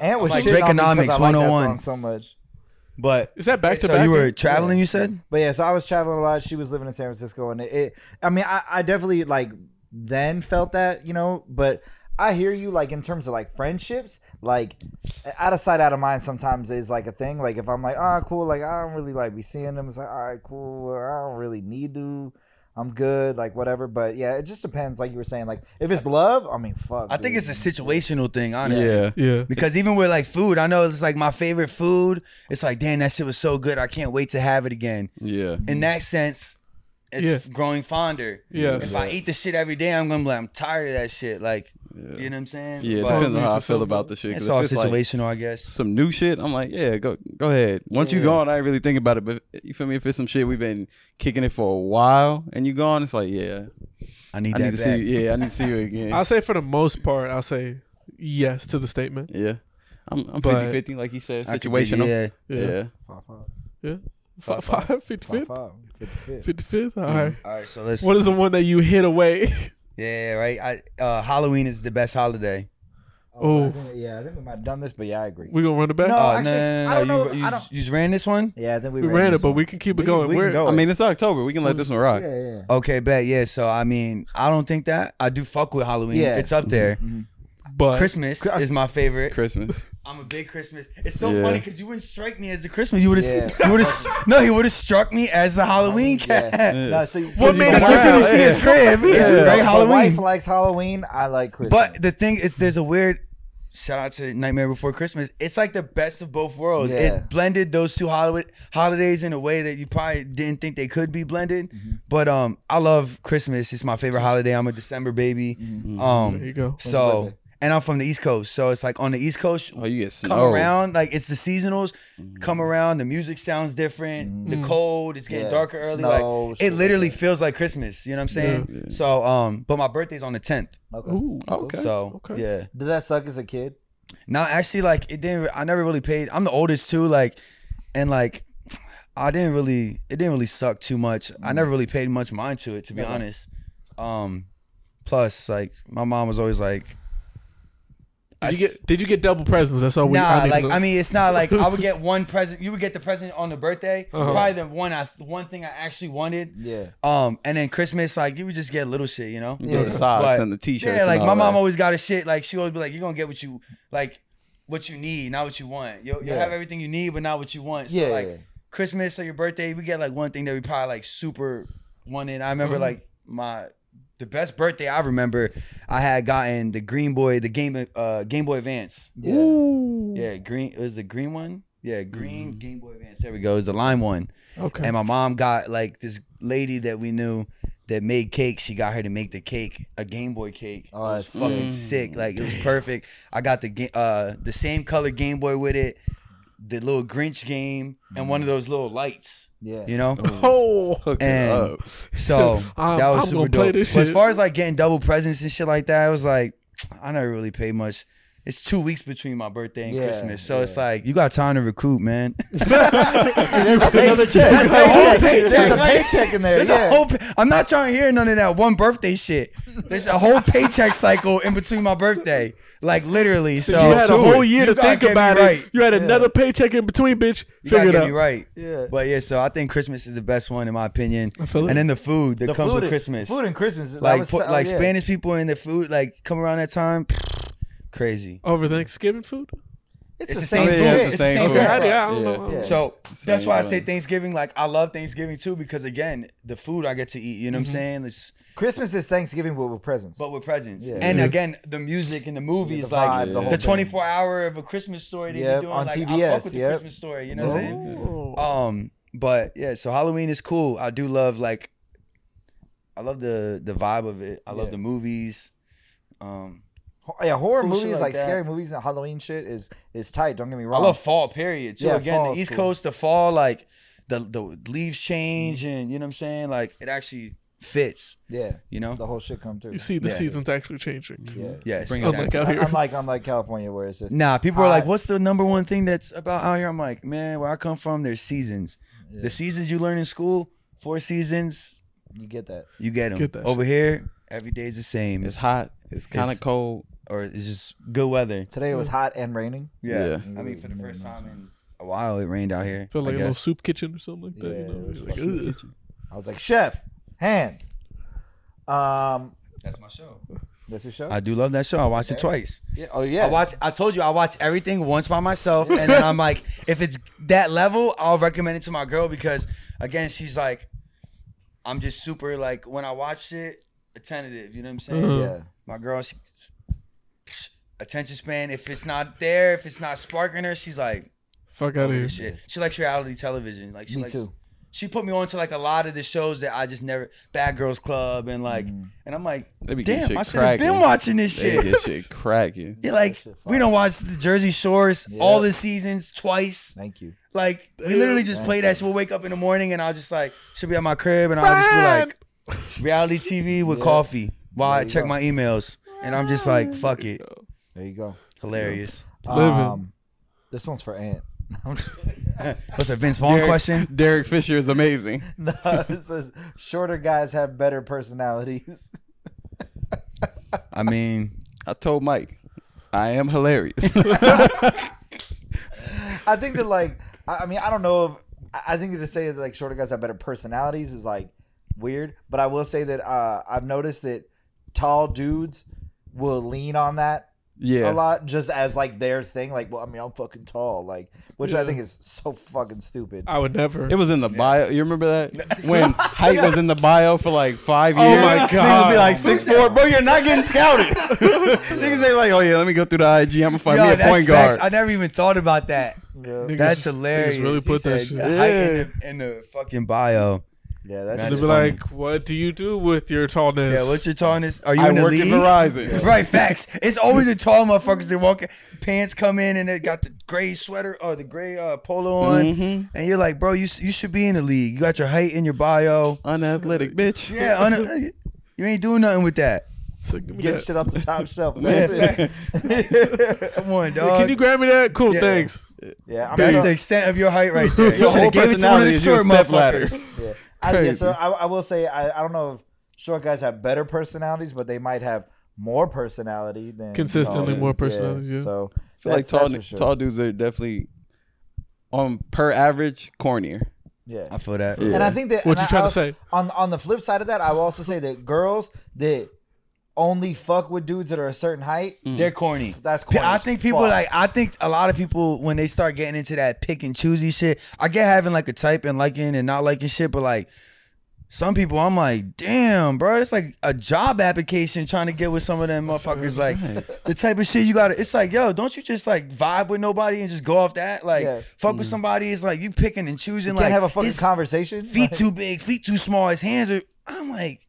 [SPEAKER 1] And was
[SPEAKER 2] like
[SPEAKER 1] shitting on me 'cause I like
[SPEAKER 2] Drakeonomics
[SPEAKER 1] oh that
[SPEAKER 2] 101.
[SPEAKER 1] song so much.
[SPEAKER 2] But
[SPEAKER 4] "Is that back to
[SPEAKER 2] so
[SPEAKER 4] back?"
[SPEAKER 2] you were traveling, you said?
[SPEAKER 1] But yeah, so I was traveling a lot. She was living in San Francisco, and it. it I mean, I, I definitely like then felt that you know, but I hear you like in terms of like friendships, like out of sight, out of mind. Sometimes is like a thing. Like if I'm like, ah, cool, like I don't really like be seeing them. It's like, all right, cool. I don't really need to. I'm good, like whatever. But yeah, it just depends. Like you were saying, like if it's love, I mean, fuck.
[SPEAKER 2] I think
[SPEAKER 1] dude.
[SPEAKER 2] it's a situational thing, honestly.
[SPEAKER 3] yeah.
[SPEAKER 4] yeah,
[SPEAKER 2] Because even with like food, I know it's like my favorite food. It's like, damn, that shit was so good. I can't wait to have it again.
[SPEAKER 3] Yeah.
[SPEAKER 2] In that sense, it's growing fonder.
[SPEAKER 4] Yeah.
[SPEAKER 2] If I eat the shit every day, I'm gonna be like, I'm tired of that shit. Like, you know what I'm saying?
[SPEAKER 3] Yeah, it
[SPEAKER 2] But
[SPEAKER 3] depends on how I
[SPEAKER 4] It's
[SPEAKER 3] feel
[SPEAKER 4] all
[SPEAKER 3] about the shit. 'cause
[SPEAKER 2] it's
[SPEAKER 3] if
[SPEAKER 2] all
[SPEAKER 3] like
[SPEAKER 2] situational, I guess.
[SPEAKER 3] some new shit, I'm like, yeah, go go ahead. Once you gone, I ain't really think about it. But you feel me? If it's some shit we've been kicking it for a while and you gone, it's like, yeah,
[SPEAKER 2] I need
[SPEAKER 3] I
[SPEAKER 2] that
[SPEAKER 3] need
[SPEAKER 2] back.
[SPEAKER 3] to see you. Yeah, I need to see
[SPEAKER 2] [LAUGHS]
[SPEAKER 3] you again.
[SPEAKER 4] I'll say for the most part, I'll say yes to the statement.
[SPEAKER 3] yeah, I'm I'm
[SPEAKER 4] But-
[SPEAKER 3] 50 50 like he said,
[SPEAKER 2] I could
[SPEAKER 3] situational.
[SPEAKER 2] dig- Yeah.
[SPEAKER 3] yeah.
[SPEAKER 4] Yeah,
[SPEAKER 1] Five, five,
[SPEAKER 4] yeah, five,
[SPEAKER 3] Five, five.
[SPEAKER 4] five, fifty
[SPEAKER 1] five,
[SPEAKER 4] fifth,
[SPEAKER 1] five, 55.
[SPEAKER 4] fifty fifth. All right.
[SPEAKER 2] All right, so let's.
[SPEAKER 4] What is the one that you hid away? [LAUGHS]
[SPEAKER 2] yeah, right. I, uh, Halloween is the best holiday.
[SPEAKER 1] Oh, I
[SPEAKER 4] Oh.
[SPEAKER 1] think- yeah, I think we might have done this, but yeah, I agree.
[SPEAKER 4] we gonna run it back?
[SPEAKER 1] No,
[SPEAKER 2] Oh,
[SPEAKER 1] actually,
[SPEAKER 2] no, no, no,
[SPEAKER 1] I don't
[SPEAKER 2] no,
[SPEAKER 1] know.
[SPEAKER 2] You,
[SPEAKER 1] if-
[SPEAKER 2] you,
[SPEAKER 1] I don't.
[SPEAKER 2] you just ran this one.
[SPEAKER 1] Yeah, I think we,
[SPEAKER 4] we ran
[SPEAKER 1] this
[SPEAKER 4] it, but
[SPEAKER 1] one.
[SPEAKER 4] we can keep
[SPEAKER 1] can-
[SPEAKER 4] it going.
[SPEAKER 1] we can
[SPEAKER 4] We're-
[SPEAKER 1] go.
[SPEAKER 3] I mean, it's October. We can let this one rock.
[SPEAKER 1] Yeah, yeah.
[SPEAKER 2] Okay, bet. Yeah. So I mean, I don't think that I do fuck with Halloween.
[SPEAKER 1] Yeah. Mm-hmm.
[SPEAKER 2] it's up there.
[SPEAKER 4] but
[SPEAKER 2] Christmas is my favorite.
[SPEAKER 3] Christmas.
[SPEAKER 2] I'm a big Christmas. It's so
[SPEAKER 3] Yeah.
[SPEAKER 2] funny because you wouldn't strike me as the Christmas. You would have.
[SPEAKER 1] Yeah.
[SPEAKER 2] You would have. no, you would have struck me as the Halloween cat. [LAUGHS]
[SPEAKER 1] Yeah. No, so, so
[SPEAKER 4] What
[SPEAKER 1] you
[SPEAKER 4] made
[SPEAKER 1] know,
[SPEAKER 4] it
[SPEAKER 2] That's
[SPEAKER 1] my-
[SPEAKER 2] what
[SPEAKER 4] Wow,
[SPEAKER 2] you see his
[SPEAKER 4] yeah.
[SPEAKER 2] crib. It's
[SPEAKER 1] my-
[SPEAKER 2] a great
[SPEAKER 1] my
[SPEAKER 2] Halloween.
[SPEAKER 1] wife likes Halloween. I like Christmas.
[SPEAKER 2] But the thing is, there's a weird shout out to Nightmare Before Christmas. It's like the best of both worlds.
[SPEAKER 1] Yeah.
[SPEAKER 2] It blended those two holi- holidays in a way that you probably didn't think they could be blended.
[SPEAKER 1] Mm-hmm.
[SPEAKER 2] But um, I love Christmas. It's my favorite holiday. I'm a December baby.
[SPEAKER 1] Mm-hmm.
[SPEAKER 2] Um,
[SPEAKER 4] Mm-hmm. There you go.
[SPEAKER 2] So. And I'm from the East Coast, so it's like on the East Coast,
[SPEAKER 3] Oh, you get
[SPEAKER 2] come
[SPEAKER 3] snow.
[SPEAKER 2] around like it's the seasonals.
[SPEAKER 1] Mm-hmm.
[SPEAKER 2] Come around, the music sounds different.
[SPEAKER 4] Mm-hmm.
[SPEAKER 2] The cold, it's getting
[SPEAKER 1] Yeah,
[SPEAKER 2] darker early.
[SPEAKER 1] snow,
[SPEAKER 2] like
[SPEAKER 1] shit
[SPEAKER 2] it
[SPEAKER 1] like
[SPEAKER 2] literally feels like Christmas. You know what I'm saying? So, um, but my birthday's on the 10th.
[SPEAKER 1] Okay.
[SPEAKER 4] Ooh.
[SPEAKER 3] Okay.
[SPEAKER 2] So
[SPEAKER 4] Okay.
[SPEAKER 2] yeah,
[SPEAKER 1] Did that suck as a kid?
[SPEAKER 2] no, actually, like it didn't. I never really paid. I'm the oldest too, like, and like, I didn't really. It didn't really suck too much. I never really paid much mind to it, to be honest. Um, plus, like my mom was always like,
[SPEAKER 4] Did you get did you get double presents? That's all we
[SPEAKER 2] Nah,
[SPEAKER 4] need
[SPEAKER 2] like
[SPEAKER 4] to know.
[SPEAKER 2] I mean, it's not like I would get one present. You would get the present on the birthday, probably the one I the one thing I actually wanted.
[SPEAKER 1] Yeah.
[SPEAKER 2] Um, and then Christmas, like you would just get little shit, you know.
[SPEAKER 3] You get the socks and the t-shirts.
[SPEAKER 2] Yeah,
[SPEAKER 3] and
[SPEAKER 2] like
[SPEAKER 3] all
[SPEAKER 2] my mom
[SPEAKER 3] that.
[SPEAKER 2] always got a shit. Like she always be like, "You're gonna get what you like, what you need, not what you want. You'll, you'll
[SPEAKER 1] Yeah.
[SPEAKER 2] have everything you need, but not what you want." So
[SPEAKER 1] Yeah,
[SPEAKER 2] like
[SPEAKER 1] yeah.
[SPEAKER 2] Christmas or your birthday, we get like one thing that we probably like super wanted. I remember like my the best birthday I remember, I had gotten the Green Boy, the Game uh Game Boy Advance.
[SPEAKER 1] Yeah.
[SPEAKER 2] Yeah, green. It was the green one. Yeah, green Game Boy Advance. There we go. It was the lime one.
[SPEAKER 4] Okay.
[SPEAKER 2] And my mom got like this lady that we knew that made cake. She got her to make the cake, a Game Boy cake.
[SPEAKER 1] Oh,
[SPEAKER 2] it was
[SPEAKER 1] that's
[SPEAKER 2] fucking sick. Like it was perfect. I got the ga- uh the same color Game Boy with it, the little Grinch game, and one of those little lights.
[SPEAKER 1] Yeah.
[SPEAKER 2] You know.
[SPEAKER 4] [LAUGHS] Mm. oh,
[SPEAKER 2] And
[SPEAKER 3] up.
[SPEAKER 4] [LAUGHS]
[SPEAKER 2] so
[SPEAKER 4] um,
[SPEAKER 2] that was
[SPEAKER 4] I'm
[SPEAKER 2] super
[SPEAKER 4] gonna play
[SPEAKER 2] dope.
[SPEAKER 4] this
[SPEAKER 2] But as
[SPEAKER 4] shit.
[SPEAKER 2] far as like getting double presents and shit like that, I was like, I never really paid much. It's two weeks between my birthday and
[SPEAKER 1] Yeah,
[SPEAKER 2] Christmas, so it's
[SPEAKER 1] yeah.
[SPEAKER 2] like you got time to recoup, man. [LAUGHS]
[SPEAKER 1] That's another check. That's a whole paycheck. There's a paycheck in there.
[SPEAKER 2] There's
[SPEAKER 1] yeah.
[SPEAKER 2] a whole. pa- I'm not trying to hear none of that one birthday shit. There's a whole paycheck cycle in between my birthday, like literally. So,
[SPEAKER 4] you had a whole
[SPEAKER 2] You
[SPEAKER 4] year to
[SPEAKER 2] gotta
[SPEAKER 4] think
[SPEAKER 2] get me
[SPEAKER 4] about
[SPEAKER 2] right.
[SPEAKER 4] it. You had another paycheck in between, bitch.
[SPEAKER 2] You
[SPEAKER 4] Figure
[SPEAKER 2] gotta
[SPEAKER 4] it
[SPEAKER 2] get me
[SPEAKER 4] out.
[SPEAKER 2] right.
[SPEAKER 1] Yeah.
[SPEAKER 2] But yeah, so I think Christmas is the best one in my opinion.
[SPEAKER 4] feel it.
[SPEAKER 2] And then the food that
[SPEAKER 1] The
[SPEAKER 2] comes
[SPEAKER 1] food
[SPEAKER 2] with
[SPEAKER 1] and-
[SPEAKER 2] Christmas,
[SPEAKER 1] Food and Christmas. that
[SPEAKER 2] like
[SPEAKER 1] was-
[SPEAKER 2] po-
[SPEAKER 1] oh,
[SPEAKER 2] like
[SPEAKER 1] yeah.
[SPEAKER 2] Spanish people and the food like come around that time, crazy.
[SPEAKER 4] Over Thanksgiving food.
[SPEAKER 1] It's,
[SPEAKER 2] It's
[SPEAKER 1] the
[SPEAKER 2] the
[SPEAKER 3] Oh,
[SPEAKER 1] same
[SPEAKER 2] same
[SPEAKER 1] thing.
[SPEAKER 2] food.
[SPEAKER 1] It's the
[SPEAKER 2] It's the
[SPEAKER 1] same
[SPEAKER 2] same
[SPEAKER 1] food.
[SPEAKER 2] food.
[SPEAKER 4] I,
[SPEAKER 2] Yeah.
[SPEAKER 4] I don't know.
[SPEAKER 1] Yeah.
[SPEAKER 2] So that's
[SPEAKER 3] Same
[SPEAKER 2] why I say
[SPEAKER 3] feelings.
[SPEAKER 2] Thanksgiving. Like I love Thanksgiving too because again, the food I get to eat. You know what
[SPEAKER 4] Mm-hmm.
[SPEAKER 2] I'm saying? It's
[SPEAKER 1] Christmas is Thanksgiving but with presents.
[SPEAKER 2] but with presents.
[SPEAKER 1] Yeah.
[SPEAKER 2] And again, the music and the movies,
[SPEAKER 1] the
[SPEAKER 2] like
[SPEAKER 1] vibe, the
[SPEAKER 2] the,
[SPEAKER 1] whole
[SPEAKER 2] 24 hour of a Christmas story they
[SPEAKER 1] Yep,
[SPEAKER 2] be doing
[SPEAKER 1] on
[SPEAKER 2] like, I
[SPEAKER 1] TBS,
[SPEAKER 2] fuck with
[SPEAKER 1] yep.
[SPEAKER 2] the Christmas story. You know what I'm saying? Um, but yeah, so Halloween is cool. I do love like, I love the the vibe of it. I love
[SPEAKER 1] Yeah.
[SPEAKER 2] the movies. Um,
[SPEAKER 1] Ho- Oh, yeah, horror
[SPEAKER 2] cool shit
[SPEAKER 1] movies,
[SPEAKER 2] like
[SPEAKER 1] like
[SPEAKER 2] that.
[SPEAKER 1] scary movies and Halloween shit is is tight. Don't get me
[SPEAKER 2] I
[SPEAKER 1] wrong.
[SPEAKER 2] love fall period. So
[SPEAKER 1] Um, Yeah,
[SPEAKER 2] again,
[SPEAKER 1] fall is
[SPEAKER 2] the East
[SPEAKER 1] cool.
[SPEAKER 2] Coast, the fall, like the the leaves change, and you know what I'm saying. Like it actually fits.
[SPEAKER 1] yeah,
[SPEAKER 2] You know.
[SPEAKER 1] the whole shit come through.
[SPEAKER 4] You see, the
[SPEAKER 2] Yeah.
[SPEAKER 4] season's actually changing.
[SPEAKER 1] yeah.
[SPEAKER 2] Yes.
[SPEAKER 3] Bring it
[SPEAKER 2] exactly.
[SPEAKER 4] Unlike
[SPEAKER 3] back
[SPEAKER 4] out here.
[SPEAKER 1] Unlike unlike California where it's just
[SPEAKER 2] Nah, people are like,
[SPEAKER 1] I-
[SPEAKER 2] "What's the number one thing that's about out here?" I'm like, "Man, where I come from, there's seasons. The seasons you learn in school, four seasons,
[SPEAKER 1] you get that.
[SPEAKER 2] you get them.
[SPEAKER 4] Get that
[SPEAKER 2] Over here, every day's the same,
[SPEAKER 3] It's hot. It's kind
[SPEAKER 2] It's-
[SPEAKER 3] of cold.
[SPEAKER 2] or it's just good weather.
[SPEAKER 1] Today it was hot and raining.
[SPEAKER 2] Yeah.
[SPEAKER 3] Yeah.
[SPEAKER 2] I mean, for the first time in a while, it rained out here.
[SPEAKER 4] Feel like
[SPEAKER 2] I
[SPEAKER 4] a little
[SPEAKER 2] guess.
[SPEAKER 4] soup kitchen or something like that.
[SPEAKER 1] Yeah,
[SPEAKER 4] you know?
[SPEAKER 1] it was
[SPEAKER 4] It's
[SPEAKER 1] like
[SPEAKER 4] like, ugh.
[SPEAKER 1] I was like, Chef, hands. Um,
[SPEAKER 2] That's my show.
[SPEAKER 1] that's your show.
[SPEAKER 2] I do love that show. I watched it twice.
[SPEAKER 1] yeah. Oh yeah.
[SPEAKER 2] I watch. I told you I watch everything once by myself, and then
[SPEAKER 1] [LAUGHS]
[SPEAKER 2] I'm like, if it's that level, I'll recommend it to my girl because again, she's like, I'm just super like when I watch it, attentive. You know what I'm saying?
[SPEAKER 1] yeah.
[SPEAKER 2] My girl, she, attention span. If it's not there, if it's not sparking her, she's like,
[SPEAKER 4] Fuck out of here.
[SPEAKER 2] this shit. She likes reality television. Like she
[SPEAKER 1] Me
[SPEAKER 2] likes.
[SPEAKER 1] too.
[SPEAKER 2] She put me on to like a lot of the shows that I just never Bad Girls Club and like and I'm like
[SPEAKER 3] They be getting
[SPEAKER 2] damn
[SPEAKER 3] Mm. shit
[SPEAKER 2] I should have been
[SPEAKER 3] cracking.
[SPEAKER 2] watching this
[SPEAKER 3] They
[SPEAKER 2] shit.
[SPEAKER 3] get shit cracking.
[SPEAKER 2] [LAUGHS] Yeah, like we don't watch the Jersey Shores all the seasons twice.
[SPEAKER 1] Thank you.
[SPEAKER 2] Like we literally just play that. shit. We'll wake up in the morning and I'll just like she'll be at my crib and I'll just be like reality TV with coffee while I check my emails and I'm just like fuck it,
[SPEAKER 1] There you go.
[SPEAKER 2] hilarious.
[SPEAKER 4] Living.
[SPEAKER 1] Um, this one's for Ant. [LAUGHS]
[SPEAKER 2] What's that Vince Vaughn question?
[SPEAKER 3] Derek Fisher is amazing.
[SPEAKER 1] no, it says shorter guys have better personalities. [LAUGHS]
[SPEAKER 2] I mean,
[SPEAKER 3] I told Mike, I am hilarious. [LAUGHS]
[SPEAKER 1] I think that like I I mean I don't know if I I think to say that like shorter guys have better personalities is like weird, but I will say that uh, I've noticed that tall dudes will lean on that
[SPEAKER 3] yeah.
[SPEAKER 1] a lot just as like their thing. Like, well, I mean I'm fucking tall, like which I think is so fucking stupid.
[SPEAKER 4] I would never.
[SPEAKER 3] It was in the bio. You remember that when height was in the bio for like five years?
[SPEAKER 4] my
[SPEAKER 3] Niggas
[SPEAKER 4] God.
[SPEAKER 3] be like six four, bro. You're not getting scouted. Niggas ain't like, oh yeah, let me go through the IG. I'm gonna find
[SPEAKER 2] yo,
[SPEAKER 3] me a
[SPEAKER 2] that's
[SPEAKER 3] point
[SPEAKER 2] facts.
[SPEAKER 3] guard.
[SPEAKER 2] I never even thought about that.
[SPEAKER 1] Yeah,
[SPEAKER 4] Niggas-
[SPEAKER 2] That's
[SPEAKER 4] niggas
[SPEAKER 2] hilarious.
[SPEAKER 4] really
[SPEAKER 2] He
[SPEAKER 4] put that
[SPEAKER 2] said
[SPEAKER 4] shit.
[SPEAKER 2] the height in the, in the fucking bio.
[SPEAKER 1] yeah that's
[SPEAKER 4] They'd
[SPEAKER 1] just,
[SPEAKER 2] That's
[SPEAKER 4] be
[SPEAKER 2] funny.
[SPEAKER 4] like, "What do you do with your tallness?"
[SPEAKER 2] Yeah, what's your tallness? Are you
[SPEAKER 3] I
[SPEAKER 2] in the
[SPEAKER 3] work at
[SPEAKER 2] league?
[SPEAKER 3] Verizon.
[SPEAKER 2] Right, facts. It's always the tall motherfuckers that walk in. Pants come in and they got the gray sweater or the gray uh, polo on, and you're like, bro, you you should be in the league. You got your height in your bio.
[SPEAKER 3] Unathletic, bitch.
[SPEAKER 2] Yeah, un- uh, you ain't doing nothing with that.
[SPEAKER 4] It's like, give me
[SPEAKER 1] get
[SPEAKER 4] that.
[SPEAKER 1] shit off the top shelf. That's it.
[SPEAKER 2] Come on, dog.
[SPEAKER 4] Can you grab me that? Cool,
[SPEAKER 2] Yeah.
[SPEAKER 4] thanks.
[SPEAKER 1] [LAUGHS] yeah, I mean,
[SPEAKER 2] That's
[SPEAKER 1] I-
[SPEAKER 2] the extent of your height right there. You
[SPEAKER 3] Your
[SPEAKER 2] should
[SPEAKER 3] whole
[SPEAKER 2] have gave it to one of
[SPEAKER 3] personality
[SPEAKER 2] the
[SPEAKER 3] is your
[SPEAKER 2] short
[SPEAKER 3] step ladder.
[SPEAKER 2] motherfuckers.
[SPEAKER 1] Yeah. I, yeah, so I, I will say I, I don't know if short guys have better personalities, but they might have more personality than
[SPEAKER 4] Consistently
[SPEAKER 1] tall
[SPEAKER 4] more
[SPEAKER 1] dudes.
[SPEAKER 4] personalities, yeah.
[SPEAKER 1] So
[SPEAKER 3] I feel like
[SPEAKER 1] that's- that's
[SPEAKER 3] tall
[SPEAKER 1] for
[SPEAKER 3] ni-
[SPEAKER 1] sure.
[SPEAKER 3] tall dudes are definitely on per average cornier.
[SPEAKER 1] Yeah.
[SPEAKER 2] I feel that.
[SPEAKER 1] And I think that
[SPEAKER 4] What
[SPEAKER 1] and
[SPEAKER 4] you
[SPEAKER 1] I-
[SPEAKER 4] trying to
[SPEAKER 1] I'll-
[SPEAKER 4] say?
[SPEAKER 1] On on the flip side of that, I will also say that girls that only fuck with dudes that are a certain height,
[SPEAKER 2] They're corny.
[SPEAKER 1] That's
[SPEAKER 2] P-
[SPEAKER 1] corny
[SPEAKER 2] I
[SPEAKER 1] as
[SPEAKER 2] think people
[SPEAKER 1] fuck.
[SPEAKER 2] like I think a lot of people when they start getting into that pick and choosy shit, I get having like a type and liking and not liking shit, but like some people I'm like, damn, bro, it's like a job application trying to get with some of them motherfuckers. Like the type of shit you gotta it's like, yo, don't you just like vibe with nobody and just go off that? Like
[SPEAKER 1] Yeah.
[SPEAKER 2] fuck with somebody, it's like you picking and choosing
[SPEAKER 1] can't
[SPEAKER 2] like
[SPEAKER 1] have a fucking
[SPEAKER 2] his
[SPEAKER 1] conversation.
[SPEAKER 2] feet
[SPEAKER 1] Like,
[SPEAKER 2] too big, feet too small, his hands are I'm like,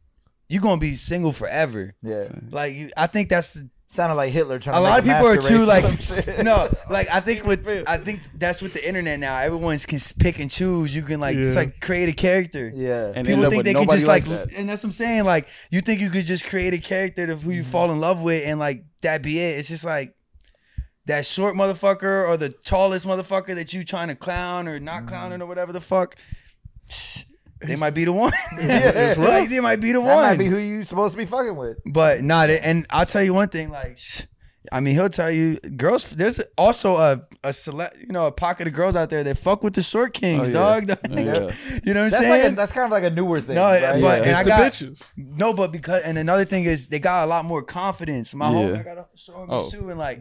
[SPEAKER 2] you gonna be single forever.
[SPEAKER 1] Yeah,
[SPEAKER 2] Like you, I think that's
[SPEAKER 1] sounded like Hitler trying.
[SPEAKER 2] a
[SPEAKER 1] to
[SPEAKER 2] lot of
[SPEAKER 1] make
[SPEAKER 2] people are
[SPEAKER 1] master
[SPEAKER 2] too
[SPEAKER 1] race or
[SPEAKER 2] like
[SPEAKER 1] some shit.
[SPEAKER 2] no like i think with i think that's with the internet now everyone's can s- pick and choose you can like just
[SPEAKER 4] Yeah.
[SPEAKER 2] like create a character
[SPEAKER 1] Yeah,
[SPEAKER 3] And end
[SPEAKER 2] people
[SPEAKER 3] up
[SPEAKER 2] think
[SPEAKER 3] with
[SPEAKER 2] they can
[SPEAKER 3] nobody
[SPEAKER 2] just like,
[SPEAKER 3] that.
[SPEAKER 2] and that's what i'm saying like you think you could just create a character of who
[SPEAKER 1] Mm-hmm.
[SPEAKER 2] you fall in love with and like that be it it's just like that short motherfucker or the tallest motherfucker that you trying to clown or
[SPEAKER 1] Mm-hmm.
[SPEAKER 2] not clowning or whatever the fuck they might be the one yeah, [LAUGHS] like, they might be the
[SPEAKER 1] that
[SPEAKER 2] one
[SPEAKER 1] might be who you supposed to be fucking with.
[SPEAKER 2] but not it. And I'll tell you one thing, like, sh- I mean, he'll tell you, girls. There's also a a select, you know, a pocket of girls out there that fuck with the short kings,
[SPEAKER 3] Oh, yeah.
[SPEAKER 2] dog. [LAUGHS] Like,
[SPEAKER 3] Oh, yeah.
[SPEAKER 2] You know what I'm
[SPEAKER 1] That's like a,
[SPEAKER 2] saying?
[SPEAKER 1] that's kind of like a newer thing.
[SPEAKER 2] No,
[SPEAKER 1] right?
[SPEAKER 2] but-
[SPEAKER 1] Yeah. [LAUGHS]
[SPEAKER 2] and
[SPEAKER 4] It's
[SPEAKER 2] I
[SPEAKER 4] the
[SPEAKER 2] got-
[SPEAKER 4] bitches.
[SPEAKER 2] no, but because and another thing is they got a lot more confidence. My whole
[SPEAKER 3] Yeah.
[SPEAKER 2] I got a show
[SPEAKER 3] Oh.
[SPEAKER 2] too, and like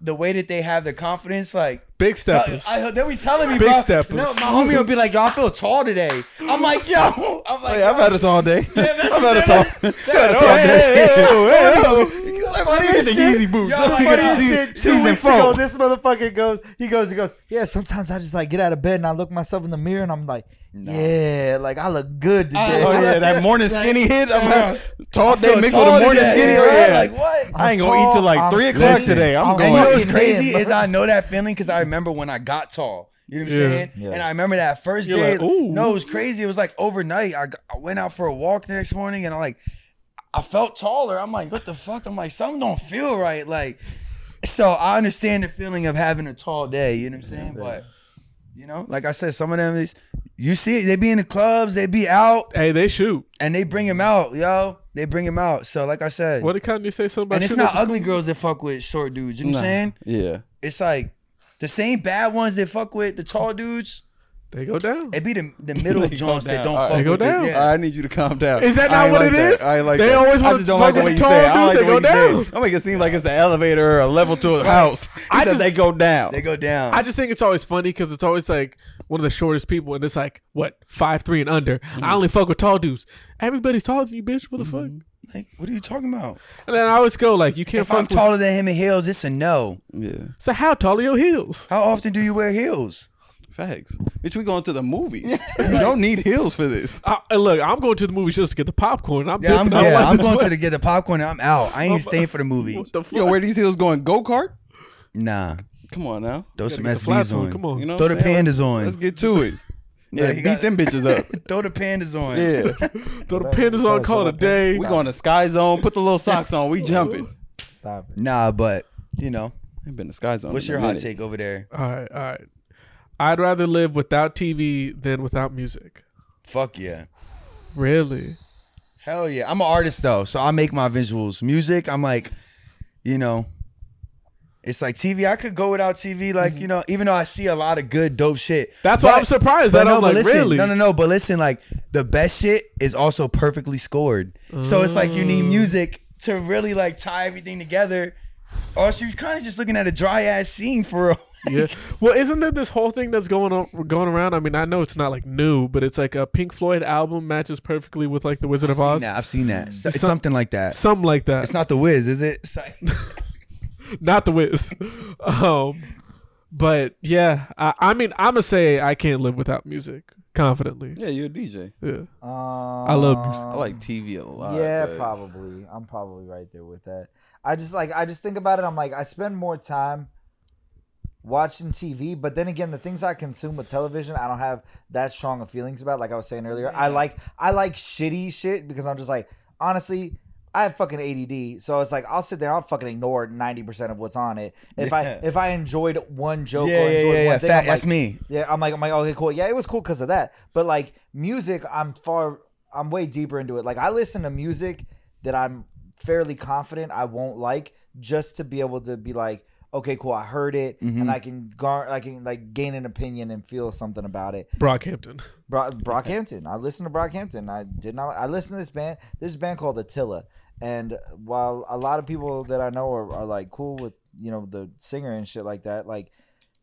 [SPEAKER 2] the way that they have the confidence, like.
[SPEAKER 4] Big
[SPEAKER 2] I,
[SPEAKER 4] steppers.
[SPEAKER 2] I, they be telling me,
[SPEAKER 4] Big
[SPEAKER 2] bro.
[SPEAKER 4] steppers.
[SPEAKER 2] No, my homie will be like, "Yo, I feel tall today." I'm like, "Yo," I'm like,
[SPEAKER 3] Hey, I've
[SPEAKER 2] "Yo."
[SPEAKER 3] had it all
[SPEAKER 2] [LAUGHS]
[SPEAKER 3] day.
[SPEAKER 2] that's
[SPEAKER 3] I've had it all. [LAUGHS]
[SPEAKER 2] what
[SPEAKER 3] I've had it all day. Let me get the Yeezy boots.
[SPEAKER 2] Y'all
[SPEAKER 3] Let
[SPEAKER 2] funny
[SPEAKER 3] me get
[SPEAKER 2] as
[SPEAKER 3] the
[SPEAKER 2] shit.
[SPEAKER 3] season-
[SPEAKER 1] Two
[SPEAKER 3] season
[SPEAKER 1] weeks ago,
[SPEAKER 3] four.
[SPEAKER 1] this motherfucker goes. He goes. He goes. Yeah. Sometimes I just like get out of bed and I look myself in the mirror and I'm like, yeah, like I look good today.
[SPEAKER 3] Oh yeah, that morning skinny hit. I'm like, tall
[SPEAKER 2] feel
[SPEAKER 3] day mixed with
[SPEAKER 2] tall
[SPEAKER 3] a morning
[SPEAKER 2] today,
[SPEAKER 3] skinny.
[SPEAKER 2] bro.
[SPEAKER 3] Yeah.
[SPEAKER 2] Like, what?
[SPEAKER 3] I ain't gonna eat till like
[SPEAKER 1] I'm
[SPEAKER 3] three o'clock
[SPEAKER 1] skinny.
[SPEAKER 3] today. I'm
[SPEAKER 1] I'm
[SPEAKER 3] going.
[SPEAKER 2] And you know what's
[SPEAKER 1] Fucking
[SPEAKER 2] crazy
[SPEAKER 1] man,
[SPEAKER 2] is
[SPEAKER 1] bro.
[SPEAKER 2] I know that feeling because I remember when I got tall. You know what I'm
[SPEAKER 4] Yeah.
[SPEAKER 2] saying?
[SPEAKER 1] Yeah.
[SPEAKER 2] And I remember that 1st
[SPEAKER 4] You're
[SPEAKER 2] day.
[SPEAKER 4] like, ooh.
[SPEAKER 2] no, it was crazy. It was like overnight. I, got- I went out for a walk the next morning and I like I felt taller. I'm like, what the fuck? I'm like, something don't feel right. Like, so I understand the feeling of having a tall day. You know what I'm saying? But you know, like I said, some of them is you see it. They be in the clubs. They be out
[SPEAKER 4] [LAUGHS] Hey, they shoot.
[SPEAKER 2] and they bring him out, yo. They bring him out. So like I said,
[SPEAKER 4] What did Kanye say something about
[SPEAKER 2] and it's
[SPEAKER 4] shooting
[SPEAKER 2] not
[SPEAKER 4] up
[SPEAKER 2] ugly girls that fuck with short dudes. You know what I'm saying?
[SPEAKER 3] Yeah.
[SPEAKER 2] it's like the same bad ones that fuck with the tall dudes.
[SPEAKER 4] the- They go down.
[SPEAKER 2] It be the, the middle
[SPEAKER 3] go
[SPEAKER 2] joints that
[SPEAKER 3] down.
[SPEAKER 2] don't
[SPEAKER 3] All right.
[SPEAKER 2] fuck
[SPEAKER 4] They go
[SPEAKER 2] with the-
[SPEAKER 4] down.
[SPEAKER 2] yeah.
[SPEAKER 3] I need you to calm down.
[SPEAKER 4] Is that not
[SPEAKER 3] I ain't
[SPEAKER 4] what
[SPEAKER 3] like
[SPEAKER 4] it
[SPEAKER 3] that.
[SPEAKER 4] is?
[SPEAKER 3] I ain't like
[SPEAKER 4] They
[SPEAKER 3] that.
[SPEAKER 4] always
[SPEAKER 3] I
[SPEAKER 4] wanna
[SPEAKER 3] just don't
[SPEAKER 4] fuck
[SPEAKER 3] like the
[SPEAKER 4] with
[SPEAKER 3] way you
[SPEAKER 4] the
[SPEAKER 3] say it. I
[SPEAKER 4] tall
[SPEAKER 3] don't like the way
[SPEAKER 4] dudes,
[SPEAKER 3] you
[SPEAKER 4] they
[SPEAKER 3] say
[SPEAKER 4] go
[SPEAKER 3] it. I make it seem like it's an elevator or a level to a house. I just
[SPEAKER 4] just-
[SPEAKER 3] they go down.
[SPEAKER 2] They go down.
[SPEAKER 4] I just think it's always funny because it's always like one of the shortest people, and it's like what five three and under.
[SPEAKER 2] Mm-hmm.
[SPEAKER 4] I only fuck with tall dudes. Everybody's taller than you, bitch. What the fuck? And
[SPEAKER 2] like, what are you talking about?
[SPEAKER 4] then I always go like, you can't
[SPEAKER 2] Mm-hmm. If
[SPEAKER 4] fuck
[SPEAKER 2] I'm
[SPEAKER 4] with-
[SPEAKER 2] taller than him in heels, it's a no.
[SPEAKER 3] Yeah.
[SPEAKER 4] So how tall are your heels?
[SPEAKER 2] How often do you wear heels?
[SPEAKER 3] Facts. Bitch, we going to the movies. you don't need heels for this.
[SPEAKER 4] I, and look, I'm going to the movies just to get the popcorn. I'm
[SPEAKER 2] Yeah, I'm,
[SPEAKER 4] dipping. I don't
[SPEAKER 2] yeah,
[SPEAKER 4] like
[SPEAKER 2] I'm
[SPEAKER 4] this
[SPEAKER 3] [LAUGHS]
[SPEAKER 2] going
[SPEAKER 4] sweat.
[SPEAKER 2] to the, get the popcorn. and I'm out. I ain't even staying for the movie.
[SPEAKER 4] What the fuck?
[SPEAKER 3] Yo, where these heels going? Go kart?
[SPEAKER 2] Nah,
[SPEAKER 3] Come on now.
[SPEAKER 2] throw some
[SPEAKER 4] Get the flats
[SPEAKER 2] SBs on.
[SPEAKER 4] Come on.
[SPEAKER 3] You know
[SPEAKER 2] Throw
[SPEAKER 3] what
[SPEAKER 2] the
[SPEAKER 3] I'm saying?
[SPEAKER 2] pandas on.
[SPEAKER 3] Let's get to it. Yeah,
[SPEAKER 2] you
[SPEAKER 3] beat
[SPEAKER 2] got-
[SPEAKER 3] them bitches up.
[SPEAKER 2] [LAUGHS] Throw the pandas on.
[SPEAKER 3] [LAUGHS] Yeah.
[SPEAKER 4] Throw the pandas on. Call it a day.
[SPEAKER 3] we going to Sky Zone. Put the little socks on. [LAUGHS] We jumping.
[SPEAKER 1] Stop it.
[SPEAKER 2] Nah, but you know,
[SPEAKER 3] I've been to Sky Zone.
[SPEAKER 2] what's
[SPEAKER 3] in a
[SPEAKER 2] your hot
[SPEAKER 3] minute.
[SPEAKER 2] take over there?
[SPEAKER 4] All right, all right. I'd rather live without TV than without music.
[SPEAKER 2] Fuck yeah.
[SPEAKER 4] Really?
[SPEAKER 2] Hell yeah. I'm an artist though, so I make my visuals. Music, I'm like, you know, it's like TV. I could go without TV, like, you know, even though I see a lot of good, dope shit.
[SPEAKER 4] That's why I'm surprised
[SPEAKER 2] but
[SPEAKER 4] that I'm
[SPEAKER 2] but
[SPEAKER 4] like,
[SPEAKER 2] listen,
[SPEAKER 4] really?
[SPEAKER 2] No, no, no. But listen, like, the best shit is also perfectly scored. So it's like you need music to really, like, tie everything together. Or else you're kind of just looking at a dry ass scene for real. [LAUGHS]
[SPEAKER 4] Yeah. Well, isn't there this whole thing that's going on going around? I mean, I know it's not like new, but it's like a Pink Floyd album matches perfectly with like The Wizard of Oz.
[SPEAKER 2] Nah, I've seen that. It's, something like that.
[SPEAKER 4] Something like that.
[SPEAKER 2] It's not The Wiz, is it? It's like-
[SPEAKER 4] not the Wiz. [LAUGHS] um, but yeah, I, I mean, I'm gonna say I can't live without music confidently.
[SPEAKER 3] Yeah, you're a DJ.
[SPEAKER 4] Yeah.
[SPEAKER 1] Um,
[SPEAKER 4] I love music.
[SPEAKER 3] I like TV a lot.
[SPEAKER 1] yeah,
[SPEAKER 3] but-
[SPEAKER 1] probably. I'm probably right there with that. I just like I just think about it. I'm like I spend more time watching TV, but then again, the things I consume with television, I don't have that strong of feelings about. Like I was saying earlier, I like I like shitty shit because I'm just like honestly. I have fucking ADD, so it's like I'll sit there. I'll fucking ignore ninety percent of what's on it. If I
[SPEAKER 2] Yeah.
[SPEAKER 1] if I enjoyed one joke
[SPEAKER 2] Yeah,
[SPEAKER 1] or
[SPEAKER 2] yeah,
[SPEAKER 1] enjoyed
[SPEAKER 2] yeah,
[SPEAKER 1] one
[SPEAKER 2] yeah.
[SPEAKER 1] thing,
[SPEAKER 2] Fact,
[SPEAKER 1] I'm
[SPEAKER 2] that's
[SPEAKER 1] like-
[SPEAKER 2] me.
[SPEAKER 1] yeah, I'm like, I'm like, okay, cool. Yeah, it was cool because of that. But like music, I'm far I'm way deeper into it. Like I listen to music that I'm fairly confident I won't like just to be able to be like, okay, cool, I heard it and I can gar- I can like gain an opinion and feel something about it.
[SPEAKER 4] Brockhampton.
[SPEAKER 1] Bro- Brockhampton. I listened to Brockhampton. I did not. I listened to this band. This band called Attila. And while a lot of people that I know are, are like cool with you know the singer and shit like that, like,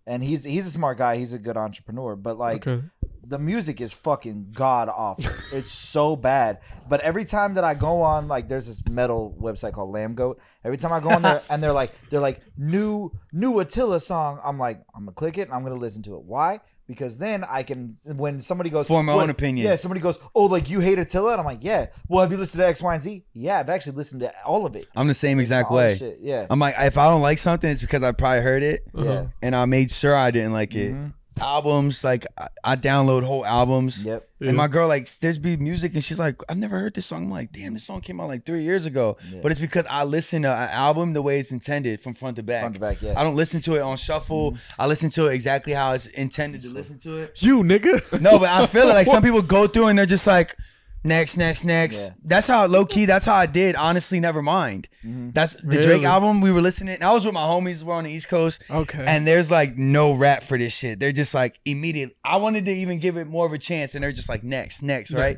[SPEAKER 1] and he's he's a smart guy. He's a good entrepreneur. But like
[SPEAKER 4] Okay.
[SPEAKER 1] the music is fucking god awful. it's so bad. But every time that I go on, like, there's this metal website called Lamb Goat. Every time I go on there, and they're like, they're like new new Attila song. I'm like, I'm gonna click it and I'm gonna listen to it. Why? Because then I can, when somebody goes,
[SPEAKER 2] Form my
[SPEAKER 1] "What-"
[SPEAKER 2] own opinion.
[SPEAKER 1] Yeah, somebody goes, oh, like you hate Attila, and I'm like, yeah. Well, have you listened to X, Y, and Z? Yeah, I've actually listened to all of it.
[SPEAKER 2] I'm the same exact
[SPEAKER 1] All
[SPEAKER 2] way.
[SPEAKER 1] this shit, yeah. Uh-huh.
[SPEAKER 2] I'm like, if I don't like something, it's because I probably heard it,
[SPEAKER 1] Yeah.
[SPEAKER 2] and I made sure I didn't like it.
[SPEAKER 1] Mm-hmm.
[SPEAKER 2] Albums, like I, I download whole albums.
[SPEAKER 1] Yep.
[SPEAKER 2] And my girl, like, there's be music, and she's like, I've never heard this song. I'm like, damn, this song came out like three years ago, but it's because I listen to an album the way it's intended, from front to back.
[SPEAKER 1] Front to back, yeah. Mm-hmm.
[SPEAKER 2] I don't listen to it on shuffle. I listen to it exactly how it's intended to listen to it.
[SPEAKER 4] You nigga.
[SPEAKER 2] No, but I feel it.
[SPEAKER 4] [LAUGHS]
[SPEAKER 2] Like some people go through and they're just like, next, next, next.
[SPEAKER 1] Yeah.
[SPEAKER 2] That's how low key. That's how I did. Honestly, never mind. That's the Drake
[SPEAKER 4] Really?
[SPEAKER 2] album. We were listening. I was with my homies. We're on the East Coast.
[SPEAKER 4] Okay.
[SPEAKER 2] And there's like no rap for this shit. They're just like immediate. I wanted to even give it more of a chance, and they're just like next, next, right?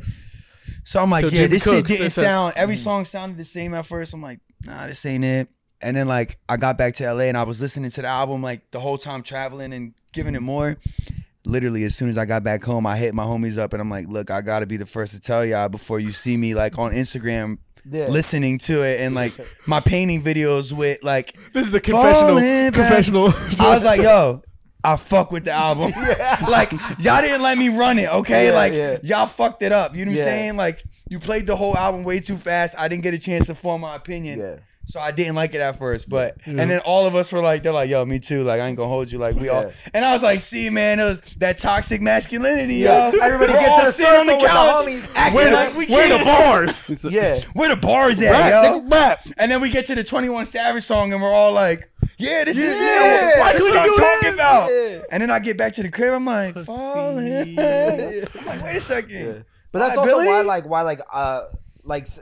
[SPEAKER 2] So I'm like,
[SPEAKER 4] So
[SPEAKER 2] yeah,
[SPEAKER 4] Jimmy
[SPEAKER 2] this
[SPEAKER 4] Cooks,
[SPEAKER 2] shit didn't
[SPEAKER 4] that's a-
[SPEAKER 2] sound. every song sounded the same at first. I'm like, nah, this ain't it. And then like I got back to LA and I was listening to the album like the whole time traveling and giving it more literally as soon as I got back home, I hit my homies up and I'm like, look, I gotta be the first to tell y'all before you see me like on Instagram
[SPEAKER 1] Yeah.
[SPEAKER 2] listening to it and like my painting videos with like
[SPEAKER 4] This is the confessional.
[SPEAKER 2] Falling back.
[SPEAKER 4] Confessional. [LAUGHS]
[SPEAKER 2] I was like, yo, I fuck with the album. [LAUGHS] like y'all didn't let me run it, okay?
[SPEAKER 1] Yeah,
[SPEAKER 2] like
[SPEAKER 1] yeah.
[SPEAKER 2] y'all fucked it up. You know what
[SPEAKER 1] Yeah.
[SPEAKER 2] I'm saying? Like you played the whole album way too fast. I didn't get a chance to form my opinion.
[SPEAKER 1] Yeah.
[SPEAKER 2] So I didn't like it at first, but and then all of us were like, they're like, yo, me too. Like I ain't gonna hold you. Like we all
[SPEAKER 1] Yeah.
[SPEAKER 2] and I was like, see, man, it was that toxic masculinity,
[SPEAKER 1] Yeah.
[SPEAKER 2] yo.
[SPEAKER 1] Everybody
[SPEAKER 2] We're
[SPEAKER 1] gets
[SPEAKER 2] all
[SPEAKER 1] in a
[SPEAKER 2] sitting on the
[SPEAKER 1] circle with the
[SPEAKER 2] couch,
[SPEAKER 1] homies.
[SPEAKER 2] acting
[SPEAKER 4] where,
[SPEAKER 2] like we
[SPEAKER 4] the, where the
[SPEAKER 2] can't-
[SPEAKER 4] bars?
[SPEAKER 2] [LAUGHS]
[SPEAKER 1] Yeah.
[SPEAKER 2] where the bars at,
[SPEAKER 3] Rap,
[SPEAKER 2] yo?
[SPEAKER 3] nigga, rap.
[SPEAKER 2] And then we get to the 21 Savage song and we're all like, yeah, this is
[SPEAKER 1] Yeah.
[SPEAKER 2] it. Why
[SPEAKER 1] Why
[SPEAKER 2] this
[SPEAKER 1] couldn't
[SPEAKER 2] what I'm
[SPEAKER 1] you do
[SPEAKER 2] talking
[SPEAKER 1] this?
[SPEAKER 2] about?
[SPEAKER 1] Yeah.
[SPEAKER 2] And then I get back to the crib, I'm like, [LAUGHS] falling. I'm like, wait a second.
[SPEAKER 1] But that's also why,
[SPEAKER 2] Liability?
[SPEAKER 1] like, why, like, uh, like S-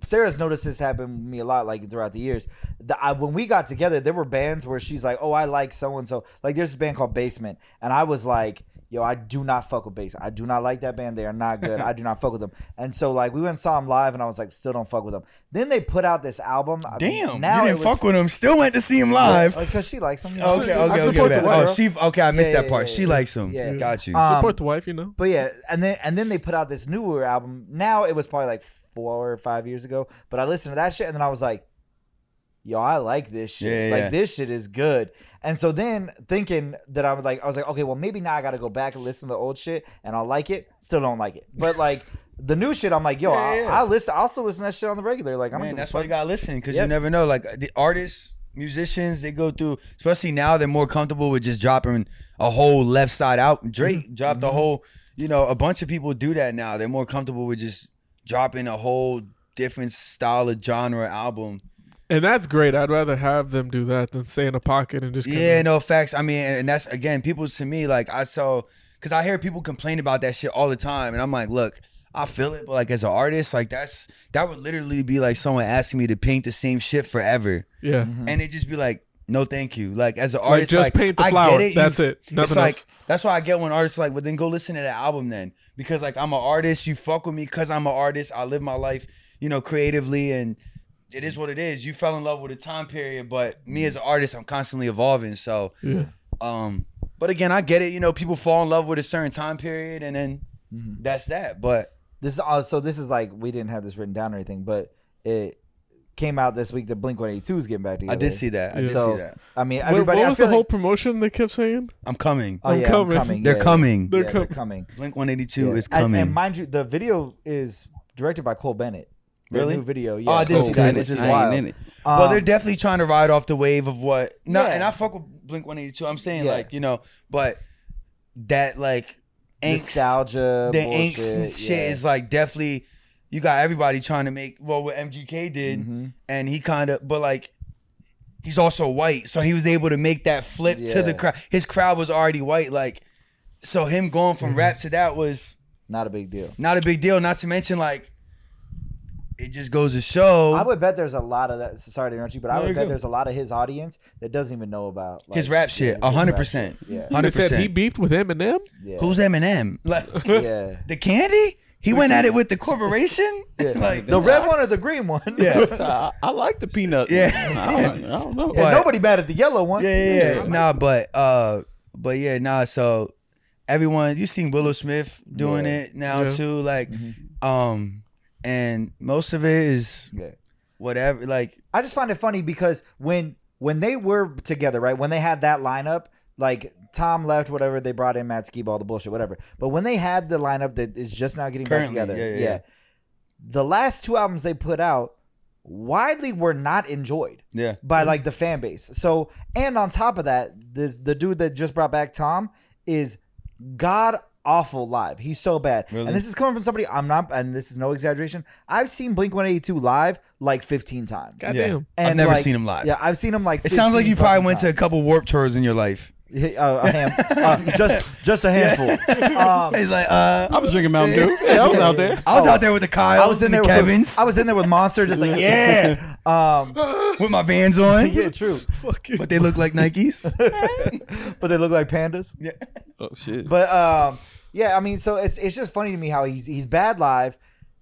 [SPEAKER 1] Sarah's noticed this happen with me a lot, like throughout the years. The, I, when we got together, there were bands where she's like, "Oh, I like so and so." Like, there's a band called Basement, and I was like, "Yo, I do not fuck with Basement. I do not like that band. They are not good. I do not fuck with them." [LAUGHS] And so, like, we went and saw them live, and I was like, "Still don't fuck with them." Then they put out this album. I mean,
[SPEAKER 2] Damn, you
[SPEAKER 1] it
[SPEAKER 2] didn't
[SPEAKER 1] was-
[SPEAKER 2] fuck with him. Still went to see him live.
[SPEAKER 1] Like, cause she likes them.
[SPEAKER 2] Okay, okay, okay.
[SPEAKER 4] support
[SPEAKER 2] bet.
[SPEAKER 4] the white
[SPEAKER 2] oh,
[SPEAKER 4] girl.
[SPEAKER 2] she, okay, I missed
[SPEAKER 1] Yeah,
[SPEAKER 2] that
[SPEAKER 1] yeah,
[SPEAKER 2] part.
[SPEAKER 1] yeah,
[SPEAKER 2] she
[SPEAKER 1] yeah.
[SPEAKER 2] likes him.
[SPEAKER 1] Yeah.
[SPEAKER 2] Got you.
[SPEAKER 1] Um,
[SPEAKER 4] Support the wife, you know.
[SPEAKER 1] But yeah, and then and then they put out this newer album. Now it was probably like four or five years ago. But I listened to that shit and then I was like, yo, I like this shit.
[SPEAKER 2] Yeah,
[SPEAKER 1] like
[SPEAKER 2] yeah.
[SPEAKER 1] this shit is good. And so then thinking that I was like, I was like, okay, well maybe now I gotta go back and listen to the old shit and I'll like it. Still don't like it. But like the new shit, I'm like, yo,
[SPEAKER 2] Yeah,
[SPEAKER 1] I,
[SPEAKER 2] yeah.
[SPEAKER 1] I listen. I'll still listen to that shit on the regular. Like I'm
[SPEAKER 2] Man,
[SPEAKER 1] gonna
[SPEAKER 2] that's why you gotta listen because
[SPEAKER 1] Yep.
[SPEAKER 2] you never know. Like the artists, musicians, they go through. Especially now, they're more comfortable with just dropping a whole left side
[SPEAKER 1] Mm-hmm.
[SPEAKER 2] out. Drake dropped a whole. You know, a bunch of people do that now. They're more comfortable with just dropping a whole different style of genre album.
[SPEAKER 4] And that's great. I'd rather have them do that than stay in a pocket and just
[SPEAKER 2] Yeah, no facts. I mean, and, and that's again, people to me like I saw because I hear people complain about that shit all the time, and I'm like, look, I feel it, but like as an artist, like that's that would literally be like someone asking me to paint the same shit forever.
[SPEAKER 4] Yeah.
[SPEAKER 1] Mm-hmm.
[SPEAKER 2] and it just be like, no, thank you. Like as an artist,
[SPEAKER 4] just
[SPEAKER 2] like,
[SPEAKER 4] paint the
[SPEAKER 2] I
[SPEAKER 4] flower.
[SPEAKER 2] Get it.
[SPEAKER 4] That's it.
[SPEAKER 2] it's
[SPEAKER 4] Nothing
[SPEAKER 2] like
[SPEAKER 4] else.
[SPEAKER 2] that's why I get when artists are like, well, then go listen to the album then, because like I'm an artist. You fuck with me because I'm an artist. I live my life, you know, creatively, and it is what it is. You fell in love with a time period, but me as an artist, I'm constantly evolving. So, um, but again, I get it. You know, people fall in love with a certain time period, and then
[SPEAKER 1] Mm-hmm.
[SPEAKER 2] that's that. But
[SPEAKER 1] This is all, so this is like we didn't have this written down or anything, but it came out this week that Blink 182 is getting back together.
[SPEAKER 2] I did see that. I did
[SPEAKER 1] So
[SPEAKER 2] see that.
[SPEAKER 1] I mean,
[SPEAKER 4] Wait,
[SPEAKER 1] everybody.
[SPEAKER 4] what
[SPEAKER 1] I
[SPEAKER 4] was the
[SPEAKER 1] feel
[SPEAKER 4] whole
[SPEAKER 1] like-
[SPEAKER 4] promotion they kept saying?
[SPEAKER 2] I'm coming.
[SPEAKER 1] Oh, yeah, I'm
[SPEAKER 4] coming.
[SPEAKER 1] coming.
[SPEAKER 2] They're
[SPEAKER 1] Yeah, yeah.
[SPEAKER 2] coming.
[SPEAKER 1] Yeah,
[SPEAKER 4] They're
[SPEAKER 1] They're
[SPEAKER 4] com-
[SPEAKER 1] coming.
[SPEAKER 2] Blink 182
[SPEAKER 1] Yeah.
[SPEAKER 2] is
[SPEAKER 1] And-
[SPEAKER 2] coming.
[SPEAKER 1] And, mind you, the video is directed by Cole Bennett. The
[SPEAKER 2] Really?
[SPEAKER 1] new video. Yeah.
[SPEAKER 2] Oh, I did
[SPEAKER 1] Cole
[SPEAKER 2] see that.
[SPEAKER 1] Bennett, which is
[SPEAKER 2] I ain't
[SPEAKER 1] wild.
[SPEAKER 3] in it.
[SPEAKER 2] well,
[SPEAKER 1] Um,
[SPEAKER 2] they're definitely trying to ride off the wave of what. No,
[SPEAKER 1] Yeah.
[SPEAKER 2] and I fuck with Blink One Eighty Two. I'm saying
[SPEAKER 1] Yeah.
[SPEAKER 2] like you know, but that like angst,
[SPEAKER 1] nostalgia.
[SPEAKER 2] the
[SPEAKER 1] bullshit.
[SPEAKER 2] angst and shit
[SPEAKER 1] yeah.
[SPEAKER 2] is like definitely. You got everybody trying to make well what MGK did, and he kind of but like. He's also white, so he was able to make that flip to
[SPEAKER 1] Yeah.
[SPEAKER 2] the crowd. His crowd was already white, like so. Him going from rap to that was
[SPEAKER 1] Not a big deal.
[SPEAKER 2] Not a big deal. Not to mention like it just goes to show
[SPEAKER 1] I would bet there's a lot of that. Sorry to interrupt you, but I
[SPEAKER 2] No,
[SPEAKER 1] would
[SPEAKER 2] you're
[SPEAKER 1] bet
[SPEAKER 2] good.
[SPEAKER 1] there's a lot of his audience that doesn't even know about like,
[SPEAKER 2] his rap shit.
[SPEAKER 1] his rap
[SPEAKER 2] hundred
[SPEAKER 1] shit.
[SPEAKER 2] percent.
[SPEAKER 1] Yeah.
[SPEAKER 4] They
[SPEAKER 2] Hundred
[SPEAKER 4] said he
[SPEAKER 2] percent.
[SPEAKER 4] beefed with Eminem.
[SPEAKER 1] yeah. [LAUGHS]
[SPEAKER 2] Who's Eminem? Like
[SPEAKER 1] yeah.
[SPEAKER 2] [LAUGHS] the candy? He went at it with
[SPEAKER 1] [LAUGHS]
[SPEAKER 2] the corporation. like
[SPEAKER 1] The red one or the green one?
[SPEAKER 2] yeah.
[SPEAKER 1] [LAUGHS]
[SPEAKER 3] I, I like the peanut.
[SPEAKER 2] Yeah.
[SPEAKER 3] I don't, I don't know.
[SPEAKER 1] And
[SPEAKER 2] But-
[SPEAKER 1] nobody bad at the yellow one.
[SPEAKER 2] [LAUGHS] Yeah, yeah, yeah. Nah, but uh, but yeah, nah. So everyone, you seen Willow Smith doing
[SPEAKER 1] Yeah. Mm-hmm.
[SPEAKER 2] it now
[SPEAKER 4] Yeah.
[SPEAKER 2] too, like, um, and most of it is
[SPEAKER 1] yeah.
[SPEAKER 2] whatever. Like,
[SPEAKER 1] I just find it funny because when when they were together, right? When they had that lineup, like Tom left, whatever they brought in Matt Skiba, all the bullshit, whatever. But when they had the lineup that is just now getting
[SPEAKER 2] Currently,
[SPEAKER 1] back together,
[SPEAKER 2] yeah,
[SPEAKER 1] yeah,
[SPEAKER 2] yeah, yeah.
[SPEAKER 1] the last two albums they put out widely were not enjoyed
[SPEAKER 2] yeah,
[SPEAKER 1] by like the fan base. So, and on top of that, this the dude that just brought back Tom is god awful live. He's so bad.
[SPEAKER 2] Really?
[SPEAKER 1] And this is coming from somebody I'm not and this is no exaggeration. I've seen Blink-182 live like 15 times.
[SPEAKER 4] Goddamn.
[SPEAKER 2] I've
[SPEAKER 1] And,
[SPEAKER 2] never
[SPEAKER 1] like,
[SPEAKER 2] seen him live.
[SPEAKER 1] Yeah, I've seen him like.
[SPEAKER 2] It sounds like
[SPEAKER 1] 15
[SPEAKER 2] you probably
[SPEAKER 1] fucking
[SPEAKER 2] went to a
[SPEAKER 1] times.
[SPEAKER 2] couple warp tours in your life.
[SPEAKER 1] Uh, a ham,
[SPEAKER 2] [LAUGHS]
[SPEAKER 1] uh, just just a handful. Um,
[SPEAKER 2] It's like,
[SPEAKER 1] [LAUGHS]
[SPEAKER 2] uh,
[SPEAKER 3] I was drinking Mountain Dew. Yeah, I was out there.
[SPEAKER 2] I was
[SPEAKER 1] Oh.
[SPEAKER 2] out there with the Kyles
[SPEAKER 1] I was in
[SPEAKER 2] and
[SPEAKER 1] there
[SPEAKER 2] the Kevins
[SPEAKER 1] With, I was in there with Monster, just like
[SPEAKER 2] [LAUGHS]
[SPEAKER 1] yeah, um,
[SPEAKER 2] with my Vans on,
[SPEAKER 1] [LAUGHS] yeah, true.
[SPEAKER 2] but they look
[SPEAKER 1] [LAUGHS]
[SPEAKER 2] like Nikes.
[SPEAKER 1] But they look like pandas.
[SPEAKER 3] Oh shit.
[SPEAKER 1] But um, yeah, I mean, so it's it's just funny to me how he's he's bad live.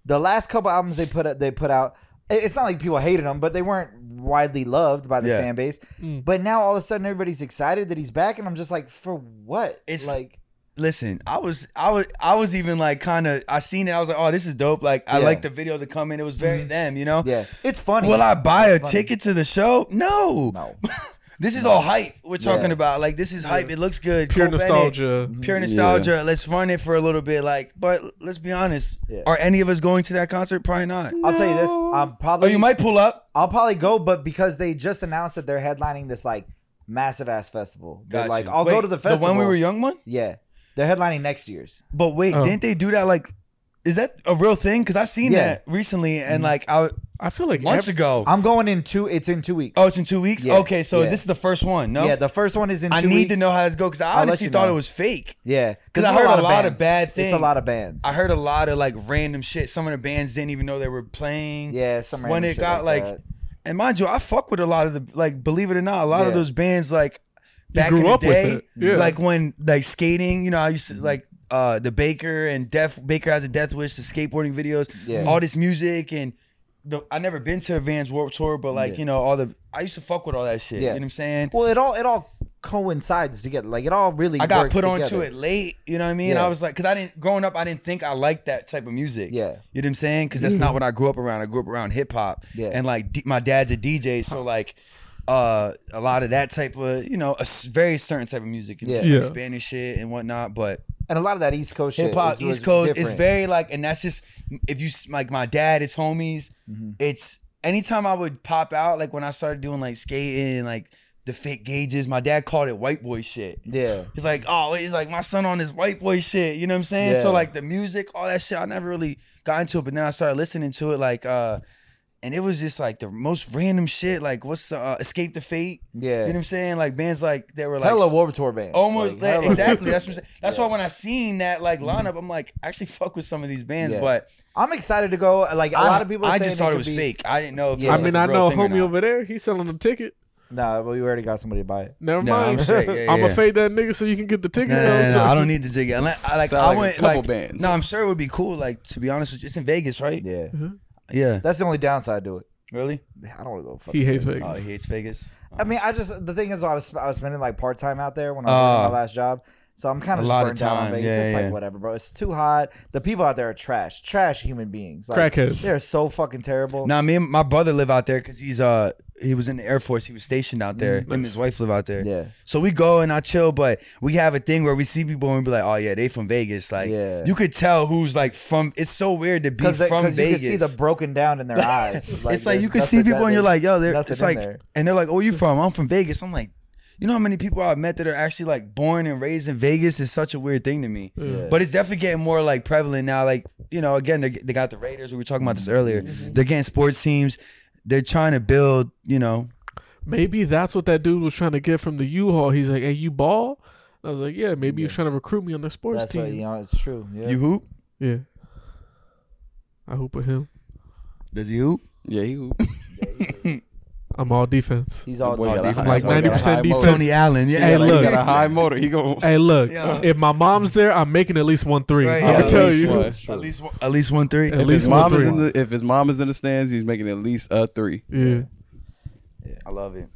[SPEAKER 1] The last couple albums they put out, they put out. it- It's not like people hated him, but they weren't widely loved by the
[SPEAKER 2] Yeah.
[SPEAKER 1] fan base. But now all of a sudden everybody's excited that he's back, and I'm just like, for what?
[SPEAKER 2] It's-
[SPEAKER 1] like
[SPEAKER 2] Listen, I was, I was, I was even like, kind of, I seen it. I was like, oh, this is dope. Like, I
[SPEAKER 1] Yeah. Mm-hmm.
[SPEAKER 2] like the video to come in. It was very them, you know.
[SPEAKER 1] yeah, it's funny.
[SPEAKER 2] Will I buy a
[SPEAKER 1] funny.
[SPEAKER 2] ticket to the show? No.
[SPEAKER 1] no.
[SPEAKER 2] [LAUGHS] This is all hype we're talking
[SPEAKER 1] Yeah.
[SPEAKER 2] about. Like this is hype. It looks good.
[SPEAKER 4] Pure
[SPEAKER 2] Cope in it.
[SPEAKER 4] nostalgia.
[SPEAKER 2] Pure
[SPEAKER 1] Mm-hmm.
[SPEAKER 2] nostalgia. Let's run it for a little bit. Like, but let's be honest.
[SPEAKER 1] Yeah. Mm-hmm.
[SPEAKER 2] Are any of us going to that concert? Probably not.
[SPEAKER 1] I'll tell you this. I'm
[SPEAKER 2] Oh,
[SPEAKER 1] probably
[SPEAKER 2] you might pull up.
[SPEAKER 1] I'll probably go, but because they just announced that they're headlining this like massive ass festival. They're
[SPEAKER 2] Gotcha.
[SPEAKER 1] like, I'll go
[SPEAKER 2] Wait,
[SPEAKER 1] to the festival.
[SPEAKER 2] The one we were young one.
[SPEAKER 1] Yeah. They're headlining next year's.
[SPEAKER 2] But wait,
[SPEAKER 4] Oh.
[SPEAKER 2] didn't they do that? Like, is that a real thing? Because I seen
[SPEAKER 1] Yeah. Mm-hmm.
[SPEAKER 2] that recently, and like I
[SPEAKER 4] I feel like
[SPEAKER 2] months
[SPEAKER 4] every-
[SPEAKER 2] ago.
[SPEAKER 1] I'm going in two it's in two weeks.
[SPEAKER 2] oh, it's in two weeks.
[SPEAKER 1] Yeah.
[SPEAKER 2] Okay, so
[SPEAKER 1] Yeah.
[SPEAKER 2] this is the first one. No,
[SPEAKER 1] Yeah, the first one is in two
[SPEAKER 2] I need
[SPEAKER 1] weeks.
[SPEAKER 2] to know how this goes because I
[SPEAKER 1] I'll let
[SPEAKER 2] honestly
[SPEAKER 1] you
[SPEAKER 2] thought
[SPEAKER 1] know.
[SPEAKER 2] it was fake.
[SPEAKER 1] Yeah. it's
[SPEAKER 2] 'Cause I heard a lot of bad
[SPEAKER 1] It's a
[SPEAKER 2] things.
[SPEAKER 1] lot of bands.
[SPEAKER 2] I heard a lot of like random shit. Some of the bands didn't even know they were playing.
[SPEAKER 1] yeah, some
[SPEAKER 2] when
[SPEAKER 1] random
[SPEAKER 2] it
[SPEAKER 1] shit
[SPEAKER 2] got like,
[SPEAKER 1] that.
[SPEAKER 2] and mind you, I fuck with a lot of the like. Believe it or not, a lot of
[SPEAKER 1] Yeah.
[SPEAKER 2] those bands like back
[SPEAKER 4] grew
[SPEAKER 2] in the
[SPEAKER 4] up with
[SPEAKER 2] day,
[SPEAKER 4] it, yeah.
[SPEAKER 2] like when like skating. You know, I used
[SPEAKER 1] Mm-hmm.
[SPEAKER 2] to like uh the Baker and Death Baker has a Death Wish, the skateboarding videos,
[SPEAKER 1] Yeah.
[SPEAKER 2] all this music and. The, I never been to a Vans Warped Tour, but like
[SPEAKER 1] Yeah.
[SPEAKER 2] you know, all the I used to fuck with all that shit.
[SPEAKER 1] Yeah.
[SPEAKER 2] You know what I'm saying?
[SPEAKER 1] Well, it all it all coincides together. Like it all really
[SPEAKER 2] I got
[SPEAKER 1] works
[SPEAKER 2] put
[SPEAKER 1] together.
[SPEAKER 2] onto it late. You know what I mean?
[SPEAKER 1] Yeah.
[SPEAKER 2] I was like, because I didn't growing up, I didn't think I liked that type of music.
[SPEAKER 1] Yeah. Mm-hmm.
[SPEAKER 2] you know what I'm saying? Because that's not what I grew up around. I grew up around hip hop.
[SPEAKER 1] Yeah.
[SPEAKER 2] and like D- my dad's a DJ, so like uh a lot of that type of you know a s- very certain type of music. It's
[SPEAKER 1] Yeah.
[SPEAKER 2] just, like,
[SPEAKER 4] Yeah.
[SPEAKER 2] Spanish shit and whatnot, but
[SPEAKER 1] And a lot of that East Coast shit.
[SPEAKER 2] hip hop,
[SPEAKER 1] is- was
[SPEAKER 2] East Coast, it's
[SPEAKER 1] different.
[SPEAKER 2] very like, and that's just if you s- like my dad, his homies,
[SPEAKER 1] Mm-hmm.
[SPEAKER 2] it's anytime I would pop out, like when I started doing like skating, like the fake gauges, my dad called it white boy shit.
[SPEAKER 1] Yeah.
[SPEAKER 2] He's like, oh, he's like my son on his white boy shit. You know what I'm saying?
[SPEAKER 1] Yeah.
[SPEAKER 2] So like the music, all that shit, I never really got into it. But then I started listening to it, like, uh, and it was just like the most random shit. Like, what's the uh, Escape the Fate?
[SPEAKER 1] Yeah.
[SPEAKER 2] You know what I'm saying? Like bands like that were like
[SPEAKER 1] Hella Warped Tour bands.
[SPEAKER 2] almost
[SPEAKER 1] Like,
[SPEAKER 2] that-
[SPEAKER 1] hella- Mm-hmm.
[SPEAKER 2] exactly. That's what I'm saying. That's why when I seen that like lineup, I'm like, I actually [LAUGHS] fuck with some of these bands,
[SPEAKER 1] Yeah.
[SPEAKER 2] but
[SPEAKER 1] [LAUGHS] I'm excited to go. Like a lot of people. are
[SPEAKER 2] I
[SPEAKER 1] saying
[SPEAKER 2] just thought
[SPEAKER 1] could
[SPEAKER 2] it was
[SPEAKER 1] be-
[SPEAKER 2] fake. I didn't know if it
[SPEAKER 1] Yeah.
[SPEAKER 4] I
[SPEAKER 2] was,
[SPEAKER 4] mean,
[SPEAKER 2] like,
[SPEAKER 4] I
[SPEAKER 2] a
[SPEAKER 4] know
[SPEAKER 2] real
[SPEAKER 4] a
[SPEAKER 2] thing or
[SPEAKER 4] homie
[SPEAKER 2] not.
[SPEAKER 4] over there. He's selling a ticket.
[SPEAKER 1] No, but we already got somebody to buy it.
[SPEAKER 4] Never
[SPEAKER 2] Nah, I'm
[SPEAKER 4] mind. [LAUGHS]
[SPEAKER 2] straight. Yeah,
[SPEAKER 4] I'm
[SPEAKER 2] yeah.
[SPEAKER 4] a fade that nigga so you can get the ticket.
[SPEAKER 2] No, no,
[SPEAKER 4] though,
[SPEAKER 2] no, no,
[SPEAKER 4] so-
[SPEAKER 2] I don't need the jiggy. Unless, I like,
[SPEAKER 3] Sound
[SPEAKER 2] I
[SPEAKER 3] like a
[SPEAKER 2] went
[SPEAKER 3] couple
[SPEAKER 2] like,
[SPEAKER 3] bands.
[SPEAKER 2] No, I'm sure it would be cool. Like to be honest, with you, it's in Vegas, right?
[SPEAKER 1] Yeah,
[SPEAKER 2] Yeah.
[SPEAKER 1] that's the only downside to it.
[SPEAKER 2] Really?
[SPEAKER 1] I don't want to go. Fuck
[SPEAKER 4] He hates
[SPEAKER 2] Oh,
[SPEAKER 4] Vegas.
[SPEAKER 2] he hates Vegas.
[SPEAKER 1] I mean, I just the thing is, I was I was spending like part time out there when I
[SPEAKER 2] Ah.
[SPEAKER 1] was working my last job, so I'm kind of
[SPEAKER 2] A
[SPEAKER 1] just
[SPEAKER 2] lot of
[SPEAKER 1] burnt out on
[SPEAKER 2] time.
[SPEAKER 1] Vegas.
[SPEAKER 2] Yeah,
[SPEAKER 1] it's
[SPEAKER 2] yeah.
[SPEAKER 1] like whatever, bro. It's too hot. The people out there are trash, trash human beings. Like,
[SPEAKER 4] Crackheads.
[SPEAKER 1] They're so fucking terrible.
[SPEAKER 2] Now, me and my brother live out there because he's uh he was in the Air Force. He was stationed out there. Him and his wife live out there.
[SPEAKER 1] Mm-hmm. Yeah.
[SPEAKER 2] So we go and I chill, but we have a thing where we see people and we be like, oh yeah, they from Vegas. Like,
[SPEAKER 1] Yeah.
[SPEAKER 2] you could tell who's like from. It's so weird to be
[SPEAKER 1] because
[SPEAKER 2] from
[SPEAKER 1] you can
[SPEAKER 2] Vegas.
[SPEAKER 1] see the broken down in
[SPEAKER 2] [LAUGHS]
[SPEAKER 1] their eyes.
[SPEAKER 2] it's like
[SPEAKER 1] there's
[SPEAKER 2] you can see
[SPEAKER 1] nothing
[SPEAKER 2] people
[SPEAKER 1] that-
[SPEAKER 2] and you're like, yo, they're,
[SPEAKER 1] nothing
[SPEAKER 2] it's
[SPEAKER 1] in
[SPEAKER 2] like,
[SPEAKER 1] there.
[SPEAKER 2] and they're like, oh, you from? I'm from Vegas. I'm like, you know how many people I've met that are actually like born and raised in Vegas is such a weird thing to me. But it's definitely getting more like prevalent now. Like, you know, again, they, they got the Raiders. We were talking about this earlier.
[SPEAKER 1] Mm-hmm.
[SPEAKER 2] They're getting sports teams. They're trying to build, you know.
[SPEAKER 4] Maybe that's what that dude was trying to get from the U-Haul. He's like, "Hey, you ball?" I was like, "Yeah, maybe he was trying to recruit me on the sports
[SPEAKER 1] that's what,
[SPEAKER 4] team."
[SPEAKER 1] you know. It's true. Yeah.
[SPEAKER 2] You hoop?
[SPEAKER 4] Yeah. I hoop with him.
[SPEAKER 2] Does he hoop?
[SPEAKER 3] Yeah, he
[SPEAKER 4] I'm all defense.
[SPEAKER 1] He's all
[SPEAKER 3] boy got a
[SPEAKER 1] defense.
[SPEAKER 3] high,
[SPEAKER 4] Like
[SPEAKER 3] that boy got a
[SPEAKER 4] 90%
[SPEAKER 3] high
[SPEAKER 4] defense.
[SPEAKER 3] Motor.
[SPEAKER 2] Tony Allen. Yeah.
[SPEAKER 4] Hey,
[SPEAKER 3] Like,
[SPEAKER 4] look.
[SPEAKER 3] he got a high motor. He going
[SPEAKER 4] Hey, look.
[SPEAKER 2] Yeah.
[SPEAKER 4] If my mom's there, I'm making at least one three.
[SPEAKER 2] [LAUGHS] Right,
[SPEAKER 4] I
[SPEAKER 2] yeah.
[SPEAKER 4] can tell
[SPEAKER 2] At
[SPEAKER 4] you.
[SPEAKER 3] one.
[SPEAKER 2] At least one, at least one three.
[SPEAKER 4] At
[SPEAKER 3] If
[SPEAKER 4] least
[SPEAKER 3] his
[SPEAKER 4] one
[SPEAKER 3] mom is
[SPEAKER 4] three.
[SPEAKER 3] in the if his mom is in the stands, he's making at least a three.
[SPEAKER 4] yeah.
[SPEAKER 2] I love it.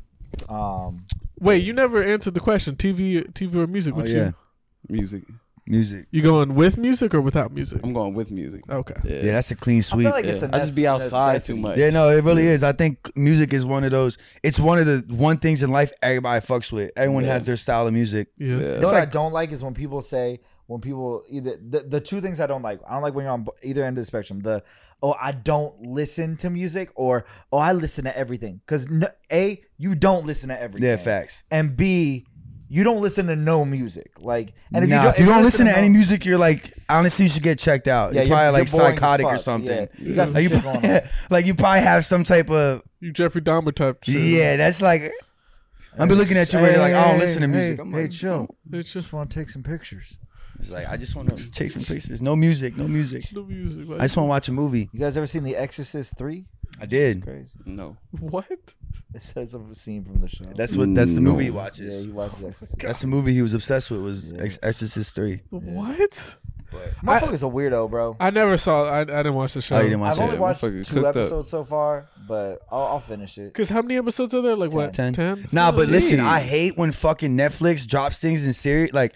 [SPEAKER 1] Um,
[SPEAKER 4] Wait, you never answered the question. TV, TV or music?
[SPEAKER 2] Oh
[SPEAKER 4] What
[SPEAKER 2] yeah,
[SPEAKER 4] you?
[SPEAKER 3] Music.
[SPEAKER 2] music.
[SPEAKER 4] You going with music or without music?
[SPEAKER 3] I'm going with music.
[SPEAKER 4] Okay.
[SPEAKER 3] Yeah.
[SPEAKER 2] Yeah, that's a clean
[SPEAKER 1] I
[SPEAKER 2] sweep.
[SPEAKER 1] feel like it's
[SPEAKER 3] Yeah.
[SPEAKER 1] a
[SPEAKER 3] I just be outside too much.
[SPEAKER 2] yeah, no, it really is. I think music is one of those. It's one of the one things in life everybody fucks with. Everyone
[SPEAKER 3] Yeah.
[SPEAKER 2] has their style of music.
[SPEAKER 4] Yeah.
[SPEAKER 3] Yeah.
[SPEAKER 1] You know what I don't like is when people say when people either the, the two things I don't like. I don't like when you're on b- either end of the spectrum. The oh I don't listen to music or oh I listen to everything because a you don't listen to everything.
[SPEAKER 2] Yeah, facts.
[SPEAKER 1] And b you don't listen to no music. Like and
[SPEAKER 2] And if you don't,
[SPEAKER 1] if
[SPEAKER 2] listen to any
[SPEAKER 1] no-
[SPEAKER 2] music, you're like honestly, you should get checked out.
[SPEAKER 1] Yeah,
[SPEAKER 2] you're,
[SPEAKER 1] you're-
[SPEAKER 2] probably
[SPEAKER 1] you're
[SPEAKER 2] like
[SPEAKER 1] boring as
[SPEAKER 2] psychotic or
[SPEAKER 1] fuck.
[SPEAKER 2] something.
[SPEAKER 1] Yeah, you got some
[SPEAKER 2] Like, you
[SPEAKER 1] shit
[SPEAKER 2] probably,
[SPEAKER 1] going on.
[SPEAKER 2] [LAUGHS] like you probably have some type of
[SPEAKER 4] You Jeffrey Dahmer type. Shit.
[SPEAKER 2] yeah. That's like I'm be looking at you right like I don't listen to music.
[SPEAKER 1] Hey,
[SPEAKER 2] I'm
[SPEAKER 1] hey,
[SPEAKER 2] like,
[SPEAKER 1] chill.
[SPEAKER 4] It's just
[SPEAKER 1] Just want to take some pictures.
[SPEAKER 2] It's like I just want to take some pictures. No music. No music.
[SPEAKER 4] the music. Like,
[SPEAKER 2] I just want to watch a movie.
[SPEAKER 1] You guys ever seen The Exorcist Three?
[SPEAKER 2] I did.
[SPEAKER 1] Crazy. [LAUGHS]
[SPEAKER 3] No.
[SPEAKER 4] what?
[SPEAKER 1] It says a scene from the show.
[SPEAKER 2] That's what. That's the
[SPEAKER 3] No.
[SPEAKER 2] movie he
[SPEAKER 1] Mm, yeah,
[SPEAKER 2] watches.
[SPEAKER 1] you watch this.
[SPEAKER 2] That's the movie he was obsessed with. Was Ex- Exorcist Three?
[SPEAKER 4] What?
[SPEAKER 1] Motherfucker's a weirdo, bro.
[SPEAKER 4] I never saw. I, I didn't watch the show.
[SPEAKER 2] Oh, you didn't watch
[SPEAKER 1] I've only
[SPEAKER 2] it.
[SPEAKER 1] watched
[SPEAKER 3] motherfucker
[SPEAKER 1] two
[SPEAKER 3] cooked up.
[SPEAKER 1] episodes so far, but I'll, I'll finish it.
[SPEAKER 4] Cause how many episodes are there? Like what?
[SPEAKER 2] Ten.
[SPEAKER 4] Ten.
[SPEAKER 2] Nah, but listen, I
[SPEAKER 3] Jeez.
[SPEAKER 2] hate when fucking Netflix drops things in series like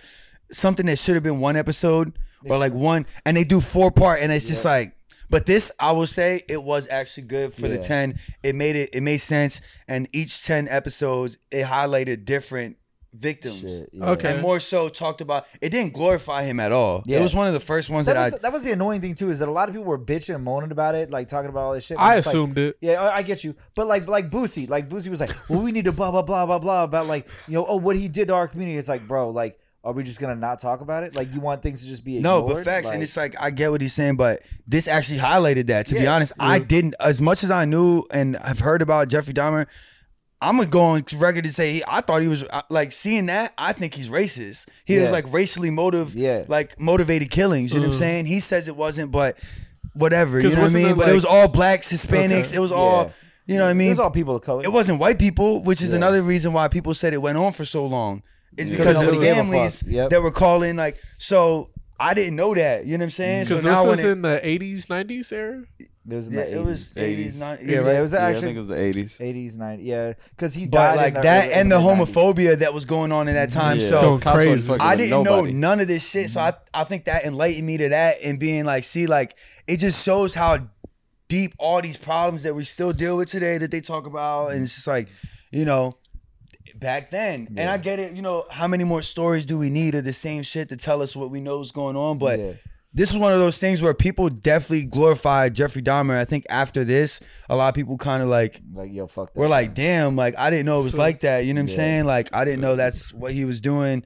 [SPEAKER 2] something that should have been one episode or like one, and they do four part, and it's just like. But this, I will say, it was actually good for the
[SPEAKER 1] Yeah.
[SPEAKER 2] ten. It made it. It made sense, and each ten episodes, it highlighted different victims.
[SPEAKER 1] Shit, yeah.
[SPEAKER 4] Okay.
[SPEAKER 2] And more so talked about it didn't glorify him at all.
[SPEAKER 1] Yeah.
[SPEAKER 2] It was one of the first ones
[SPEAKER 1] That
[SPEAKER 2] that,
[SPEAKER 1] was,
[SPEAKER 2] I
[SPEAKER 1] the, that was the annoying thing too, is that a lot of people were bitching and moaning about it, like talking about all this shit. but
[SPEAKER 4] I
[SPEAKER 1] it's like-
[SPEAKER 4] assumed it.
[SPEAKER 1] Yeah, I, I get you, but like, like Boosie, like Boosie was like, "Well, we need to blah blah blah blah blah about like, you know, oh, what he did to our community." It's like, bro, like, are we just gonna not talk about it? Like, you want things to just be
[SPEAKER 2] No,
[SPEAKER 1] ignored?
[SPEAKER 2] but facts, and it's like I get what he's saying, but this actually highlighted that. To be
[SPEAKER 1] Yeah.
[SPEAKER 2] honest, I didn't. As much as I knew and I've heard about Jeffrey Dahmer, I'm gonna go on record to say he, I thought he was I- like seeing that. I think he's racist. He was
[SPEAKER 1] Yeah.
[SPEAKER 2] like racially motive,
[SPEAKER 1] Yeah.
[SPEAKER 2] like motivated killings. You know what I'm saying? He says it wasn't, but whatever. You
[SPEAKER 4] 'Cause
[SPEAKER 2] know what I
[SPEAKER 4] wasn't
[SPEAKER 2] mean?
[SPEAKER 4] it
[SPEAKER 2] but it
[SPEAKER 4] like-
[SPEAKER 2] was all blacks, Hispanics.
[SPEAKER 4] Okay.
[SPEAKER 2] It was all.
[SPEAKER 1] Yeah.
[SPEAKER 2] You know what I mean?
[SPEAKER 1] There's all people of color.
[SPEAKER 2] It wasn't white people, which is another reason why people said it went on for so long. It's because
[SPEAKER 1] Because
[SPEAKER 2] of the
[SPEAKER 1] nobody gave a
[SPEAKER 2] families
[SPEAKER 1] fuck. Yep.
[SPEAKER 2] that were calling. Like, so I didn't know that. You know what I'm saying? So
[SPEAKER 4] Because
[SPEAKER 2] now
[SPEAKER 4] this
[SPEAKER 2] when
[SPEAKER 4] was
[SPEAKER 2] it,
[SPEAKER 4] in the eighties, nineties era.
[SPEAKER 1] It was in
[SPEAKER 2] yeah,
[SPEAKER 1] the 80s.
[SPEAKER 2] it was 80s,
[SPEAKER 3] 80s.
[SPEAKER 2] 90s.
[SPEAKER 1] yeah, right. It was
[SPEAKER 3] Yeah, I
[SPEAKER 1] actually
[SPEAKER 3] think it was the 80s.
[SPEAKER 1] 80s, 90s. Yeah, because he died
[SPEAKER 2] But
[SPEAKER 1] in
[SPEAKER 2] like
[SPEAKER 1] the
[SPEAKER 2] that
[SPEAKER 1] early-
[SPEAKER 2] and the
[SPEAKER 1] early 90s.
[SPEAKER 2] homophobia that was going on in that time.
[SPEAKER 3] Yeah.
[SPEAKER 2] So
[SPEAKER 4] Going
[SPEAKER 3] Cops
[SPEAKER 4] crazy.
[SPEAKER 3] wasn't fucking
[SPEAKER 2] I
[SPEAKER 3] with
[SPEAKER 2] didn't
[SPEAKER 3] nobody. Mm-hmm.
[SPEAKER 2] know none of this shit. So I, I think that enlightened me to that and being like, see, like it just shows how deep all these problems that we still deal with today that they talk about. And it's just like, you know, back then. And I get it, you know, how many more stories do we need of the same shit to tell us what we know is going on? But
[SPEAKER 1] Yeah.
[SPEAKER 2] this is one of those things where people definitely glorified Jeffrey Dahmer. I think after this, a lot of people kind of like
[SPEAKER 1] Like, yo, fuck that.
[SPEAKER 2] we're like, damn, like I didn't know it was like that. You know what I'm saying? Like I didn't know that's what he was doing,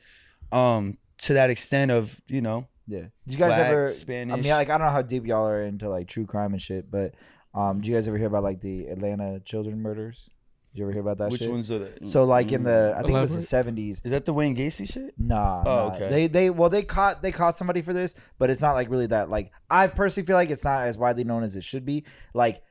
[SPEAKER 2] um, to that extent of you know.
[SPEAKER 1] Yeah. Did you guys
[SPEAKER 2] Black,
[SPEAKER 1] ever? I
[SPEAKER 2] Spanish.
[SPEAKER 1] mean, like, I don't know how deep y'all are into like true crime and shit, but um, did you guys ever hear about like the Atlanta children murders? Did you ever hear about that
[SPEAKER 2] which
[SPEAKER 1] shit?
[SPEAKER 2] ones are that? Mm. Is
[SPEAKER 1] So like in the, I think it was the
[SPEAKER 4] Elaborate.
[SPEAKER 1] seventies.
[SPEAKER 2] that the Wayne Gacy shit?
[SPEAKER 1] Nah,
[SPEAKER 2] Oh,
[SPEAKER 1] nah.
[SPEAKER 2] okay.
[SPEAKER 1] They they well they caught they caught somebody for this, but it's not like really that. Like I personally feel like it's not as widely known as it should be. Like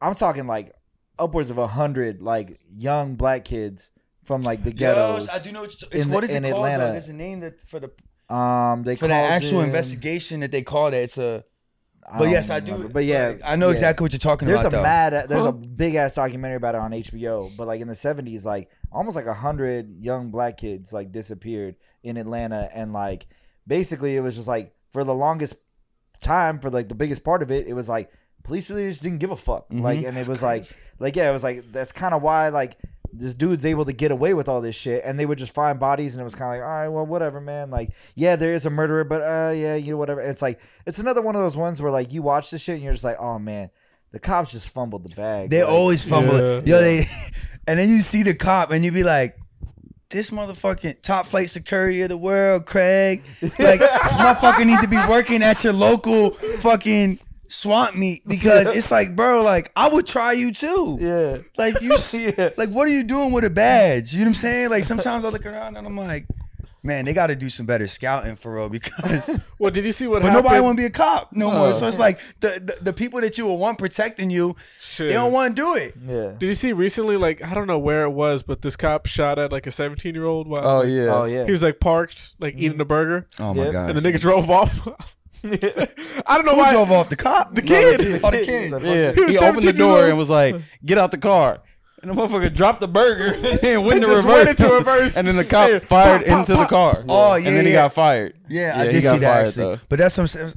[SPEAKER 1] I'm talking like upwards of a hundred like young black kids from like the ghettos.
[SPEAKER 2] Yes, I do know. It's, it's
[SPEAKER 1] In-
[SPEAKER 2] what is
[SPEAKER 1] in
[SPEAKER 2] it called? Atlanta.
[SPEAKER 1] Atlanta.
[SPEAKER 2] There's a name that for the
[SPEAKER 1] um, they
[SPEAKER 2] for the
[SPEAKER 1] called
[SPEAKER 2] actual
[SPEAKER 1] in-
[SPEAKER 2] investigation that they call that. It's a.
[SPEAKER 1] I
[SPEAKER 2] But
[SPEAKER 1] don't
[SPEAKER 2] yes, I do.
[SPEAKER 1] remember. But yeah,
[SPEAKER 2] like, I know
[SPEAKER 1] yeah.
[SPEAKER 2] exactly what you're talking
[SPEAKER 1] There's
[SPEAKER 2] about.
[SPEAKER 1] a
[SPEAKER 2] though.
[SPEAKER 1] mad, there's
[SPEAKER 2] [LAUGHS]
[SPEAKER 4] Huh.
[SPEAKER 1] a big ass documentary about it on HBO. But like in the '70s, like almost like a hundred young black kids like disappeared in Atlanta, and like basically it was just like for the longest time, for like the biggest part of it, it was like police really just didn't give a fuck.
[SPEAKER 2] Mm-hmm.
[SPEAKER 1] Like, and it was like, like yeah, it was like that's kind of why like this dude's able to get away with all this shit, and they would just find bodies, and it was kind of like, all right, well, whatever, man. Like, yeah, there is a murderer, but uh, yeah, you know, whatever. And it's like it's another one of those ones where like you watch this shit and you're just like, oh man. The cops just fumbled the bag.
[SPEAKER 2] They
[SPEAKER 1] Like,
[SPEAKER 2] always fumble. it.
[SPEAKER 4] Yeah.
[SPEAKER 2] Yo, they, [LAUGHS] and then you see the cop, and you be like, "This motherfucking top flight security of the world, Craig. Like, motherfucker need to be working at your local fucking swamp meet because it's like, bro, like I would try you too.
[SPEAKER 1] Yeah.
[SPEAKER 2] Like you, s
[SPEAKER 1] Yeah.
[SPEAKER 2] like what are you doing with a badge? You know what I'm saying? Like sometimes I look around and I'm like, man, they got to do some better scouting for real because.
[SPEAKER 4] Well, did you see what
[SPEAKER 2] But
[SPEAKER 4] happened?
[SPEAKER 2] nobody want to be a cop no more. So it's like the, the the people that you will want protecting you, they don't want to do it.
[SPEAKER 1] Yeah.
[SPEAKER 4] Did you see recently? Like I don't know where it was, but this cop shot at like a 17 year old while
[SPEAKER 3] Oh yeah.
[SPEAKER 1] Oh yeah. [LAUGHS]
[SPEAKER 4] he was like parked, like eating a burger,
[SPEAKER 2] Oh
[SPEAKER 1] Yeah.
[SPEAKER 2] my
[SPEAKER 4] and
[SPEAKER 2] god!
[SPEAKER 4] the nigga drove off. [LAUGHS] I don't know
[SPEAKER 2] Who
[SPEAKER 4] why.
[SPEAKER 2] drove off the cop? The
[SPEAKER 4] kid.
[SPEAKER 2] Oh, the kid.
[SPEAKER 3] Yeah.
[SPEAKER 4] He was
[SPEAKER 3] He
[SPEAKER 4] 17
[SPEAKER 3] opened the
[SPEAKER 4] years
[SPEAKER 3] door
[SPEAKER 4] old.
[SPEAKER 3] and was like, "Get out the car." And the motherfucker dropped the burger [LAUGHS] and went to
[SPEAKER 4] Just went
[SPEAKER 3] reverse.
[SPEAKER 4] into reverse.
[SPEAKER 3] and then the cop
[SPEAKER 4] Yeah.
[SPEAKER 3] fired
[SPEAKER 4] Pop, pop,
[SPEAKER 3] into
[SPEAKER 4] pop.
[SPEAKER 3] the car.
[SPEAKER 2] Oh, yeah,
[SPEAKER 3] And then he
[SPEAKER 2] yeah.
[SPEAKER 3] got fired.
[SPEAKER 2] Yeah, I
[SPEAKER 3] he
[SPEAKER 2] did see
[SPEAKER 3] got
[SPEAKER 2] that
[SPEAKER 3] fired,
[SPEAKER 2] actually.
[SPEAKER 3] though.
[SPEAKER 2] But that's some s-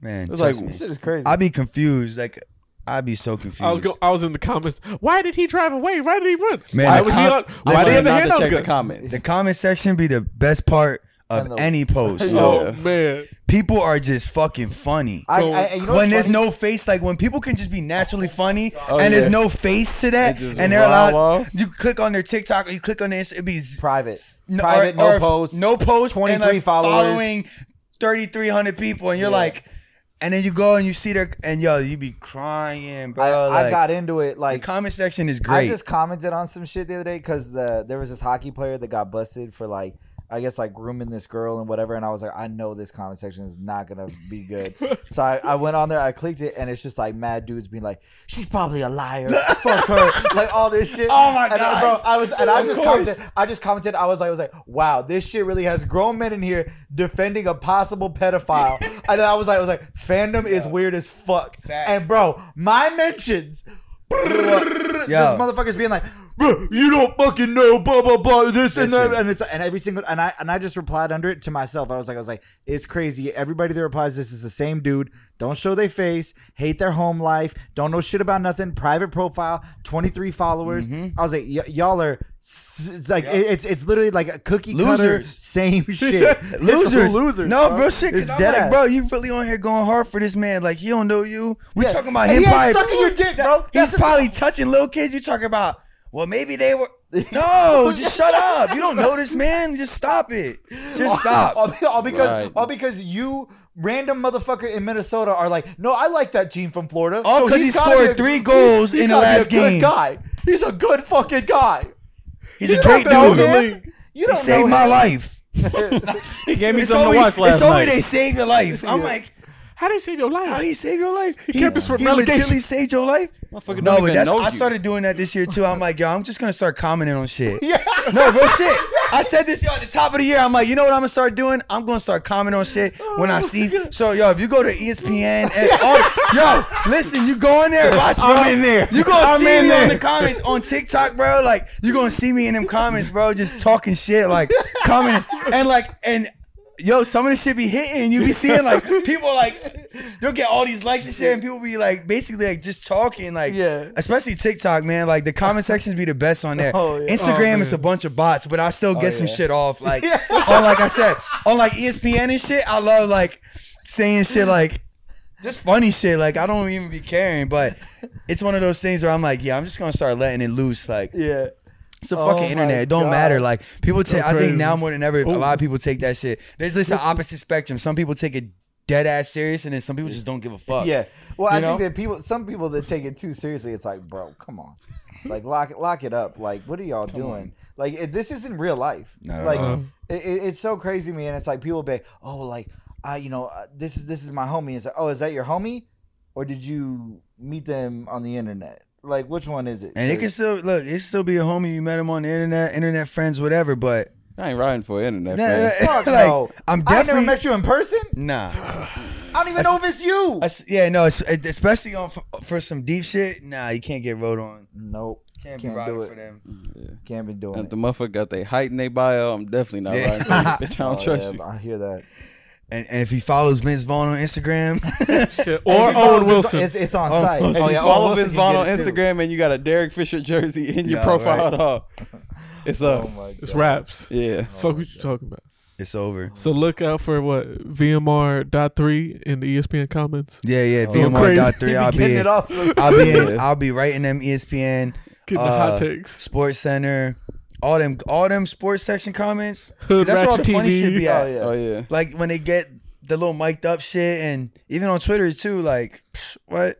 [SPEAKER 2] man.
[SPEAKER 3] was
[SPEAKER 2] trust
[SPEAKER 3] like-
[SPEAKER 2] me.
[SPEAKER 1] Shit is crazy.
[SPEAKER 2] I'd be confused. Like I'd be so confused.
[SPEAKER 4] I was go- I was in the comments. Why did he drive away? Why did he run?
[SPEAKER 2] Man,
[SPEAKER 4] why
[SPEAKER 2] the
[SPEAKER 4] was he on?
[SPEAKER 2] cop-
[SPEAKER 4] Why did he
[SPEAKER 3] Listen,
[SPEAKER 4] have the
[SPEAKER 3] not to
[SPEAKER 4] handgun?
[SPEAKER 3] check the
[SPEAKER 4] gun?
[SPEAKER 3] comments.
[SPEAKER 2] the comment section be the best part of
[SPEAKER 1] And the-
[SPEAKER 2] any post.
[SPEAKER 4] Oh
[SPEAKER 3] Yeah.
[SPEAKER 4] man,
[SPEAKER 2] People are just fucking funny.
[SPEAKER 1] I, I, and you know
[SPEAKER 2] when
[SPEAKER 1] what's
[SPEAKER 2] there's
[SPEAKER 1] funny?
[SPEAKER 2] no face, like when people can just be naturally funny
[SPEAKER 3] Oh,
[SPEAKER 2] and
[SPEAKER 3] yeah.
[SPEAKER 2] there's no face to that,
[SPEAKER 3] They just
[SPEAKER 2] and they're
[SPEAKER 3] wow,
[SPEAKER 2] allowed.
[SPEAKER 3] wow.
[SPEAKER 2] You click on their TikTok or you click on their, Insta- it'd be z-
[SPEAKER 1] private,
[SPEAKER 2] n-
[SPEAKER 1] private,
[SPEAKER 2] or-
[SPEAKER 1] no
[SPEAKER 2] or
[SPEAKER 1] post,
[SPEAKER 2] no post, and,
[SPEAKER 1] 23
[SPEAKER 2] like,
[SPEAKER 1] followers.
[SPEAKER 2] following thirty three hundred people, and you're
[SPEAKER 1] Yeah.
[SPEAKER 2] like, and then you go and you see their, and yo, you be crying, bro.
[SPEAKER 1] I, I
[SPEAKER 2] like,
[SPEAKER 1] got into it
[SPEAKER 2] The
[SPEAKER 1] like
[SPEAKER 2] comment section is great.
[SPEAKER 1] I
[SPEAKER 2] [LAUGHS]
[SPEAKER 1] just commented on some shit the other day because the there was this hockey player that got busted for like I guess like grooming this girl and whatever, and I was like, I know this comment section is not gonna be good, so I, I went on there, I clicked it, and it's just like mad dudes being like, she's probably a
[SPEAKER 2] [LAUGHS]
[SPEAKER 1] liar, fuck her, like all this shit.
[SPEAKER 2] Oh my
[SPEAKER 1] and I, bro,
[SPEAKER 2] gosh.
[SPEAKER 1] I was and I
[SPEAKER 2] Of
[SPEAKER 1] just
[SPEAKER 2] course.
[SPEAKER 1] commented, I just commented, I was like, I was like, wow, this shit really has grown men in here defending a possible pedophile, and then I was like, I was like, fandom is weird as fuck,
[SPEAKER 2] Facts.
[SPEAKER 1] and bro, my mentions. Just motherfuckers being like, "Bruh, you don't fucking know, blah blah blah, this and that,
[SPEAKER 2] Listen.
[SPEAKER 1] and it's and every single and I and I just replied under it to myself. I was like, I was like, it's crazy. Everybody that replies this is the same dude. Don't show their face, hate their home life, don't know shit about nothing. Private profile, twenty three followers.
[SPEAKER 2] Mm-hmm.
[SPEAKER 1] I was like, y- y'all are s- it's like it- it's it's literally like a cookie cutter
[SPEAKER 2] Losers. [LAUGHS]
[SPEAKER 1] same shit. It's
[SPEAKER 2] losers.
[SPEAKER 1] [LAUGHS] losers.
[SPEAKER 2] No,
[SPEAKER 1] bro.
[SPEAKER 2] bro, shit.
[SPEAKER 1] It's
[SPEAKER 2] Cause I'm
[SPEAKER 1] dead
[SPEAKER 2] like,
[SPEAKER 1] ass.
[SPEAKER 2] bro, you really on here going hard for this man. Like, he don't know you. We
[SPEAKER 1] Yeah.
[SPEAKER 2] talking about
[SPEAKER 1] And
[SPEAKER 2] him
[SPEAKER 1] he ain't
[SPEAKER 2] probably
[SPEAKER 1] sucking your dick, bro. That's
[SPEAKER 2] He's
[SPEAKER 1] the-
[SPEAKER 2] probably touching little kids. You talking about? Well, maybe they
[SPEAKER 1] [LAUGHS]
[SPEAKER 2] were. No, just shut up. You don't know this man. Just stop it.
[SPEAKER 1] [LAUGHS]
[SPEAKER 2] Just
[SPEAKER 1] All,
[SPEAKER 2] stop.
[SPEAKER 1] be- all because
[SPEAKER 3] Right.
[SPEAKER 1] all because you random motherfucker in Minnesota are like, no, I like that team from Florida.
[SPEAKER 2] All 'cause
[SPEAKER 1] he's
[SPEAKER 2] he
[SPEAKER 1] gotta be
[SPEAKER 2] scored
[SPEAKER 1] a-
[SPEAKER 2] three goals
[SPEAKER 1] he's
[SPEAKER 2] in the
[SPEAKER 1] gotta be
[SPEAKER 2] last
[SPEAKER 1] a
[SPEAKER 2] game.
[SPEAKER 1] Good guy. He's a good fucking guy.
[SPEAKER 2] He's a
[SPEAKER 1] You
[SPEAKER 2] great
[SPEAKER 1] don't know
[SPEAKER 2] dude.
[SPEAKER 1] him. You
[SPEAKER 2] He
[SPEAKER 1] don't
[SPEAKER 2] saved
[SPEAKER 1] know
[SPEAKER 2] my
[SPEAKER 1] him.
[SPEAKER 2] life.
[SPEAKER 3] He gave me
[SPEAKER 2] It's
[SPEAKER 3] something
[SPEAKER 2] only,
[SPEAKER 3] to watch last
[SPEAKER 2] it's only
[SPEAKER 3] night.
[SPEAKER 2] they saved your life. I'm like,
[SPEAKER 4] how did he save your life?
[SPEAKER 2] how he saved your life? He,
[SPEAKER 4] kept us from
[SPEAKER 2] he
[SPEAKER 4] relegation.
[SPEAKER 2] literally saved your life.
[SPEAKER 3] Motherfucker
[SPEAKER 2] No,
[SPEAKER 3] don't
[SPEAKER 2] but
[SPEAKER 3] even
[SPEAKER 2] that's
[SPEAKER 3] know
[SPEAKER 2] I
[SPEAKER 3] you.
[SPEAKER 2] started doing that this year too. I'm like, yo, I'm just gonna start commenting on shit. [LAUGHS] Yeah. No, real shit. I said this yo at the top of the year. I'm like, you know what I'm gonna start doing? I'm gonna start commenting on shit when I see. So yo, if you go to E ESPN, and, oh, yo, listen, you go in there, watch, bro.
[SPEAKER 3] I'm in there.
[SPEAKER 2] You gonna
[SPEAKER 3] I'm
[SPEAKER 2] see
[SPEAKER 3] in
[SPEAKER 2] me
[SPEAKER 3] there.
[SPEAKER 2] on the comments on TikTok, bro. Like you gonna see me in them comments, bro, just talking shit, like commenting and like and. Yo, some of this shit be hitting. You be seeing like people like you'll get all these likes and shit, and people be like basically like just talking like
[SPEAKER 1] Yeah.
[SPEAKER 2] especially TikTok, man. Like the comment sections be the best on there.
[SPEAKER 1] Oh, yeah.
[SPEAKER 2] Instagram is a bunch of bots, but I still get some shit
[SPEAKER 1] [LAUGHS]
[SPEAKER 2] off. Like on like I said, on like E ESPN and shit, I love like saying shit like just funny shit. Like I don't even be caring, but it's one of those things where I'm like, yeah, I'm just gonna start letting it loose. Like
[SPEAKER 1] Yeah.
[SPEAKER 2] it's the
[SPEAKER 1] Oh
[SPEAKER 2] fucking
[SPEAKER 1] my
[SPEAKER 2] internet. It don't
[SPEAKER 1] God.
[SPEAKER 2] matter. Like people take. I
[SPEAKER 4] crazy.
[SPEAKER 2] think now more than ever, a lot of people take that shit. There's just an opposite spectrum. Some people take it dead ass serious, and then some people just don't give a fuck.
[SPEAKER 1] Yeah. Well,
[SPEAKER 2] You
[SPEAKER 1] I
[SPEAKER 2] know?
[SPEAKER 1] think that people, some people that take it too seriously, it's like, bro, come on, like lock it, lock it up. Like, what are y'all doing? Like, it, this isn't real life.
[SPEAKER 2] No. Uh-huh.
[SPEAKER 1] like, it, it- it's so crazy to me, and it's like people be, like, oh, like, I, you know, uh, this is this is my homie. It's like, oh, is that your homie, or did you meet them on the internet? Like, which one is it?
[SPEAKER 2] And it can [LAUGHS] still look. It still be a homie you met him on the internet, internet friends, whatever. But
[SPEAKER 3] I ain't riding for internet.
[SPEAKER 2] Nah,
[SPEAKER 3] man.
[SPEAKER 2] nah,
[SPEAKER 1] Fuck
[SPEAKER 2] like,
[SPEAKER 1] no.
[SPEAKER 2] I'm
[SPEAKER 1] I never
[SPEAKER 2] definitely
[SPEAKER 1] met you in person.
[SPEAKER 2] nah.
[SPEAKER 1] I don't even know if it's you.
[SPEAKER 2] I s yeah, no, it's, it- especially on for, for some deep shit. Nah, you can't get rode on.
[SPEAKER 1] nope.
[SPEAKER 2] Can't,
[SPEAKER 1] Can't
[SPEAKER 2] be riding
[SPEAKER 1] do it.
[SPEAKER 2] for them.
[SPEAKER 1] Can't be doing
[SPEAKER 3] If
[SPEAKER 1] it.
[SPEAKER 3] the motherfucker got they height in their bio, I'm definitely not
[SPEAKER 2] Yeah.
[SPEAKER 3] riding for you, bitch.
[SPEAKER 2] [LAUGHS]
[SPEAKER 3] I don't
[SPEAKER 1] Oh,
[SPEAKER 3] trust
[SPEAKER 1] yeah,
[SPEAKER 3] you.
[SPEAKER 1] I hear that.
[SPEAKER 2] And and if he follows Vince Vaughn on Instagram, [LAUGHS]
[SPEAKER 4] Shit. Or
[SPEAKER 1] Oh,
[SPEAKER 4] Owen Wilson.
[SPEAKER 1] It's, it's on site.
[SPEAKER 2] Wilson.
[SPEAKER 3] Oh,
[SPEAKER 1] yeah,
[SPEAKER 3] follow
[SPEAKER 1] Owen
[SPEAKER 3] Vince
[SPEAKER 1] Wilson can
[SPEAKER 3] Vaughn on
[SPEAKER 1] get it too.
[SPEAKER 3] Instagram and you got a Derek Fisher jersey in your
[SPEAKER 2] Yeah,
[SPEAKER 3] profile
[SPEAKER 2] right.
[SPEAKER 3] at all. It's up.
[SPEAKER 1] Oh my
[SPEAKER 4] It's
[SPEAKER 1] God.
[SPEAKER 4] raps.
[SPEAKER 3] yeah.
[SPEAKER 4] Fuck what you talking about.
[SPEAKER 2] it's over.
[SPEAKER 4] So look out for what VMR dot three in the E ESPN comments.
[SPEAKER 2] Yeah, yeah.
[SPEAKER 4] Going
[SPEAKER 2] VMR dot
[SPEAKER 4] crazy.
[SPEAKER 1] Oh, [LAUGHS] He
[SPEAKER 2] three. I'll
[SPEAKER 1] be
[SPEAKER 2] be.
[SPEAKER 1] getting
[SPEAKER 2] in-
[SPEAKER 1] it off. so-
[SPEAKER 2] I'll be. In, I'll be writing them E ESPN,
[SPEAKER 4] Getting the
[SPEAKER 2] uh,
[SPEAKER 4] hot takes.
[SPEAKER 2] Sports Center, all them, all them sports section comments.
[SPEAKER 4] Hood
[SPEAKER 2] That's where all the
[SPEAKER 4] Ratchet
[SPEAKER 2] funny
[SPEAKER 4] TV.
[SPEAKER 2] shit be at.
[SPEAKER 1] Oh, yeah.
[SPEAKER 3] Oh yeah.
[SPEAKER 2] Like when they get the little mic'd up shit, and even on Twitter too. Like, psh, what?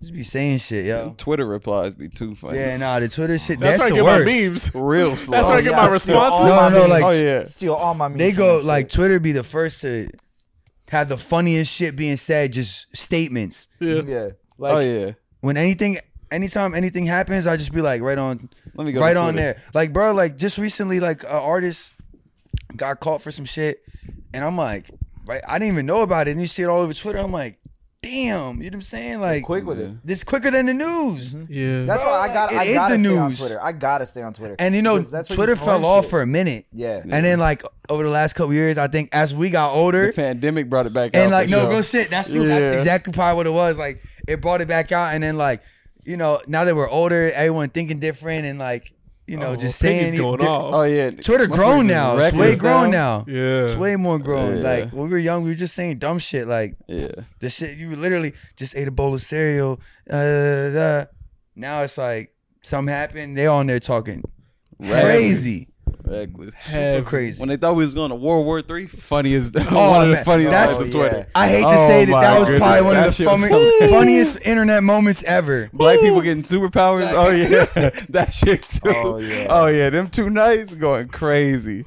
[SPEAKER 2] Just be saying shit, yo.
[SPEAKER 3] Twitter replies be too funny.
[SPEAKER 2] Yeah, nah, the Twitter shit. That's,
[SPEAKER 4] That's, where I
[SPEAKER 2] the
[SPEAKER 4] get
[SPEAKER 2] worst.
[SPEAKER 4] my memes.
[SPEAKER 3] [LAUGHS] Real slow.
[SPEAKER 4] That's where I get my
[SPEAKER 1] Oh, yeah, still
[SPEAKER 4] responses.
[SPEAKER 2] No, no, like-
[SPEAKER 3] oh yeah.
[SPEAKER 1] Steal all my memes.
[SPEAKER 2] They
[SPEAKER 1] from
[SPEAKER 2] go
[SPEAKER 1] that
[SPEAKER 2] like
[SPEAKER 1] shit.
[SPEAKER 2] Twitter be the first to have the funniest shit being said, just statements.
[SPEAKER 4] Yeah.
[SPEAKER 1] yeah. Like,
[SPEAKER 3] [LAUGHS] Oh yeah.
[SPEAKER 2] When anything, anytime anything happens, I just be like, right on,
[SPEAKER 3] Let me go. to
[SPEAKER 2] right on
[SPEAKER 3] Twitter.
[SPEAKER 2] there. Like, bro, like just recently, like an artist got caught for some shit, and I'm like, right, I didn't even know about it, and you see it all over Twitter. I'm like, damn, you know what I'm saying? Like,
[SPEAKER 1] quick Mm-hmm. with it.
[SPEAKER 2] this quicker than the news.
[SPEAKER 4] Yeah.
[SPEAKER 1] That's why I got.
[SPEAKER 2] it
[SPEAKER 1] I
[SPEAKER 2] is
[SPEAKER 1] gotta
[SPEAKER 2] the
[SPEAKER 1] stay on
[SPEAKER 2] news.
[SPEAKER 1] Twitter. I gotta stay on Twitter.
[SPEAKER 2] And you know,
[SPEAKER 1] Because where
[SPEAKER 2] Twitter
[SPEAKER 1] you
[SPEAKER 2] fell
[SPEAKER 1] learn
[SPEAKER 2] off
[SPEAKER 1] shit.
[SPEAKER 2] for a minute.
[SPEAKER 1] Yeah.
[SPEAKER 2] And then like over the last couple years, I think as we got older,
[SPEAKER 3] The pandemic brought it back.
[SPEAKER 2] and
[SPEAKER 3] out
[SPEAKER 2] like
[SPEAKER 3] for
[SPEAKER 2] no
[SPEAKER 3] sure.
[SPEAKER 2] real shit. That's that's
[SPEAKER 4] Yeah.
[SPEAKER 2] exactly probably what it was. Like it brought it back out, and then like you know now that we're older, everyone thinking different, and like you know
[SPEAKER 4] Oh,
[SPEAKER 2] just
[SPEAKER 4] opinions
[SPEAKER 2] saying
[SPEAKER 4] going
[SPEAKER 2] di-
[SPEAKER 4] off.
[SPEAKER 3] Oh yeah.
[SPEAKER 2] Twitter
[SPEAKER 3] My
[SPEAKER 2] grown
[SPEAKER 3] Twitter's
[SPEAKER 2] now. It's way
[SPEAKER 3] reckless
[SPEAKER 2] grown now.
[SPEAKER 4] Yeah.
[SPEAKER 2] It's way more grown.
[SPEAKER 3] Yeah.
[SPEAKER 2] Like when we were young, we were just saying dumb shit. Like
[SPEAKER 3] Yeah.
[SPEAKER 2] the shit you literally just ate a bowl of cereal. Uh, da. now it's like something happened. They on there talking crazy,
[SPEAKER 3] Reckless.
[SPEAKER 2] super crazy.
[SPEAKER 3] When they thought we was going to World War Three, funniest. [LAUGHS] one of the
[SPEAKER 2] Oh, man.
[SPEAKER 3] funniest
[SPEAKER 2] That's-
[SPEAKER 3] parts of
[SPEAKER 1] yeah.
[SPEAKER 3] Twitter.
[SPEAKER 2] I hate to
[SPEAKER 3] Oh
[SPEAKER 2] say that
[SPEAKER 3] my
[SPEAKER 2] that was probably
[SPEAKER 3] goodness.
[SPEAKER 2] one of
[SPEAKER 3] That
[SPEAKER 2] the
[SPEAKER 3] shit was
[SPEAKER 2] fun-
[SPEAKER 3] hilarious.
[SPEAKER 2] funniest internet moments ever.
[SPEAKER 3] Black people getting superpowers.
[SPEAKER 2] [LAUGHS]
[SPEAKER 3] Oh yeah, [LAUGHS] that shit too.
[SPEAKER 1] Oh, yeah.
[SPEAKER 3] Oh, yeah. them two nights going crazy.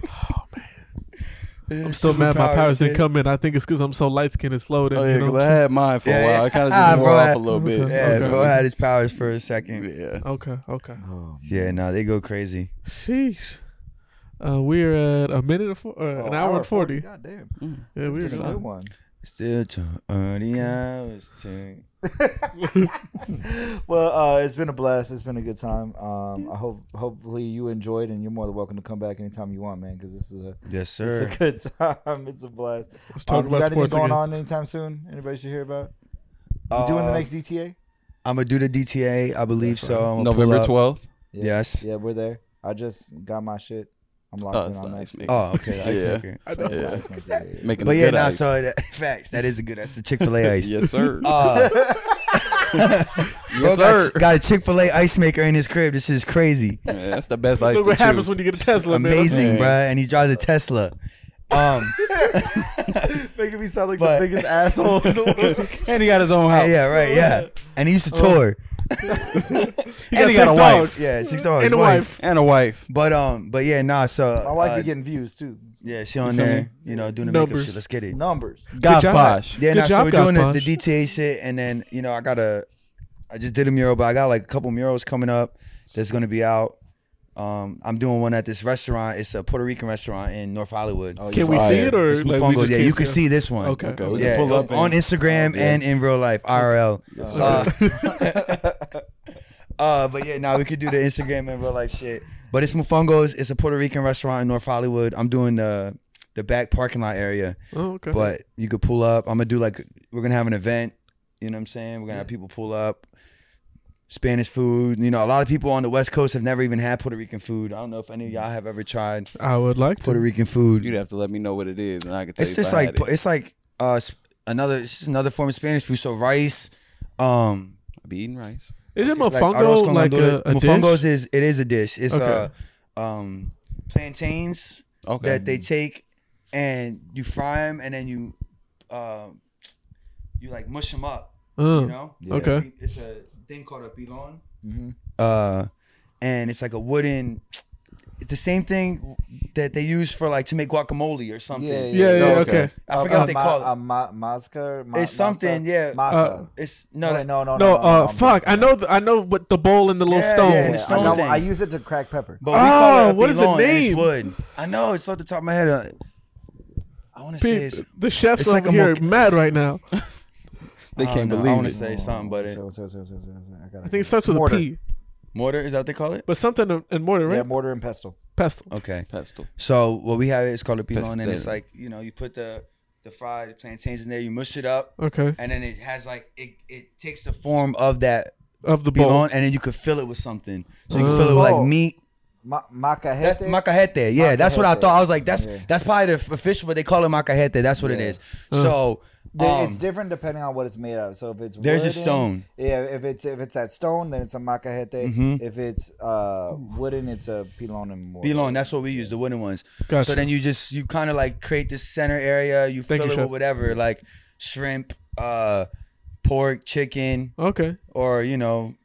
[SPEAKER 4] I'm still mad my
[SPEAKER 2] Superpowers
[SPEAKER 4] powers didn't
[SPEAKER 2] shit.
[SPEAKER 4] come in. I think it's because I'm so light skinned and slow. That,
[SPEAKER 3] Oh
[SPEAKER 4] you
[SPEAKER 3] yeah,
[SPEAKER 4] know
[SPEAKER 3] 'cause
[SPEAKER 4] what
[SPEAKER 3] I
[SPEAKER 4] I'm
[SPEAKER 3] had mine for a
[SPEAKER 2] Yeah,
[SPEAKER 3] while. I kind of
[SPEAKER 2] ah,
[SPEAKER 3] just wore
[SPEAKER 2] bro, I-
[SPEAKER 3] off a little bit.
[SPEAKER 4] okay.
[SPEAKER 2] Yeah,
[SPEAKER 4] Okay.
[SPEAKER 2] bro had his powers for a second.
[SPEAKER 3] Yeah.
[SPEAKER 4] saying? Okay, okay.
[SPEAKER 2] Yeah, no, they go crazy.
[SPEAKER 4] Sheesh. Uh, we're at a minute and four, uh,
[SPEAKER 1] Oh,
[SPEAKER 4] an hour and 40.
[SPEAKER 1] God damn.
[SPEAKER 4] Yeah, we're
[SPEAKER 1] That's a good
[SPEAKER 4] good.
[SPEAKER 1] one.
[SPEAKER 2] Still trying the hours to.
[SPEAKER 1] Well, uh, it's been a blast. It's been a good time. Um, I hope hopefully you enjoyed, and you're more than welcome to come back anytime you want, man. Because this is a
[SPEAKER 2] Yes, sir.
[SPEAKER 1] it's a good [LAUGHS] time. It's a blast.
[SPEAKER 4] Let's talk
[SPEAKER 1] Um, you
[SPEAKER 4] about
[SPEAKER 1] got anything
[SPEAKER 4] sports
[SPEAKER 1] going
[SPEAKER 4] again.
[SPEAKER 1] on anytime soon? Anybody should hear about? You doing the next DTA?
[SPEAKER 2] I'm gonna Uh, do the DTA. I believe so. I'ma pull
[SPEAKER 3] November
[SPEAKER 2] up.
[SPEAKER 3] twelfth.
[SPEAKER 2] Yes.
[SPEAKER 1] Yeah, we're there. I just got my shit. I'm locked
[SPEAKER 3] Oh,
[SPEAKER 1] in
[SPEAKER 3] it's
[SPEAKER 1] on
[SPEAKER 3] not
[SPEAKER 1] that.
[SPEAKER 3] ice maker.
[SPEAKER 2] Oh, okay. the Ice
[SPEAKER 3] Yeah.
[SPEAKER 2] maker.
[SPEAKER 1] So it's
[SPEAKER 3] Yeah.
[SPEAKER 1] ice maker,
[SPEAKER 3] [LAUGHS]
[SPEAKER 1] yeah.
[SPEAKER 3] Making
[SPEAKER 2] But
[SPEAKER 3] a
[SPEAKER 2] yeah,
[SPEAKER 3] good
[SPEAKER 2] nah.
[SPEAKER 3] ice.
[SPEAKER 2] So that, [LAUGHS] facts. That is a good. That's the Chick Fil A ice.
[SPEAKER 3] [LAUGHS]
[SPEAKER 2] [LAUGHS]
[SPEAKER 3] yes, sir.
[SPEAKER 2] Uh,
[SPEAKER 3] yes,
[SPEAKER 2] bro got-
[SPEAKER 3] sir.
[SPEAKER 2] Got, a Chick Fil A ice maker in his crib. This is crazy,
[SPEAKER 3] Man, that's the best ice.
[SPEAKER 4] Look
[SPEAKER 3] to
[SPEAKER 4] what happens
[SPEAKER 3] chew.
[SPEAKER 4] when you get a Tesla, man.
[SPEAKER 2] amazing,
[SPEAKER 3] Yeah.
[SPEAKER 2] bro. And he drives a Tesla. Um,
[SPEAKER 1] [LAUGHS] Making me sound like
[SPEAKER 2] But-
[SPEAKER 1] the biggest asshole in the
[SPEAKER 3] [LAUGHS]
[SPEAKER 1] world. [LAUGHS]
[SPEAKER 3] and he got his own house.
[SPEAKER 2] yeah, right, yeah. And he used to
[SPEAKER 1] Oh.
[SPEAKER 2] tour.
[SPEAKER 4] He
[SPEAKER 3] And he
[SPEAKER 4] six
[SPEAKER 3] got a wife.
[SPEAKER 4] dogs.
[SPEAKER 2] Yeah, six dollars.
[SPEAKER 4] And a wife.
[SPEAKER 3] and a wife.
[SPEAKER 2] But um, but yeah, nah. So
[SPEAKER 1] My wife
[SPEAKER 2] uh,
[SPEAKER 1] be getting views too.
[SPEAKER 2] yeah, she on
[SPEAKER 3] feel
[SPEAKER 2] there,
[SPEAKER 3] me?
[SPEAKER 2] you know, doing the makeup
[SPEAKER 4] Numbers.
[SPEAKER 2] shit. Let's get it.
[SPEAKER 1] Numbers.
[SPEAKER 3] God
[SPEAKER 4] job.
[SPEAKER 3] Bosh.
[SPEAKER 2] Yeah,
[SPEAKER 4] Good
[SPEAKER 2] nah, so
[SPEAKER 4] job,
[SPEAKER 2] we're doing the, the
[SPEAKER 4] Godpunch.
[SPEAKER 2] DTA shit, and then you know, I got a, I just did a mural, but I got like a couple murals coming up that's gonna be out. Um, I'm doing one at this restaurant. It's a Puerto Rican restaurant in North Hollywood. Oh,
[SPEAKER 4] Can we see
[SPEAKER 3] Fire.
[SPEAKER 4] it or
[SPEAKER 2] it's
[SPEAKER 4] like we
[SPEAKER 2] Mufungos.
[SPEAKER 4] just
[SPEAKER 2] Yeah,
[SPEAKER 4] can't
[SPEAKER 2] you can
[SPEAKER 4] it?
[SPEAKER 2] see this one.
[SPEAKER 4] Okay.
[SPEAKER 3] Okay, we
[SPEAKER 2] Yeah,
[SPEAKER 3] can pull up
[SPEAKER 2] on
[SPEAKER 3] and-
[SPEAKER 2] Instagram
[SPEAKER 3] Yeah.
[SPEAKER 2] and in real life, IRL. Uh, [LAUGHS] uh, but yeah, now we could do the Instagram and real life shit. But it's Mufungos. It's a Puerto Rican restaurant in North Hollywood. I'm doing the the back parking lot area,
[SPEAKER 4] Oh, okay.
[SPEAKER 2] but you could pull up. I'm gonna do like we're gonna have an event. You know what I'm saying? We're gonna have people pull up. Spanish food. You know, a lot of people on the West Coast have never even had Puerto Rican food. I don't know if any of y'all have ever tried
[SPEAKER 4] I would like to.
[SPEAKER 2] Puerto Rican food.
[SPEAKER 3] You'd have to let me know what it is, and I can tell
[SPEAKER 2] It's
[SPEAKER 3] you.
[SPEAKER 2] just
[SPEAKER 3] if I
[SPEAKER 2] like
[SPEAKER 3] had it.
[SPEAKER 2] it's like uh s- another it's just another form of Spanish food. So rice, um,
[SPEAKER 3] I be eating rice.
[SPEAKER 4] Isn't
[SPEAKER 2] like arroz
[SPEAKER 4] mofongo
[SPEAKER 2] con
[SPEAKER 4] Oh, like, a,
[SPEAKER 2] gandules.
[SPEAKER 4] a
[SPEAKER 2] mofongos
[SPEAKER 4] dish?
[SPEAKER 2] is it is a dish. It's
[SPEAKER 4] Okay.
[SPEAKER 2] uh um plantains
[SPEAKER 3] Okay.
[SPEAKER 2] that they take and you fry them and then you uh, you like mush them up.
[SPEAKER 4] Uh,
[SPEAKER 2] You know,
[SPEAKER 4] Okay.
[SPEAKER 2] It's a thing called a pilon. Uh, and it's like a wooden. It's the same thing that they use for like to make guacamole or something.
[SPEAKER 4] Yeah, yeah,
[SPEAKER 3] No,
[SPEAKER 4] okay.
[SPEAKER 3] okay.
[SPEAKER 2] I forget what they call it.
[SPEAKER 1] Uh, ma- Mazca, ma-
[SPEAKER 2] It's something,
[SPEAKER 1] masa?
[SPEAKER 2] yeah.
[SPEAKER 1] Masa.
[SPEAKER 4] Uh,
[SPEAKER 2] It's
[SPEAKER 1] no,
[SPEAKER 2] no,
[SPEAKER 1] wait, no, no, no,
[SPEAKER 4] No,
[SPEAKER 1] no,
[SPEAKER 4] uh,
[SPEAKER 1] no, I'm
[SPEAKER 4] fuck. I
[SPEAKER 1] thinking
[SPEAKER 4] know, th- I know what the bowl and the little
[SPEAKER 2] Yeah,
[SPEAKER 4] stone.
[SPEAKER 2] yeah,
[SPEAKER 1] of-
[SPEAKER 2] the
[SPEAKER 1] I,
[SPEAKER 2] stone
[SPEAKER 1] got one-
[SPEAKER 2] thing.
[SPEAKER 1] I use it to crack pepper.
[SPEAKER 2] But we call it
[SPEAKER 4] Oh,
[SPEAKER 2] a
[SPEAKER 4] what is the
[SPEAKER 2] pilon, and it's
[SPEAKER 4] name?
[SPEAKER 2] wood. I know it's off the top of my head. Uh, I want to say
[SPEAKER 4] Pete,
[SPEAKER 2] it's.
[SPEAKER 4] the chef's
[SPEAKER 2] it's like
[SPEAKER 4] over
[SPEAKER 2] a
[SPEAKER 4] here
[SPEAKER 2] mof-
[SPEAKER 4] mad right now.
[SPEAKER 3] They
[SPEAKER 2] I don't
[SPEAKER 3] can't
[SPEAKER 2] know. I
[SPEAKER 3] believe
[SPEAKER 2] want
[SPEAKER 3] it.
[SPEAKER 2] to say something, but it,
[SPEAKER 1] Oh, So, so, so, so, so, so, I, gotta
[SPEAKER 4] I think it starts with
[SPEAKER 1] mortar.
[SPEAKER 4] a P,
[SPEAKER 2] mortar is that what they call it?
[SPEAKER 4] but something in mortar, right?
[SPEAKER 1] Yeah, mortar and pestle.
[SPEAKER 4] Pestle.
[SPEAKER 2] Okay.
[SPEAKER 3] Pestle.
[SPEAKER 2] So what we have is called a pilon, and it's
[SPEAKER 3] Pastel.
[SPEAKER 2] like you know you put the the fried plantains in there, you mush it up,
[SPEAKER 4] Okay.
[SPEAKER 2] and then it has like it it takes the form of that
[SPEAKER 4] Of the bowl.
[SPEAKER 2] pilon, and then you could fill it with something. So you can fill it with
[SPEAKER 1] Oh.
[SPEAKER 2] like meat.
[SPEAKER 1] Ma- macajete.
[SPEAKER 2] That's macajete. Yeah, that's what I
[SPEAKER 1] Macajete.
[SPEAKER 2] thought. I was like, that's
[SPEAKER 1] Yeah.
[SPEAKER 2] that's probably the f- official, but they call it macajete. That's what it
[SPEAKER 1] Yeah.
[SPEAKER 2] is.
[SPEAKER 4] Uh.
[SPEAKER 2] So
[SPEAKER 1] They-
[SPEAKER 2] um,
[SPEAKER 1] it's different depending on what it's made out of. So if it's
[SPEAKER 2] There's a
[SPEAKER 1] wooden-
[SPEAKER 2] stone. Mm-hmm.
[SPEAKER 1] Yeah, if it's if it's that stone, then it's a macajete. If it's uh wooden, it's a pilon and mortar.
[SPEAKER 2] Belong, that's what we use, the wooden ones. So
[SPEAKER 4] Gotcha.
[SPEAKER 2] then you just you kind of like create this center area, you
[SPEAKER 4] Thank
[SPEAKER 2] fill
[SPEAKER 4] you,
[SPEAKER 2] it
[SPEAKER 4] chef.
[SPEAKER 2] with whatever, like shrimp, uh pork, chicken,
[SPEAKER 4] Okay.
[SPEAKER 2] or you know,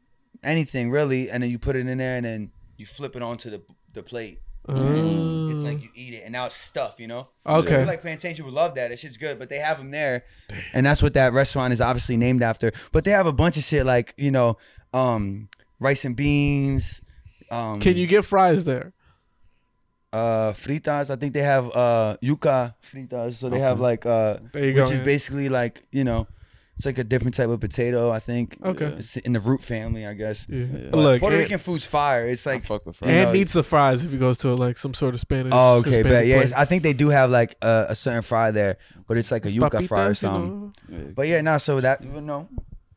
[SPEAKER 2] anything really, and then you put it in there, and then you flip it onto the the plate. And it's like you eat it, and now it's stuffed. You know. So
[SPEAKER 4] Mm. Okay.
[SPEAKER 2] people like Plantation would love that. That shit's good, but they have them there, and that's what that restaurant is obviously named after. But they have a bunch of shit like you know, um, rice and beans. Um,
[SPEAKER 4] Can you get fries there?
[SPEAKER 2] uh fritas. I think they have uh yuca fritas. So they have like uh
[SPEAKER 4] There you
[SPEAKER 2] which
[SPEAKER 4] go,
[SPEAKER 2] is
[SPEAKER 4] yeah.
[SPEAKER 2] basically like, you know, it's like a different type of potato, I think.
[SPEAKER 4] Okay.
[SPEAKER 2] Uh, It's in the root family, I guess. But
[SPEAKER 4] Look,
[SPEAKER 2] Puerto
[SPEAKER 4] it-
[SPEAKER 2] Rican food's fire. It's like
[SPEAKER 3] fuck with
[SPEAKER 2] you
[SPEAKER 4] And
[SPEAKER 2] know,
[SPEAKER 4] needs the fries if he goes to like some sort of Spanish.
[SPEAKER 2] Oh, okay,
[SPEAKER 4] Hispanic
[SPEAKER 2] but yeah,
[SPEAKER 4] place.
[SPEAKER 2] it's- I think they do have like a, a certain fry there, but it's like a yuca fry or
[SPEAKER 4] Papitas, you
[SPEAKER 2] something.
[SPEAKER 4] know?
[SPEAKER 2] But yeah, now so that you know,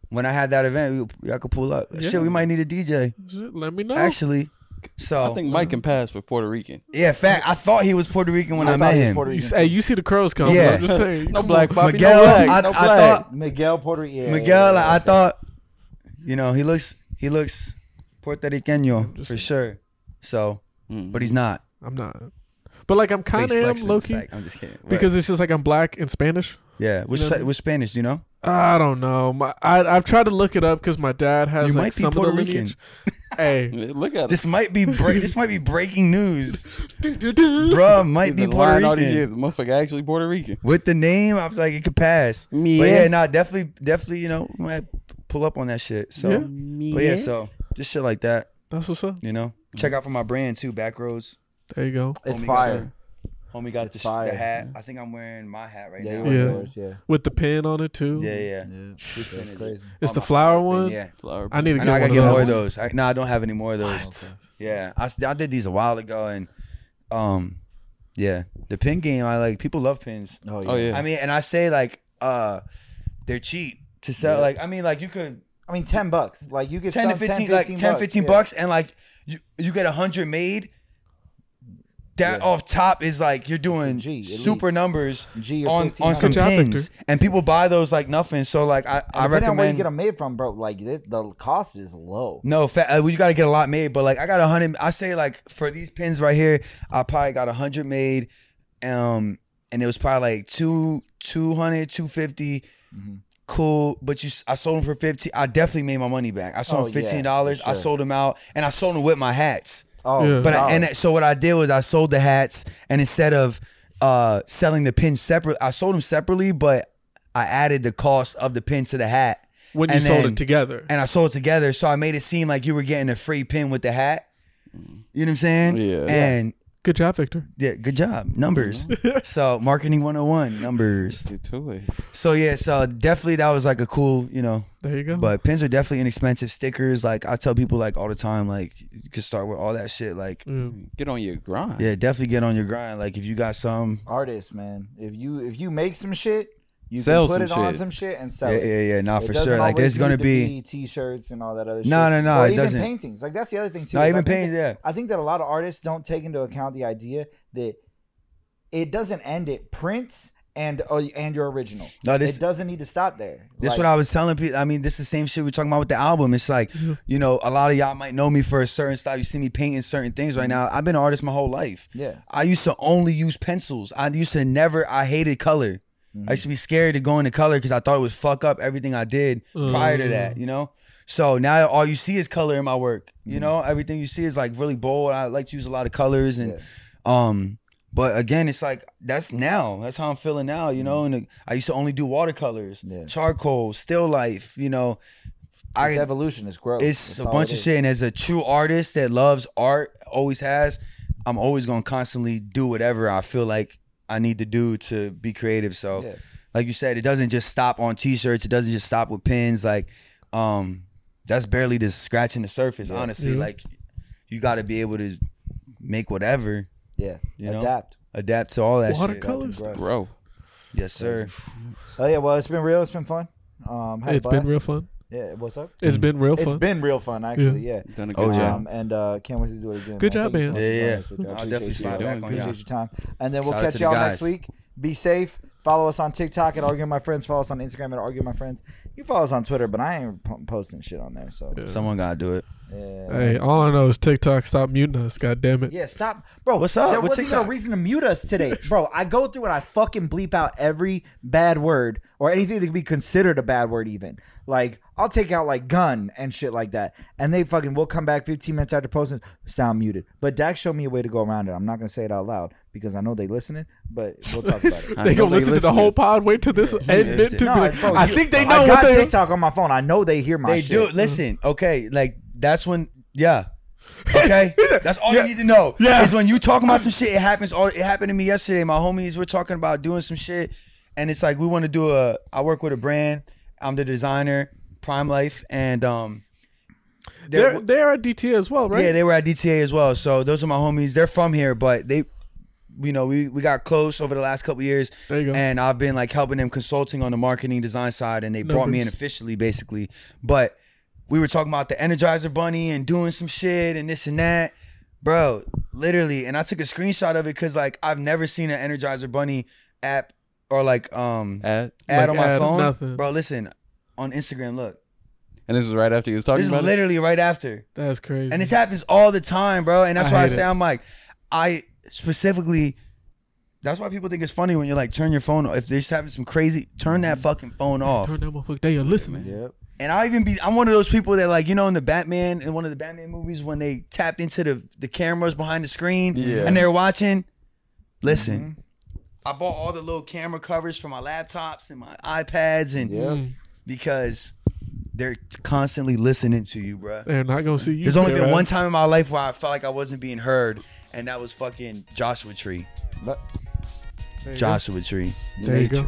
[SPEAKER 2] when I had that event, we, y'all could pull up.
[SPEAKER 4] Yeah. Oh.
[SPEAKER 2] Shit, we might need a DJ
[SPEAKER 4] Shit, Let me know.
[SPEAKER 2] actually. So
[SPEAKER 3] I think Mike can pass for Puerto Rican.
[SPEAKER 2] yeah, fact. I thought he was Puerto Rican when I, met him.
[SPEAKER 4] You, s- hey, you see the crows coming?
[SPEAKER 2] Yeah.
[SPEAKER 4] I'm
[SPEAKER 3] [LAUGHS]
[SPEAKER 4] just
[SPEAKER 2] [LAUGHS]
[SPEAKER 4] saying.
[SPEAKER 3] No black Bobby,
[SPEAKER 2] Miguel,
[SPEAKER 3] no black,
[SPEAKER 2] I-
[SPEAKER 3] no
[SPEAKER 2] I
[SPEAKER 3] black.
[SPEAKER 2] thought-
[SPEAKER 1] Miguel Puerto Rico.
[SPEAKER 2] Miguel, I thought, you know, he looks he looks Puerto Ricano for sure. So,
[SPEAKER 1] Mm-hmm.
[SPEAKER 2] but he's not.
[SPEAKER 4] I'm not. But like I'm
[SPEAKER 2] Face
[SPEAKER 4] kind of am
[SPEAKER 2] flexing,
[SPEAKER 4] low
[SPEAKER 2] it's
[SPEAKER 4] key
[SPEAKER 2] like, I'm just kidding. What?
[SPEAKER 4] because it's just like I'm black and Spanish.
[SPEAKER 2] yeah, which
[SPEAKER 4] you know-
[SPEAKER 2] sa- which Spanish? do You
[SPEAKER 4] [LAUGHS]
[SPEAKER 2] know,
[SPEAKER 4] I don't know. My, I I've tried to look it up because my dad has
[SPEAKER 2] You
[SPEAKER 4] like
[SPEAKER 2] might be
[SPEAKER 4] some
[SPEAKER 2] Puerto
[SPEAKER 4] of the
[SPEAKER 2] Rican.
[SPEAKER 4] lineage.
[SPEAKER 2] [LAUGHS]
[SPEAKER 4] hey,
[SPEAKER 3] Look at
[SPEAKER 2] this might be break. this might be breaking
[SPEAKER 4] [LAUGHS]
[SPEAKER 2] news,
[SPEAKER 4] Do-do-do.
[SPEAKER 2] Bruh Might be
[SPEAKER 3] Been
[SPEAKER 2] Puerto
[SPEAKER 3] lying all these
[SPEAKER 2] Rican
[SPEAKER 3] years. Motherfucker actually Puerto Rican.
[SPEAKER 2] with the name. I was like, it could pass. But
[SPEAKER 3] Yeah.
[SPEAKER 2] yeah, nah, definitely, definitely. You know, we might pull up on that shit. So, but yeah, so just shit like that.
[SPEAKER 4] that's what's up.
[SPEAKER 2] You know,
[SPEAKER 1] Mm-hmm.
[SPEAKER 2] check out for my brand too, Backroads.
[SPEAKER 4] There you go.
[SPEAKER 1] it's
[SPEAKER 2] Homie got
[SPEAKER 1] fire.
[SPEAKER 2] the- Homie got the,
[SPEAKER 1] It's
[SPEAKER 2] the
[SPEAKER 1] fire.
[SPEAKER 2] hat. I think I'm wearing my hat right
[SPEAKER 1] Yeah, you
[SPEAKER 2] now.
[SPEAKER 1] were
[SPEAKER 4] Yeah.
[SPEAKER 1] yours, yeah.
[SPEAKER 4] With the pin on it too.
[SPEAKER 2] Yeah, yeah.
[SPEAKER 1] Yeah, that's crazy.
[SPEAKER 4] It's
[SPEAKER 2] Oh,
[SPEAKER 4] the
[SPEAKER 2] my-
[SPEAKER 4] flower one.
[SPEAKER 2] Yeah.
[SPEAKER 3] Flower
[SPEAKER 4] I need to
[SPEAKER 2] I
[SPEAKER 4] get
[SPEAKER 2] know I
[SPEAKER 4] one
[SPEAKER 2] gotta
[SPEAKER 4] of
[SPEAKER 2] get
[SPEAKER 4] those.
[SPEAKER 2] more of those. I, no, I don't have any more of those. Yeah, I, s- I did these a while ago, and um, yeah, the pin game. I like people love pins.
[SPEAKER 1] Oh yeah.
[SPEAKER 3] Oh yeah.
[SPEAKER 2] I mean, and I say like, uh, they're cheap to sell. Like, I mean, like you could
[SPEAKER 1] I mean, ten bucks. Like you get
[SPEAKER 2] ten to
[SPEAKER 1] some-
[SPEAKER 2] 15,
[SPEAKER 1] 10,
[SPEAKER 2] like 10, 15
[SPEAKER 1] bucks, yeah.
[SPEAKER 2] bucks, and like you you get a hundred made. That off top is like you're doing
[SPEAKER 1] G, at
[SPEAKER 2] super
[SPEAKER 1] least.
[SPEAKER 2] numbers
[SPEAKER 1] G or
[SPEAKER 2] on on
[SPEAKER 1] 1500.
[SPEAKER 2] some
[SPEAKER 4] Good job,
[SPEAKER 2] pins,
[SPEAKER 4] Victor.
[SPEAKER 2] and people buy those like nothing. So like I
[SPEAKER 1] And
[SPEAKER 2] I
[SPEAKER 1] depending on where you
[SPEAKER 2] recommend
[SPEAKER 1] get them made from, bro. Like the, the cost is low.
[SPEAKER 2] No, fa- uh, well, you got to get a lot made. But like, I got a hundred. I say like for these pins right here, I probably got a hundred made, um, and it was probably like two, 200, 250.
[SPEAKER 1] Mm-hmm.
[SPEAKER 2] Cool, but you, s- I sold them for fifteen. I definitely made my money back. I sold
[SPEAKER 1] Oh,
[SPEAKER 2] them
[SPEAKER 1] yeah,
[SPEAKER 2] fifteen dollars.
[SPEAKER 1] for
[SPEAKER 2] I
[SPEAKER 1] sure.
[SPEAKER 2] sold them out, and I sold them with my hats.
[SPEAKER 1] Oh,
[SPEAKER 4] Yeah.
[SPEAKER 2] But I,
[SPEAKER 1] solid.
[SPEAKER 2] and that- so what I did was I sold the hats, and instead of uh selling the pins separate, I sold them separately, but I added the cost of the pin to the hat.
[SPEAKER 4] When you
[SPEAKER 2] And
[SPEAKER 4] sold
[SPEAKER 2] then-
[SPEAKER 4] it together.
[SPEAKER 2] and I sold it together. So I made it seem like you were getting a free pin with the hat. You know what I'm saying?
[SPEAKER 3] Yeah.
[SPEAKER 2] And
[SPEAKER 4] Good job, Victor.
[SPEAKER 2] yeah, good job. Numbers. so marketing 101, numbers.
[SPEAKER 3] Get to it.
[SPEAKER 2] So yeah, so definitely that was like a cool, you know.
[SPEAKER 4] There you go.
[SPEAKER 2] But pins are definitely inexpensive. Stickers, like I tell people like all the time, like you can start with all that shit. Like
[SPEAKER 4] Yeah.
[SPEAKER 3] Get on your grind.
[SPEAKER 2] yeah, definitely get on your grind. Like if you got some
[SPEAKER 1] artists, man. If you if you make some shit, you
[SPEAKER 3] Sell
[SPEAKER 1] can put
[SPEAKER 3] some
[SPEAKER 1] it on
[SPEAKER 3] shit.
[SPEAKER 1] some shit and sell
[SPEAKER 2] Yeah,
[SPEAKER 1] it.
[SPEAKER 2] yeah, yeah, nah,
[SPEAKER 1] It
[SPEAKER 2] Uh, for
[SPEAKER 1] doesn't
[SPEAKER 2] sure. Like
[SPEAKER 1] always
[SPEAKER 2] there's gonna
[SPEAKER 1] need to
[SPEAKER 2] be
[SPEAKER 1] t-shirts and all that other shit.
[SPEAKER 2] No, no, no,
[SPEAKER 1] Or
[SPEAKER 2] it
[SPEAKER 1] even
[SPEAKER 2] doesn't.
[SPEAKER 1] paintings. Like that's the other thing too.
[SPEAKER 2] No,
[SPEAKER 1] is
[SPEAKER 2] even
[SPEAKER 1] I think
[SPEAKER 2] paint-
[SPEAKER 1] that-
[SPEAKER 2] yeah.
[SPEAKER 1] I think that a lot of artists don't take into account the idea that it doesn't end at prints and or, and your original.
[SPEAKER 2] No, this-
[SPEAKER 1] it doesn't need to stop there.
[SPEAKER 2] That's
[SPEAKER 1] Like,
[SPEAKER 2] what I was telling people. I mean, this is the same shit we're talking about with the album. It's like, you know, a lot of y'all might know me for a certain style. You see me painting certain things right now. I've been an artist my whole life.
[SPEAKER 1] Mm-hmm. Yeah.
[SPEAKER 2] I used to only use pencils. I used to never, I hated color. I
[SPEAKER 1] Mm-hmm.
[SPEAKER 2] used to be scared to go into color because I thought it would fuck up everything I did prior to that, you know? So now all you see is color in my work. You
[SPEAKER 1] Mm-hmm.
[SPEAKER 2] know, everything you see is like really bold. I like to use a lot of colors and, um, but again, it's like that's now. That's how I'm feeling now, you know. And uh, I used to only do watercolors,
[SPEAKER 1] Mm. Yeah.
[SPEAKER 2] charcoal, still life. You know,
[SPEAKER 1] it's
[SPEAKER 2] I
[SPEAKER 1] evolution is growth.
[SPEAKER 2] it's
[SPEAKER 1] That's
[SPEAKER 2] a
[SPEAKER 1] all
[SPEAKER 2] bunch
[SPEAKER 1] it
[SPEAKER 2] of
[SPEAKER 1] is.
[SPEAKER 2] shit. And as a true artist that loves art, always has, I'm always gonna constantly do whatever I feel like I need to do to be creative. So,
[SPEAKER 1] Yeah.
[SPEAKER 2] like you said, it doesn't just stop on t-shirts. It doesn't just stop with pins. Like, um, that's barely just scratching the surface. Honestly,
[SPEAKER 4] Yeah.
[SPEAKER 2] like you got to be able to make whatever,
[SPEAKER 1] Yeah,
[SPEAKER 2] You know?
[SPEAKER 1] adapt.
[SPEAKER 2] adapt to all that. shit.
[SPEAKER 4] Watercolors.
[SPEAKER 3] Bro.
[SPEAKER 2] Yes, sir.
[SPEAKER 1] Oh yeah, well, it's been real. It's been fun. Um, had a
[SPEAKER 4] It's been
[SPEAKER 1] blast.
[SPEAKER 4] real fun.
[SPEAKER 1] Yeah, what's up?
[SPEAKER 4] It's
[SPEAKER 2] Mm.
[SPEAKER 4] been real
[SPEAKER 1] It's
[SPEAKER 4] fun.
[SPEAKER 1] been real fun, actually. Yeah.
[SPEAKER 3] Done a good
[SPEAKER 2] Oh, yeah.
[SPEAKER 3] job.
[SPEAKER 1] Um, and uh, can't wait to do it again.
[SPEAKER 4] Good job,
[SPEAKER 1] Thank you
[SPEAKER 4] man.
[SPEAKER 1] much for
[SPEAKER 2] Yeah,
[SPEAKER 1] doing
[SPEAKER 2] yeah.
[SPEAKER 1] this with me. I
[SPEAKER 2] I'll
[SPEAKER 1] appreciate
[SPEAKER 2] definitely
[SPEAKER 1] you.
[SPEAKER 2] slide
[SPEAKER 1] I
[SPEAKER 2] back on
[SPEAKER 1] Appreciate
[SPEAKER 2] y'all.
[SPEAKER 1] your time. And then we'll
[SPEAKER 2] Shout out to
[SPEAKER 1] catch
[SPEAKER 2] the
[SPEAKER 1] y'all next
[SPEAKER 2] guys.
[SPEAKER 1] week. Be safe. Follow us on TikTok at Argue My Friends. Follow us on Instagram at Argue My Friends. You follow us on Twitter, but I ain't p- posting shit on there. So
[SPEAKER 2] Someone gotta do it.
[SPEAKER 1] yeah,
[SPEAKER 4] Hey, all I know is TikTok stop muting us. God damn it.
[SPEAKER 1] Yeah, stop, bro.
[SPEAKER 2] What's up?
[SPEAKER 1] There
[SPEAKER 2] What's
[SPEAKER 1] wasn't
[SPEAKER 2] TikTok?
[SPEAKER 1] even a reason to mute us
[SPEAKER 4] [LAUGHS]
[SPEAKER 1] today, bro. I go through and I fucking bleep out every bad word or anything that could be considered a bad word. Even like I'll take out like gun and shit like that, and they fucking will come back 15 minutes after posting sound muted. But Dax showed me a way to go around it. I'm not gonna say it out loud because I know they listening, but we'll talk about
[SPEAKER 4] [LAUGHS]
[SPEAKER 1] it.
[SPEAKER 4] They gonna listen to the whole pod. Wait till this end. it to be
[SPEAKER 1] No,
[SPEAKER 4] like,
[SPEAKER 1] bro,
[SPEAKER 4] I
[SPEAKER 1] you-
[SPEAKER 4] think they
[SPEAKER 1] I
[SPEAKER 4] know
[SPEAKER 1] got
[SPEAKER 4] what they.
[SPEAKER 1] TikTok on my phone. I know they hear my
[SPEAKER 2] They
[SPEAKER 1] shit.
[SPEAKER 2] do. Listen,
[SPEAKER 4] Mm.
[SPEAKER 2] okay, like that's when, yeah.
[SPEAKER 4] [LAUGHS]
[SPEAKER 2] Okay, that's all you need to know.
[SPEAKER 4] Yeah.
[SPEAKER 2] is when you talking about some shit, it happens. All it happened to me yesterday. My homies were talking about doing some shit, and it's like we want to do a. I work with a brand. I'm the designer, Prime Life, and um,
[SPEAKER 4] They're they're at DT as well, right?
[SPEAKER 2] yeah, they were at DTA as well. So those are my homies. They're from here, but they, you know, we, we got close over the last couple years.
[SPEAKER 4] There you go.
[SPEAKER 2] And I've been like helping them consulting on the marketing design side, and they brought me in
[SPEAKER 4] Numbers.
[SPEAKER 2] officially, basically. But we were talking about the Energizer Bunny and doing some shit and this and that, bro. Literally, and I took a screenshot of it because like I've never seen an Energizer Bunny app or like um ad,
[SPEAKER 3] At,
[SPEAKER 2] on
[SPEAKER 4] like
[SPEAKER 2] my
[SPEAKER 4] ad,
[SPEAKER 2] phone,
[SPEAKER 4] nothing.
[SPEAKER 2] bro. Listen, on Instagram, look.
[SPEAKER 3] and this was right after you was talking
[SPEAKER 2] This is
[SPEAKER 3] about it.
[SPEAKER 2] literally right after.
[SPEAKER 4] That's crazy.
[SPEAKER 2] And this happens all the time, bro. And that's
[SPEAKER 4] I
[SPEAKER 2] why I
[SPEAKER 4] hate
[SPEAKER 2] say
[SPEAKER 4] it.
[SPEAKER 2] I'm like, I specifically. That's why people think it's funny when you're like, turn your phone off. If they're just having some crazy, turn that fucking phone off.
[SPEAKER 4] Turn that motherfucker. They are listening.
[SPEAKER 1] Yep.
[SPEAKER 2] And I'll even be, I'm one of those people that like, you know, in the Batman, in one of the Batman movies, when they tapped into the the cameras behind the screen,
[SPEAKER 3] Yeah.
[SPEAKER 2] and they're watching. Listen, I bought all the little camera covers for my laptops and my iPads, and because they're constantly listening to you, bruh.
[SPEAKER 4] They're not gonna see you.
[SPEAKER 2] There's only
[SPEAKER 4] there,
[SPEAKER 2] been
[SPEAKER 4] right?
[SPEAKER 2] one time in my life where I felt like I wasn't being heard, and that was fucking Joshua Tree.
[SPEAKER 1] Look,
[SPEAKER 4] There you go.
[SPEAKER 2] Joshua Tree.
[SPEAKER 4] There you
[SPEAKER 2] Nature.
[SPEAKER 4] go.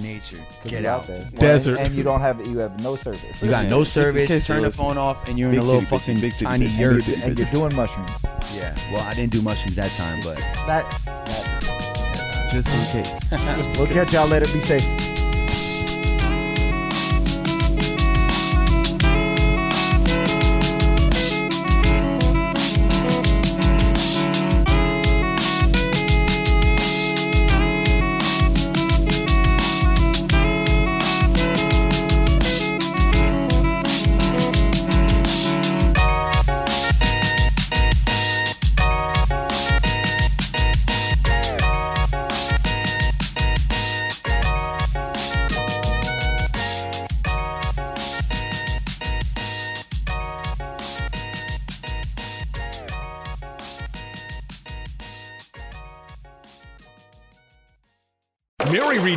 [SPEAKER 2] Nature.
[SPEAKER 1] 'cause
[SPEAKER 2] Get
[SPEAKER 1] you're
[SPEAKER 2] out.
[SPEAKER 1] there.
[SPEAKER 2] there.
[SPEAKER 4] Desert.
[SPEAKER 1] and, and you don't have you have no service.
[SPEAKER 2] You got
[SPEAKER 3] Yeah,
[SPEAKER 2] no
[SPEAKER 3] just in
[SPEAKER 2] service.
[SPEAKER 3] case
[SPEAKER 2] Turn
[SPEAKER 3] you're
[SPEAKER 2] the
[SPEAKER 3] listening.
[SPEAKER 2] phone off, and you're in
[SPEAKER 3] Big
[SPEAKER 2] a little
[SPEAKER 3] titty bitch,
[SPEAKER 2] fucking
[SPEAKER 3] big titty
[SPEAKER 2] tiny
[SPEAKER 3] bitch,
[SPEAKER 2] yurt.
[SPEAKER 3] big titty
[SPEAKER 1] and you're doing mushrooms.
[SPEAKER 2] Yeah. Well, I didn't do mushrooms that time, but
[SPEAKER 1] That, that
[SPEAKER 3] Just in case.
[SPEAKER 1] we'll catch y'all later. Be safe.
[SPEAKER 6] Mary